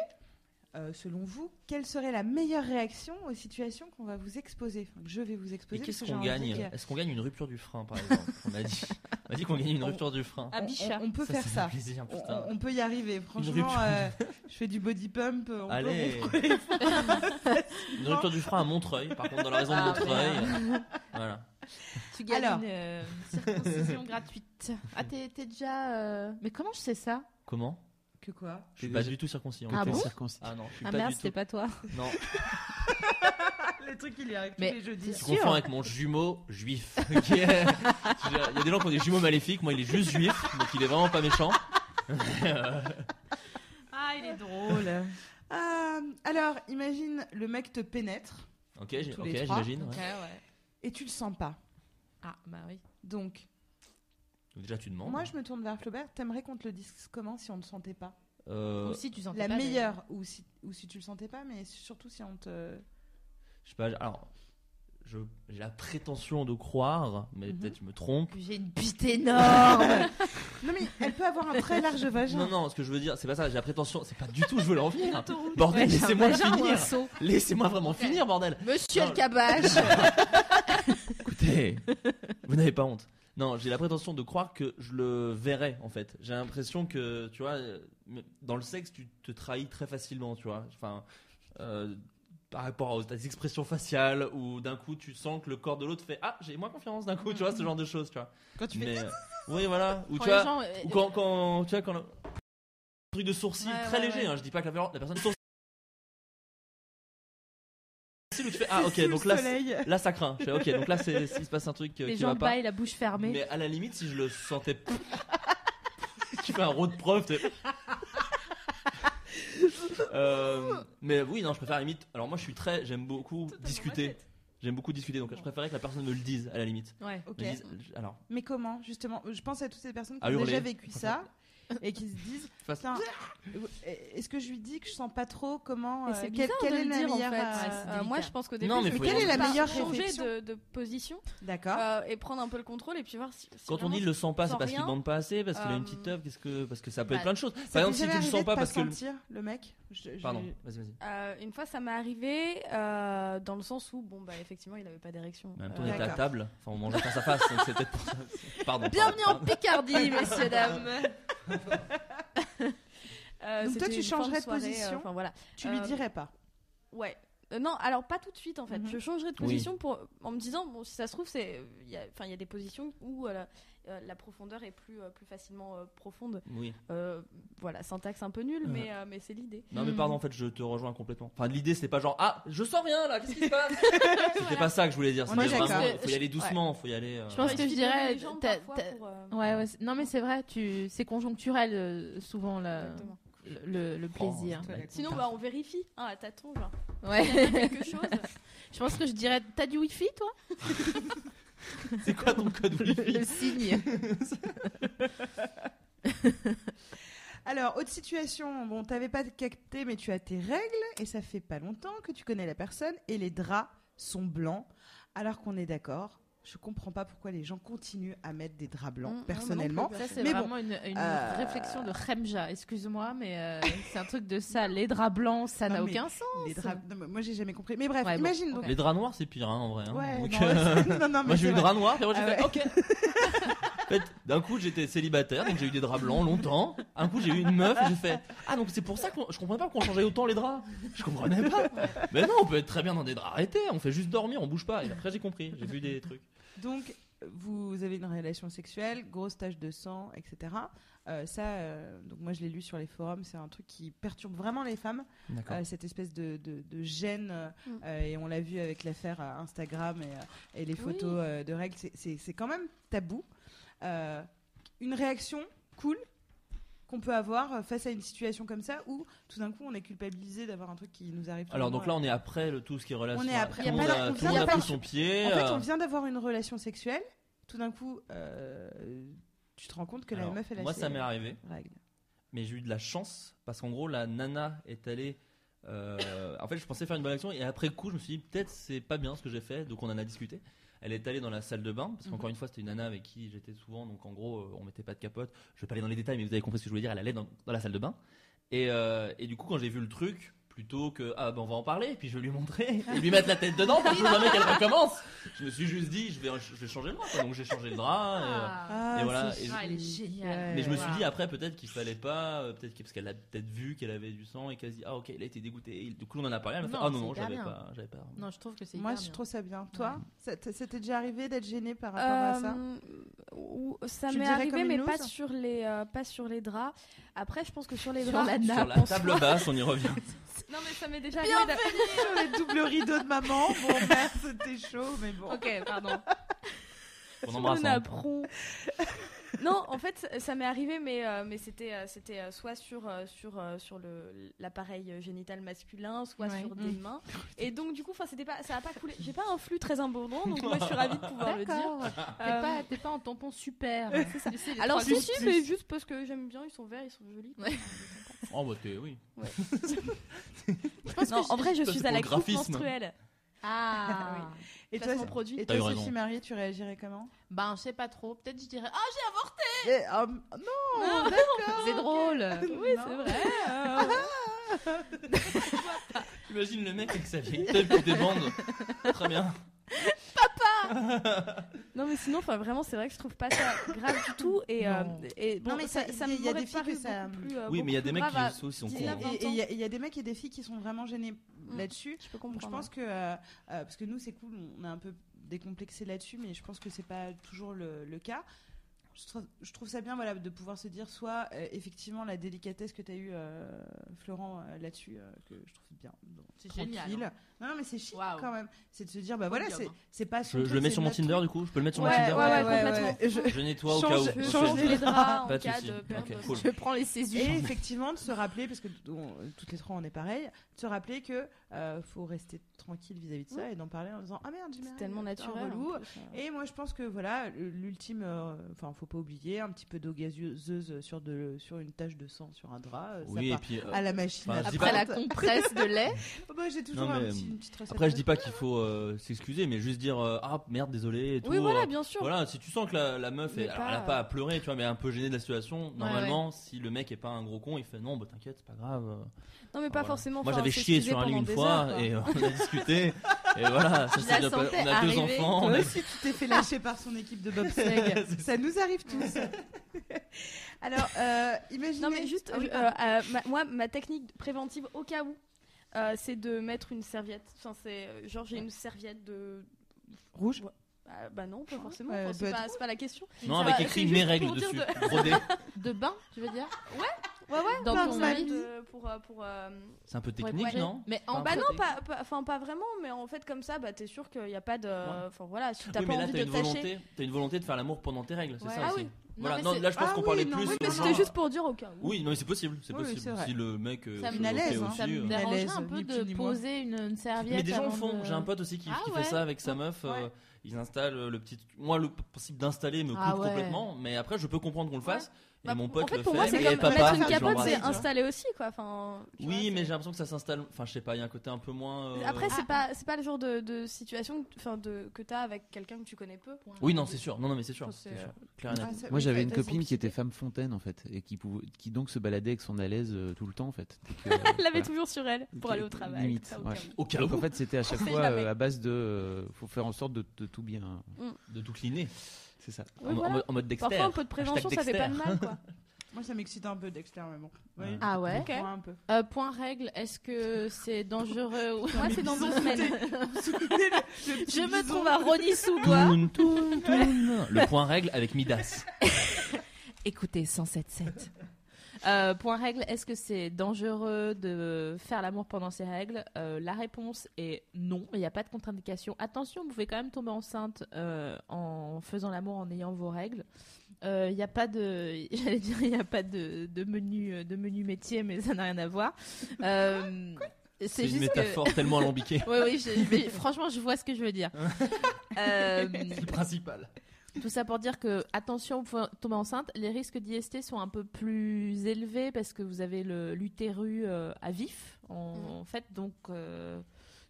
Speaker 3: euh, selon vous, quelle serait la meilleure réaction aux situations qu'on va vous exposer Enfin, que Je vais vous
Speaker 7: Et
Speaker 3: exposer.
Speaker 7: qu'est-ce
Speaker 3: parce que
Speaker 7: qu'on
Speaker 3: j'ai
Speaker 7: gagne
Speaker 3: envie que-
Speaker 7: Est-ce qu'on gagne une rupture du frein, par exemple On a dit, on a dit qu'on gagnait une rupture du frein.
Speaker 2: À
Speaker 3: On-
Speaker 2: Bichat.
Speaker 3: Ah, On, on peut faire
Speaker 7: fait
Speaker 3: ça.
Speaker 7: plaisir,
Speaker 3: On,
Speaker 7: putain.
Speaker 3: on peut y arriver. Franchement,
Speaker 7: rupture.
Speaker 3: euh, je fais du body pump. On peut
Speaker 7: Allez.
Speaker 3: rompre.
Speaker 7: Une rupture du frein à Montreuil, par contre, dans la raison de
Speaker 2: Ah,
Speaker 7: Montreuil. voilà.
Speaker 2: *laughs* Tu gagnes
Speaker 3: Alors.
Speaker 2: une euh, circoncision *laughs* gratuite. Ah, t'es t'es déjà. euh, Mais comment je sais ça
Speaker 7: Comment
Speaker 3: Que quoi
Speaker 7: Je suis pas du tout circoncis. en
Speaker 2: Ah
Speaker 7: fait.
Speaker 2: bon
Speaker 4: Circoncis-
Speaker 7: Ah non, je suis
Speaker 2: Ah
Speaker 7: pas
Speaker 2: merde,
Speaker 7: du tout.
Speaker 2: c'était pas toi.
Speaker 7: Non,
Speaker 3: Ah, Le truc il y arrive
Speaker 2: Mais-
Speaker 3: tous les jeudis.
Speaker 7: je confonds avec mon jumeau juif. *laughs* ok Il y a des gens qui ont des jumeaux maléfiques. Moi, il est juste juif, donc il est vraiment pas méchant.
Speaker 2: Ah, il est drôle.
Speaker 3: Ah, alors, imagine le mec te pénètre
Speaker 7: Ok, j'ai-
Speaker 3: Tous
Speaker 7: ok,
Speaker 3: les
Speaker 2: Ah,
Speaker 3: trois.
Speaker 7: j'imagine. ouais.
Speaker 2: ouais.
Speaker 3: et tu le sens pas.
Speaker 2: Ah, bah oui.
Speaker 3: Donc,
Speaker 7: Donc déjà, tu demandes.
Speaker 3: Moi, je me tourne vers Flaubert. T'aimerais qu'on te le dise comment si on ne sentait pas
Speaker 7: Euh,
Speaker 2: Ou si tu sentais
Speaker 3: La
Speaker 2: pas, mais-
Speaker 3: meilleure, ou, si, ou si tu le sentais pas, mais surtout si on te.
Speaker 7: je sais pas, alors, je- j'ai la prétention de croire, mais
Speaker 3: Mhm.
Speaker 7: peut-être je me trompe.
Speaker 2: Que J'ai une bite *laughs* énorme.
Speaker 3: Non, mais elle peut avoir un très *laughs* large vagin.
Speaker 7: Non, non, ce que je veux dire, c'est pas ça, j'ai la prétention, c'est pas du tout, je veux
Speaker 3: *laughs*
Speaker 7: l'en venir. Bordel, laissez-moi
Speaker 2: j'ai un
Speaker 7: finir.
Speaker 2: pinceau.
Speaker 7: Laissez-moi vraiment
Speaker 2: Ouais.
Speaker 7: finir, bordel.
Speaker 2: Monsieur
Speaker 7: Non,
Speaker 2: le cabage.
Speaker 7: Écoutez, *laughs* vous n'avez pas honte. Non, j'ai la prétention de croire que je le verrai en fait. J'ai l'impression que, tu vois, euh, dans le sexe, tu te trahis très facilement, tu vois. Enfin, euh, par rapport aux- à tes expressions faciales, ou d'un coup, tu sens que le corps de l'autre fait Ah, j'ai moins confiance d'un coup, tu vois, ce genre de choses, tu vois.
Speaker 3: Quand Mm. tu fais.
Speaker 7: Mais, euh, oui, voilà. Ou
Speaker 2: Quand
Speaker 7: tu
Speaker 2: les
Speaker 7: vois,
Speaker 2: gens, euh,
Speaker 7: ou quand, quand- tu vois, quand le truc de sourcil
Speaker 2: Ouais,
Speaker 7: très
Speaker 2: ouais,
Speaker 7: léger,
Speaker 2: ouais.
Speaker 7: hein, je dis pas que la, la personne sourcil où tu fais ah ok
Speaker 3: Sous
Speaker 7: donc
Speaker 3: le
Speaker 7: là c'est-
Speaker 3: soleil.
Speaker 7: là ça craint je fais ok donc là c'est il se passe un truc euh,
Speaker 2: les
Speaker 7: qui va
Speaker 2: gens
Speaker 7: pas
Speaker 2: baillent la bouche fermée.
Speaker 7: mais à la limite si je le sentais *laughs* tu fais un road preuve t'es- Euh, mais oui non je préfère à la limite alors moi je suis très j'aime beaucoup discuter j'aime beaucoup discuter donc je préférais que la personne me le dise à la limite
Speaker 2: Ouais.
Speaker 3: Ok.
Speaker 7: Me dise, alors
Speaker 3: Mais comment, justement Je pense à toutes ces personnes qui
Speaker 7: À
Speaker 3: ont déjà
Speaker 7: hurler.
Speaker 3: vécu
Speaker 7: *laughs*
Speaker 3: ça et qui se disent
Speaker 7: face-
Speaker 3: Putain, euh, est-ce que je lui dis que je sens pas trop comment
Speaker 6: Mais
Speaker 3: euh,
Speaker 6: c'est
Speaker 3: quelle,
Speaker 6: bizarre
Speaker 3: quelle
Speaker 6: de
Speaker 3: est
Speaker 6: le
Speaker 3: la
Speaker 6: dire en
Speaker 3: meilleure
Speaker 6: fait.
Speaker 3: euh,
Speaker 2: c'est
Speaker 6: Euh, moi,
Speaker 2: délicat.
Speaker 6: je pense qu'au début,
Speaker 7: Non, mais
Speaker 6: je
Speaker 7: faut
Speaker 6: me
Speaker 7: y
Speaker 6: dis,
Speaker 7: aller.
Speaker 3: Quelle est la
Speaker 6: bah,
Speaker 3: meilleure
Speaker 6: changer
Speaker 3: réflexion
Speaker 6: de, de position
Speaker 3: D'accord.
Speaker 6: euh, et prendre un peu le contrôle et puis voir si, si
Speaker 7: Quand on
Speaker 6: vraiment
Speaker 7: dit il le sent pas,
Speaker 6: sens
Speaker 7: c'est parce qu'il
Speaker 6: rien.
Speaker 7: demande pas assez, parce qu'il a une
Speaker 6: Euh,
Speaker 7: petite œuvre, qu'est-ce que parce que ça peut
Speaker 2: bah,
Speaker 7: être plein de choses.
Speaker 3: Ça
Speaker 7: Par exemple,
Speaker 3: t'est
Speaker 7: si
Speaker 3: jamais
Speaker 7: tu le
Speaker 3: arrivé
Speaker 7: sens
Speaker 3: de
Speaker 7: pas parce que le-
Speaker 3: sentir le mec. Je- je-
Speaker 7: pardon, vas-y vas-y.
Speaker 6: Euh, une fois, ça m'est arrivé euh, dans le sens où, bon, bah, effectivement, il avait pas d'érection.
Speaker 7: En même temps,
Speaker 6: Euh,
Speaker 7: on était à
Speaker 3: D'accord.
Speaker 7: table, enfin on mangeait face à face, donc c'est
Speaker 3: *laughs*
Speaker 7: peut-être pour ça. Pardon.
Speaker 2: Bienvenue en
Speaker 7: pardon,
Speaker 2: Picardie, messieurs dames.
Speaker 6: *laughs* euh,
Speaker 3: Donc toi,
Speaker 6: c'était
Speaker 3: tu
Speaker 6: une fin
Speaker 3: changerais de
Speaker 6: soirée, euh,
Speaker 3: position
Speaker 6: Enfin voilà.
Speaker 3: Tu lui
Speaker 6: Euh,
Speaker 3: dirais pas.
Speaker 6: Ouais. Euh, non, alors pas tout de suite en fait.
Speaker 3: Mhm.
Speaker 6: Je changerai de
Speaker 7: Oui.
Speaker 6: position pour, en me disant, bon, si ça se trouve, c'est, il y a- enfin, il y a des positions où euh, la, euh, la profondeur est plus, euh, plus facilement euh, profonde.
Speaker 7: pardon. Oui.
Speaker 6: Euh, voilà, syntaxe un peu nulle,
Speaker 7: Ouais.
Speaker 6: mais, euh, mais c'est
Speaker 7: *laughs*
Speaker 6: l'idée.
Speaker 7: Non mais
Speaker 2: Hmm.
Speaker 7: pardon, en fait, je te rejoins complètement. Enfin, l'idée c'était pas genre ah, je sens rien là, qu'est-ce qui
Speaker 3: *laughs*
Speaker 7: se passe C'était pas ça que je voulais dire.
Speaker 3: On
Speaker 7: C'était
Speaker 3: est
Speaker 7: vraiment,
Speaker 3: d'accord.
Speaker 7: faut y aller doucement, faut y aller. euh,
Speaker 2: Je
Speaker 6: Bah,
Speaker 2: pense que je dirais,
Speaker 6: Les gens,
Speaker 2: t'as-
Speaker 6: parfois,
Speaker 2: t'as-
Speaker 6: pour, euh,
Speaker 2: Ouais, ouais, c'est- non mais c'est vrai, tu... c'est conjoncturel euh, souvent la-
Speaker 6: exactement.
Speaker 2: le, le, le plaisir.
Speaker 7: ouais.
Speaker 6: Sinon, bah, on vérifie hein, à tâtons, genre.
Speaker 2: Ouais. *laughs*
Speaker 6: quelque chose.
Speaker 2: Je pense que je dirais, t'as du wifi toi
Speaker 7: *laughs* C'est quoi ton
Speaker 3: *laughs*
Speaker 7: code
Speaker 2: Le
Speaker 7: Wi-Fi
Speaker 2: signe.
Speaker 3: Alors, autre situation, bon, t'avais pas capté, mais tu as tes règles, et ça fait pas longtemps que tu connais la personne, et les draps sont blancs, alors qu'on est d'accord. Je comprends pas pourquoi les gens continuent à mettre des draps
Speaker 2: Mmh,
Speaker 3: blancs, personnellement.
Speaker 2: *laughs* Ça c'est
Speaker 3: Mais
Speaker 2: vraiment une, une
Speaker 3: euh,
Speaker 2: réflexion de Remja, excuse-moi, mais euh, c'est un truc de ça. Les draps blancs, ça
Speaker 3: Non,
Speaker 2: n'a
Speaker 3: mais
Speaker 2: aucun sens.
Speaker 3: Les draps, non, mais moi j'ai jamais compris. Mais bref,
Speaker 2: Ouais, bon,
Speaker 3: imagine
Speaker 2: ok.
Speaker 3: donc.
Speaker 7: Les draps noirs, c'est pire hein, en vrai. hein.
Speaker 3: Ouais,
Speaker 7: Donc, *laughs*
Speaker 3: non, *laughs*
Speaker 7: euh,
Speaker 3: non, non, mais
Speaker 7: Moi j'ai
Speaker 3: c'est
Speaker 7: eu des
Speaker 3: vrai.
Speaker 7: draps noirs, puis après, j'ai
Speaker 3: Ah
Speaker 7: fait
Speaker 3: ouais.
Speaker 7: *laughs* En fait, d'un coup, j'étais célibataire, donc j'ai eu des draps blancs longtemps. Un coup, j'ai eu une meuf, et j'ai fait Ah, donc c'est pour ça que je comprenais pas qu'on changeait autant les draps. Je comprenais pas. Mais non, on peut être très bien dans des draps arrêtés, on fait juste dormir, on bouge pas. Et après, j'ai compris, j'ai vu des trucs.
Speaker 3: Donc, vous avez une relation sexuelle, grosse tache de sang, etc. Euh, ça, euh, donc moi je l'ai lu sur les forums, c'est un truc qui perturbe vraiment les femmes,
Speaker 7: D'accord.
Speaker 3: euh, cette espèce de, de- de gêne, euh,
Speaker 6: Mm.
Speaker 3: euh, et on l'a vu avec l'affaire euh, Instagram et, euh, et les photos euh, de règles, c'est- c'est c'est quand même tabou. Euh, une réaction cool qu'on peut avoir euh, face à une situation comme ça où tout d'un coup on est culpabilisé d'avoir un truc qui nous arrive.
Speaker 7: Alors, donc là, on est après le, tout ce qui est relation.
Speaker 3: On est après.
Speaker 7: Tout le
Speaker 3: Y a
Speaker 7: monde
Speaker 3: pas-
Speaker 7: a,
Speaker 3: on
Speaker 7: tout le
Speaker 3: vient
Speaker 7: monde a
Speaker 3: d'avoir-
Speaker 7: pris son pied.
Speaker 3: En fait,
Speaker 7: euh,
Speaker 3: on vient d'avoir une relation sexuelle. Tout d'un coup, euh, tu te rends compte que
Speaker 7: alors,
Speaker 3: la meuf, elle a
Speaker 7: moi,
Speaker 3: ses
Speaker 7: ça m'est arrivé.
Speaker 3: règles.
Speaker 7: mais j'ai eu de la chance parce qu'en gros la nana est allée euh, en fait je pensais faire une bonne action et après coup je me suis dit peut-être c'est pas bien ce que j'ai fait donc on en a discuté elle est allée dans la salle de bain parce qu'encore une fois c'était une nana avec qui j'étais souvent donc en gros euh, on mettait pas de capote je vais pas aller dans les détails mais vous avez compris ce que je voulais dire elle allait dans, dans la salle de bain et, euh, et du coup quand j'ai vu le truc plutôt que ah ben on va en parler puis je vais lui montrer *laughs* et lui mettre la tête dedans pour que jamais qu'elle recommence je me suis juste dit je vais, je vais changer le drap quoi. donc j'ai changé le drap et, euh, et voilà,
Speaker 3: c'est
Speaker 7: et je-
Speaker 2: Ah, elle est
Speaker 3: chouette. Euh,
Speaker 2: géniale.
Speaker 7: mais je me suis
Speaker 2: Wow.
Speaker 7: dit après peut-être qu'il fallait pas, euh, peut-être que- parce qu'elle a peut-être vu qu'elle avait du sang et qu'elle se dit ah ok il a été dégoûté. Et du coup on en a parlé, elle m'a fait
Speaker 2: Non,
Speaker 7: ah non
Speaker 2: c'est
Speaker 7: non
Speaker 2: hyper
Speaker 7: j'avais
Speaker 2: bien.
Speaker 7: pas, j'avais pas.
Speaker 2: Non, je trouve que c'est
Speaker 3: Moi,
Speaker 2: hyper
Speaker 3: je
Speaker 2: bien.
Speaker 3: trouve ça bien. Toi, ça t- ça t'est déjà arrivé d'être gêné par rapport à ça
Speaker 6: Euh, ou- ça
Speaker 3: Tu le
Speaker 6: m'est
Speaker 3: dirais comme
Speaker 6: arrivé,
Speaker 3: une
Speaker 6: mais pas
Speaker 3: loose
Speaker 6: sur, les, euh, pas sur les draps. Après, je pense que sur les
Speaker 2: Sur
Speaker 6: draps.
Speaker 2: la
Speaker 7: Sur la
Speaker 2: nappe.
Speaker 7: table basse on y revient.
Speaker 6: Non, mais ça m'est déjà arrivé. d'a-
Speaker 3: Sur les doubles rideaux de maman. Bon, merde, c'était chaud, mais bon.
Speaker 2: Ok, pardon.
Speaker 7: On
Speaker 6: sur
Speaker 7: embrasse.
Speaker 6: le
Speaker 7: hein.
Speaker 6: napperon. *laughs* Non, en fait, ça- ça m'est arrivé, mais, euh, mais c'était, euh, c'était euh, soit sur, euh, sur, euh, sur le, l'appareil euh, génital masculin, soit
Speaker 2: Ouais.
Speaker 6: sur
Speaker 2: Mm.
Speaker 6: des mains. Et donc, du coup, 'fin, c'était pas, ça n'a pas coulé. J'ai pas un flux très abondant, donc moi, je suis ravie de pouvoir le dire.
Speaker 2: D'accord. T'es
Speaker 6: Euh,
Speaker 2: pas, t'es pas en tampon super.
Speaker 6: Ouais, c'est ça.
Speaker 2: Tu sais, les
Speaker 6: Euh, Alors,
Speaker 2: trois
Speaker 6: si,
Speaker 2: gros
Speaker 6: si,
Speaker 2: plus.
Speaker 6: mais juste parce que j'aime bien, ils sont verts, ils sont jolis. quoi.
Speaker 2: Ouais.
Speaker 7: Oh, bah t'es, oui.
Speaker 6: Je pense
Speaker 2: Non,
Speaker 6: que en vrai, je
Speaker 7: Ça,
Speaker 6: suis
Speaker 7: c'est
Speaker 6: à la
Speaker 7: pour le
Speaker 6: coupe
Speaker 7: graphisme.
Speaker 6: menstruelle.
Speaker 2: Ah.
Speaker 3: Et
Speaker 6: Place
Speaker 3: toi,
Speaker 6: mon produit.
Speaker 3: et
Speaker 7: T'as eu
Speaker 3: toi
Speaker 7: raison.
Speaker 3: Sophie Marie, tu réagirais comment
Speaker 2: Ben, je sais pas trop. Peut-être je dirais Ah, j'ai avorté
Speaker 3: Eh, ah, m- Non, d'accord.
Speaker 2: C'est drôle
Speaker 6: *laughs*
Speaker 3: Oui, c'est
Speaker 2: vrai
Speaker 6: euh.
Speaker 7: Imagine le mec avec sa vieille tête qui débande. Très bien.
Speaker 6: Non, mais sinon, 'fin, vraiment, c'est vrai que je trouve pas ça grave du tout. Et, euh,
Speaker 3: Non.
Speaker 6: et bon,
Speaker 3: Non, mais
Speaker 6: ça,
Speaker 3: ça-
Speaker 6: ça
Speaker 3: il y a-
Speaker 6: me
Speaker 3: il y a
Speaker 6: m'aurait
Speaker 3: des filles
Speaker 6: paru
Speaker 3: que ça-
Speaker 6: beaucoup plus, euh,
Speaker 7: Oui, mais il y a des
Speaker 6: beaucoup
Speaker 7: mecs
Speaker 6: plus grave à-
Speaker 7: qui aussi sont
Speaker 6: dix-neuf
Speaker 7: cons. hein.
Speaker 6: ans.
Speaker 3: Et il y, a- et y a des mecs et des filles qui sont vraiment gênés
Speaker 6: Mm.
Speaker 3: là-dessus.
Speaker 6: Je peux
Speaker 3: Donc je
Speaker 6: comprendre.
Speaker 3: pense que, euh, euh, parce que nous c'est cool, on est un peu décomplexé là-dessus, mais je pense que c'est pas toujours le, le cas. Je trouve, je trouve ça bien voilà, de pouvoir se dire soit euh, effectivement la délicatesse que tu as eu euh, Florent euh, là-dessus, euh, que je trouve bien. donc,
Speaker 2: C'est
Speaker 3: tranquille.
Speaker 2: génial,
Speaker 6: hein.
Speaker 3: Non, non, mais c'est chic
Speaker 2: Waouh.
Speaker 3: quand même. C'est de se dire, bah voilà,
Speaker 2: Podium.
Speaker 3: c'est c'est pas
Speaker 7: Je,
Speaker 3: son
Speaker 7: je
Speaker 3: truc,
Speaker 7: le mets
Speaker 3: c'est
Speaker 7: sur mon
Speaker 3: notre
Speaker 7: Tinder
Speaker 3: truc.
Speaker 7: du coup Je peux le mettre sur
Speaker 6: Ouais,
Speaker 7: mon Tinder
Speaker 6: ouais, hein. ouais,
Speaker 3: Et je-
Speaker 7: Je nettoie au
Speaker 3: Change-
Speaker 7: cas où.
Speaker 6: Je
Speaker 7: Ah, Ok.
Speaker 3: change
Speaker 6: change les draps
Speaker 7: Pas
Speaker 6: en
Speaker 7: de
Speaker 6: cas
Speaker 7: souci.
Speaker 6: de perte
Speaker 7: Ok,
Speaker 6: de-
Speaker 7: cool.
Speaker 2: Je prends les césures.
Speaker 3: Et effectivement, de se rappeler, parce que t- on- toutes les trois on est pareil, de se rappeler que euh, faut rester tranquille vis-à-vis de ça et d'en parler en disant ah merde, j'ai
Speaker 6: Mm. C'est
Speaker 3: marre,
Speaker 6: tellement
Speaker 3: putain,
Speaker 6: naturel. en
Speaker 3: relou.
Speaker 6: plus, euh.
Speaker 3: Et moi je pense que voilà, l'ultime, euh, enfin faut pas oublier, un petit peu d'eau gazeuse sur, de, sur une tache de sang sur un drap, euh,
Speaker 7: Oui,
Speaker 3: ça
Speaker 7: et
Speaker 3: part
Speaker 7: puis. euh,
Speaker 3: à la machine.
Speaker 7: enfin,
Speaker 3: à
Speaker 7: je dis
Speaker 2: Après
Speaker 7: pas-
Speaker 2: la compresse de lait.
Speaker 3: Oh, bah, j'ai toujours
Speaker 7: Non,
Speaker 3: un
Speaker 7: mais,
Speaker 3: petit- une petite recette.
Speaker 7: Après, je dis pas qu'il faut euh, s'excuser, mais juste dire euh, Ah merde, désolé. Et tout,
Speaker 6: Oui, voilà,
Speaker 7: euh,
Speaker 6: bien sûr.
Speaker 7: Voilà, si tu sens que la, la meuf,
Speaker 6: Mais
Speaker 7: est- alors,
Speaker 6: pas,
Speaker 7: elle a
Speaker 6: euh,
Speaker 7: pas à pleurer, tu vois, mais un peu gênée de la situation, normalement, si le mec est pas un gros con, il fait non, bah t'inquiète, c'est pas grave. euh.
Speaker 6: Non, mais
Speaker 7: Enfin,
Speaker 6: pas
Speaker 7: voilà.
Speaker 6: forcément.
Speaker 7: Moi
Speaker 6: enfin,
Speaker 7: j'avais chié
Speaker 6: s'excuser
Speaker 7: sur un lit
Speaker 6: pendant
Speaker 7: une
Speaker 6: des
Speaker 7: fois
Speaker 6: heures, quoi.
Speaker 7: et euh, on a discuté, et voilà, ça
Speaker 2: Je
Speaker 7: s'est
Speaker 2: la
Speaker 7: bien pas-
Speaker 2: sentais
Speaker 7: On a deux
Speaker 2: arriver,
Speaker 7: enfants, on
Speaker 3: Toi
Speaker 7: a-
Speaker 3: aussi, tu t'es fait lâcher par son équipe de
Speaker 7: *laughs*
Speaker 3: bobsleigh. ça nous arrive tous. Alors, euh, imaginez.
Speaker 6: Non, mais juste,
Speaker 3: Ah oui,
Speaker 6: je-
Speaker 3: pardon.
Speaker 6: euh, euh, ma- moi, ma technique préventive au cas où, euh, c'est de mettre une serviette. Enfin, c'est euh, genre, j'ai une serviette de.
Speaker 3: rouge.
Speaker 6: Ah, bah non, pas forcément.
Speaker 3: Ouais,
Speaker 6: Enfin,
Speaker 3: elle doit
Speaker 6: c'est
Speaker 3: être
Speaker 6: pas, c'est pas la question.
Speaker 7: Non,
Speaker 6: Ça
Speaker 7: avec
Speaker 6: va,
Speaker 7: écrit
Speaker 6: c'est
Speaker 7: mes
Speaker 6: juste
Speaker 7: règles
Speaker 6: pour dire
Speaker 7: dessus,
Speaker 6: de-
Speaker 7: brodé.
Speaker 2: De bain, tu veux dire
Speaker 6: Ouais, ouais,
Speaker 2: Dans
Speaker 6: pas
Speaker 2: ton
Speaker 6: mal
Speaker 2: lit.
Speaker 6: de- Pour. euh, pour euh,
Speaker 7: C'est un peu
Speaker 2: Ouais,
Speaker 7: technique,
Speaker 2: ouais.
Speaker 7: non
Speaker 2: Mais en
Speaker 7: Enfin,
Speaker 6: Bah
Speaker 2: bas,
Speaker 6: non, pas, pas- enfin pas vraiment, mais en fait comme ça, bah t'es sûr qu'il n'y a pas de, enfin voilà, si t'as
Speaker 7: Oui,
Speaker 6: pas
Speaker 7: mais là
Speaker 6: envie
Speaker 7: t'as
Speaker 6: de
Speaker 7: une
Speaker 6: tâcher.
Speaker 7: volonté, t'as une volonté de faire l'amour pendant tes règles, c'est
Speaker 2: Ouais.
Speaker 7: ça
Speaker 2: Ah
Speaker 7: aussi.
Speaker 2: oui.
Speaker 7: Voilà,
Speaker 2: mais
Speaker 7: non,
Speaker 2: c'est-
Speaker 7: là je pense
Speaker 3: Ah
Speaker 7: qu'on
Speaker 3: oui,
Speaker 7: parlait
Speaker 3: non,
Speaker 7: plus.
Speaker 3: oui,
Speaker 6: Mais
Speaker 7: aux
Speaker 3: Genre-
Speaker 6: c'était
Speaker 7: gens.
Speaker 6: juste pour dire au cas où.
Speaker 7: Oui, non, mais c'est possible, c'est
Speaker 3: Oui, oui, c'est
Speaker 7: possible.
Speaker 3: vrai.
Speaker 7: Si le mec. euh,
Speaker 2: ça
Speaker 7: fait
Speaker 2: me
Speaker 7: le
Speaker 3: à l'aise,
Speaker 7: thé
Speaker 3: hein,
Speaker 7: aussi,
Speaker 2: ça
Speaker 7: euh.
Speaker 2: me
Speaker 3: dérange.
Speaker 2: dérangerait
Speaker 3: l'aise,
Speaker 2: un peu
Speaker 3: ni
Speaker 2: de
Speaker 3: plus ni moins.
Speaker 2: poser une, une serviette.
Speaker 7: Mais des gens le
Speaker 2: avant
Speaker 7: font.
Speaker 2: de-
Speaker 7: J'ai
Speaker 6: euh.
Speaker 7: un pote aussi qui,
Speaker 2: Ah
Speaker 7: qui
Speaker 2: ouais.
Speaker 7: fait ça
Speaker 6: Oh,
Speaker 7: avec sa meuf. euh,
Speaker 3: Ouais.
Speaker 7: ils installent euh, le petit. Moi, le p- principe d'installer me coupe
Speaker 2: Ah ouais.
Speaker 7: complètement, mais après, je peux comprendre qu'on le fasse. Et
Speaker 6: Bah,
Speaker 7: mon pote
Speaker 6: en fait,
Speaker 7: le
Speaker 6: pour
Speaker 7: fait.
Speaker 6: moi, c'est
Speaker 7: et
Speaker 6: comme
Speaker 7: papa,
Speaker 6: mettre une
Speaker 7: je
Speaker 6: capote,
Speaker 7: l'embrasse.
Speaker 6: c'est
Speaker 3: tu vois.
Speaker 6: installé aussi, quoi. Enfin, tu vois,
Speaker 7: Oui, mais
Speaker 6: c'est-
Speaker 7: j'ai l'impression que ça s'installe. Enfin, je sais pas, il y a un côté un peu moins. euh,
Speaker 6: Après, c'est
Speaker 2: Ah.
Speaker 6: pas, c'est pas le genre de, de situation que- enfin, de, que t'as avec quelqu'un que tu connais peu.
Speaker 7: Oui, non, c'est sûr. Non, non, mais c'est sûr.
Speaker 6: Ça, c'est,
Speaker 7: c'est sûr.
Speaker 6: euh,
Speaker 7: Clair et net.
Speaker 3: Ah, ça-
Speaker 4: Moi
Speaker 3: oui,
Speaker 4: j'avais
Speaker 3: ça-
Speaker 4: une
Speaker 3: ça-
Speaker 4: copine qui était femme fontaine en fait et qui pouvait, qui donc se baladait avec son alaise euh, tout le temps en fait. Donc, euh,
Speaker 6: Elle l'avait
Speaker 4: voilà.
Speaker 6: toujours sur elle pour
Speaker 4: Ok,
Speaker 6: aller au travail.
Speaker 4: limite,
Speaker 6: tout ça, au
Speaker 4: ouais.
Speaker 6: cas où.
Speaker 7: Au cas
Speaker 4: Donc en
Speaker 7: où,
Speaker 4: fait c'était à chaque
Speaker 6: On sait
Speaker 4: fois
Speaker 6: jamais.
Speaker 4: euh, à base de euh, faut faire en sorte de, de tout bien.
Speaker 7: de tout cleaner.
Speaker 4: C'est ça.
Speaker 6: Oui,
Speaker 7: en,
Speaker 6: voilà.
Speaker 7: en mode- en mode Dexter.
Speaker 6: Parfois, un peu de prévention,
Speaker 7: Hashtag
Speaker 6: ça fait pas de
Speaker 7: Dexter.
Speaker 6: mal, quoi.
Speaker 3: Moi, ça m'excite un peu Dexter, mais bon.
Speaker 4: Ouais.
Speaker 2: Ah ouais
Speaker 3: je vois un peu.
Speaker 2: Euh, Point règle, est-ce que c'est dangereux ou-
Speaker 6: Moi, c'est
Speaker 2: *laughs*
Speaker 6: dans deux semaines.
Speaker 2: Je me trouve à Ronnie sous bois.
Speaker 7: Toun,
Speaker 6: *laughs*
Speaker 7: toun, toun. Le point règle avec Midas.
Speaker 2: Écoutez 1077. *laughs* Euh, point règle, est-ce que c'est dangereux de faire l'amour pendant ces règles Euh, La réponse est non, il n'y a pas de contre-indication. Attention, vous pouvez quand même tomber enceinte euh, en faisant l'amour en ayant vos règles. Euh, Il n'y a pas de, *laughs* j'allais dire, il n'y a pas de, de menu, de menu métier, mais ça n'a rien à voir. Euh,
Speaker 7: C'est une
Speaker 2: juste que-
Speaker 7: métaphore tellement alambiquée. *laughs*
Speaker 2: Oui, oui, je- mais franchement, je vois ce que je veux dire. Euh,
Speaker 7: C'est le principal.
Speaker 2: tout ça pour dire que, attention, vous pouvez tomber enceinte, les risques d'IST sont un peu plus élevés parce que vous avez le- l'utérus euh, à vif, en,
Speaker 6: Mhm.
Speaker 2: en fait. Donc, euh,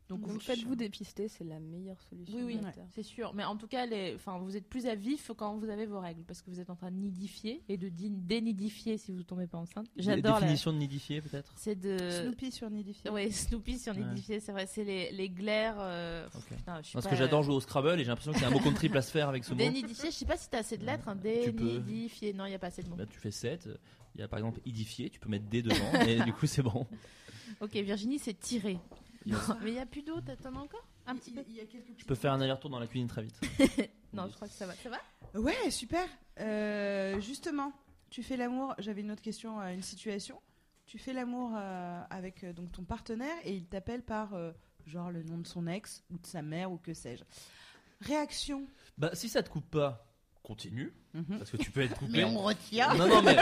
Speaker 2: donc
Speaker 6: *laughs* Donc,
Speaker 2: on-
Speaker 6: vous faites-vous dépister, c'est la meilleure solution.
Speaker 2: Oui, oui,
Speaker 6: docteur. *laughs*
Speaker 2: c'est sûr. Mais en tout cas, les, enfin, vous êtes plus à vif quand vous avez vos règles parce que vous êtes en train de nidifier et de din- dénidifier si vous tombez pas enceinte. J'adore la.
Speaker 7: Définition de nidifier, peut-être
Speaker 2: C'est de.
Speaker 3: Snoopy sur Nidifié.
Speaker 2: Ouais, Snoopy sur
Speaker 7: Ouais.
Speaker 2: nidifier, c'est vrai, c'est les, les glaires. euh, pff,
Speaker 7: Ok.
Speaker 2: putain, je suis
Speaker 7: Parce
Speaker 2: pas-
Speaker 7: que j'adore jouer au Scrabble et j'ai l'impression qu'il y a un mot contre à se
Speaker 2: *laughs*
Speaker 7: faire avec ce mot.
Speaker 2: Dénidifié, je sais pas si t'as assez de lettres. Hein.
Speaker 7: Tu peux.
Speaker 2: Dénidifié, non, il n'y a pas assez de mots.
Speaker 7: Bah, tu fais 7. Il y a par exemple idifié, tu peux mettre D devant et du coup c'est bon.
Speaker 2: Ok, Virginie, c'est tiré.
Speaker 7: Yes.
Speaker 2: Non, mais il n'y a plus d'eau, t'as- t'en as encore Un petit peu
Speaker 3: Il y a quelques
Speaker 7: Je peux faire un aller-retour dans la cuisine très vite.
Speaker 2: *laughs* Non, je crois que ça va. Ça va
Speaker 3: Ouais, super. Euh, justement, tu fais l'amour. J'avais une autre question, euh, une situation. Tu fais l'amour euh, avec euh, donc ton partenaire et il t'appelle par euh, genre le nom de son ex ou de sa mère ou que sais-je. Réaction.
Speaker 7: Bah si ça te coupe pas, continue,
Speaker 3: Mhm.
Speaker 7: parce que tu peux être coupé.
Speaker 2: Mais on retient.
Speaker 7: Non,
Speaker 2: *laughs*
Speaker 7: non, mais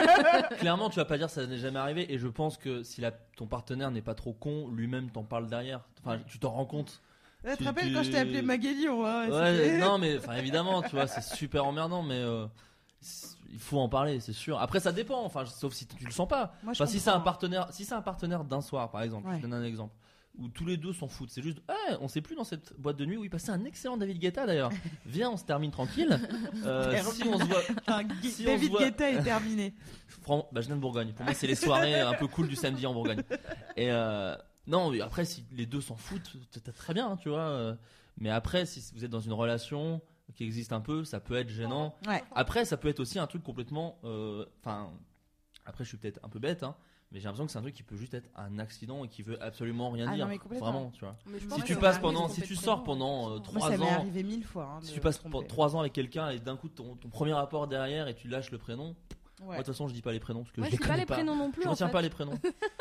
Speaker 7: clairement, tu vas pas dire ça n'est jamais arrivé. Et je pense que si la- ton partenaire n'est pas trop con, lui-même t'en parle derrière. Enfin, tu t'en rends compte.
Speaker 3: Ouais, Tu
Speaker 7: Tu-
Speaker 3: te rappelles quand je t'ai
Speaker 7: tu-
Speaker 3: appelé Magali on
Speaker 2: Ah,
Speaker 3: va-
Speaker 7: Ouais,
Speaker 3: c'était-
Speaker 7: non, mais enfin, évidemment, tu vois, c'est super emmerdant, mais euh, c'est- il faut en parler, c'est sûr. Après, ça dépend, enfin, sauf si tu le sens pas.
Speaker 3: Moi, je
Speaker 7: Enfin, si c'est un
Speaker 3: comprends. hein.
Speaker 7: partenaire, si c'est un partenaire d'un soir, par exemple,
Speaker 3: Ouais.
Speaker 7: je te donne un exemple, où tous les deux s'en foutent, c'est juste, Eh, on sait plus dans cette boîte de nuit où il passait un excellent David Guetta d'ailleurs. Viens, on se termine tranquille.
Speaker 3: *laughs*
Speaker 7: Euh, si on se voit,
Speaker 3: Enfin, Gu-
Speaker 7: *laughs* si on se
Speaker 3: David
Speaker 7: voit-
Speaker 3: Guetta est
Speaker 7: *laughs*
Speaker 3: terminé.
Speaker 7: Fran- bah, je viens de Bourgogne. Pour moi, c'est les soirées un peu cool du samedi en Bourgogne. Et euh, non, mais après, si les deux s'en foutent, t- t'as très bien, tu vois. euh, Mais après, si vous êtes dans une relation qui existe un peu, ça peut être gênant.
Speaker 3: Ouais.
Speaker 7: Après, ça peut être aussi un truc complètement. euh, Enfin, après, je suis peut-être un peu bête, hein, mais j'ai l'impression que c'est un truc qui peut juste être un accident et qui veut absolument rien
Speaker 3: Ah non,
Speaker 7: dire.
Speaker 3: mais complètement.
Speaker 7: Vraiment, tu vois.
Speaker 6: Mais je
Speaker 3: Si
Speaker 6: pense
Speaker 7: Si
Speaker 6: que
Speaker 7: tu
Speaker 6: ça
Speaker 7: passes
Speaker 6: arrive,
Speaker 7: pendant,
Speaker 6: ils
Speaker 7: si
Speaker 6: sont
Speaker 7: tu
Speaker 6: peut-être
Speaker 7: sors
Speaker 6: très
Speaker 7: pendant euh,
Speaker 6: bons.
Speaker 7: 3
Speaker 3: Moi, ça m'est
Speaker 7: ans,
Speaker 3: arrivé mille fois.
Speaker 6: Ah,
Speaker 3: hein,
Speaker 7: si
Speaker 3: de
Speaker 7: tu passes
Speaker 3: me tromper.
Speaker 7: 3 ans avec quelqu'un et d'un coup ton, ton premier rapport derrière et tu lâches le prénom.
Speaker 3: Ouais.
Speaker 7: Moi, de toute façon, je dis pas les prénoms parce que
Speaker 6: Moi,
Speaker 7: je
Speaker 6: je
Speaker 7: les
Speaker 6: dis pas
Speaker 7: connais
Speaker 6: les prénoms non plus.
Speaker 7: je
Speaker 6: en
Speaker 7: retiens
Speaker 6: fait.
Speaker 7: pas les prénoms.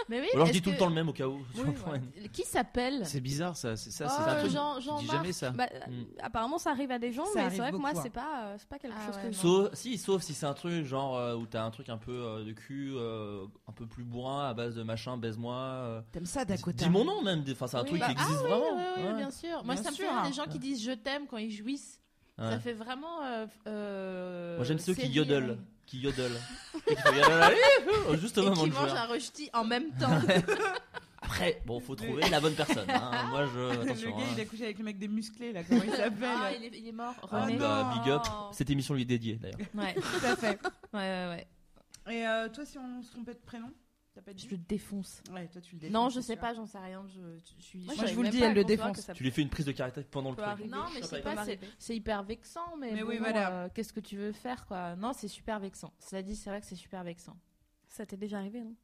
Speaker 2: Mais oui,
Speaker 7: Ou alors je
Speaker 2: est-ce
Speaker 7: dis tout le
Speaker 2: que-
Speaker 7: temps le même au cas où. tu
Speaker 6: Oui,
Speaker 7: vois.
Speaker 6: voilà.
Speaker 2: Qui s'appelle
Speaker 4: C'est bizarre ça, c'est ça,
Speaker 2: Oh,
Speaker 4: c'est un
Speaker 6: Euh,
Speaker 4: truc-
Speaker 2: Jean-
Speaker 4: tu dis
Speaker 2: Jean-Marc.
Speaker 4: jamais ça.
Speaker 6: Bah, euh,
Speaker 7: Mm.
Speaker 6: Apparemment, ça arrive à des gens,
Speaker 3: Ça
Speaker 6: mais
Speaker 3: arrive
Speaker 6: c'est vrai que moi,
Speaker 3: beaucoup,
Speaker 6: c'est pas, euh, c'est pas quelque
Speaker 2: Ah
Speaker 6: chose
Speaker 2: ouais,
Speaker 6: que je.
Speaker 7: Sauf, si, sauf si c'est un truc genre euh, où t'as un truc un peu euh, de cul, euh, un peu plus bourrin à base de machin, baise-moi. euh,
Speaker 3: T'aimes ça, Dakota
Speaker 7: dis mon nom même, des- enfin c'est un
Speaker 6: Oui,
Speaker 7: truc
Speaker 6: bah,
Speaker 7: qui
Speaker 6: ah
Speaker 7: existe
Speaker 2: Oui,
Speaker 7: vraiment.
Speaker 2: oui, oui,
Speaker 7: Ouais.
Speaker 2: bien sûr. Moi,
Speaker 3: Bien
Speaker 2: ça me fait
Speaker 3: sûr.
Speaker 2: rire des gens qui disent je t'aime quand ils jouissent. Ça
Speaker 7: Ouais.
Speaker 2: fait vraiment. euh, euh,
Speaker 7: Moi j'aime ceux qui
Speaker 2: série,
Speaker 7: yodelent.
Speaker 2: euh,
Speaker 7: Qui
Speaker 2: *laughs*
Speaker 7: yodelent. Et qui font yodel, allez, oh, juste *laughs* au
Speaker 2: Et
Speaker 7: moment
Speaker 2: qui
Speaker 7: de jouer.
Speaker 2: mangent un rejeti en
Speaker 7: *laughs*
Speaker 2: même temps.
Speaker 7: Après, bon, faut trouver la bonne personne. hein.
Speaker 2: *laughs*
Speaker 7: Moi je.
Speaker 3: *laughs* Le
Speaker 7: Attention.
Speaker 3: gars,
Speaker 7: hein.
Speaker 3: il a couché avec le mec des musclés, là, comment il
Speaker 2: Ah,
Speaker 3: s'appelle
Speaker 2: il, est, il est mort.
Speaker 7: Ah,
Speaker 2: René.
Speaker 7: bah,
Speaker 6: non.
Speaker 7: big up. Cette émission lui est dédiée d'ailleurs.
Speaker 2: Ouais, ouais,
Speaker 3: Tout à fait.
Speaker 2: ouais, ouais.
Speaker 3: Et euh, toi, si on se trompait de prénom, t'as pas
Speaker 2: Je
Speaker 3: dit
Speaker 2: le défonce.
Speaker 3: Ouais, toi, tu le détends,
Speaker 2: Non, je
Speaker 3: c'est
Speaker 2: sais
Speaker 3: sûr.
Speaker 2: pas, j'en sais rien. Je, je suis.
Speaker 3: Moi,
Speaker 2: je
Speaker 3: je
Speaker 2: savais
Speaker 3: vous le
Speaker 2: même
Speaker 3: dis,
Speaker 2: pas
Speaker 3: elle le
Speaker 2: qu'on soit
Speaker 3: défonce.
Speaker 2: que ça
Speaker 7: Tu lui fais une prise de caractère pendant le
Speaker 6: peut
Speaker 7: truc.
Speaker 6: arriver.
Speaker 2: Non, mais
Speaker 7: Ça
Speaker 2: c'est
Speaker 7: peut
Speaker 2: pas, c'est
Speaker 6: arriver.
Speaker 2: c'est hyper vexant, mais,
Speaker 3: Mais
Speaker 2: bon,
Speaker 3: oui, voilà.
Speaker 2: euh, qu'est-ce que tu veux faire, quoi Non, c'est super vexant. Cela dit, c'est vrai que c'est super vexant.
Speaker 6: Ça t'est déjà arrivé, non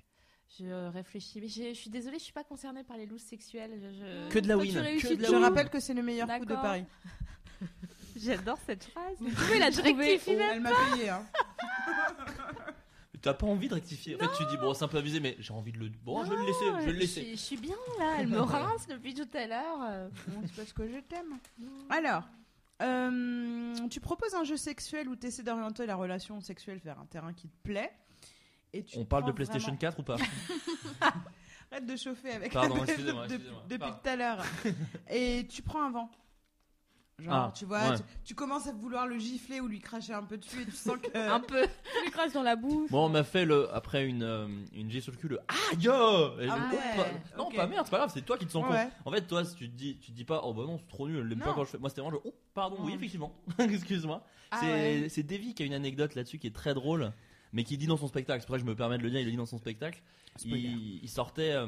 Speaker 2: Je euh, réfléchis, mais j'ai- je suis désolée, je suis pas concernée par les loups sexuels. je- je-
Speaker 7: Que de la
Speaker 2: Toi,
Speaker 7: win,
Speaker 2: tu
Speaker 7: que
Speaker 2: réussis
Speaker 7: de la
Speaker 2: tout.
Speaker 3: Je rappelle que c'est le meilleur coup de
Speaker 6: D'accord.
Speaker 3: Paris.
Speaker 2: *laughs* J'adore cette phrase.
Speaker 6: Vous pouvez la trouver.
Speaker 2: Rectifie
Speaker 3: Elle m'a payé, hein. *laughs*
Speaker 7: T'as pas envie de rectifier. En fait, tu dis, bon, c'est un peu abusé, mais j'ai envie de le. Bon, je vais le laisser, je vais le laisser.
Speaker 2: Je, suis bien là, elle me rince depuis tout à l'heure. euh.
Speaker 3: Bon, c'est parce que je t'aime. Alors, euh, tu proposes un jeu sexuel où tu essaies d'orienter la relation sexuelle vers un terrain qui te plaît. Et tu
Speaker 7: On
Speaker 3: te
Speaker 7: parle de
Speaker 3: prends
Speaker 7: PlayStation
Speaker 3: vraiment-
Speaker 7: 4
Speaker 3: *laughs*
Speaker 7: ou pas
Speaker 3: Arrête de chauffer avec
Speaker 7: Pardon,
Speaker 3: la-
Speaker 7: excusez-moi,
Speaker 3: de-
Speaker 7: excusez-moi.
Speaker 3: Depuis
Speaker 7: Pardon.
Speaker 3: tout à
Speaker 7: *laughs*
Speaker 3: l'heure. Et tu prends un vent. Genre,
Speaker 7: Ah,
Speaker 3: tu vois,
Speaker 7: ouais.
Speaker 3: tu, tu commences à vouloir le gifler ou lui cracher un peu dessus et tu sens
Speaker 7: *laughs*
Speaker 3: que.
Speaker 2: Un *laughs* peu.
Speaker 6: Tu lui craches dans la bouche.
Speaker 7: Moi, on m'a fait le après une euh, une G sur le cul le ah yo Et
Speaker 3: Ah
Speaker 7: le-
Speaker 3: ouais,
Speaker 7: pas- non
Speaker 3: ok.
Speaker 7: pas merde c'est pas grave c'est toi qui te sens con
Speaker 3: Ouais.
Speaker 7: en fait toi si tu te dis tu te dis pas oh bah non c'est trop nul elle l'aime
Speaker 3: Non.
Speaker 7: pas quand je fais moi c'était vraiment le oh pardon oui
Speaker 3: Non. Ah
Speaker 7: effectivement *laughs* excuse-moi c'est c'est Davy qui a une anecdote là-dessus qui est très drôle mais qui dit dans son spectacle c'est pour ça que je me permets de le dire il le dit dans son spectacle il, il sortait euh,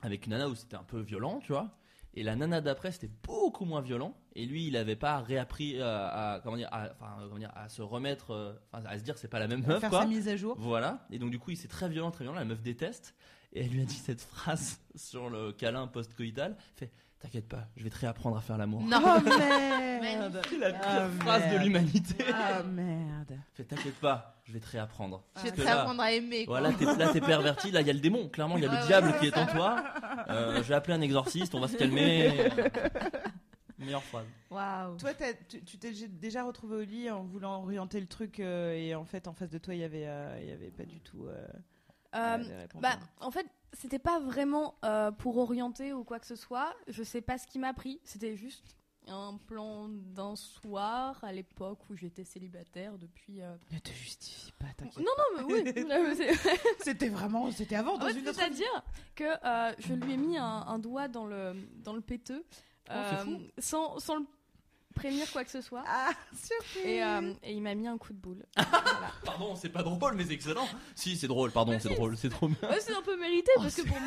Speaker 7: avec une nana où c'était un peu violent, tu vois. Et la nana d'après, c'était beaucoup moins violent. Et lui, il n'avait pas réappris euh, à, comment dire, à, enfin, euh, comment dire, à se remettre, euh, enfin, à se dire que c'est pas la même meuf,
Speaker 3: faire
Speaker 7: quoi.
Speaker 3: sa mise à jour.
Speaker 7: Voilà. Et donc, du coup, il s'est très violent, très violent. La meuf déteste. Et elle lui a dit cette phrase *laughs* sur le câlin post-coïtal. Fait, t'inquiète pas, je vais te réapprendre à faire l'amour.
Speaker 2: Non.
Speaker 6: *laughs*
Speaker 3: Oh merde
Speaker 7: C'est la pire
Speaker 3: Ah,
Speaker 7: phrase de
Speaker 3: merde.
Speaker 7: l'humanité.
Speaker 3: Ah merde
Speaker 7: Fait, t'inquiète pas, je vais te réapprendre.
Speaker 2: Je vais
Speaker 7: Parce
Speaker 2: te
Speaker 7: que là-
Speaker 2: apprendre Ah, à aimer. quoi.
Speaker 7: voilà, t'es- là t'es perverti, là il y a le démon, clairement il y a
Speaker 2: Ouais,
Speaker 7: le
Speaker 2: ouais,
Speaker 7: diable
Speaker 2: c'est
Speaker 7: qui est en toi. Euh, je vais appeler un exorciste, on va se calmer. Meilleure phrase.
Speaker 2: Waouh.
Speaker 3: Toi, t'as- tu tu t'es déjà retrouvé au lit en voulant orienter le truc euh, et en fait, en face de toi, il y avait, euh, il y avait pas du tout. euh,
Speaker 6: Euh,
Speaker 3: des réponses.
Speaker 6: Bah, en fait, c'était pas vraiment euh, pour orienter ou quoi que ce soit. Je sais pas ce qui m'a pris. C'était juste un plan d'un soir à l'époque où j'étais célibataire depuis. euh,
Speaker 3: Ne te justifie pas, t'inquiète.
Speaker 6: Non, non, mais *laughs* oui. Là, mais c'est-
Speaker 3: C'était vraiment, c'était avant dans
Speaker 6: Ah, Ouais,
Speaker 3: une autre.
Speaker 6: C'est-à-dire que euh, je lui ai mis un, un doigt dans le dans le péteux
Speaker 7: Oh,
Speaker 6: euh,
Speaker 7: c'est fou.
Speaker 6: sans sans le prévenir quoi que ce soit.
Speaker 3: Ah, surprise.
Speaker 6: Et, euh, et il m'a mis un coup de
Speaker 7: *laughs*
Speaker 6: boule.
Speaker 7: Pardon, c'est pas drôle mais c'est excellent. Si, c'est drôle, pardon, c'est drôle, c'est trop bien.
Speaker 6: Ouais, c'est un peu mérité parce que *laughs* pour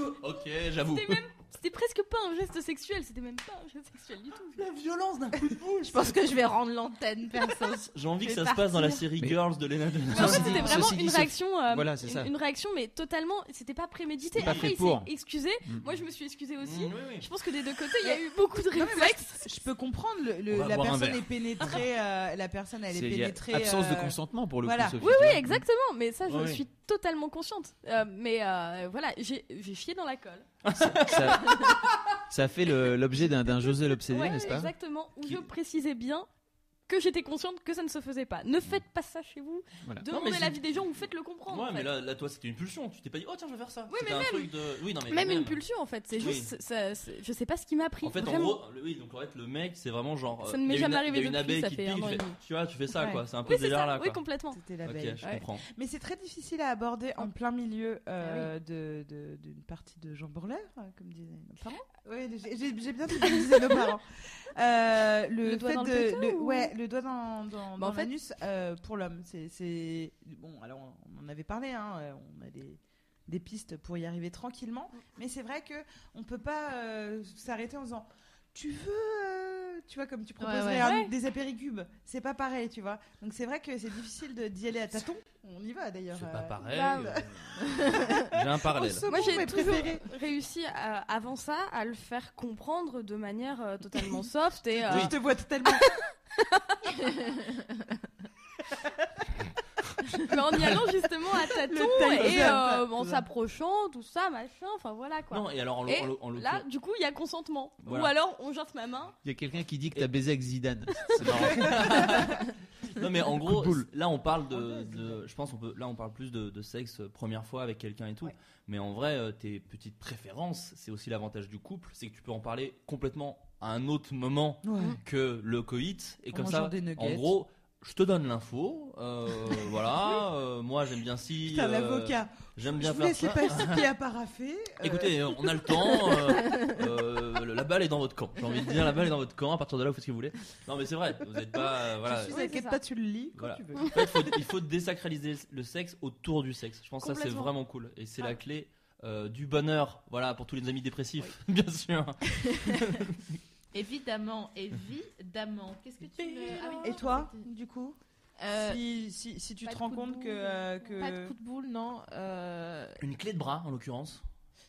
Speaker 6: moi,
Speaker 7: ok, j'avoue.
Speaker 6: C'était même- c'était presque pas un geste sexuel, c'était même pas un geste sexuel du tout.
Speaker 7: La violence d'un coup de boule.
Speaker 2: Je pense que je vais rendre l'antenne, perso. *laughs*
Speaker 7: J'ai envie que
Speaker 2: Fais
Speaker 7: ça se passe dans la
Speaker 2: partir.
Speaker 7: série
Speaker 4: Mais-
Speaker 7: Girls de Lena Dunham.
Speaker 6: Mais en
Speaker 4: Ceci
Speaker 6: fait,
Speaker 4: dit-
Speaker 6: c'était vraiment
Speaker 4: ceci dit,
Speaker 6: une
Speaker 4: ce-
Speaker 6: réaction, euh,
Speaker 4: voilà, c'est
Speaker 6: une-
Speaker 4: ça.
Speaker 6: une réaction, mais totalement, c'était pas prémédité.
Speaker 4: C'était pas
Speaker 6: Après,
Speaker 4: fait
Speaker 6: il
Speaker 4: pour.
Speaker 6: s'est excusé.
Speaker 4: Mm.
Speaker 6: Moi, je me suis excusée aussi.
Speaker 7: Mm, oui, oui.
Speaker 6: Je pense que des deux côtés, il y a eu beaucoup de
Speaker 3: mais moi,
Speaker 6: réflexes.
Speaker 3: Je peux comprendre, le, le-
Speaker 7: On va
Speaker 3: la
Speaker 7: boire un
Speaker 3: personne
Speaker 7: verre.
Speaker 3: est pénétrée, euh, la personne elle est,
Speaker 4: C'est- il y a
Speaker 3: pénétrée.
Speaker 4: absence de
Speaker 3: euh,
Speaker 4: consentement pour le
Speaker 3: voilà.
Speaker 4: coup. Sophie,
Speaker 6: Oui,
Speaker 4: tu
Speaker 6: oui,
Speaker 4: vois.
Speaker 6: exactement. Mais ça, je
Speaker 7: Ouais, ouais.
Speaker 6: suis totalement consciente. Euh, mais euh, voilà, j'ai j'ai chié dans la colle.
Speaker 4: Ça, ça fait le- l'objet d'un d'un José l'obsédé,
Speaker 6: Ouais,
Speaker 4: n'est-ce pas
Speaker 6: exactement. Où
Speaker 4: Qui-
Speaker 6: je précisais bien que j'étais consciente que ça ne se faisait pas. Ne faites pas ça chez vous.
Speaker 4: Voilà. Non,
Speaker 6: Demandez
Speaker 7: mais
Speaker 6: l'avis
Speaker 7: c'est-
Speaker 6: des gens ou faites-le comprendre.
Speaker 7: Ouais,
Speaker 6: en
Speaker 7: mais
Speaker 6: fait.
Speaker 7: là, là, toi, c'était une pulsion. Tu t'es pas dit, oh tiens, je vais faire ça.
Speaker 6: Oui,
Speaker 7: C'était
Speaker 6: mais
Speaker 7: un
Speaker 6: même-
Speaker 7: truc de- Oui, non, mais
Speaker 6: Même
Speaker 7: quand
Speaker 6: une pulsion en fait, c'est
Speaker 7: Oui.
Speaker 6: juste, ça- c'est- je sais pas ce qui m'a pris.
Speaker 7: En fait, en
Speaker 6: vraiment.
Speaker 7: gros, le- oui, donc en fait, le mec, c'est vraiment genre. euh,
Speaker 6: Ça ne m'est
Speaker 7: il y a
Speaker 6: jamais
Speaker 7: une-
Speaker 6: arrivé
Speaker 7: Il y a une
Speaker 6: depuis,
Speaker 7: abeille
Speaker 6: ça
Speaker 7: qui te
Speaker 6: fait
Speaker 7: pique,
Speaker 6: un an
Speaker 7: tu
Speaker 6: et
Speaker 7: fais,
Speaker 6: demi.
Speaker 7: tu vois, tu fais ça,
Speaker 3: Ouais.
Speaker 7: quoi. C'est un peu
Speaker 6: oui, c'est
Speaker 7: délire
Speaker 6: ça,
Speaker 7: là, quoi.
Speaker 6: oui, complètement.
Speaker 3: C'était la
Speaker 7: Ok,
Speaker 3: veille.
Speaker 7: je
Speaker 6: Ouais.
Speaker 7: comprends.
Speaker 3: Mais c'est très difficile à aborder en
Speaker 6: Hum.
Speaker 3: plein milieu euh, de- de- d'une partie de Jean Bourler, euh, comme disaient nos parents. Oui, j'ai- j'ai j'ai bien dit comme disaient nos parents. *laughs* Euh, le,
Speaker 6: Le doigt
Speaker 3: fait
Speaker 6: dans le
Speaker 3: de,
Speaker 6: plateau,
Speaker 3: le-
Speaker 6: ou-
Speaker 3: ouais, le doigt dans, dans,
Speaker 6: Bah, en
Speaker 3: dans
Speaker 6: fait-
Speaker 3: l'anus euh, pour l'homme, c'est- c'est bon. Alors on- on en avait parlé, hein, euh, on a des des pistes pour y arriver tranquillement, mais c'est vrai que on peut pas euh, s'arrêter en disant tu veux, euh, tu vois comme tu
Speaker 2: Ouais,
Speaker 3: proposerais
Speaker 2: ouais.
Speaker 3: un-
Speaker 6: Ouais.
Speaker 3: des apéricubes, c'est pas pareil, tu vois. Donc c'est vrai que c'est difficile de- d'y aller à tâtons. On y va d'ailleurs.
Speaker 7: C'est
Speaker 3: euh,
Speaker 7: pas pareil.
Speaker 6: bah,
Speaker 7: euh,
Speaker 6: *laughs*
Speaker 7: J'ai un
Speaker 3: au
Speaker 7: parallèle.
Speaker 3: second,
Speaker 6: Moi, j'ai
Speaker 3: mes
Speaker 6: toujours
Speaker 3: préférés.
Speaker 6: réussi à- avant ça à le faire comprendre de manière euh, totalement soft et. euh,
Speaker 3: Je te vois
Speaker 7: *laughs*
Speaker 3: totalement.
Speaker 6: mais en y allant justement à tâtons
Speaker 3: Le
Speaker 6: et euh,
Speaker 3: taser.
Speaker 6: en s'approchant, tout ça, machin, enfin voilà quoi.
Speaker 7: Non, et alors en
Speaker 6: Et
Speaker 7: l'oc- en l'oc-
Speaker 6: Là, du coup, il y a consentement.
Speaker 7: Voilà.
Speaker 6: Ou alors, on jante ma main.
Speaker 4: Il y a quelqu'un qui dit que t'as baisé avec Zidane. *laughs* C'est marrant.
Speaker 7: *laughs* Non mais en gros,
Speaker 4: boule.
Speaker 7: là on parle
Speaker 3: En
Speaker 7: de,
Speaker 3: deux,
Speaker 7: de- je pense on peut, là on parle plus de, de sexe euh, première fois avec quelqu'un et tout.
Speaker 3: Ouais.
Speaker 7: Mais en vrai, euh, tes petites préférences, c'est aussi l'avantage du couple, c'est que tu peux en parler complètement à un autre moment que le coït et
Speaker 3: En
Speaker 7: comme
Speaker 3: mangeant
Speaker 7: ça,
Speaker 3: des
Speaker 7: en
Speaker 3: nuggets.
Speaker 7: gros, je te donne l'info. euh, *laughs* voilà, euh, moi j'aime bien si,
Speaker 3: Putain,
Speaker 7: euh,
Speaker 3: l'avocat.
Speaker 7: j'aime
Speaker 3: Je
Speaker 7: bien
Speaker 3: vous
Speaker 7: faire
Speaker 3: laisse
Speaker 7: ça.
Speaker 3: pas ce
Speaker 7: *laughs*
Speaker 3: qui a paraffé. euh,
Speaker 7: Écoutez, euh, on a le temps. euh, euh, le- la balle est dans votre camp. J'ai envie de dire, la balle est dans votre camp. À partir de là, vous faites ce que vous voulez. Non, mais c'est vrai. Vous n'êtes pas. euh, voilà.
Speaker 3: je suis
Speaker 6: Ouais, c'est
Speaker 3: inquiète
Speaker 6: ça.
Speaker 3: pas, tu le lis quand
Speaker 7: Voilà.
Speaker 3: tu veux.
Speaker 7: En fait, il faut, il faut désacraliser le sexe autour du sexe. Je pense que ça, c'est
Speaker 6: Complètement.
Speaker 7: vraiment cool. Et c'est
Speaker 6: Ah.
Speaker 7: la clé euh, du bonheur. Voilà, pour tous les amis dépressifs, *laughs* bien sûr.
Speaker 2: Évidemment, évidemment. Qu'est-ce que tu me... Ah oui,
Speaker 3: Et
Speaker 2: non,
Speaker 3: toi,
Speaker 2: c'était-
Speaker 3: du coup
Speaker 2: Euh,
Speaker 3: si, si, si tu
Speaker 2: pas
Speaker 3: te
Speaker 2: de
Speaker 3: rends
Speaker 2: coup de
Speaker 3: compte que,
Speaker 2: boule,
Speaker 3: euh, que-
Speaker 2: Pas de coup de boule, non. euh,
Speaker 7: Une clé de bras,
Speaker 3: *laughs*
Speaker 7: en l'occurrence.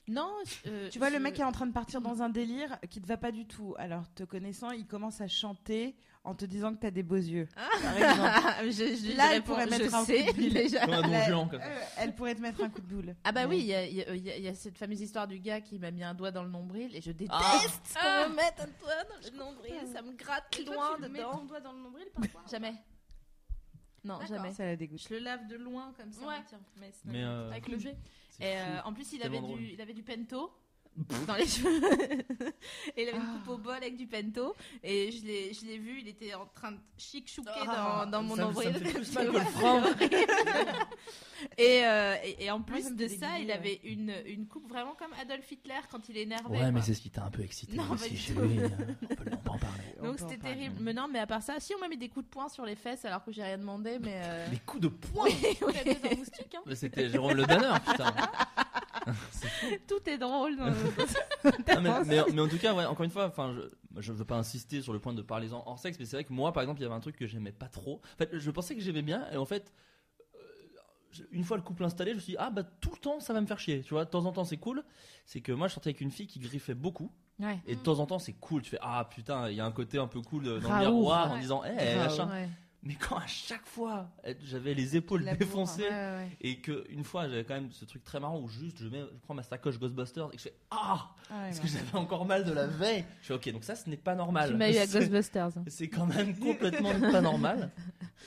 Speaker 2: Non. je- euh,
Speaker 3: Tu vois, le
Speaker 2: je-
Speaker 3: mec est en train de partir dans un délire qui te va pas du tout. Alors, te connaissant, il commence à chanter en te disant que t'as des beaux yeux.
Speaker 2: Ah.
Speaker 3: Par exemple.
Speaker 2: *laughs* je, je,
Speaker 3: Là,
Speaker 2: je
Speaker 3: elle
Speaker 2: réponds,
Speaker 3: pourrait
Speaker 2: je
Speaker 3: mettre un
Speaker 2: sais,
Speaker 3: coup de boule.
Speaker 2: *laughs* déjà.
Speaker 7: Comme un
Speaker 3: La-
Speaker 7: don juan, comme ça.
Speaker 3: Euh, elle pourrait te mettre un coup de boule.
Speaker 2: Ah bah
Speaker 3: Mais-
Speaker 2: oui, il y, a- il y a- il y a- il y a cette fameuse histoire du gars qui m'a mis un doigt dans le nombril et je déteste
Speaker 7: Ah.
Speaker 2: qu'on
Speaker 6: Ah.
Speaker 2: me mette un doigt dans le nombril, ça me gratte
Speaker 6: Et toi,
Speaker 2: loin
Speaker 6: tu le mets
Speaker 2: dedans.
Speaker 6: ton doigt dans le *laughs* nombril parfois
Speaker 2: Jamais. Non,
Speaker 6: D'accord.
Speaker 2: jamais.
Speaker 3: Ça la dégoûte.
Speaker 2: Je le lave de loin comme ça.
Speaker 6: Ouais.
Speaker 2: tiens, mais c'est
Speaker 7: Mais,
Speaker 2: normal.
Speaker 7: euh,
Speaker 6: Avec le jet.
Speaker 7: c'est
Speaker 2: Et,
Speaker 7: fou.
Speaker 2: euh, en plus, il avait,
Speaker 7: Tellement
Speaker 2: du,
Speaker 7: drôle.
Speaker 2: il avait du pento
Speaker 3: euh,
Speaker 2: dans les cheveux. *laughs* et il avait une coupe au bol avec du pento. Et je l'ai je l'ai vu, il était en train de chic-chouquer
Speaker 3: Ah,
Speaker 2: dans, dans mon
Speaker 7: ça me-
Speaker 2: nombril.
Speaker 7: ça
Speaker 2: *laughs*
Speaker 7: me fait plus
Speaker 2: Tu
Speaker 7: mal que
Speaker 2: vois,
Speaker 7: le franc.
Speaker 2: c'est horrible. et, euh, et, et en
Speaker 3: ça
Speaker 2: plus
Speaker 3: me
Speaker 2: de
Speaker 3: fait
Speaker 2: ça,
Speaker 3: dégueuler,
Speaker 2: il
Speaker 3: ouais.
Speaker 2: avait une, une coupe vraiment comme Adolf Hitler quand il est énervé.
Speaker 7: Ouais, mais
Speaker 2: quoi.
Speaker 7: c'est ce qui t'a un peu excité
Speaker 2: Non, pas
Speaker 7: aussi
Speaker 2: du
Speaker 7: chez
Speaker 2: tout.
Speaker 7: lui. euh, On peut on peut en parler.
Speaker 3: On
Speaker 2: Donc
Speaker 3: peut en
Speaker 2: c'était
Speaker 3: parler.
Speaker 2: terrible. Mais non, mais à part ça, si on m'a mis des coups de poing sur les fesses alors que j'ai rien demandé, mais. euh,
Speaker 7: *laughs* Des coups de poing.
Speaker 2: *laughs* Oui, oui.
Speaker 6: Il y a deux en moustique, hein.
Speaker 7: Mais C'était Jérôme Le Banner, putain.
Speaker 2: *laughs* Tout est drôle. dans-
Speaker 7: Ah, mais, mais- mais en tout cas, ouais, encore une fois, enfin, je- je ne veux pas insister sur le point de parler en hors sexe, mais c'est vrai que moi, par exemple, il y avait un truc que j'aimais pas trop. En fait, je pensais que j'aimais bien, et en fait, euh, je- une fois le couple installé, je me suis dit, ah bah tout le temps, ça va me faire chier. Tu vois, de temps en temps, c'est cool. C'est que moi, je sortais avec une fille qui griffait beaucoup,
Speaker 2: Ouais.
Speaker 7: et de temps en temps, c'est cool. Tu fais, ah putain, il y a un côté un peu cool euh, dans le
Speaker 2: Raouf.
Speaker 7: miroir en
Speaker 2: Ouais.
Speaker 7: disant, eh,
Speaker 2: Ah,
Speaker 7: machin.
Speaker 2: ouais.
Speaker 7: Mais quand à chaque fois, elle- j'avais les épaules
Speaker 3: La bourre,
Speaker 7: défoncées,
Speaker 2: Ouais, ouais.
Speaker 7: et que une fois, j'avais quand même ce truc très marrant où juste, je, mets, je prends ma sacoche Ghostbusters, et que je fais, ah!
Speaker 3: Ah ouais,
Speaker 7: Parce
Speaker 3: non.
Speaker 7: que j'avais encore mal de la veille. Je suis ok, donc ça, ce n'est pas normal.
Speaker 2: Tu m'as
Speaker 7: *laughs*
Speaker 2: eu à
Speaker 7: C'est-
Speaker 2: Ghostbusters.
Speaker 7: C'est quand
Speaker 2: *laughs*
Speaker 7: même complètement pas normal.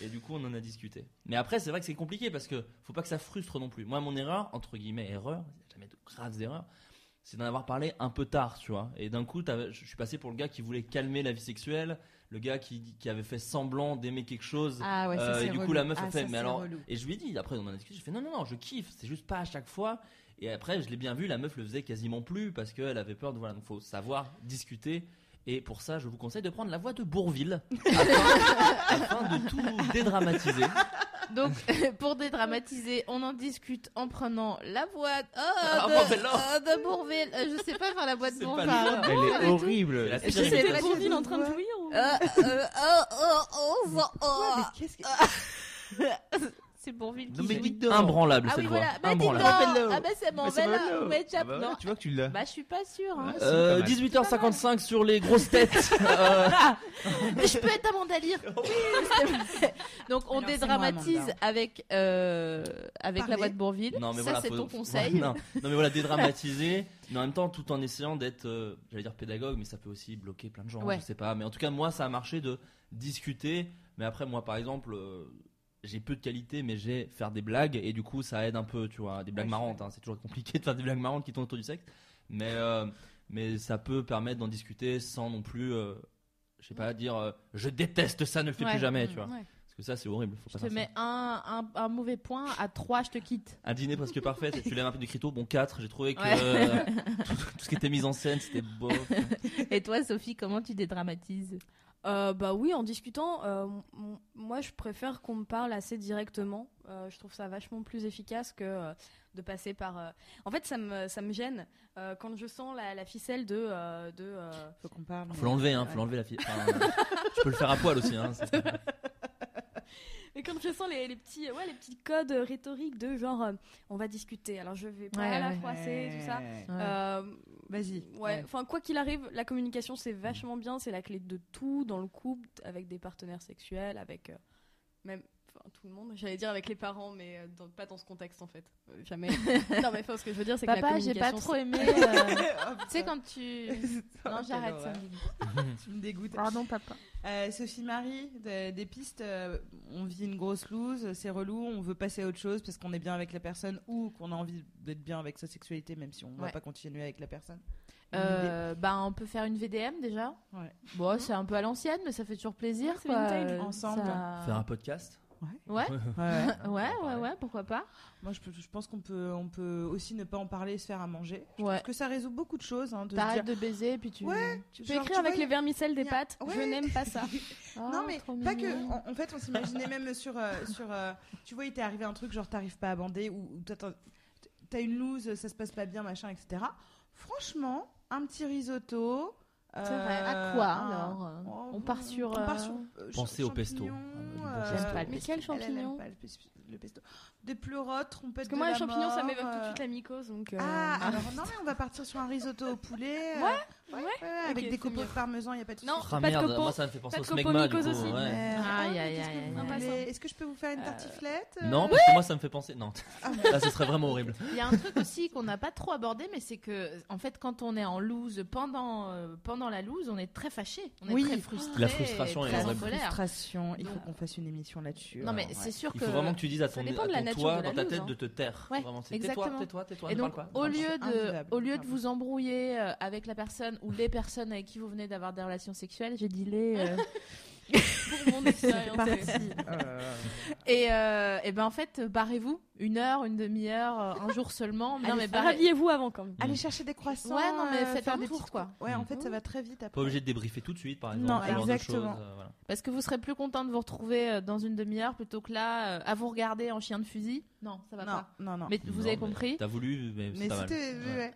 Speaker 7: Et du coup, on en a discuté. Mais après, c'est vrai que c'est compliqué parce que faut pas que ça frustre non plus. Moi, mon erreur, entre guillemets, erreur, il n'y a jamais de graves erreurs, c'est d'en avoir parlé un peu tard, tu vois. Et d'un coup, t'avais- je suis passé pour le gars qui voulait calmer la vie sexuelle, le gars qui, qui avait fait semblant d'aimer quelque chose.
Speaker 3: Ah ouais, ça,
Speaker 7: Euh,
Speaker 3: c'est
Speaker 7: et du coup,
Speaker 3: relou.
Speaker 7: la meuf a
Speaker 3: Ah,
Speaker 7: fait,
Speaker 3: ça,
Speaker 7: mais
Speaker 3: c'est
Speaker 7: alors.
Speaker 3: relou.
Speaker 7: Et je lui ai dit, après on en a discuté, j'ai fait non, non, non, je kiffe, c'est juste pas à chaque fois. Et après, je l'ai bien vu, la meuf le faisait quasiment plus parce qu'elle avait peur de. Voilà, donc faut savoir discuter. Et pour ça, je vous conseille de prendre la voix
Speaker 2: *laughs*
Speaker 7: de Bourville afin, afin de tout dédramatiser.
Speaker 2: Donc, *laughs* pour dédramatiser, on en discute en prenant la voix oh,
Speaker 7: Ah,
Speaker 2: de,
Speaker 7: bon, c'est lent.
Speaker 2: oh, de Bourville. Euh, Je sais pas faire la voix de
Speaker 7: C'est pas
Speaker 2: Bourville.
Speaker 7: le
Speaker 4: Elle est horrible.
Speaker 7: La
Speaker 2: Je
Speaker 7: pire
Speaker 2: sais
Speaker 7: imitation.
Speaker 2: pas.
Speaker 6: C'est Bourville en train de jouir ou...
Speaker 2: Euh, euh, oh, oh, oh, oh,
Speaker 3: Ouais,
Speaker 2: oh.
Speaker 3: mais qu'est-ce que-
Speaker 2: C'est Bourvil qui
Speaker 4: Non, mais
Speaker 2: joue.
Speaker 4: dites donc.
Speaker 7: Imbranlable
Speaker 2: Ah
Speaker 7: cette
Speaker 2: oui,
Speaker 7: voix-là.
Speaker 2: voilà. Bah, dis donc.
Speaker 7: Imbranlable.
Speaker 4: Bello.
Speaker 2: Ah bah c'est
Speaker 4: Bah,
Speaker 2: mon
Speaker 4: c'est
Speaker 2: bello.
Speaker 4: Bello.
Speaker 2: Ou Medjap,
Speaker 4: Ah bah
Speaker 2: non.
Speaker 4: ouais, tu vois que tu l'as.
Speaker 2: Bah je suis pas sûre. hein.
Speaker 4: Ah, c'est pas
Speaker 7: Euh,
Speaker 4: mal.
Speaker 7: 18h55 sur les
Speaker 2: *laughs*
Speaker 7: grosses têtes. Euh,
Speaker 2: Ah. Mais je peux être Amanda *laughs* Lear. Donc on
Speaker 3: Alors, c'est moi,
Speaker 2: dédramatise
Speaker 3: Amanda.
Speaker 2: avec euh, avec la
Speaker 3: Parler.
Speaker 2: voix de Bourvil.
Speaker 7: non mais
Speaker 2: Ça
Speaker 7: voilà,
Speaker 2: c'est
Speaker 7: *laughs* faut-
Speaker 2: ton
Speaker 7: faut-
Speaker 2: conseil.
Speaker 7: non, non, mais voilà, dédramatiser, mais en même temps tout en essayant d'être, euh, j'allais dire pédagogue, mais ça peut aussi bloquer plein de gens,
Speaker 2: Ouais.
Speaker 7: je sais pas. Mais en tout cas, moi, ça a marché de discuter. Mais après, moi, par exemple, euh, j'ai peu de qualité, mais j'ai faire des blagues et du coup, ça aide un peu, tu vois, des blagues
Speaker 3: Ouais, je
Speaker 7: marrantes. hein. c'est toujours compliqué de faire des blagues marrantes qui tournent autour du sexe, mais euh, mais ça peut permettre d'en discuter sans non plus, euh, je sais pas, dire euh, je déteste ça, ne le fais
Speaker 2: Ouais.
Speaker 7: plus jamais,
Speaker 2: Mm.
Speaker 7: tu vois.
Speaker 6: Ouais.
Speaker 7: Parce que ça, c'est horrible. Faut pas
Speaker 2: Je te
Speaker 7: faire ça.
Speaker 2: mets un, un, un mauvais point, à 3 je te quitte.
Speaker 7: Un dîner presque parfait, tu lèves un peu du crito, bon 4, j'ai trouvé que
Speaker 2: Ouais.
Speaker 7: euh, tout, tout ce qui était mis en scène c'était beau.
Speaker 2: Et toi Sophie, comment tu dédramatises
Speaker 6: Euh, bah oui, en discutant, euh, m- moi je préfère qu'on me parle assez directement. Euh, je trouve ça vachement plus efficace que euh, de passer par. euh, En fait, ça me, ça me gêne euh, quand je sens la, la ficelle de. euh, de euh,
Speaker 3: Faut qu'on parle.
Speaker 7: Faut l'enlever, hein, faut l'enlever la fille. Enfin, euh, je peux le faire à poil aussi. Hein, c'est-
Speaker 6: Et quand je sens les, les petits, ouais, les petits codes rhétoriques de genre euh, on va discuter, alors je vais pas
Speaker 2: Ouais,
Speaker 6: la
Speaker 2: ouais.
Speaker 6: froisser, tout ça.
Speaker 2: Euh,
Speaker 6: Euh,
Speaker 3: Vas-y.
Speaker 6: Ouais, enfin quoi qu'il arrive, la communication c'est vachement bien, c'est la clé de tout dans le couple, avec des partenaires sexuels, avec euh, même enfin, tout le monde. J'allais dire avec les parents, mais euh, dans- pas dans ce contexte en fait, Euh, jamais. non mais enfin, ce que je veux dire c'est que la
Speaker 2: Papa,
Speaker 6: communication.
Speaker 2: j'ai pas trop
Speaker 6: c'est-
Speaker 2: aimé. euh,
Speaker 3: *laughs* Hop,
Speaker 2: tu sais quand tu Non, j'arrête ça.
Speaker 3: *laughs*
Speaker 7: *laughs*
Speaker 3: Tu me dégoûtes.
Speaker 2: Pardon papa.
Speaker 3: Euh, Sophie Marie, de- des pistes, euh, on vit une grosse loose, c'est relou, on veut passer à autre chose parce qu'on est bien avec la personne ou qu'on a envie d'être bien avec sa sexualité, même si on va
Speaker 2: Ouais.
Speaker 3: pas continuer avec la personne. Une idée.
Speaker 2: Euh, bah, on peut faire une VDM déjà.
Speaker 3: Ouais.
Speaker 2: Bon, c'est un peu à l'ancienne, mais ça fait toujours plaisir.
Speaker 6: Ouais, c'est
Speaker 2: quoi.
Speaker 6: vintage.
Speaker 2: Euh,
Speaker 3: Ensemble.
Speaker 2: ça-
Speaker 7: Faire un podcast.
Speaker 2: Ouais. *laughs*
Speaker 3: Ouais, ouais.
Speaker 2: Ouais,
Speaker 7: On en
Speaker 2: ouais,
Speaker 7: parlait.
Speaker 2: ouais, pourquoi pas.
Speaker 3: Euh, Moi, je, peux- je pense qu'on peut, on peut aussi ne pas en parler et se faire à manger. Je
Speaker 2: Ouais.
Speaker 3: trouve que ça résout beaucoup de choses. hein, de se
Speaker 2: T'arrêtes
Speaker 3: dire-
Speaker 2: de baiser et puis tu.
Speaker 3: Ouais,
Speaker 6: Tu peux
Speaker 3: genre,
Speaker 6: écrire avec
Speaker 3: vois,
Speaker 6: les vermicelles des
Speaker 3: y a-
Speaker 6: pattes. Je
Speaker 3: Ouais.
Speaker 6: n'aime pas ça.
Speaker 2: Oh,
Speaker 3: *laughs*
Speaker 6: Ah,
Speaker 3: non mais
Speaker 2: trop
Speaker 3: pas que.
Speaker 2: mignon.
Speaker 3: En, en fait, on s'imaginait même sur euh, sur. euh, tu vois, il t'est arrivé un truc genre t'arrives pas à bander ou ou t'as- t'as t'as une loose, ça se passe pas bien, machin, etc. Franchement, un petit risotto.
Speaker 2: C'est vrai.
Speaker 3: euh,
Speaker 2: À quoi
Speaker 3: un-
Speaker 2: alors euh,
Speaker 3: Oh,
Speaker 2: On part sur.
Speaker 3: on part
Speaker 2: euh,
Speaker 3: sur, euh,
Speaker 7: Pensez
Speaker 3: cha-
Speaker 7: au pesto.
Speaker 3: champignons,
Speaker 7: Ah, bon
Speaker 3: euh,
Speaker 2: J'aime pas le
Speaker 6: Mais quel
Speaker 3: Elle, elle aime
Speaker 6: champignon
Speaker 3: pas le pes- le pesto. Des pleurotes, trompettes
Speaker 6: Parce que
Speaker 3: de
Speaker 6: moi, les
Speaker 3: la
Speaker 6: champignons, ça
Speaker 3: mort,
Speaker 6: m'évoque tout de
Speaker 3: euh,
Speaker 6: suite la mycose, donc. euh,
Speaker 3: Ah, alors non, mais on va partir sur un risotto au poulet. euh,
Speaker 6: Ouais,
Speaker 3: ouais,
Speaker 6: ouais.
Speaker 3: avec
Speaker 6: Ok,
Speaker 3: des
Speaker 6: c'est
Speaker 3: copeaux de
Speaker 6: mieux.
Speaker 3: parmesan, il n'y a pas de souci.
Speaker 6: Non,
Speaker 7: Ah
Speaker 6: pas de
Speaker 7: merde,
Speaker 6: copeaux.
Speaker 7: moi ça me fait penser
Speaker 6: Pas
Speaker 7: au
Speaker 6: de copeaux
Speaker 7: smegma du coup.
Speaker 6: mycoses aussi.
Speaker 7: ouais.
Speaker 3: Euh,
Speaker 2: Aïe,
Speaker 3: mais
Speaker 2: aïe,
Speaker 3: qu'est-ce que
Speaker 2: aïe,
Speaker 3: vous
Speaker 6: aïe,
Speaker 3: voulez
Speaker 6: aïe.
Speaker 3: Est-ce que je peux vous faire une tartiflette euh,
Speaker 7: Non, parce que moi ça me fait penser. Non,
Speaker 3: Ah,
Speaker 7: là ce serait vraiment horrible.
Speaker 2: Il y a un truc aussi qu'on n'a pas trop abordé, mais c'est que, en fait, quand on est en loose, pendant, euh, pendant la loose, on est très fâché. On est
Speaker 3: Oui.
Speaker 2: très frustré.
Speaker 7: La frustration
Speaker 2: et
Speaker 7: est
Speaker 2: très en
Speaker 7: horrible.
Speaker 2: colère.
Speaker 3: Frustration, il faut
Speaker 2: Donc-
Speaker 3: qu'on fasse une émission là-dessus.
Speaker 2: Non, mais
Speaker 3: Ouais.
Speaker 2: c'est sûr
Speaker 7: Il
Speaker 2: que.
Speaker 7: faut vraiment que tu dises à ton,
Speaker 6: dépend
Speaker 7: à
Speaker 6: de la
Speaker 7: ton
Speaker 6: nature
Speaker 7: toi
Speaker 6: de la
Speaker 7: dans ta
Speaker 6: loose,
Speaker 7: tête
Speaker 6: hein.
Speaker 7: de te taire.
Speaker 2: Ouais,
Speaker 7: Vraiment, c'est
Speaker 2: exactement.
Speaker 7: tais-toi, tais-toi, tais-toi.
Speaker 2: Et
Speaker 7: ne
Speaker 2: donc,
Speaker 7: parle pas.
Speaker 2: au
Speaker 7: Ne parle
Speaker 2: lieu,
Speaker 3: c'est
Speaker 2: de,
Speaker 3: invivable.
Speaker 2: au lieu de vous embrouiller euh, avec la personne ou les personnes avec qui vous venez d'avoir des relations sexuelles, j'ai dit les. euh,
Speaker 6: Pour mon expérience.
Speaker 3: parti. Euh,
Speaker 2: et, euh, et ben en fait, euh, barrez-vous. Une heure, une demi-heure, euh, un jour
Speaker 6: *laughs*
Speaker 2: seulement. non, mais barrez-
Speaker 6: Rhabillez-vous avant quand même.
Speaker 3: Allez chercher des croissants.
Speaker 2: Ouais, non, mais
Speaker 3: euh,
Speaker 2: faites
Speaker 3: faire
Speaker 2: un
Speaker 3: des
Speaker 2: tour,
Speaker 3: petites
Speaker 2: quoi. Mm-hmm.
Speaker 3: cou- Ouais, en fait, ça va très vite
Speaker 7: pas.
Speaker 3: après.
Speaker 7: Pas obligé de débriefer tout de suite, par exemple.
Speaker 3: Non,
Speaker 7: ce genre de
Speaker 3: exactement.
Speaker 7: choses, euh, voilà.
Speaker 2: Parce que vous serez plus content de vous retrouver euh, dans une demi-heure plutôt que là, euh, à vous regarder en chien de fusil. Non, ça va
Speaker 3: Non,
Speaker 2: pas.
Speaker 3: non, non.
Speaker 2: Mais vous
Speaker 7: Non,
Speaker 2: avez
Speaker 7: mais
Speaker 2: compris
Speaker 7: T'as voulu, mais c'est
Speaker 3: Mais
Speaker 7: pas mal.
Speaker 3: c'était.
Speaker 7: Ouais. Bah,
Speaker 3: ouais, ouais.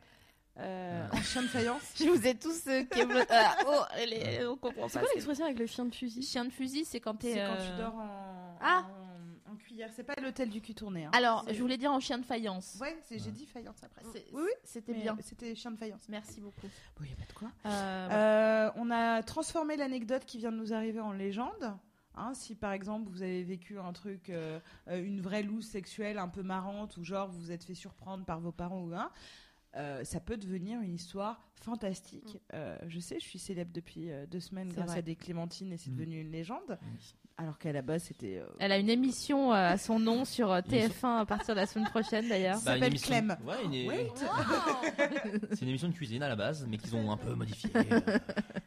Speaker 3: Euh,
Speaker 7: Ouais.
Speaker 3: En chien de faïence.
Speaker 2: *laughs* Je vous ai tous euh, québlo- Ah, oh, elle est- on comprend
Speaker 6: C'est
Speaker 2: pas,
Speaker 6: quoi
Speaker 2: c'est-
Speaker 6: l'expression avec le chien de fusil
Speaker 2: Chien de fusil, c'est quand t'es.
Speaker 3: C'est quand
Speaker 2: euh,
Speaker 3: tu dors en.
Speaker 2: Ah.
Speaker 3: En, en cuillère. C'est pas l'hôtel du cul tourné. hein.
Speaker 2: Alors,
Speaker 3: C'est-
Speaker 2: je voulais dire en chien de faïence.
Speaker 3: Ouais, c'est- j'ai dit faïence après.
Speaker 2: C'est-
Speaker 3: Oui, oui.
Speaker 2: C'était
Speaker 3: mais
Speaker 2: bien.
Speaker 3: C'était chien de faïence.
Speaker 2: Merci beaucoup.
Speaker 3: Bon, y a pas de quoi.
Speaker 2: Euh,
Speaker 3: Euh, on a transformé l'anecdote qui vient de nous arriver en légende. Hein, si par exemple vous avez vécu un truc, euh, euh, une vraie loose sexuelle un peu marrante ou genre vous vous êtes fait surprendre par vos parents ou un, euh, ça peut devenir une histoire fantastique. Euh, je sais, je suis célèbre depuis euh, deux semaines
Speaker 2: Mm. C'est
Speaker 3: grâce
Speaker 2: vrai.
Speaker 3: à des clémentines et c'est
Speaker 4: Mm.
Speaker 3: devenu une légende.
Speaker 7: Mm.
Speaker 3: Alors qu'à la base c'était. euh,
Speaker 2: Elle a une émission euh, à son nom sur euh, TF1 à partir de la semaine prochaine d'ailleurs. *laughs*
Speaker 3: Ça s'appelle
Speaker 7: une émission-
Speaker 3: Clem.
Speaker 7: Ouais, une-
Speaker 3: Wait.
Speaker 7: c'est une émission de cuisine à la base, mais qu'ils ont un
Speaker 3: *laughs*
Speaker 7: peu modifiée. euh,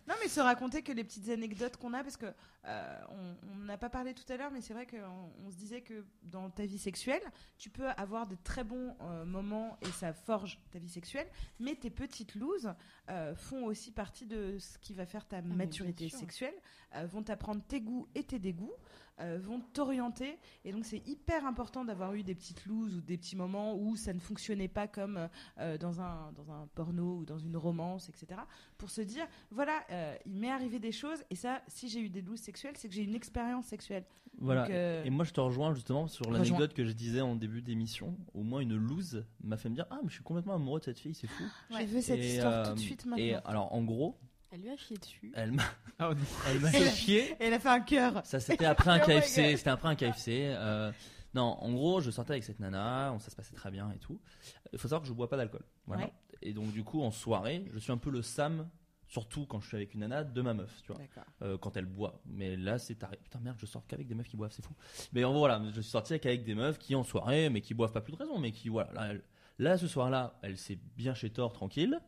Speaker 3: Non, mais se raconter que les petites anecdotes qu'on a, parce que euh, on- on n'a pas parlé tout à l'heure, mais c'est vrai qu'on on se disait que dans ta vie sexuelle, tu peux avoir de très bons euh, moments et ça forge ta vie sexuelle, mais tes petites looses euh, font aussi partie de ce qui va faire ta
Speaker 2: Ah, mais bien
Speaker 3: maturité
Speaker 2: sûr.
Speaker 3: sexuelle, euh, vont t'apprendre tes goûts et tes dégoûts, euh, vont t'orienter. Et donc, c'est hyper important d'avoir eu des petites looses ou des petits moments où ça ne fonctionnait pas comme euh, euh, dans, un, dans un porno ou dans une romance, etc. Pour se dire, voilà, euh, il m'est arrivé des choses. Et ça, si j'ai eu des looses sexuelles, c'est que j'ai une expérience sexuelle.
Speaker 7: Voilà.
Speaker 3: Donc, euh,
Speaker 7: Et moi, je te rejoins justement sur
Speaker 3: Rejoins.
Speaker 7: l'anecdote que je disais en début d'émission. Au moins, une loose m'a fait me dire Ah, mais je suis complètement amoureux de cette fille, c'est fou.
Speaker 3: J'ai vu cette
Speaker 7: Et,
Speaker 3: histoire
Speaker 7: euh,
Speaker 3: tout de suite
Speaker 7: Et
Speaker 3: maintenant.
Speaker 7: alors, en gros,
Speaker 6: *laughs* Elle lui a chié dessus.
Speaker 7: elle
Speaker 3: *laughs*
Speaker 7: m'a
Speaker 4: Ah, on
Speaker 7: elle m'a fait chier.
Speaker 3: Et elle a fait un cœur. *laughs*
Speaker 7: Ça, c'était après un
Speaker 3: Oh my
Speaker 7: KFC.
Speaker 3: God.
Speaker 7: C'était après un KFC. euh, non, en gros, je sortais avec cette nana, on- ça se passait très bien et tout. Il faut savoir que je bois pas d'alcool. Voilà.
Speaker 3: Ouais.
Speaker 7: Et donc, du coup, en soirée, je suis un peu le Sam, surtout quand je suis avec une nana, de ma meuf, tu vois.
Speaker 3: D'accord.
Speaker 7: Euh, quand elle boit. Mais là, c'est taré. Putain, merde, je sors qu'avec des meufs qui boivent, c'est fou. Mais en gros, voilà, je suis sorti qu'avec des meufs qui en soirée, mais qui boivent pas plus de raison, mais qui, voilà. Là, elle- là, ce soir-là, elle s'est bien chez tort, tranquille.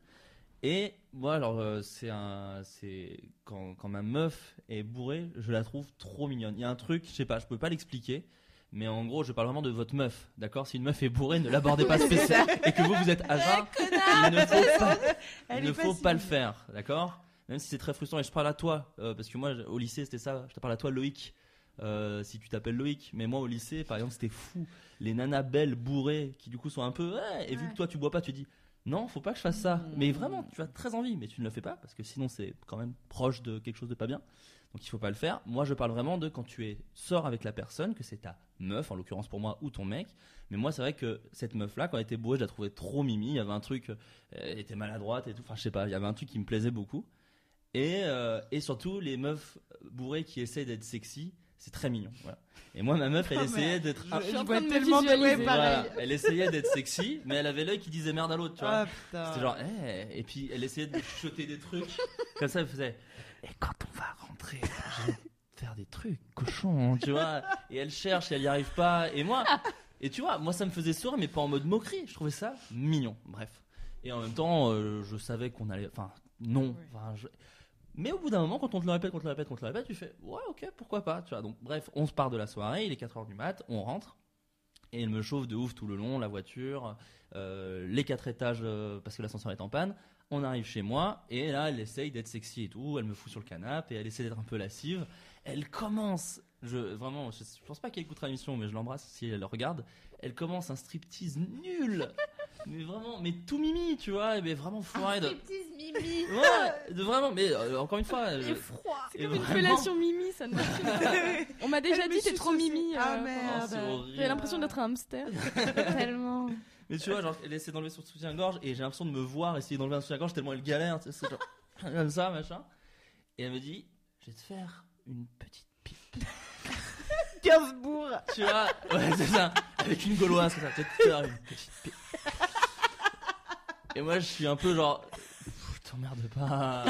Speaker 7: Et moi, alors, euh, c'est un. C'est. Quand, quand ma meuf est bourrée, je la trouve trop mignonne. Il y a un truc, je sais pas, je peux pas l'expliquer. Mais en gros, je parle vraiment de votre meuf, d'accord Si une meuf est bourrée, ne l'abordez
Speaker 6: *laughs*
Speaker 7: pas spécialement. Et que vous, vous êtes à jeun, il ne faut pas
Speaker 3: Elle
Speaker 7: il ne
Speaker 3: est
Speaker 7: faut pas le
Speaker 3: facile.
Speaker 7: faire, d'accord Même si c'est très frustrant, et je parle à toi, euh, parce que moi je- au lycée c'était ça, je te parle à toi Loïc, euh, si tu t'appelles Loïc, mais moi au lycée par exemple c'était fou, les nanas belles bourrées qui du coup sont un peu, ouais, et vu
Speaker 6: Ouais.
Speaker 7: que toi tu bois pas, tu dis, non, faut pas que je fasse ça, mais vraiment tu as très envie, mais tu ne le fais pas, parce que sinon c'est quand même proche de quelque chose de pas bien, donc il faut pas le faire. Moi je parle vraiment de quand tu es, sors avec la personne, que c'est ta meuf, en l'occurrence pour moi, ou ton mec, mais moi c'est vrai que cette meuf là, quand elle était bourrée, je la trouvais trop mimi, il y avait un truc euh, elle était maladroite et tout. Enfin, je sais pas, il y avait un truc qui me plaisait beaucoup. Et, euh, et surtout, les meufs bourrées qui essaient d'être sexy, c'est très mignon. voilà. Et moi, ma
Speaker 6: *laughs*
Speaker 7: meuf, elle
Speaker 3: Ah,
Speaker 7: essayait
Speaker 3: merde.
Speaker 7: d'être.
Speaker 6: Je suis en
Speaker 3: Je
Speaker 6: train
Speaker 3: vois
Speaker 6: de me
Speaker 3: tellement de
Speaker 6: visualiser.
Speaker 3: ouais,
Speaker 7: Et
Speaker 3: pareil.
Speaker 7: voilà, elle essayait d'être sexy, mais elle avait l'œil qui disait merde à l'autre, tu
Speaker 3: Ah,
Speaker 7: vois.
Speaker 3: putain.
Speaker 7: C'était genre, Eh, et puis elle essayait de jeter des trucs. Comme ça, elle faisait, et quand on va rentrer, je vais faire des trucs, cochon, tu vois. Et elle cherche, et elle n'y arrive pas. Et moi, et tu vois, moi ça me faisait sourire, mais pas en mode moquerie. Je trouvais ça mignon, bref. Et en même temps, euh, je savais qu'on allait. Enfin, non. enfin, je- Mais au bout d'un moment, quand on te le répète, quand on te le répète, quand on te le répète, tu fais, ouais, ok, pourquoi pas, tu vois. Donc, bref, on se part de la soirée, il est 4h du mat, on rentre. Et elle me chauffe de ouf tout le long, la voiture, euh, les quatre étages, euh, parce que l'ascenseur est en panne. On arrive chez moi et là, elle essaye d'être sexy et tout. Elle me fout sur le canapé et elle essaie d'être un peu lascive. Elle commence, je vraiment, je, je pense pas qu'elle écoutera l'émission, mais je l'embrasse si elle le regarde. Elle commence un striptease nul, *laughs* mais vraiment, mais tout mimi, tu vois, mais vraiment foiré de,
Speaker 2: mimi.
Speaker 7: ouais, de vraiment, mais euh, encore une fois, je-
Speaker 6: froid. C'est
Speaker 7: Et
Speaker 6: comme une
Speaker 7: vraiment.
Speaker 6: fellation mimi, ça ne marche pas. On m'a déjà
Speaker 3: Elle me
Speaker 6: dit, t'es
Speaker 3: suce
Speaker 6: trop
Speaker 3: aussi.
Speaker 6: mimi.
Speaker 3: Ah,
Speaker 6: euh,
Speaker 3: merde.
Speaker 7: Oh, c'est
Speaker 3: bah,
Speaker 7: horrible.
Speaker 6: J'ai l'impression d'être un
Speaker 2: *laughs*
Speaker 6: hamster.
Speaker 2: Tellement.
Speaker 7: Mais tu vois, genre, elle essaie d'enlever son soutien-gorge et j'ai l'impression de me voir essayer d'enlever un soutien-gorge tellement elle galère, tu sais, c'est genre, *laughs* comme ça, machin. Et elle me dit, je vais te faire une petite pipe.
Speaker 3: Gainsbourg.
Speaker 7: Tu vois, ouais, c'est ça, avec une gauloise, c'est ça, peut-être te faire une petite pipe. Et moi, je suis un peu genre, Pff, t'emmerde pas.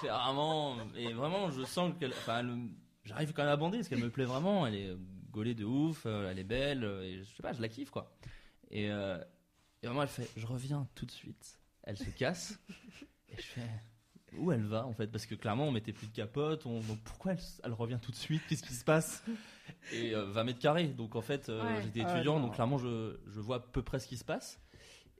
Speaker 7: C'est vraiment, et vraiment, je sens qu'elle, enfin, elle- j'arrive quand même à bander parce qu'elle me plaît vraiment, elle est gaulée de ouf, euh, elle est belle, euh, et je sais pas, je la kiffe quoi. Et, euh, et vraiment, elle fait Je reviens tout de suite. Elle se casse. et je fais Où elle va en fait Parce que clairement, on mettait plus de capote. On, donc pourquoi elle, s- elle revient tout de suite Qu'est-ce qui se passe Et euh, 20 mètres carrés. Donc en fait, euh,
Speaker 6: Ouais.
Speaker 7: j'étais
Speaker 3: Ah,
Speaker 7: étudiant.
Speaker 3: non.
Speaker 7: donc clairement, je, je vois à peu près ce qui se passe.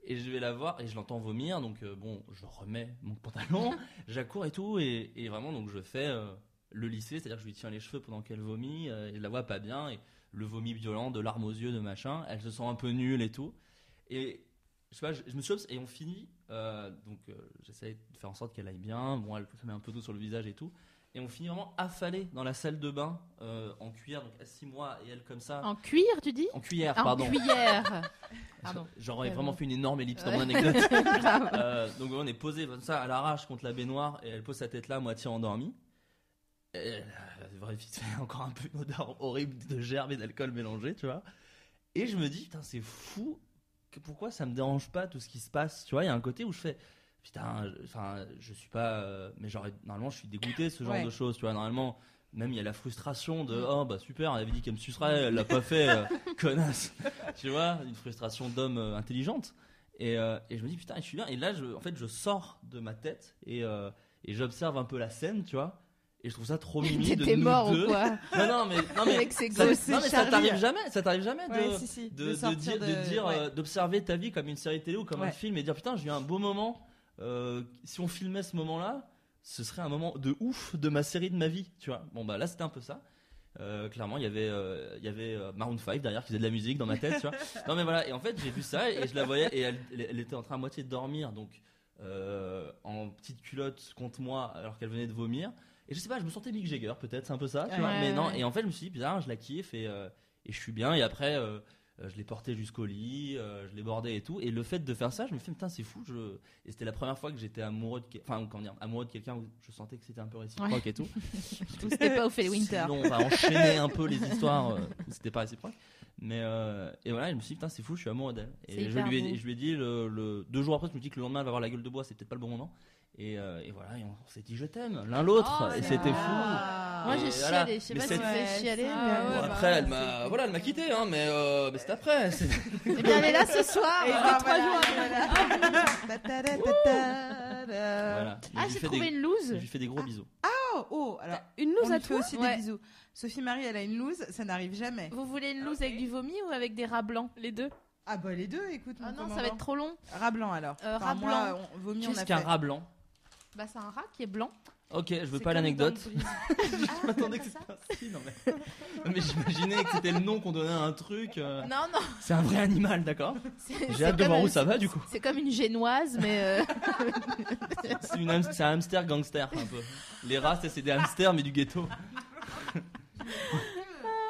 Speaker 7: Et je vais la voir et je l'entends vomir. Donc euh, bon, je remets mon pantalon. J'accours et tout. Et, et vraiment, donc je fais. euh, le lycée, c'est-à-dire que je lui tiens les cheveux pendant qu'elle vomit, euh, et je la vois pas bien, et le vomi violent, de larmes aux yeux, de machin. Elle se sent un peu nulle et tout. Et je sais pas, je, je me suis obs- et on finit. euh, donc euh, j'essaie de faire en sorte qu'elle aille bien. Bon, elle se met un peu d'eau sur le visage et tout. Et on finit vraiment affalé dans la salle de bain euh, en cuillère, donc à 6 mois et elle comme ça.
Speaker 2: En cuir, tu dis
Speaker 7: En cuillère,
Speaker 2: En
Speaker 7: pardon.
Speaker 2: cuillère. pardon.
Speaker 7: J'aurais
Speaker 2: Pardon.
Speaker 7: vraiment fait une énorme ellipse dans mon anecdote. Euh, donc on est posé comme ça à l'arrache contre la baignoire et elle pose sa tête là, moitié endormie. Et euh, Elle a vraiment vite fait encore un peu une odeur horrible de gerbe et d'alcool mélangé, tu vois. Et je me dis, putain, c'est fou. Que pourquoi ça me dérange pas tout ce qui se passe Tu vois, il y a un côté où je fais, putain, je- enfin, je suis pas. euh, mais genre, normalement, je suis dégoûté de ce genre
Speaker 3: Ouais.
Speaker 7: de choses, tu vois. Normalement, même il y a la frustration de, oh bah super, elle avait dit qu'elle me sucerait, elle l'a pas fait, euh, connasse. tu vois, une frustration d'homme euh, intelligente. Et, euh, et je me dis putain, je suis là. Et là, je, en fait, je sors de ma tête et, euh, et j'observe un peu la scène, tu vois. Et je trouve
Speaker 2: *laughs*
Speaker 7: ça trop *laughs* mimi de
Speaker 2: T'étais
Speaker 7: nous
Speaker 2: mort
Speaker 7: deux.
Speaker 2: ou quoi
Speaker 7: Non, non, mais, non, mais
Speaker 2: Avec ses
Speaker 7: ça,
Speaker 2: gosses,
Speaker 7: non, mais ça
Speaker 3: Charlie.
Speaker 7: t'arrive jamais, ça t'arrive jamais de,
Speaker 3: Ouais, si, si.
Speaker 7: de, de
Speaker 3: sortir
Speaker 7: dire, de dire,
Speaker 3: ouais.
Speaker 7: euh, d'observer ta vie comme une série télé ou comme un
Speaker 3: Ouais.
Speaker 7: film et dire putain, j'ai eu un beau moment. Euh, si on filmait ce moment-là, ce serait un moment de ouf de ma série de ma vie, tu vois. Bon bah là, c'était un peu ça. euh, clairement, il y avait, euh, il y avait euh, Maroon 5 derrière qui faisait de la musique dans ma tête,
Speaker 3: *laughs*
Speaker 7: tu vois. Non, mais voilà. Et en fait, j'ai vu ça et je la voyais et elle, elle- elle était en train à moitié de dormir, donc euh, en petite culotte contre moi alors qu'elle venait de vomir. Et je sais pas, je me sentais Mick Jagger peut-être, c'est un peu ça, tu vois.
Speaker 2: Ouais,
Speaker 7: mais
Speaker 2: ouais,
Speaker 7: non,
Speaker 2: ouais.
Speaker 7: et en fait, je me suis dit, bizarre, je la kiffe et, euh, et je suis bien. Et après, euh, euh, je l'ai portée jusqu'au lit, euh, je l'ai bordée et tout. Et le fait de faire ça, je me fais, putain, c'est fou. Je... Et c'était la première fois que j'étais amoureux de, quel- enfin, comment dire, amoureux de quelqu'un où je sentais que c'était un peu réciproque
Speaker 2: *laughs*
Speaker 7: et tout.
Speaker 2: Ou c'était pas au Félix Winter.
Speaker 7: Sinon, on va enchaîner un peu les histoires. euh, C'était pas réciproque. Mais euh, et voilà, je me suis dit, putain, c'est fou, je suis amoureux d'elle.
Speaker 2: C'est
Speaker 7: Et je
Speaker 2: hyper
Speaker 7: lui,
Speaker 2: beau.
Speaker 7: ai, je lui ai dit, le, le- deux jours après, je me dis que le lendemain, elle va avoir la gueule de bois, c'est peut-être pas le bon moment. Et, euh, et voilà, et on, s'est dit, je t'aime, l'un l'autre.
Speaker 6: Oh
Speaker 7: et
Speaker 6: là
Speaker 7: c'était
Speaker 6: là.
Speaker 7: fou.
Speaker 2: Moi,
Speaker 3: Ah.
Speaker 7: Et
Speaker 2: j'ai
Speaker 7: voilà.
Speaker 2: chialé. Je sais
Speaker 7: Mais
Speaker 2: pas si
Speaker 7: cette-
Speaker 2: vous avez chialé.
Speaker 6: Ah,
Speaker 2: mais-
Speaker 6: ouais,
Speaker 7: Bon,
Speaker 6: bah,
Speaker 7: après, elle m'a, voilà, elle m'a quitté, hein, mais, euh, mais c'était après. c'est-
Speaker 2: Eh bien, elle est là ce soir.
Speaker 3: Et
Speaker 2: euh,
Speaker 3: ben,
Speaker 2: trois
Speaker 3: voilà,
Speaker 2: jours après.
Speaker 3: voilà. Ta-ta-ta-ta-ta-ta.
Speaker 7: Voilà. Et
Speaker 2: Ah,
Speaker 7: je lui
Speaker 2: j'ai
Speaker 7: fais
Speaker 2: trouvé
Speaker 7: des-
Speaker 2: une
Speaker 7: je
Speaker 2: loose.
Speaker 7: lui fais des gros bisous.
Speaker 3: Oh, oh, alors
Speaker 6: Une
Speaker 3: on
Speaker 6: loose
Speaker 3: lui
Speaker 6: à
Speaker 3: fait
Speaker 6: tous
Speaker 3: aussi
Speaker 2: Ouais.
Speaker 3: des bisous. Sophie Marie, elle a une loose, ça n'arrive jamais.
Speaker 2: Vous voulez une
Speaker 7: Ah,
Speaker 2: loose avec du vomi ou avec des rats blancs Les deux.
Speaker 3: Ah bah les deux, écoute.
Speaker 2: Ah non, ça va être trop long.
Speaker 3: trop. Rat blanc alors.
Speaker 2: Euh,
Speaker 3: Enfin,
Speaker 2: rat
Speaker 3: moi,
Speaker 2: blanc.
Speaker 3: on- vomi, on a
Speaker 7: Qu'est-ce
Speaker 3: fait.
Speaker 7: qu'un rat blanc
Speaker 2: Bah, c'est un rat qui est blanc.
Speaker 7: Ok, je veux
Speaker 2: C'est
Speaker 7: pas
Speaker 2: comme
Speaker 7: l'anecdote.
Speaker 2: dans le brise.
Speaker 7: Je m'attendais que
Speaker 2: ça
Speaker 7: c'était ainsi, non mais. Non, *laughs* mais j'imaginais que c'était le nom qu'on donnait à un truc. euh,
Speaker 2: Non,
Speaker 7: *laughs*
Speaker 2: non.
Speaker 7: C'est un vrai animal, d'accord
Speaker 2: c'est- c'est
Speaker 7: J'ai hâte de
Speaker 2: comme
Speaker 7: voir où
Speaker 2: un-
Speaker 7: ça va du coup.
Speaker 2: C'est comme une génoise, mais. euh, *laughs*
Speaker 7: C'est une ham- c'est un hamster gangster un peu. Les rats, ça, c'est des hamsters mais du ghetto.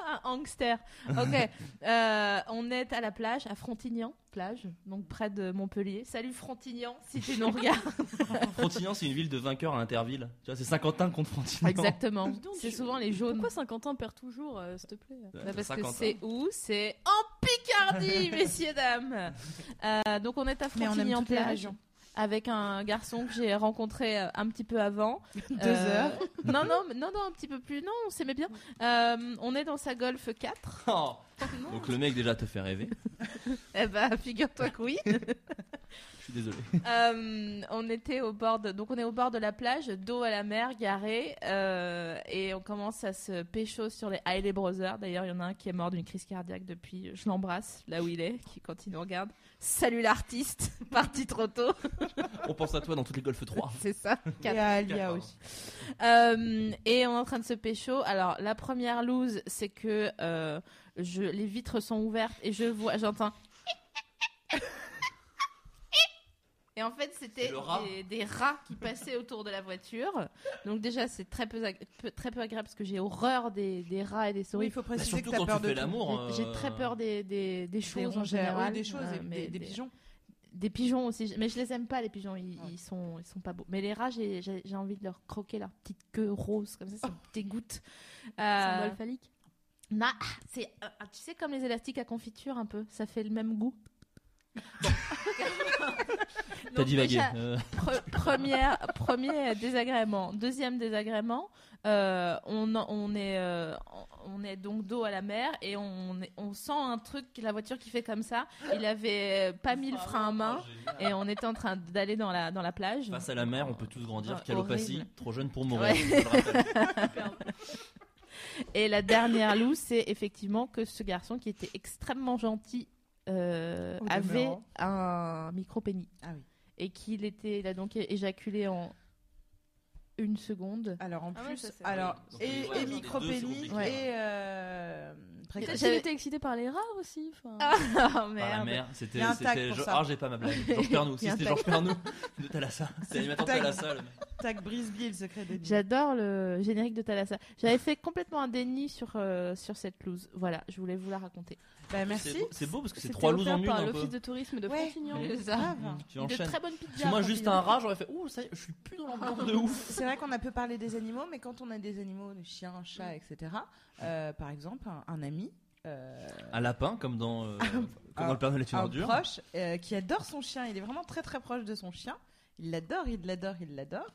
Speaker 2: un hangster. Ok. Euh, on est à la plage, à Frontignan, plage, donc près de Montpellier. Salut Frontignan, si tu nous regardes.
Speaker 7: Frontignan, c'est une ville de vainqueurs à Interville. Tu vois, c'est Saint-Quentin contre Frontignan.
Speaker 2: Exactement.
Speaker 6: donc,
Speaker 2: C'est
Speaker 6: je-
Speaker 2: souvent les jaunes.
Speaker 6: Pourquoi Saint-Quentin perd toujours, euh, s'il te plaît
Speaker 7: Ouais,
Speaker 2: Bah, parce que
Speaker 7: Saint-Quentin.
Speaker 2: c'est où C'est en Picardie, messieurs dames. Euh, donc on est à
Speaker 3: Mais on aime
Speaker 2: Frontignan
Speaker 3: toutes les
Speaker 2: plage
Speaker 3: régions.
Speaker 2: avec un garçon que j'ai rencontré euh, un petit peu avant.
Speaker 3: Deux
Speaker 2: Euh,
Speaker 3: heures.
Speaker 2: *laughs* Non non mais- non non un petit peu plus. Non, on s'aimait bien. Euh, on est dans sa Golf 4.
Speaker 7: Oh. Donc le mec déjà te fait rêver.
Speaker 2: Eh ben figure-toi que oui.
Speaker 7: Je suis désolé.
Speaker 2: Euh, on était au bord de, donc on est au bord de la plage, dos à la mer, garé, euh, et on commence à se pécho sur les Hailey Brothers. D'ailleurs, il y en a un qui est mort d'une crise cardiaque depuis. Je l'embrasse là où il est, qui quand il nous regarde. Salut l'artiste, *laughs* parti trop tôt,
Speaker 7: On pense à toi dans toutes les golfes 3.
Speaker 2: c'est ça.
Speaker 3: Et
Speaker 2: quatre.
Speaker 3: à Alia
Speaker 7: Quatre,
Speaker 3: aussi.
Speaker 2: Euh, et on est en train de se pécho. Alors la première loose, c'est que euh, je, les vitres sont ouvertes et je vois, j'entends. Et en fait, c'était
Speaker 7: C'est le rat.
Speaker 2: des, des rats qui passaient autour de la voiture. Donc déjà, c'est très peu, ag- peu- très peu agréable parce que j'ai horreur des, des rats et des
Speaker 3: Oui,
Speaker 2: souris.
Speaker 3: il faut
Speaker 7: Bah,
Speaker 3: préciser
Speaker 7: surtout
Speaker 3: que t'as
Speaker 7: quand
Speaker 3: peur
Speaker 7: tu
Speaker 3: de
Speaker 7: fais
Speaker 3: tout.
Speaker 7: l'amour. euh,
Speaker 2: J'ai très peur des, des, des choses
Speaker 3: Des
Speaker 2: en
Speaker 3: rongères,
Speaker 2: général.
Speaker 3: oui, des choses,
Speaker 2: Euh,
Speaker 3: et-
Speaker 2: mais
Speaker 3: des, des pigeons.
Speaker 2: des pigeons aussi, mais je les aime pas les pigeons, ils,
Speaker 3: Ouais.
Speaker 2: ils sont ils sont pas beaux. Mais les rats, j'ai j'ai- j'ai envie de leur croquer leur petite queue rose comme ça, ça me dégoûte. Euh,
Speaker 6: Symbole phallique
Speaker 2: na- c'est euh, tu sais comme les élastiques à confiture un peu, ça fait le même goût. Bon.
Speaker 7: T'as
Speaker 2: Donc
Speaker 7: divagué.
Speaker 2: déjà,
Speaker 7: Euh,
Speaker 2: pre- première, premier désagrément. Deuxième désagrément, euh, on, on, est, euh, on est donc dos à la mer et on, est- on sent un truc, la voiture qui fait comme ça. Il avait pas mis le frein à main et on était en train d'aller dans la, dans la plage.
Speaker 7: Face à la mer, on peut tous grandir.
Speaker 2: Ah,
Speaker 7: Calopatie,
Speaker 2: horrible.
Speaker 7: trop jeune pour mourir.
Speaker 2: Ouais.
Speaker 7: je le rappelle.
Speaker 2: Et la dernière loue, c'est effectivement que ce garçon qui était extrêmement gentil euh,
Speaker 3: Au
Speaker 2: avait
Speaker 3: demeurant.
Speaker 2: un micro-pénis.
Speaker 3: Ah oui.
Speaker 2: Et qu'il était, il a donc é- éjaculé en une seconde.
Speaker 3: Alors en
Speaker 6: Ah ouais,
Speaker 3: plus,
Speaker 6: ça, c'est vrai.
Speaker 3: alors
Speaker 7: Donc,
Speaker 3: et,
Speaker 7: ouais,
Speaker 3: et
Speaker 7: dans les deux, c'est
Speaker 3: micropénie
Speaker 7: compliqué.
Speaker 3: et euh, précoce.
Speaker 6: Peut-être
Speaker 2: j'avais-
Speaker 6: qu'il était excité par les rats aussi. enfin.
Speaker 2: Ah
Speaker 7: Par la
Speaker 2: merde.
Speaker 7: mer, c'était.
Speaker 3: Il y a un
Speaker 7: c'était
Speaker 3: tag pour
Speaker 7: Geor-
Speaker 3: ça.
Speaker 7: Ah, j'ai pas ma blague.
Speaker 2: *laughs*
Speaker 7: Georges Pernou.
Speaker 2: Il
Speaker 7: Si
Speaker 2: y a un
Speaker 7: c'était
Speaker 2: tag.
Speaker 7: Georges Pernou de Talassa. C'était l'animateur de
Speaker 3: Tag.
Speaker 7: Talassa, le mec.
Speaker 3: Tac Brisby, le secret des dieux.
Speaker 2: J'adore le générique de Thalassa. J'avais fait complètement un déni sur, euh, sur cette loose. Voilà, je voulais vous la raconter.
Speaker 3: Bah
Speaker 7: C'est
Speaker 3: merci.
Speaker 7: beau- C'est beau parce que c'est
Speaker 6: C'était
Speaker 7: trois loups
Speaker 6: offert
Speaker 7: en une.
Speaker 6: par
Speaker 7: un peu.
Speaker 6: l'office de tourisme de
Speaker 3: Ouais.
Speaker 6: Frontignan.
Speaker 7: Mmh.
Speaker 3: Grave.
Speaker 7: Tu
Speaker 2: De
Speaker 7: enchaînes.
Speaker 2: très bonnes pizzas.
Speaker 7: Parce que moi, juste un
Speaker 2: Frontignan.
Speaker 7: rat, j'aurais fait Ouh, ça y est, je suis plus dans l'ambiance de
Speaker 3: *laughs*
Speaker 7: ouf.
Speaker 3: C'est vrai qu'on a peu parlé des animaux, mais quand on a des animaux, des chiens, chats, etc. euh, par exemple, un, un ami. euh,
Speaker 7: Un lapin, comme dans, euh, comme dans le Père Noël est une
Speaker 3: un
Speaker 7: ordure.
Speaker 3: proche euh, qui adore son chien. Il est vraiment très très proche de son chien. Il l'adore, il l'adore, il l'adore.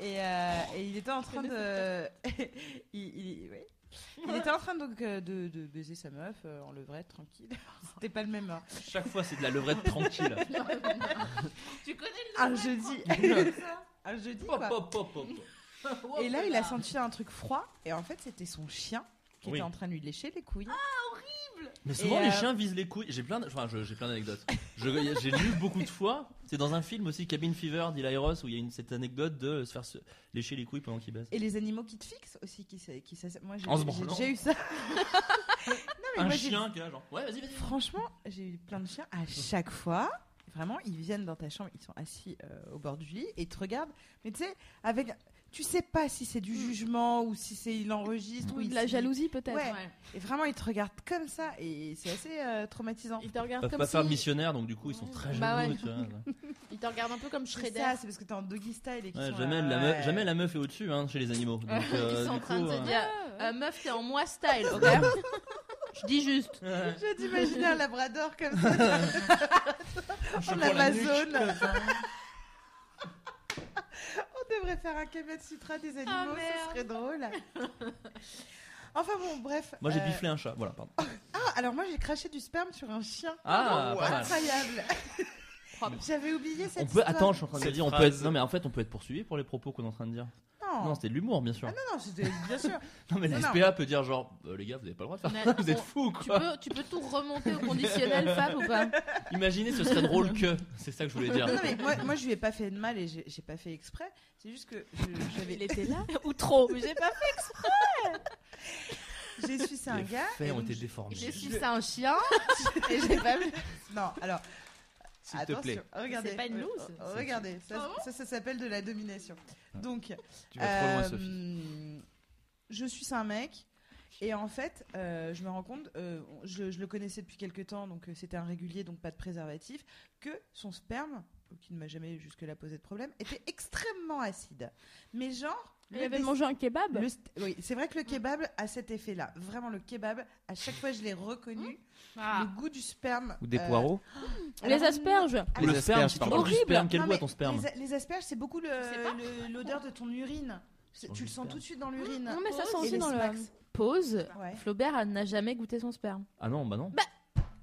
Speaker 3: Et, euh, et il était en train de, *laughs* il, il- ouais. Il était en train donc euh, de, de baiser sa meuf euh, en levrette tranquille. *laughs* C'était pas le même. hein.
Speaker 7: Chaque fois, c'est de la levrette
Speaker 3: *laughs*
Speaker 7: tranquille.
Speaker 2: Tu connais le
Speaker 3: Un
Speaker 2: nom,
Speaker 3: jeudi, un jeudi
Speaker 7: Pop,
Speaker 3: quoi.
Speaker 7: pop, pop, pop.
Speaker 2: quoi.
Speaker 3: Et là, il a senti un truc froid. Et en fait, c'était son chien qui
Speaker 7: Oui.
Speaker 3: était en train de lui lécher les couilles.
Speaker 2: horrible.
Speaker 7: Mais souvent, les
Speaker 3: euh,
Speaker 7: chiens visent les couilles. J'ai plein, d'- enfin, je- j'ai plein d'anecdotes. Je- J'ai lu beaucoup de fois. C'est dans un film aussi, Cabin Fever d'Eli Ross, où il y a une, cette anecdote de se faire se- lécher les couilles pendant qu'il baisse.
Speaker 3: Et les animaux qui te fixent aussi, qui, s'a- qui s'ass- moi j'ai
Speaker 7: En se
Speaker 3: j'ai
Speaker 7: branlant.
Speaker 3: déjà eu ça. *laughs* mais
Speaker 7: un
Speaker 3: moi, j'ai-
Speaker 7: chien qui est là, genre, ouais, vas-y, vas-y.
Speaker 3: Franchement, j'ai eu plein de chiens à chaque fois. Vraiment, ils viennent dans ta chambre, ils sont assis euh, au bord du lit et ils te regardent. Mais tu sais, avec, tu sais pas si c'est du jugement ou si c'est il enregistre ou
Speaker 6: Ou
Speaker 3: il
Speaker 6: Mm. de la
Speaker 3: se-
Speaker 6: jalousie peut-être.
Speaker 3: Ouais. Et vraiment, ils te regardent comme ça et c'est assez euh, traumatisant.
Speaker 2: Il te
Speaker 7: Ils
Speaker 2: regarde
Speaker 7: peuvent
Speaker 2: comme
Speaker 7: pas
Speaker 2: si...
Speaker 7: faire missionnaire, donc du coup, ils sont très jaloux.
Speaker 2: Bah ouais.
Speaker 7: tu vois.
Speaker 2: Il te regarde un peu comme
Speaker 3: C'est
Speaker 2: Shredder.
Speaker 3: ça, c'est parce que t'es en doggy style et qu'ils
Speaker 7: Ouais,
Speaker 3: sont euh,
Speaker 7: jamais,
Speaker 3: là,
Speaker 7: la
Speaker 3: ouais.
Speaker 7: meuf, jamais la meuf est au-dessus hein, chez les animaux. Donc, euh,
Speaker 2: Ils sont en
Speaker 7: du
Speaker 2: train
Speaker 7: coup,
Speaker 2: de se
Speaker 7: euh,
Speaker 2: dire euh, Meuf, t'es en moi style, ok Je dis
Speaker 7: *laughs*
Speaker 2: juste.
Speaker 7: *laughs* ouais.
Speaker 3: *laughs* Je viens d'imaginer un labrador comme
Speaker 7: *laughs*
Speaker 3: ça.
Speaker 7: Je
Speaker 3: en
Speaker 7: prends la nuque.
Speaker 3: Amazon. *laughs* On devrait faire un Kamet Sutra des animaux, ce
Speaker 2: Ah, merde.
Speaker 3: serait
Speaker 2: *laughs*
Speaker 3: drôle. Enfin bon, bref.
Speaker 7: *laughs* Moi, j'ai
Speaker 3: euh,
Speaker 7: biflé un chat. Voilà, pardon.
Speaker 3: Ah, alors moi j'ai craché du sperme sur un chien.
Speaker 7: Ah, pas mal.
Speaker 3: Incroyable.
Speaker 2: *laughs* Propre.
Speaker 3: J'avais oublié Oh, cette
Speaker 7: On peut...
Speaker 3: histoire.
Speaker 7: Attends, je suis en train de
Speaker 8: Cette
Speaker 7: dire, on peut
Speaker 8: phrase.
Speaker 7: être... Non, mais en fait, on peut être poursuivi pour les propos qu'on est en train de dire.
Speaker 3: Non,
Speaker 7: Non,
Speaker 3: non,
Speaker 7: c'était de l'humour, bien sûr.
Speaker 3: non, c'était bien sûr.
Speaker 7: Non, mais la
Speaker 3: Oh. Non, non.
Speaker 7: SPA peut dire, genre, Euh, les gars, vous avez pas le droit de faire
Speaker 2: Mais
Speaker 7: ça, vous êtes
Speaker 2: on-
Speaker 7: fous,
Speaker 2: Tu
Speaker 7: quoi.
Speaker 2: peux, tu peux tout remonter au
Speaker 7: *laughs*
Speaker 2: conditionnel, Fab, ou pas
Speaker 7: Imaginez, ce serait drôle que. C'est ça que je voulais dire.
Speaker 3: Non, mais moi, moi je lui ai pas fait de mal et j'ai j'ai pas fait exprès. C'est juste que je- j'avais.
Speaker 2: était là *laughs* Ou trop Mais j'ai pas fait.
Speaker 3: J'ai sucé un
Speaker 7: Les
Speaker 3: gars.
Speaker 7: faits
Speaker 3: et
Speaker 7: ont
Speaker 3: donc
Speaker 7: été
Speaker 3: je-
Speaker 7: déformés.
Speaker 2: J'ai su
Speaker 3: *laughs*
Speaker 2: ça un chien et j'ai pas vu.
Speaker 3: Non, alors.
Speaker 4: S'il te plaît.
Speaker 3: attention, Regardez. Euh,
Speaker 2: C'est pas une loose.
Speaker 3: Regardez, ça, ça, ça s'appelle de la domination. Donc,
Speaker 4: Ah. Tu vas trop loin,
Speaker 3: euh,
Speaker 4: Sophie.
Speaker 3: Je suis un mec. Et en fait, euh, je me rends compte, euh, je, je le connaissais depuis quelques temps, donc euh, c'était un régulier, donc pas de préservatif, que son sperme, qui ne m'a jamais jusque-là posé de problème, était extrêmement acide. Mais genre,
Speaker 6: Il
Speaker 3: le
Speaker 6: avait
Speaker 3: dess-
Speaker 6: mangé un kebab. Mm.
Speaker 3: le st- oui, c'est vrai que le kebab a cet effet-là. Vraiment, le kebab, à chaque fois, je l'ai reconnu. Le goût du sperme.
Speaker 4: Ou des
Speaker 3: euh, Ah,
Speaker 4: poireaux.
Speaker 6: Mm. Ah. Les
Speaker 3: alors,
Speaker 6: asperges.
Speaker 7: Ou le
Speaker 4: Les
Speaker 7: sperme,
Speaker 4: asperges,
Speaker 7: si tu
Speaker 4: pardon.
Speaker 7: manges du
Speaker 6: Horrible.
Speaker 7: sperme, quel
Speaker 3: Non,
Speaker 7: goût a
Speaker 3: mais
Speaker 7: ton sperme
Speaker 3: Les, les asperges, c'est beaucoup le-
Speaker 2: sais pas.
Speaker 3: le- l'odeur de ton urine. C'est-
Speaker 7: Sur
Speaker 3: Tu le
Speaker 7: le
Speaker 3: sens
Speaker 7: sperme.
Speaker 3: tout de suite dans l'urine.
Speaker 6: Non, mais ça
Speaker 2: Pause
Speaker 6: sent
Speaker 2: et
Speaker 6: aussi
Speaker 2: les
Speaker 6: dans le.
Speaker 3: smacks.
Speaker 2: Pause.
Speaker 3: Ouais.
Speaker 2: Flaubert n'a jamais goûté son sperme.
Speaker 7: Ah non, bah non.
Speaker 3: Bah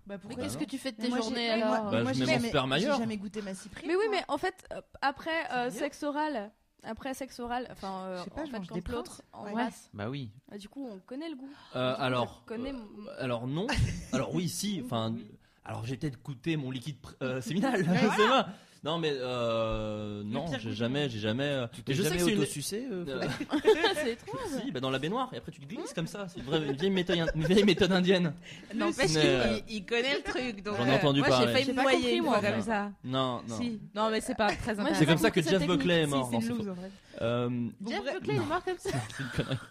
Speaker 2: Mais
Speaker 3: pourquoi
Speaker 2: qu'est-ce
Speaker 7: non.
Speaker 2: que tu fais de
Speaker 3: Mais
Speaker 2: tes
Speaker 3: moi, j'ai-
Speaker 2: journées
Speaker 3: mais moi-
Speaker 2: alors euh,
Speaker 7: Bah,
Speaker 3: moi,
Speaker 7: je
Speaker 3: j'ai
Speaker 7: mets mon
Speaker 3: jamais-
Speaker 7: sperme ailleurs.
Speaker 3: J'ai jamais goûté ma cyprine.
Speaker 6: Mais oui,
Speaker 3: moi.
Speaker 6: mais *laughs* en fait, euh, après euh,
Speaker 3: Sérieux
Speaker 6: sexe oral, après sexe oral, enfin, euh,
Speaker 3: Je sais pas,
Speaker 6: en
Speaker 3: je
Speaker 6: fait,
Speaker 3: mange
Speaker 6: quand
Speaker 3: des
Speaker 6: l'autre
Speaker 3: Ouais.
Speaker 6: embrasse,
Speaker 4: Bah oui.
Speaker 6: euh, du coup, on connaît le goût.
Speaker 7: Euh,
Speaker 6: Du coup,
Speaker 7: alors,
Speaker 6: je connais
Speaker 7: euh,
Speaker 6: mon- *laughs*
Speaker 7: alors non. Alors oui, si. Enfin, alors j'ai peut-être goûté mon liquide pr- euh, séminal.
Speaker 3: Mais
Speaker 7: *laughs* c'est vrai. Non, mais euh, non,
Speaker 3: pire
Speaker 7: j'ai
Speaker 3: goût du
Speaker 7: jamais, j'ai jamais. euh,
Speaker 4: Tu
Speaker 7: mais
Speaker 4: t'es
Speaker 7: je sais
Speaker 4: jamais
Speaker 7: que c'est une.
Speaker 4: auto-sucé euh,
Speaker 7: Euh,
Speaker 6: c'est étrange.
Speaker 7: *laughs* si, bah, dans la baignoire. Et après tu te glisses comme ça. C'est une, vraie- une vieille méthode, une vieille méthode indienne.
Speaker 2: N'empêche
Speaker 7: Mais, euh,
Speaker 2: qu'il il- il connaît le truc. donc,
Speaker 7: J'en ai
Speaker 2: euh,
Speaker 7: entendu
Speaker 2: moi,
Speaker 7: parler.
Speaker 2: J'ai failli
Speaker 6: J'ai
Speaker 2: me
Speaker 6: pas
Speaker 2: noyer,
Speaker 6: compris,
Speaker 2: moi,
Speaker 7: moi.
Speaker 2: comme ça.
Speaker 7: Non, non.
Speaker 2: Si. Non, mais c'est pas très
Speaker 6: Moi, j'ai
Speaker 2: intéressant.
Speaker 7: C'est comme ça que
Speaker 6: Cette
Speaker 7: Jeff
Speaker 6: technique,
Speaker 7: Buckley est
Speaker 6: si,
Speaker 7: mort.
Speaker 6: c'est
Speaker 7: non,
Speaker 6: une
Speaker 7: c'est
Speaker 6: loose,
Speaker 7: faux. Euh,
Speaker 2: Jeff
Speaker 3: Bon, bref.
Speaker 2: Buckley, il est mort comme ça.
Speaker 7: c'est une connerie.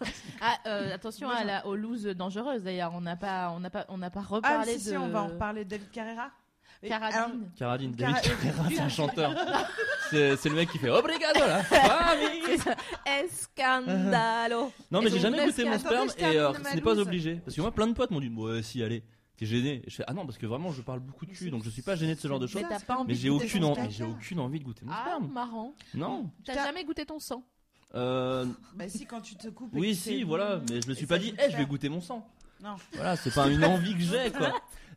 Speaker 2: Ah, euh, attention à la, aux looses dangereuses d'ailleurs. On n'a pas, on n'a pas, on n'a pas
Speaker 3: Ah,
Speaker 2: reparlé
Speaker 3: mais si, si,
Speaker 2: de.
Speaker 3: on va en reparler de David Carrera. Mais- alors,
Speaker 2: Caradine.
Speaker 7: Caradine,
Speaker 3: Cara-
Speaker 7: David Carrera, c'est un chanteur. C'est c'est le mec qui fait Obrigado là. Ah, oui.
Speaker 2: C'est ça.
Speaker 3: *laughs*
Speaker 2: Escandalo.
Speaker 7: Non,
Speaker 2: Et
Speaker 7: mais j'ai
Speaker 2: donc,
Speaker 7: jamais
Speaker 2: parce
Speaker 7: goûté
Speaker 2: que-
Speaker 7: mon
Speaker 3: attendez,
Speaker 7: sperme
Speaker 3: je
Speaker 7: et
Speaker 3: termine
Speaker 7: euh,
Speaker 3: ma
Speaker 7: ce n'est pas
Speaker 3: loose.
Speaker 7: obligé. Parce que moi, plein de potes m'ont dit Ouais, si, allez, t'es gêné. Et je fais Ah non, parce que vraiment, je parle beaucoup dessus, donc je suis pas gêné de ce genre de choses.
Speaker 2: Mais t'as pas envie
Speaker 7: Mais
Speaker 2: de
Speaker 7: j'ai
Speaker 2: goûter
Speaker 7: aucune,
Speaker 2: ton
Speaker 7: en-
Speaker 2: sperme.
Speaker 7: j'ai aucune envie de goûter mon
Speaker 2: Ah,
Speaker 7: sperme.
Speaker 2: marrant.
Speaker 7: Non.
Speaker 2: T'as
Speaker 3: Putain.
Speaker 2: jamais goûté
Speaker 3: *laughs*
Speaker 2: ton sang.
Speaker 7: Euh,
Speaker 3: Bah si, quand tu te coupes. et que
Speaker 7: oui,
Speaker 3: tu
Speaker 7: si,
Speaker 3: fais-
Speaker 7: voilà. Mais je me
Speaker 3: Et
Speaker 7: suis
Speaker 3: ça
Speaker 7: pas dit
Speaker 3: goûte
Speaker 7: Eh, je vais
Speaker 3: sperme.
Speaker 7: goûter mon sang.
Speaker 3: Non.
Speaker 7: Voilà, c'est pas une envie que j'ai, quoi.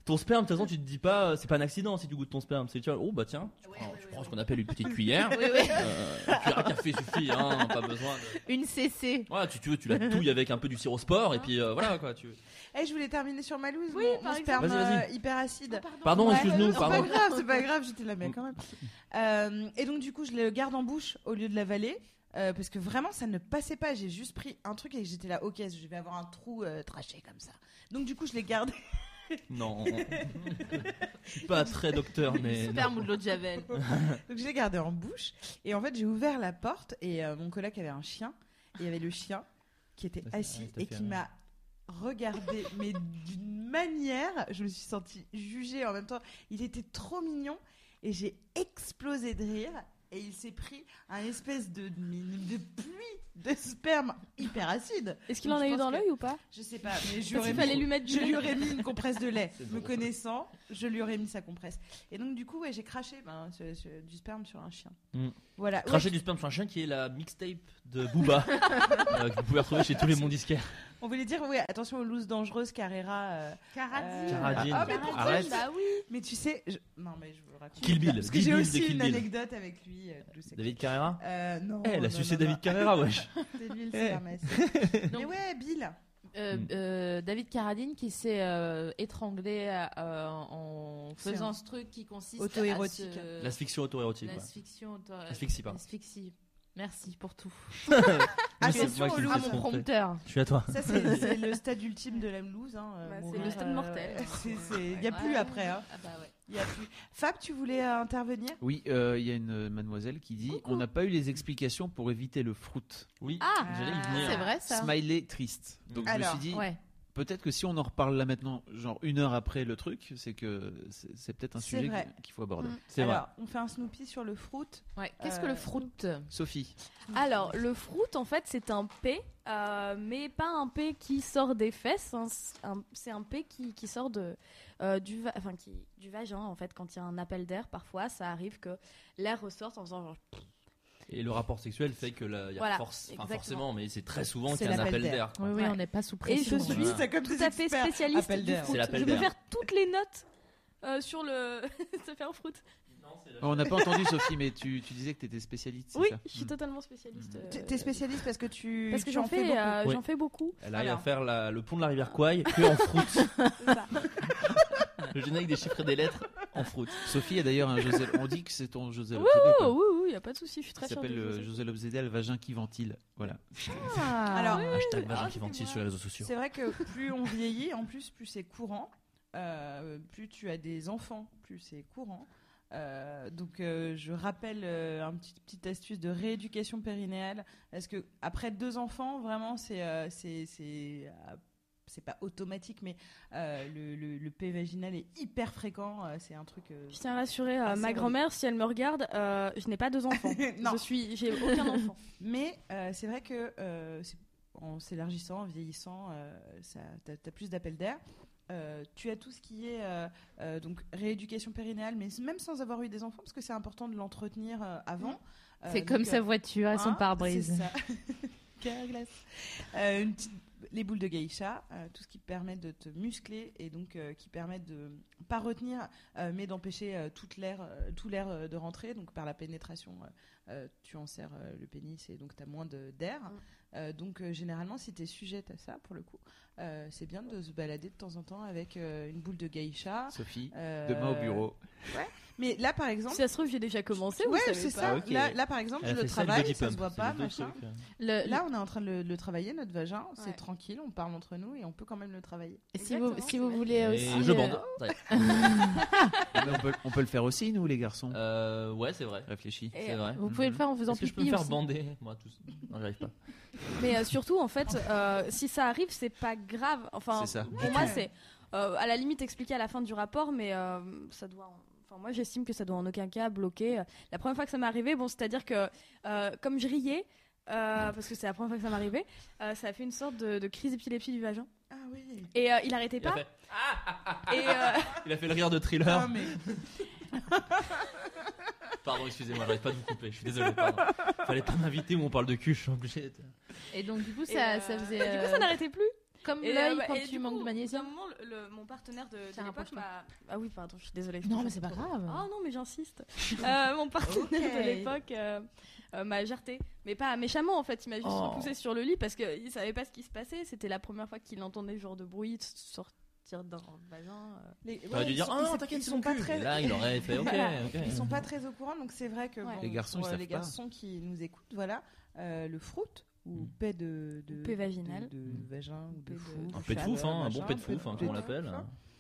Speaker 7: Ton sperme, de toute façon, tu te dis pas, euh, c'est pas un accident si tu goûtes ton sperme. C'est tu vois, oh bah tiens, tu prends, tu prends ce qu'on appelle une petite
Speaker 3: *laughs*
Speaker 7: cuillère. Euh, une cuillère à café suffit, hein, pas besoin. de-
Speaker 2: Une CC.
Speaker 7: Voilà, tu, tu veux, tu la touilles avec un peu du sirop sport et puis euh, voilà quoi. Tu...
Speaker 3: Eh, je voulais terminer sur ma loose.
Speaker 2: Oui,
Speaker 3: mon-
Speaker 2: par
Speaker 3: mon
Speaker 2: exemple.
Speaker 3: sperme
Speaker 7: Vas-y, vas-y.
Speaker 3: euh, hyper acide.
Speaker 7: Pardon,
Speaker 3: Ouais,
Speaker 7: excuse-nous,
Speaker 3: C'est pas
Speaker 7: pardon. Mm.
Speaker 3: grave, c'est pas grave, j'étais là, mais quand même. Euh, et donc, du coup, je le garde en bouche au lieu de l'avaler. euh, parce que vraiment, ça ne passait pas. J'ai juste pris un truc et j'étais là, ok, je vais avoir un trou euh, traché comme ça. Donc, du coup, je l'ai gardé.
Speaker 7: Non, je suis pas très docteur, mais.
Speaker 2: Sperme ou de l'eau de javel.
Speaker 3: Donc, *laughs* je l'ai gardé en bouche. Et en fait, j'ai ouvert la porte et euh, mon collègue avait un chien. Et il y avait le chien qui était
Speaker 7: Ah, c'est- ah,
Speaker 3: assis
Speaker 7: il t'a
Speaker 3: et
Speaker 7: fait
Speaker 3: qui
Speaker 7: rire.
Speaker 3: m'a
Speaker 7: *laughs*
Speaker 3: regardé, mais d'une manière, je me suis sentie jugée en même temps. Il était trop mignon et j'ai explosé de rire. Et il s'est pris un espèce de, de pluie de sperme hyper acide.
Speaker 6: Est-ce qu'il en
Speaker 3: Je
Speaker 6: a eu
Speaker 3: pense
Speaker 6: dans
Speaker 3: que-
Speaker 6: l'œil ou pas
Speaker 3: Je sais pas, mais
Speaker 6: Parce
Speaker 3: j'aurais
Speaker 6: qu'il fallait
Speaker 3: mis,
Speaker 6: lui mettre du
Speaker 3: je lui
Speaker 6: lait.
Speaker 3: aurais mis une compresse de lait.
Speaker 7: C'est
Speaker 3: Me
Speaker 7: drôle.
Speaker 3: connaissant, je lui aurais mis sa compresse. Et donc du coup, ouais, j'ai craché ben, ce- ce- du sperme sur un chien.
Speaker 7: Mm.
Speaker 3: Voilà. Ouais,
Speaker 7: Cracher du sperme sur un chien qui est la mixtape de Booba euh, que vous pouvez retrouver chez tous les bons disquaires.
Speaker 3: on voulait dire, ouais, attention aux looses dangereuses, Carrera. euh,
Speaker 2: Caradine.
Speaker 7: Caradine.
Speaker 3: Ah, mais pourquoi
Speaker 7: Arrête.
Speaker 3: je-
Speaker 2: Bah oui.
Speaker 3: Mais tu sais, je- non mais je vous le raconte.
Speaker 7: Kill Bill,
Speaker 3: Parce que
Speaker 7: Kill
Speaker 3: j'ai
Speaker 7: Bill de
Speaker 3: aussi
Speaker 7: Kill
Speaker 3: une
Speaker 7: Bill.
Speaker 3: anecdote avec lui. euh, je sais que-
Speaker 7: David Carrera
Speaker 3: Euh, non.
Speaker 7: Eh, elle a
Speaker 3: non,
Speaker 7: sucé
Speaker 3: non, non. *laughs*
Speaker 7: David Carrera, wesh.
Speaker 3: C'était lui, le
Speaker 7: Eh. *laughs*
Speaker 3: spermacide. Mais ouais, Bill.
Speaker 2: Euh,
Speaker 7: Mm.
Speaker 2: euh, David Carradine qui s'est euh, étranglé euh, en
Speaker 3: C'est
Speaker 2: faisant
Speaker 3: un-
Speaker 2: ce truc qui consiste
Speaker 3: Auto-érotique.
Speaker 2: à se-
Speaker 7: L'asphyxie auto-érotique. quoi.
Speaker 2: L'asphyxion, toi-
Speaker 7: Asphyxie, pardon.
Speaker 2: Asphyxie. Merci pour tout.
Speaker 7: Ah,
Speaker 3: c'est
Speaker 7: moi qui
Speaker 3: au
Speaker 7: me
Speaker 3: loup.
Speaker 2: À
Speaker 7: suis
Speaker 2: mon
Speaker 7: trompé.
Speaker 2: prompteur.
Speaker 7: Je suis à toi.
Speaker 3: Ça, c'est c'est le stade ultime de la loose. hein, euh,
Speaker 6: Bah, c'est le stade mortel.
Speaker 3: Il n'y a plus
Speaker 2: Ouais.
Speaker 3: après. hein.
Speaker 2: Ah bah ouais.
Speaker 3: Y a plus. Fab, tu voulais euh, intervenir
Speaker 4: Oui, euh, il y a une mademoiselle qui dit On n'a pas eu les explications pour éviter le fruit.
Speaker 7: Oui.
Speaker 2: Ah,
Speaker 7: J'allais y venir.
Speaker 2: c'est vrai ça.
Speaker 4: Smiley triste. Donc
Speaker 3: Alors,
Speaker 4: je me suis dit
Speaker 2: Ouais.
Speaker 4: Peut-être que si on en reparle là maintenant, genre une heure après le truc, c'est que c'est c'est peut-être un
Speaker 3: C'est
Speaker 4: sujet
Speaker 3: vrai.
Speaker 4: qu'il- qu'il faut aborder.
Speaker 6: Mm.
Speaker 7: C'est vrai.
Speaker 3: Alors, on fait un Snoopy sur le fruit.
Speaker 2: Ouais. Qu'est-ce que le
Speaker 3: Euh,
Speaker 2: fruit
Speaker 4: Sophie,
Speaker 6: Alors, le fruit, en fait, c'est un P, euh, mais pas un P qui sort des fesses. hein, c'est un- c'est un P qui, qui sort de, euh, du, va- enfin, qui, du vagin, en fait. Quand il y a un appel d'air, parfois, ça arrive que l'air ressorte en faisant genre.
Speaker 7: Et le rapport sexuel fait que là, il y a
Speaker 6: Voilà,
Speaker 7: force. enfin,
Speaker 6: exactement.
Speaker 7: forcément, mais c'est très souvent
Speaker 3: C'est
Speaker 7: qu'il y a un
Speaker 3: l'appel
Speaker 7: appel
Speaker 3: d'air.
Speaker 7: d'air. quoi.
Speaker 2: Oui, oui,
Speaker 6: Ouais.
Speaker 2: on n'est pas sous
Speaker 6: Et
Speaker 2: pression.
Speaker 6: je suis
Speaker 7: Voilà.
Speaker 3: comme
Speaker 6: tout à fait spécialiste
Speaker 3: appel
Speaker 6: du
Speaker 3: d'air.
Speaker 6: fruit.
Speaker 7: C'est l'appel
Speaker 6: Je peux
Speaker 7: d'air.
Speaker 6: faire toutes les notes euh, sur le. *laughs* ça fait un fruit.
Speaker 4: Oh, on n'a pas entendu Sophie, mais tu, tu disais que tu étais spécialiste. c'est
Speaker 6: Oui,
Speaker 4: ça Mm.
Speaker 6: je suis totalement spécialiste. euh,
Speaker 3: T'es spécialiste parce que tu.
Speaker 6: Parce que
Speaker 3: tu
Speaker 6: j'en
Speaker 3: en
Speaker 6: fais,
Speaker 3: beaucoup.
Speaker 6: euh,
Speaker 7: Oui.
Speaker 6: j'en
Speaker 3: *laughs*
Speaker 6: fais beaucoup.
Speaker 7: Elle arrive
Speaker 3: Alors.
Speaker 7: à faire la- le pont de la rivière Kouai que en fruit.
Speaker 6: Bah,
Speaker 7: le générique des chiffres et des lettres en fruit.
Speaker 4: Sophie a d'ailleurs un José. On dit que c'est ton José
Speaker 6: Wouh,
Speaker 4: Lobzedel, quoi.
Speaker 6: Oh, oui, oui, il n'y a pas de souci, je suis
Speaker 4: Qui
Speaker 6: très fière de
Speaker 4: s'appelle euh,
Speaker 6: vous.
Speaker 4: José Lobzedel, vagin qui ventile. Voilà.
Speaker 6: euh,
Speaker 2: Ah.
Speaker 3: Alors,
Speaker 7: Hashtag vagin
Speaker 6: ah,
Speaker 7: qui ventile
Speaker 6: c'était
Speaker 7: sur les réseaux sociaux.
Speaker 3: C'est vrai que plus on vieillit, en plus, plus c'est courant. Euh, plus tu as des enfants, plus c'est courant. Euh, donc, euh, je rappelle euh, un petit, petite astuce de rééducation périnéale. Parce que après deux enfants, vraiment, c'est euh, c'est c'est, euh, c'est pas automatique, mais euh, le, le, le P vaginal est hyper fréquent. euh, c'est un truc. euh,
Speaker 6: Je tiens à rassurer euh,
Speaker 3: Ah, c'est
Speaker 6: ma
Speaker 3: vrai.
Speaker 6: grand-mère, si elle me regarde, euh, je n'ai pas deux enfants.
Speaker 3: *laughs* Non.
Speaker 6: Je
Speaker 3: *laughs*
Speaker 6: suis, j'ai aucun enfant.
Speaker 3: Mais euh, c'est vrai que euh, c'est- en s'élargissant, en vieillissant, euh, tu as, plus d'appels d'air. Euh, tu as tout ce qui est euh, euh, donc rééducation périnéale, mais même sans avoir eu des enfants, parce que c'est important de l'entretenir euh, avant. Euh,
Speaker 2: c'est
Speaker 3: donc,
Speaker 2: comme sa
Speaker 3: euh,
Speaker 2: voiture et son
Speaker 3: hein,
Speaker 2: pare-brise.
Speaker 3: c'est ça. *laughs* Carglass. Euh, une petite- les boules de geisha, euh, tout ce qui permet de te muscler et donc euh, qui permet de pas retenir, euh, mais d'empêcher euh, toute l'air, euh, tout l'air euh, de rentrer. Donc par la pénétration, euh, euh, tu enserres euh, le pénis et donc tu as moins de- d'air.
Speaker 6: Mm.
Speaker 3: Euh, donc euh, généralement, si tu es sujette à ça, pour le coup, euh, c'est bien de se balader de temps en temps avec euh, une boule de geisha.
Speaker 4: Sophie,
Speaker 3: euh,
Speaker 4: demain au bureau.
Speaker 3: Mais là, par
Speaker 6: Si
Speaker 3: exemple.
Speaker 6: ça se trouve, j'ai déjà commencé. vous
Speaker 3: Ouais,
Speaker 6: savez
Speaker 3: c'est
Speaker 6: pas.
Speaker 3: ça.
Speaker 7: Ah, ok.
Speaker 3: Là, là, par exemple,
Speaker 7: Elle
Speaker 3: je
Speaker 7: a
Speaker 3: le
Speaker 7: fait ça, le
Speaker 3: travaille,
Speaker 7: body
Speaker 3: ça se
Speaker 7: pump.
Speaker 3: voit
Speaker 7: C'est
Speaker 3: pas,
Speaker 7: les deux
Speaker 3: machin.
Speaker 7: trucs, euh.
Speaker 2: Le-
Speaker 3: Là, on est en train de le, de le travailler, notre vagin. C'est
Speaker 6: Ouais.
Speaker 3: tranquille, on parle entre nous et on peut quand même le travailler.
Speaker 2: si vous,
Speaker 6: Exactement,
Speaker 2: si
Speaker 6: c'est
Speaker 2: vous
Speaker 6: vrai.
Speaker 2: voulez aussi.
Speaker 7: Et je
Speaker 2: euh,
Speaker 7: bande. Ouais.
Speaker 4: Ah, mais on, peut, on peut le faire aussi, nous, les garçons.
Speaker 7: Euh, ouais, c'est vrai.
Speaker 4: Réfléchis.
Speaker 6: Et,
Speaker 7: C'est vrai.
Speaker 2: Vous pouvez le faire en faisant
Speaker 7: Est-ce que
Speaker 2: pipi
Speaker 7: je peux me faire
Speaker 2: aussi.
Speaker 7: bander Moi, tout. Non, j'arrive pas.
Speaker 6: Mais euh, surtout, en fait, euh, si ça arrive, c'est pas grave. Enfin,
Speaker 4: C'est ça.
Speaker 6: pour moi, c'est euh, à la limite expliqué à la fin du rapport, mais euh, ça doit. en- Enfin, moi, j'estime que ça doit en aucun cas bloquer. euh, La première fois que ça m'est arrivé, bon, c'est-à-dire que euh, comme je riais. euh, parce que c'est la première fois que ça m'arrivait, euh, ça a fait une sorte de, de crise d'épilepsie du vagin.
Speaker 3: Ah oui.
Speaker 6: Et euh, il arrêtait
Speaker 7: Il a,
Speaker 6: pas.
Speaker 7: fait...
Speaker 6: Et, euh,
Speaker 7: *laughs* il a fait le rire de
Speaker 3: Non,
Speaker 7: thriller.
Speaker 3: mais
Speaker 7: Pardon, excusez-moi, j'arrive pas de vous couper. Je suis désolé. Pardon. Fallait pas m'inviter où on parle de cul. Je suis obligé. d'être-
Speaker 2: Et donc, du coup,
Speaker 6: Et,
Speaker 2: ça,
Speaker 6: euh,
Speaker 2: ça faisait.
Speaker 6: Du coup, ça
Speaker 2: euh,
Speaker 6: n'arrêtait plus.
Speaker 2: Comme
Speaker 6: Et,
Speaker 2: l'œil
Speaker 6: euh,
Speaker 2: quand
Speaker 6: et
Speaker 2: tu
Speaker 6: du
Speaker 2: manques de
Speaker 6: coup, au bout
Speaker 2: magnésium.
Speaker 6: d'un moment, le- le- mon partenaire de, de
Speaker 2: Ça
Speaker 6: l'époque
Speaker 2: rapproche pas.
Speaker 6: m'a- Ah oui, pardon, je suis désolée. je
Speaker 2: Non,
Speaker 6: me
Speaker 2: mais
Speaker 6: suis
Speaker 2: c'est pas
Speaker 6: trop-
Speaker 2: grave.
Speaker 6: Ah non, mais j'insiste. *laughs* Euh, mon partenaire
Speaker 3: Ok.
Speaker 6: de l'époque euh, euh, m'a jarté. Mais pas méchamment, en fait. Il m'a juste
Speaker 2: Oh.
Speaker 6: repoussé sur le lit parce qu'il savait pas ce qui se passait. C'était la première fois qu'il entendait ce genre de bruit sortir d'un vagin. euh.
Speaker 3: les-
Speaker 7: T'aurais
Speaker 3: ouais,
Speaker 7: dû
Speaker 3: ils
Speaker 7: dire
Speaker 3: sont-
Speaker 7: Ah non,
Speaker 3: ils-
Speaker 7: t'inquiète,
Speaker 3: ils
Speaker 7: c'est
Speaker 3: sont
Speaker 7: son
Speaker 3: pas
Speaker 7: cul.
Speaker 3: très-
Speaker 7: Et là, il aurait fait Ok,
Speaker 3: Voilà.
Speaker 7: ok.
Speaker 3: *laughs* Ils sont pas très au courant, donc c'est vrai que
Speaker 6: Ouais.
Speaker 3: bon,
Speaker 4: Les garçons,
Speaker 3: pour,
Speaker 4: ils
Speaker 3: euh,
Speaker 4: savent
Speaker 3: les
Speaker 4: pas.
Speaker 3: garçons qui nous écoutent, voilà, euh, le fruit ou
Speaker 4: Mm.
Speaker 3: paix de, de,
Speaker 6: P vaginal.
Speaker 3: de, de vagin ou
Speaker 6: P
Speaker 3: de
Speaker 6: de-
Speaker 3: fou,
Speaker 7: Mm. Un peu de fouf, hein, un bon pet de fouf, hein, comme on l'appelle.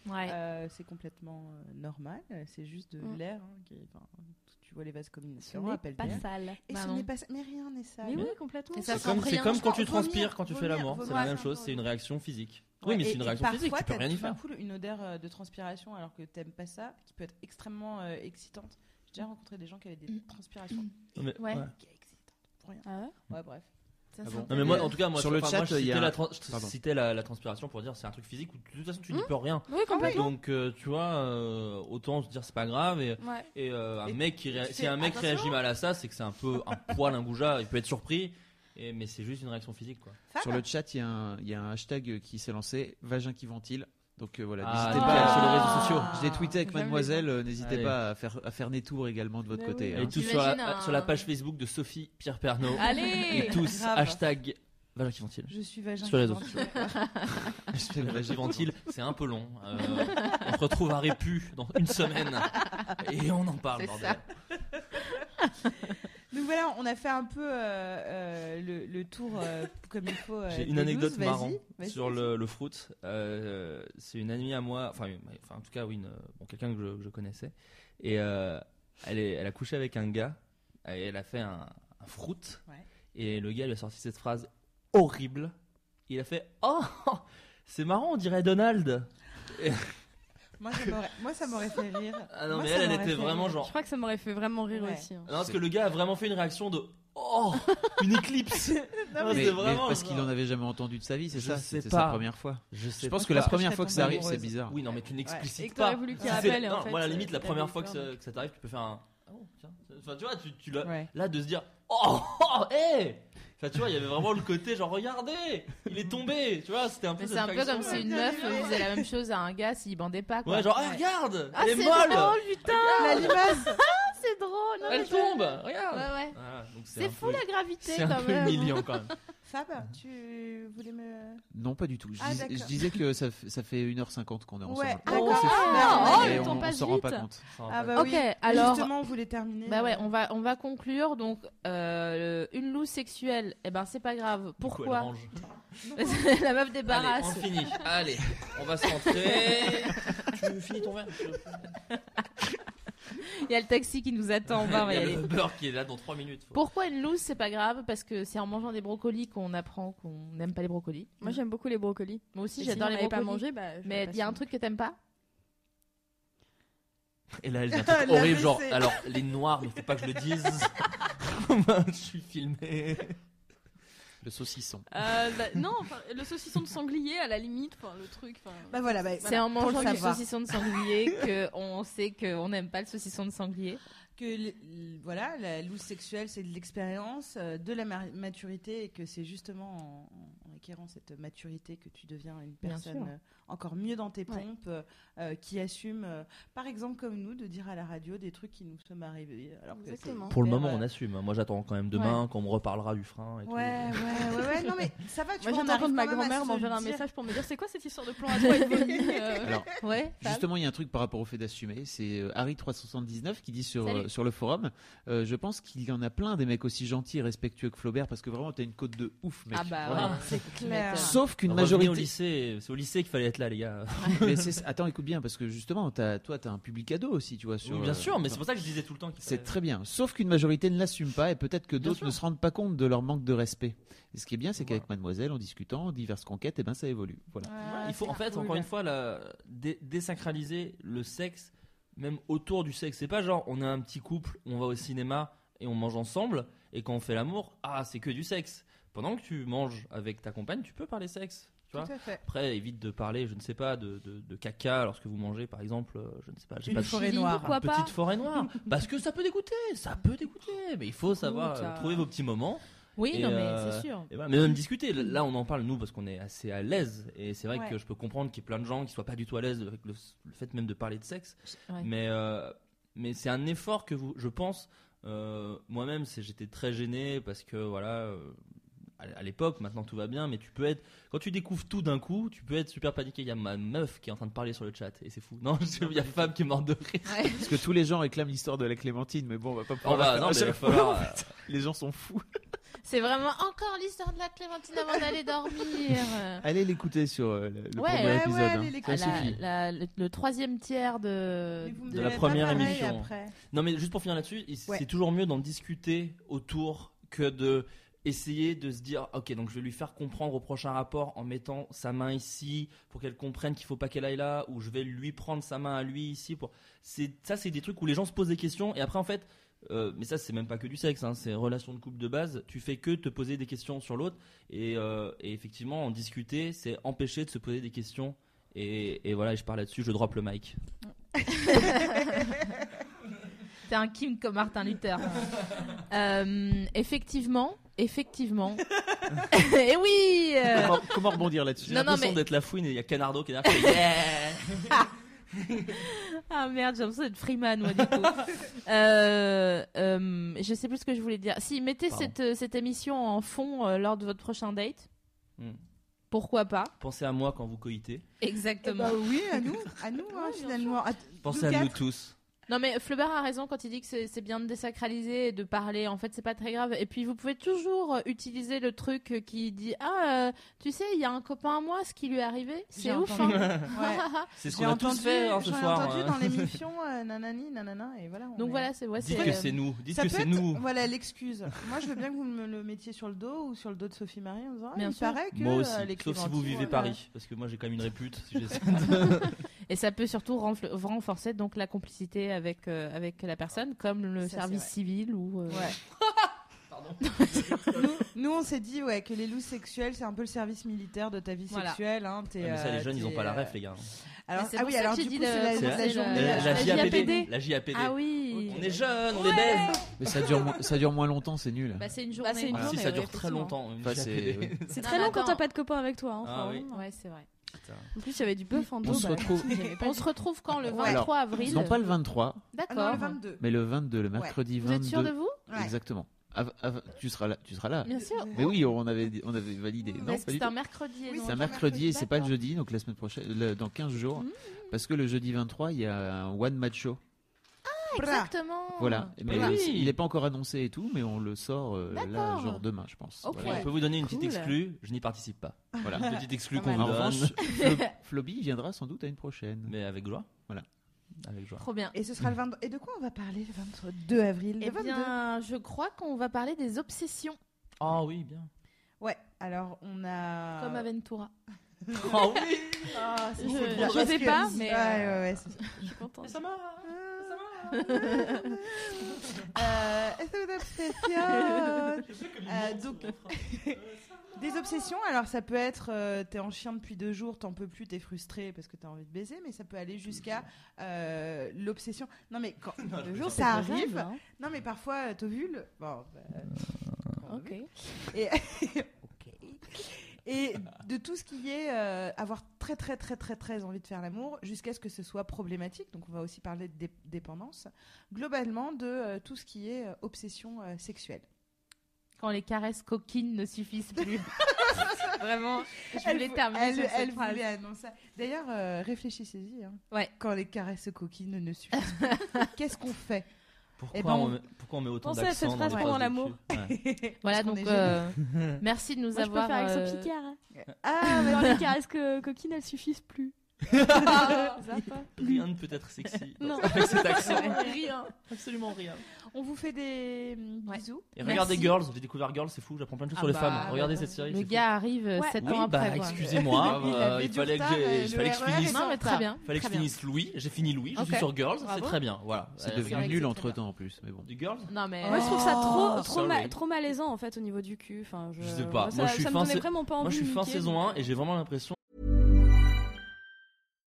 Speaker 2: Ouais.
Speaker 3: Euh, c'est complètement euh, normal, c'est juste de
Speaker 6: Mm.
Speaker 3: l'air. hein, qui est- enfin, tu vois les vases communicants,
Speaker 6: n'est
Speaker 3: appel
Speaker 6: pas
Speaker 3: d'air.
Speaker 6: sale.
Speaker 3: Et
Speaker 2: Bah
Speaker 3: ce
Speaker 2: non.
Speaker 3: n'est pas ça. Mais rien n'est ça.
Speaker 6: Mais oui, complètement.
Speaker 2: Et ça
Speaker 7: C'est
Speaker 2: sent
Speaker 7: comme,
Speaker 2: rien.
Speaker 7: c'est comme quand tu
Speaker 3: Vomir,
Speaker 7: transpires quand tu fais
Speaker 3: vomir,
Speaker 7: l'amour. C'est la
Speaker 3: vomir,
Speaker 7: même chose,
Speaker 3: vomir.
Speaker 7: c'est une réaction physique.
Speaker 3: Ouais,
Speaker 7: Oui, mais
Speaker 3: et-
Speaker 7: c'est une
Speaker 3: et
Speaker 7: réaction physique, tu
Speaker 3: parfois,
Speaker 7: peux
Speaker 3: t'as
Speaker 7: rien y
Speaker 3: tout d'un
Speaker 7: faire.
Speaker 3: coup le- une odeur euh, de transpiration alors que t'aimes pas ça, qui peut être extrêmement euh, excitante. J'ai déjà rencontré des gens qui avaient des
Speaker 2: Mm.
Speaker 3: transpirations
Speaker 7: Non, mais-
Speaker 2: Ouais.
Speaker 3: qui est excitante pour rien.
Speaker 6: Ah ouais
Speaker 3: Ouais, bref.
Speaker 2: Ça
Speaker 4: Ah
Speaker 2: sent
Speaker 4: bon.
Speaker 7: Non mais moi en tout cas moi
Speaker 4: Sur le
Speaker 7: enfin,
Speaker 4: chat,
Speaker 7: moi, je
Speaker 4: il y a
Speaker 7: citais la
Speaker 4: un-
Speaker 7: trans- je
Speaker 4: Pardon.
Speaker 7: citais la, la transpiration pour dire c'est un truc physique où de toute façon tu
Speaker 3: Hmm
Speaker 7: n'y peux rien.
Speaker 6: Oui, complètement.
Speaker 7: Donc euh, tu vois euh, autant se dire c'est pas grave et,
Speaker 6: Ouais.
Speaker 7: et, euh, un
Speaker 3: Et
Speaker 7: mec qui réa-
Speaker 3: tu
Speaker 7: si
Speaker 3: fais
Speaker 7: un mec
Speaker 3: attention.
Speaker 7: réagit mal à ça c'est que c'est un peu un *laughs* poil un goujat il peut être surpris et- mais c'est juste une réaction physique quoi.
Speaker 3: Fab
Speaker 4: Sur le chat, il y, a un- il y a un hashtag qui s'est lancé vagin qui ventile. Donc euh, voilà,
Speaker 7: Ah,
Speaker 4: n'hésitez
Speaker 7: ah.
Speaker 4: pas
Speaker 7: sur les réseaux
Speaker 4: sociaux.
Speaker 3: Ah.
Speaker 4: Je l'ai tweeté avec
Speaker 2: J'aime les
Speaker 4: mademoiselle, euh, n'hésitez
Speaker 7: Allez.
Speaker 4: pas à faire, à faire des tours également de votre
Speaker 3: Mais
Speaker 4: côté.
Speaker 7: Et
Speaker 4: hein.
Speaker 7: tous sur la,
Speaker 2: T'imagines un- Ah *laughs*
Speaker 7: sur la page Facebook de Sophie Pierre Pernaud
Speaker 2: Allez
Speaker 7: et tous
Speaker 3: Grave.
Speaker 7: hashtag
Speaker 3: *laughs*
Speaker 7: Vagiventile.
Speaker 3: Je suis vagin.
Speaker 7: Sur les
Speaker 3: qui
Speaker 7: autres.
Speaker 3: ventile, quoi.
Speaker 7: Vagiventile, c'est un peu long. Euh, on se retrouve à Répu dans une semaine et on en parle.
Speaker 2: C'est
Speaker 7: bordel.
Speaker 2: ça.
Speaker 3: *laughs* Donc voilà, on a fait un peu euh, euh, le, le tour euh, comme il faut. euh,
Speaker 7: J'ai
Speaker 3: des
Speaker 7: une anecdote
Speaker 3: looses, vas-y,
Speaker 7: marrante
Speaker 3: vas-y,
Speaker 7: sur
Speaker 3: vas-y.
Speaker 7: le, le fruit. Euh, c'est une amie à moi, enfin, une- enfin, en tout cas, oui, une- bon, quelqu'un que je, que je connaissais. Et euh, elle, est- elle a couché avec un gars, et elle a fait un, un fruit.
Speaker 3: Ouais.
Speaker 7: Et le gars lui a sorti cette phrase horrible. Il a fait Oh, *laughs* c'est marrant, on dirait Donald.
Speaker 3: Moi, ça m'aurait- moi, ça m'aurait fait rire.
Speaker 7: *laughs* Ah non,
Speaker 3: Moi,
Speaker 7: mais
Speaker 3: ça
Speaker 7: elle, elle
Speaker 3: m'aurait
Speaker 7: était
Speaker 3: fait
Speaker 7: vraiment
Speaker 3: rire.
Speaker 6: Je
Speaker 7: genre.
Speaker 6: crois que ça m'aurait fait vraiment rire
Speaker 3: Ouais.
Speaker 6: aussi. hein.
Speaker 7: Non, parce que le gars a vraiment fait une réaction de
Speaker 3: *laughs*
Speaker 7: Oh, une éclipse.
Speaker 3: Non,
Speaker 7: Ouais,
Speaker 4: Mais-
Speaker 3: mais-
Speaker 7: c'est
Speaker 4: mais
Speaker 7: vraiment
Speaker 4: parce
Speaker 7: genre-
Speaker 4: qu'il en avait jamais entendu de sa vie, c'est
Speaker 7: Je
Speaker 4: ça
Speaker 7: sais
Speaker 4: C'était
Speaker 7: pas.
Speaker 4: sa première fois.
Speaker 7: Je sais
Speaker 4: Je pense
Speaker 7: pas
Speaker 4: que la
Speaker 3: pourquoi
Speaker 4: première
Speaker 3: je
Speaker 4: fois que ça
Speaker 3: serais
Speaker 4: arrive,
Speaker 3: tombée
Speaker 4: c'est
Speaker 3: amoureuse.
Speaker 4: bizarre.
Speaker 7: Oui, non, mais tu n'explicites
Speaker 6: Et que
Speaker 7: pas.
Speaker 6: t'aurais voulu qu'il
Speaker 7: Si
Speaker 6: rappelle,
Speaker 7: c'est-
Speaker 6: et en
Speaker 7: non,
Speaker 6: fait,
Speaker 7: moi, à la
Speaker 6: euh,
Speaker 7: limite, la
Speaker 6: t'avais
Speaker 7: première
Speaker 6: eu
Speaker 7: fois que
Speaker 6: peur
Speaker 7: ça,
Speaker 6: de-
Speaker 7: que ça t'arrive, tu peux faire un. Ah bon, tiens. Enfin, tu vois, tu, tu l'as-
Speaker 3: Ouais.
Speaker 7: là, de se dire Oh, *laughs* oh, hey Enfin, tu vois, il y avait vraiment le côté genre, regardez, il est tombé Tu vois, c'était un peu
Speaker 2: Mais
Speaker 7: cette
Speaker 2: c'est un peu
Speaker 7: réaction.
Speaker 2: comme si une
Speaker 3: Ouais,
Speaker 2: meuf
Speaker 3: ouais.
Speaker 2: disait la même chose à un gars s'il bandait pas. Quoi.
Speaker 7: Ouais, genre, ah,
Speaker 3: Ouais.
Speaker 7: regarde
Speaker 2: ah,
Speaker 7: Elle est
Speaker 2: c'est
Speaker 7: molle
Speaker 2: drôle, putain,
Speaker 3: La limace
Speaker 2: c'est drôle. non, mais
Speaker 7: Elle
Speaker 2: je-
Speaker 7: tombe Regarde
Speaker 2: Ouais, ouais.
Speaker 7: Voilà, donc un
Speaker 2: C'est fou
Speaker 7: peu-
Speaker 2: la gravité
Speaker 7: C'est un
Speaker 2: quand
Speaker 7: peu
Speaker 2: même.
Speaker 7: humiliant quand
Speaker 2: *laughs*
Speaker 7: même.
Speaker 3: Fab, tu voulais me.
Speaker 4: Non, pas du tout. Je,
Speaker 3: Ah,
Speaker 4: dis- je
Speaker 3: d'accord.
Speaker 4: disais que ça, f- ça fait 1h50 qu'on est ensemble.
Speaker 3: Ouais,
Speaker 4: Oh,
Speaker 3: d'accord.
Speaker 4: c'est fou.
Speaker 3: Ah,
Speaker 2: oh,
Speaker 4: Et
Speaker 2: le
Speaker 4: on
Speaker 2: temps
Speaker 4: on
Speaker 2: passe
Speaker 4: s'en rend pas
Speaker 2: vite.
Speaker 4: compte.
Speaker 7: Ça,
Speaker 3: Ah
Speaker 7: en fait.
Speaker 3: bah
Speaker 2: Ok,
Speaker 3: oui.
Speaker 2: alors-
Speaker 3: Justement, on voulait terminer.
Speaker 2: Bah ouais,
Speaker 3: euh,
Speaker 2: on va on va conclure donc euh, une loose sexuelle. Eh ben c'est pas grave.
Speaker 7: Du coup, elle
Speaker 2: Pourquoi Bah,
Speaker 7: range.
Speaker 2: *laughs* La meuf
Speaker 7: Allez, on
Speaker 2: débarrasse. *laughs*
Speaker 7: finit. Allez, on va se rentrer. tu finis ton verre.
Speaker 2: Il y a le taxi qui nous attend en bas. On va
Speaker 7: *laughs*
Speaker 2: y
Speaker 7: Il y a
Speaker 2: aller.
Speaker 7: le beurre qui est là dans 3 minutes. faut-
Speaker 2: Pourquoi une loose c'est pas grave Parce que c'est en mangeant des brocolis qu'on apprend qu'on n'aime pas les brocolis.
Speaker 6: Moi, j'aime beaucoup les brocolis.
Speaker 2: Moi aussi
Speaker 6: Et
Speaker 2: j'adore
Speaker 6: si
Speaker 2: les
Speaker 6: j'en avais
Speaker 2: brocolis.
Speaker 6: pas mangé, bah, je
Speaker 2: mais
Speaker 6: l'aurais
Speaker 2: il y a
Speaker 6: pas
Speaker 2: un
Speaker 6: su.
Speaker 2: truc que t'aimes pas
Speaker 7: Et là, elle
Speaker 3: *laughs*
Speaker 7: dit un truc
Speaker 3: La
Speaker 7: horrible, genre,
Speaker 3: baissée.
Speaker 7: alors, les noirs, mais faut pas que je le dise.
Speaker 3: *laughs*
Speaker 7: *laughs* Moi, je suis filmé.
Speaker 4: Le saucisson.
Speaker 6: Euh, bah, non, enfin, le saucisson de *laughs* sanglier à la limite, enfin, le truc. enfin,
Speaker 3: Bah voilà, bah,
Speaker 2: C'est
Speaker 3: voilà.
Speaker 2: en mangeant
Speaker 3: Pour le
Speaker 2: du
Speaker 3: savoir.
Speaker 2: saucisson de
Speaker 6: *laughs*
Speaker 2: sanglier qu'on sait qu'on n'aime pas le saucisson de sanglier.
Speaker 3: que l- l- voilà, la loose sexuelle, c'est de l'expérience, euh, de la ma- maturité, et que c'est justement en, en acquérant cette maturité que tu deviens une
Speaker 2: Bien
Speaker 3: personne
Speaker 2: sûr.
Speaker 3: euh, encore mieux dans tes
Speaker 2: Ouais.
Speaker 3: pompes, euh, euh, qui assume, euh, par exemple comme nous, de dire à la radio des trucs qui nous sommes arrivés. Alors que c'est
Speaker 6: Exactement.
Speaker 7: Pour le
Speaker 3: hyper,
Speaker 7: moment, on
Speaker 3: euh,
Speaker 7: assume. hein. Moi, j'attends quand même demain qu'on me reparlera du frein et tout. Euh,
Speaker 3: Ouais, ouais, ouais, ouais, non mais ça
Speaker 6: *laughs*
Speaker 3: va, tu
Speaker 6: Moi,
Speaker 3: vois, on
Speaker 6: j'attends
Speaker 3: arrive
Speaker 6: que ma
Speaker 3: quand même à
Speaker 6: grand-mère
Speaker 3: se
Speaker 6: m'enverra un
Speaker 3: dire.
Speaker 6: message pour me dire c'est quoi cette histoire de plan à trois et demi euh,
Speaker 4: Alors,
Speaker 2: Ouais.
Speaker 4: Justement, il y a un truc par rapport au fait d'assumer. C'est euh, Harry379 qui dit sur,
Speaker 2: Salut.
Speaker 4: euh, sur le forum euh, Je pense qu'il y en a plein des mecs aussi gentils et respectueux que Flaubert parce que vraiment, t'as une côte de ouf, mec.
Speaker 2: Ah bah
Speaker 4: Vraiment.
Speaker 2: ouais.
Speaker 3: C'est
Speaker 6: Oh,
Speaker 3: clair.
Speaker 4: Sauf qu'une
Speaker 7: Revenez au
Speaker 4: majorité.
Speaker 7: lycée, c'est au lycée qu'il fallait être là, les *laughs* gars.
Speaker 4: *laughs* Mais c'est- Attends, écoute bien, parce que justement, as, toi, t'as un public ado aussi, tu vois. Sur,
Speaker 7: Oui, bien
Speaker 4: euh,
Speaker 7: sûr, mais c'est pour ça que je disais tout le temps qu'il
Speaker 4: C'est
Speaker 7: fallait-
Speaker 4: très bien. Sauf qu'une majorité ne l'assume pas et peut-être que
Speaker 7: Bien
Speaker 4: d'autres
Speaker 7: sûr.
Speaker 4: ne se rendent pas compte de leur manque de respect. Et ce qui est bien, c'est
Speaker 7: Voilà.
Speaker 4: qu'avec Mademoiselle, en discutant, diverses conquêtes, et ben ça évolue. Voilà.
Speaker 3: Ah,
Speaker 7: Il faut, en
Speaker 3: c'est
Speaker 7: fait,
Speaker 3: cool.
Speaker 7: encore une fois, la... dé- désacraliser le sexe, même autour du sexe. C'est pas genre, on a un petit couple, on va au cinéma et on mange ensemble, et quand on fait l'amour, ah, c'est que du sexe. Pendant que tu manges avec ta compagne, tu peux parler sexe. Tu vois
Speaker 3: Tout à fait.
Speaker 7: Après, évite de parler, je ne sais pas, de, de, de caca lorsque vous mangez, par exemple, euh, je ne sais pas, j'ai
Speaker 3: Une
Speaker 7: pas de
Speaker 3: forêt
Speaker 6: Chili,
Speaker 3: noire.
Speaker 6: pourquoi pas
Speaker 7: petite forêt noire. Parce que ça peut dégoûter, ça peut dégoûter, mais il faut savoir
Speaker 6: Écoute,
Speaker 7: euh,
Speaker 6: euh,
Speaker 7: trouver vos petits moments.
Speaker 2: Oui,
Speaker 7: Et
Speaker 2: non, mais
Speaker 7: euh,
Speaker 2: c'est sûr.
Speaker 7: Et voilà, mais même discuter, L- là on en parle nous parce qu'on est assez à l'aise, et c'est vrai
Speaker 3: Ouais.
Speaker 7: que je peux comprendre qu'il y ait plein de gens qui soient pas du tout à l'aise avec le, le fait même de parler de sexe,
Speaker 2: Ouais.
Speaker 7: mais, euh, mais c'est un effort que vous, je pense, euh, moi-même c'est- j'étais très gêné parce que voilà, euh, à à l'époque, maintenant tout va bien, mais tu peux être. Quand tu découvres tout d'un coup, tu peux être super paniqué. Il y a ma meuf qui est en train de parler sur le chat et c'est fou. Non, *laughs* je- il y a Fab qui est morte de rire.
Speaker 4: Parce que tous les gens réclament l'histoire de la Clémentine, mais bon, on va pas
Speaker 7: On
Speaker 4: pouvoir la
Speaker 7: va,
Speaker 4: faire
Speaker 7: Ah non,
Speaker 4: à
Speaker 7: mais il va
Speaker 4: chaque fois.
Speaker 7: *laughs* falloir, euh,
Speaker 4: *laughs* Les gens sont fous.
Speaker 2: C'est vraiment encore l'histoire de la Clémentine avant d'aller dormir.
Speaker 4: Allez l'écouter sur euh, le, le
Speaker 2: Ouais,
Speaker 4: premier
Speaker 2: ouais,
Speaker 4: épisode.
Speaker 3: ouais,
Speaker 4: hein.
Speaker 3: allez l'écouter.
Speaker 4: Ça
Speaker 2: Ah, la-
Speaker 4: suffit.
Speaker 2: la- le, le troisième tiers de,
Speaker 3: Mais vous me
Speaker 2: de-
Speaker 7: la
Speaker 3: direz pas
Speaker 7: première
Speaker 3: pareil
Speaker 7: émission.
Speaker 3: après.
Speaker 7: Non, mais juste pour finir là-dessus, il-
Speaker 3: Ouais.
Speaker 7: c'est toujours mieux d'en discuter autour que de essayer de se dire ok donc je vais lui faire comprendre au prochain rapport en mettant sa main ici pour qu'elle comprenne qu'il faut pas qu'elle aille là ou je vais lui prendre sa main à lui ici pour c'est ça c'est des trucs où les gens se posent des questions et après en fait euh, mais ça c'est même pas que du sexe hein, c'est relation de couple de base tu fais que te poser des questions sur l'autre et, euh, et effectivement en discuter c'est empêcher de se poser des questions et, et voilà je parle là-dessus je drop le mic
Speaker 2: T'es un Kim comme
Speaker 3: *laughs*
Speaker 2: Martin Luther. Euh, effectivement,
Speaker 3: *laughs*
Speaker 2: effectivement. *laughs* Et oui euh,
Speaker 4: Comment, comment rebondir là-dessus
Speaker 7: j'ai
Speaker 2: Non, non,
Speaker 7: l'impression
Speaker 2: mais- *laughs*
Speaker 7: d'être la fouine et il y a Canardo qui est derrière qui fait, Yeah
Speaker 2: Ah merde, j'ai l'impression d'être Freeman, moi, du coup.
Speaker 3: *laughs*
Speaker 2: euh, euh, je sais plus ce que je voulais dire. Si, mettez
Speaker 7: Pardon.
Speaker 2: cette, euh, cette émission en fond euh, lors de votre prochain date.
Speaker 7: Hmm.
Speaker 2: Pourquoi pas
Speaker 7: Pensez à moi quand vous coïtez.
Speaker 2: Exactement.
Speaker 3: Bah oui, à nous, à nous hein, finalement. À t-
Speaker 7: Pensez
Speaker 3: nous
Speaker 7: à nous
Speaker 3: quatre.
Speaker 7: tous.
Speaker 2: Non mais Flaubert a raison quand il dit que c'est c'est bien de désacraliser et de parler. En fait, c'est pas très grave. Et puis vous pouvez toujours euh, utiliser le truc euh, qui dit ah euh, tu sais il y a un copain à moi ce qui lui est arrivé. C'est
Speaker 3: *laughs* J'ai
Speaker 2: ouf.
Speaker 3: entendu.
Speaker 2: hein.
Speaker 3: Ouais.
Speaker 7: C'est ce
Speaker 3: J'ai
Speaker 7: qu'on a
Speaker 3: entendu-
Speaker 7: tous fait hein, ce
Speaker 3: j'en ai
Speaker 7: soir.
Speaker 3: entendu
Speaker 7: hein.
Speaker 3: dans
Speaker 7: *laughs*
Speaker 3: l'émission, euh, nanani, nanana, et voilà. on
Speaker 2: Donc
Speaker 3: est-
Speaker 2: voilà c'est ouais,
Speaker 7: Dites
Speaker 2: c'est,
Speaker 7: que
Speaker 2: euh,
Speaker 7: c'est nous. Dites
Speaker 3: Ça
Speaker 7: que
Speaker 3: peut
Speaker 7: c'est
Speaker 3: être-
Speaker 7: nous.
Speaker 3: Voilà l'excuse. Moi, je veux bien que vous me le mettiez sur le dos ou sur le dos de Sophie Marie en disant ah,
Speaker 2: Bien
Speaker 3: il
Speaker 2: sûr.
Speaker 3: paraît que
Speaker 7: Moi
Speaker 3: euh,
Speaker 7: aussi.
Speaker 3: les
Speaker 7: Sauf si vous
Speaker 3: Clémentines,
Speaker 7: vivez
Speaker 3: euh,
Speaker 7: Paris. Parce que moi j'ai quand même une répute.
Speaker 3: *laughs*
Speaker 7: si j'essaie.
Speaker 2: et ça peut surtout renfl- renforcer donc la complicité avec euh, avec la personne comme le
Speaker 3: Ça, c'est
Speaker 2: service
Speaker 3: vrai.
Speaker 2: civil ou euh,
Speaker 3: Ouais. nous, nous, on s'est dit ouais, que les loups sexuels, c'est un peu le service militaire de ta vie
Speaker 2: Voilà.
Speaker 3: sexuelle. Hein, t'es,
Speaker 7: Mais ça,
Speaker 3: euh,
Speaker 7: les jeunes, ils ont
Speaker 3: t'es,
Speaker 7: pas la
Speaker 3: euh,
Speaker 7: ref, les gars.
Speaker 3: Alors,
Speaker 2: Mais c'est
Speaker 3: ah
Speaker 2: pour
Speaker 3: oui,
Speaker 2: ça que
Speaker 3: alors
Speaker 2: j'ai
Speaker 3: du
Speaker 2: dit
Speaker 3: coup,
Speaker 2: le-
Speaker 3: c'est
Speaker 7: C'est
Speaker 3: la,
Speaker 7: la-
Speaker 3: la journée.
Speaker 2: la-
Speaker 3: euh,
Speaker 2: la JAPD.
Speaker 7: La JAPD.
Speaker 2: ah oui
Speaker 7: On est jeunes, on est belles.
Speaker 4: Mais ça dure, moins- ça dure moins longtemps, c'est nul.
Speaker 2: Bah, c'est une journée.
Speaker 6: Bah, c'est une
Speaker 7: Ah,
Speaker 6: journée,
Speaker 7: si, ça
Speaker 6: ouais,
Speaker 7: dure très
Speaker 6: effectivement.
Speaker 7: longtemps. une
Speaker 4: Enfin, c'est-
Speaker 7: JAPD.
Speaker 6: C'est
Speaker 2: Non,
Speaker 6: très
Speaker 2: mais
Speaker 6: long quand
Speaker 2: attends.
Speaker 6: t'as pas de copain avec toi. hein,
Speaker 7: Ah
Speaker 6: enfin,
Speaker 7: oui.
Speaker 6: vraiment.
Speaker 2: Ouais c'est vrai.
Speaker 6: En plus, il y avait du bœuf en dos.
Speaker 4: On se
Speaker 6: bah,
Speaker 4: retrouve-
Speaker 6: j'avais pas
Speaker 2: On
Speaker 6: dit.
Speaker 2: se retrouve quand le
Speaker 3: Ouais.
Speaker 2: 23 avril.
Speaker 4: Non, pas le
Speaker 3: Ah
Speaker 4: 23,
Speaker 3: non,
Speaker 2: D'accord.
Speaker 3: le 22.
Speaker 4: mais le 22, le mercredi
Speaker 2: Vous
Speaker 4: 22.
Speaker 2: êtes sûr de vous
Speaker 3: Ouais.
Speaker 4: Exactement. Av- av- tu seras là, tu seras là.
Speaker 2: Bien sûr.
Speaker 4: Mais oui, on avait, on avait validé. Non,
Speaker 2: Parce
Speaker 4: pas
Speaker 2: que
Speaker 4: du
Speaker 2: c'est
Speaker 4: tout.
Speaker 2: un mercredi. et
Speaker 3: Oui,
Speaker 2: non
Speaker 4: C'est
Speaker 3: un
Speaker 4: un mercredi et c'est pas le
Speaker 3: D'accord.
Speaker 4: jeudi, donc la semaine prochaine, le- dans 15 jours.
Speaker 2: Mhm.
Speaker 4: Parce que le jeudi 23, il y a un one match show.
Speaker 3: Bra.
Speaker 2: Exactement. *laughs*
Speaker 4: Voilà.
Speaker 2: Ah
Speaker 4: Mais
Speaker 7: Oui.
Speaker 4: c'est- il n'est pas encore annoncé et tout, mais on le sort euh, là,
Speaker 2: D'accord.
Speaker 4: genre demain, je pense.
Speaker 2: Ok.
Speaker 7: Je *laughs*
Speaker 4: Voilà.
Speaker 7: peux vous donner une petite
Speaker 2: Cool.
Speaker 7: exclue. Je n'y participe pas.
Speaker 4: Voilà.
Speaker 7: Une
Speaker 3: *laughs*
Speaker 7: petite exclue
Speaker 3: Pas
Speaker 7: qu'on
Speaker 3: mal.
Speaker 4: En
Speaker 7: vous donne.
Speaker 4: revanche, Flo- Floby viendra sans doute à une prochaine.
Speaker 7: Mais avec joie.
Speaker 4: Voilà.
Speaker 7: Avec joie.
Speaker 2: Trop bien.
Speaker 3: Et ce sera le 22. Et de quoi on va parler le 22 avril
Speaker 2: Eh
Speaker 3: Le 22.
Speaker 2: bien, je crois qu'on va parler des obsessions,
Speaker 7: Ah oui, bien.
Speaker 3: Ouais, alors on
Speaker 7: Ah.
Speaker 3: a.
Speaker 2: comme Aventura.
Speaker 7: Oh oui
Speaker 3: Ah, c'est-
Speaker 2: Je-
Speaker 3: c'est
Speaker 2: je
Speaker 3: parce
Speaker 2: sais
Speaker 3: que-
Speaker 2: pas, mais,
Speaker 3: Ouais,
Speaker 2: euh,
Speaker 3: ouais, ouais, c'est-
Speaker 6: Je suis contente.
Speaker 3: *laughs* Euh, c'est une obsession. Euh, donc, des obsessions, alors ça peut être euh, t'es en chien depuis deux jours, t'en peux plus, t'es frustré parce que t'as envie de baiser, mais ça peut aller jusqu'à euh, l'obsession. Non mais quand
Speaker 7: je
Speaker 3: jour,
Speaker 6: C'est
Speaker 3: ça arrive.
Speaker 6: raisonnable, hein.
Speaker 3: Non mais parfois euh, t'ovules. Bon, bah,
Speaker 2: Euh,
Speaker 3: quand on
Speaker 6: Ok.
Speaker 3: ovule. Et, *laughs* Ok. Et de tout ce qui est euh, avoir très très très très très envie de faire l'amour jusqu'à ce que ce soit problématique. Donc on va aussi parler de dé- dépendance. Globalement de euh, tout ce qui est euh, obsession euh, sexuelle.
Speaker 2: Quand les caresses coquines ne suffisent plus. Vraiment, je
Speaker 3: Elle
Speaker 2: voulais
Speaker 3: vou-
Speaker 2: terminer
Speaker 3: elle-
Speaker 2: sur cette
Speaker 3: elle
Speaker 2: phrase.
Speaker 3: voulait annoncer. D'ailleurs, euh, réfléchissez-y. hein.
Speaker 2: Ouais.
Speaker 3: Quand les caresses coquines ne
Speaker 2: *laughs*
Speaker 3: suffisent pas, qu'est-ce qu'on fait
Speaker 7: Pourquoi,
Speaker 3: Eh ben,
Speaker 7: on, met- pourquoi on met autant
Speaker 6: pensez à cette
Speaker 7: d'accent dans
Speaker 6: phrase
Speaker 7: les
Speaker 6: pour
Speaker 7: phrases de
Speaker 6: l'amour.
Speaker 7: cul Ouais.
Speaker 3: Parce
Speaker 2: Voilà,
Speaker 3: qu'on
Speaker 2: donc
Speaker 3: est gêné.
Speaker 2: euh,
Speaker 7: *laughs*
Speaker 2: merci de nous
Speaker 6: Moi, je peux
Speaker 2: avoir.
Speaker 6: faire avec son
Speaker 2: euh, *laughs*
Speaker 6: picard. hein.
Speaker 3: Ah, mais
Speaker 6: Dans les caresses que- coquines, elles suffisent plus.
Speaker 7: Rien ne peut être sexy.
Speaker 6: Non.
Speaker 7: Avec cet accent.
Speaker 2: *laughs*
Speaker 6: Rien.
Speaker 7: Absolument rien.
Speaker 3: on vous fait des mm,
Speaker 2: Ouais.
Speaker 3: bisous.
Speaker 7: Et regardez
Speaker 2: Merci.
Speaker 7: Girls, j'ai découvert Girls, c'est fou, j'apprends plein de choses
Speaker 2: Ah
Speaker 7: sur les
Speaker 2: bah,
Speaker 7: femmes. Regardez
Speaker 2: bah,
Speaker 7: cette série.
Speaker 2: Le
Speaker 7: c'est
Speaker 2: gars arrive euh,
Speaker 6: Ouais.
Speaker 2: sept
Speaker 7: fou.
Speaker 2: ans
Speaker 7: Oui, bah,
Speaker 2: après. quoi.
Speaker 7: excusez-moi,
Speaker 3: Il
Speaker 7: euh,
Speaker 3: avait
Speaker 7: il
Speaker 3: du
Speaker 7: fallait que
Speaker 3: retard, euh,
Speaker 7: j'ai- il
Speaker 3: le
Speaker 7: fallait que je
Speaker 3: RER est
Speaker 7: finisse.
Speaker 3: sorti.
Speaker 2: Non, mais très bien.
Speaker 7: Fallait que je
Speaker 2: très bien.
Speaker 7: finisse Louis, j'ai fini Louis, je
Speaker 2: Ok.
Speaker 7: suis sur Girls, c'est
Speaker 2: Bravo.
Speaker 7: très bien. Voilà.
Speaker 4: C'est
Speaker 7: Euh,
Speaker 4: devenu
Speaker 7: regardez-
Speaker 4: nul
Speaker 2: c'est
Speaker 4: entre temps en plus, mais bon.
Speaker 7: Du Girls
Speaker 2: Non mais. euh,
Speaker 6: Moi, je trouve ça trop,
Speaker 3: Oh,
Speaker 6: trop, ma-
Speaker 7: sorry.
Speaker 6: trop malaisant en fait au niveau du cul. Enfin, je,
Speaker 7: Ah, Je sais pas.
Speaker 6: Ça,
Speaker 7: Moi, je suis
Speaker 6: ça me
Speaker 7: fin
Speaker 6: donnait
Speaker 7: sa-
Speaker 6: vraiment pas envie.
Speaker 7: Moi je suis
Speaker 6: de
Speaker 7: fin
Speaker 6: niquer,
Speaker 7: saison
Speaker 6: donc,
Speaker 7: 1 et j'ai vraiment l'impression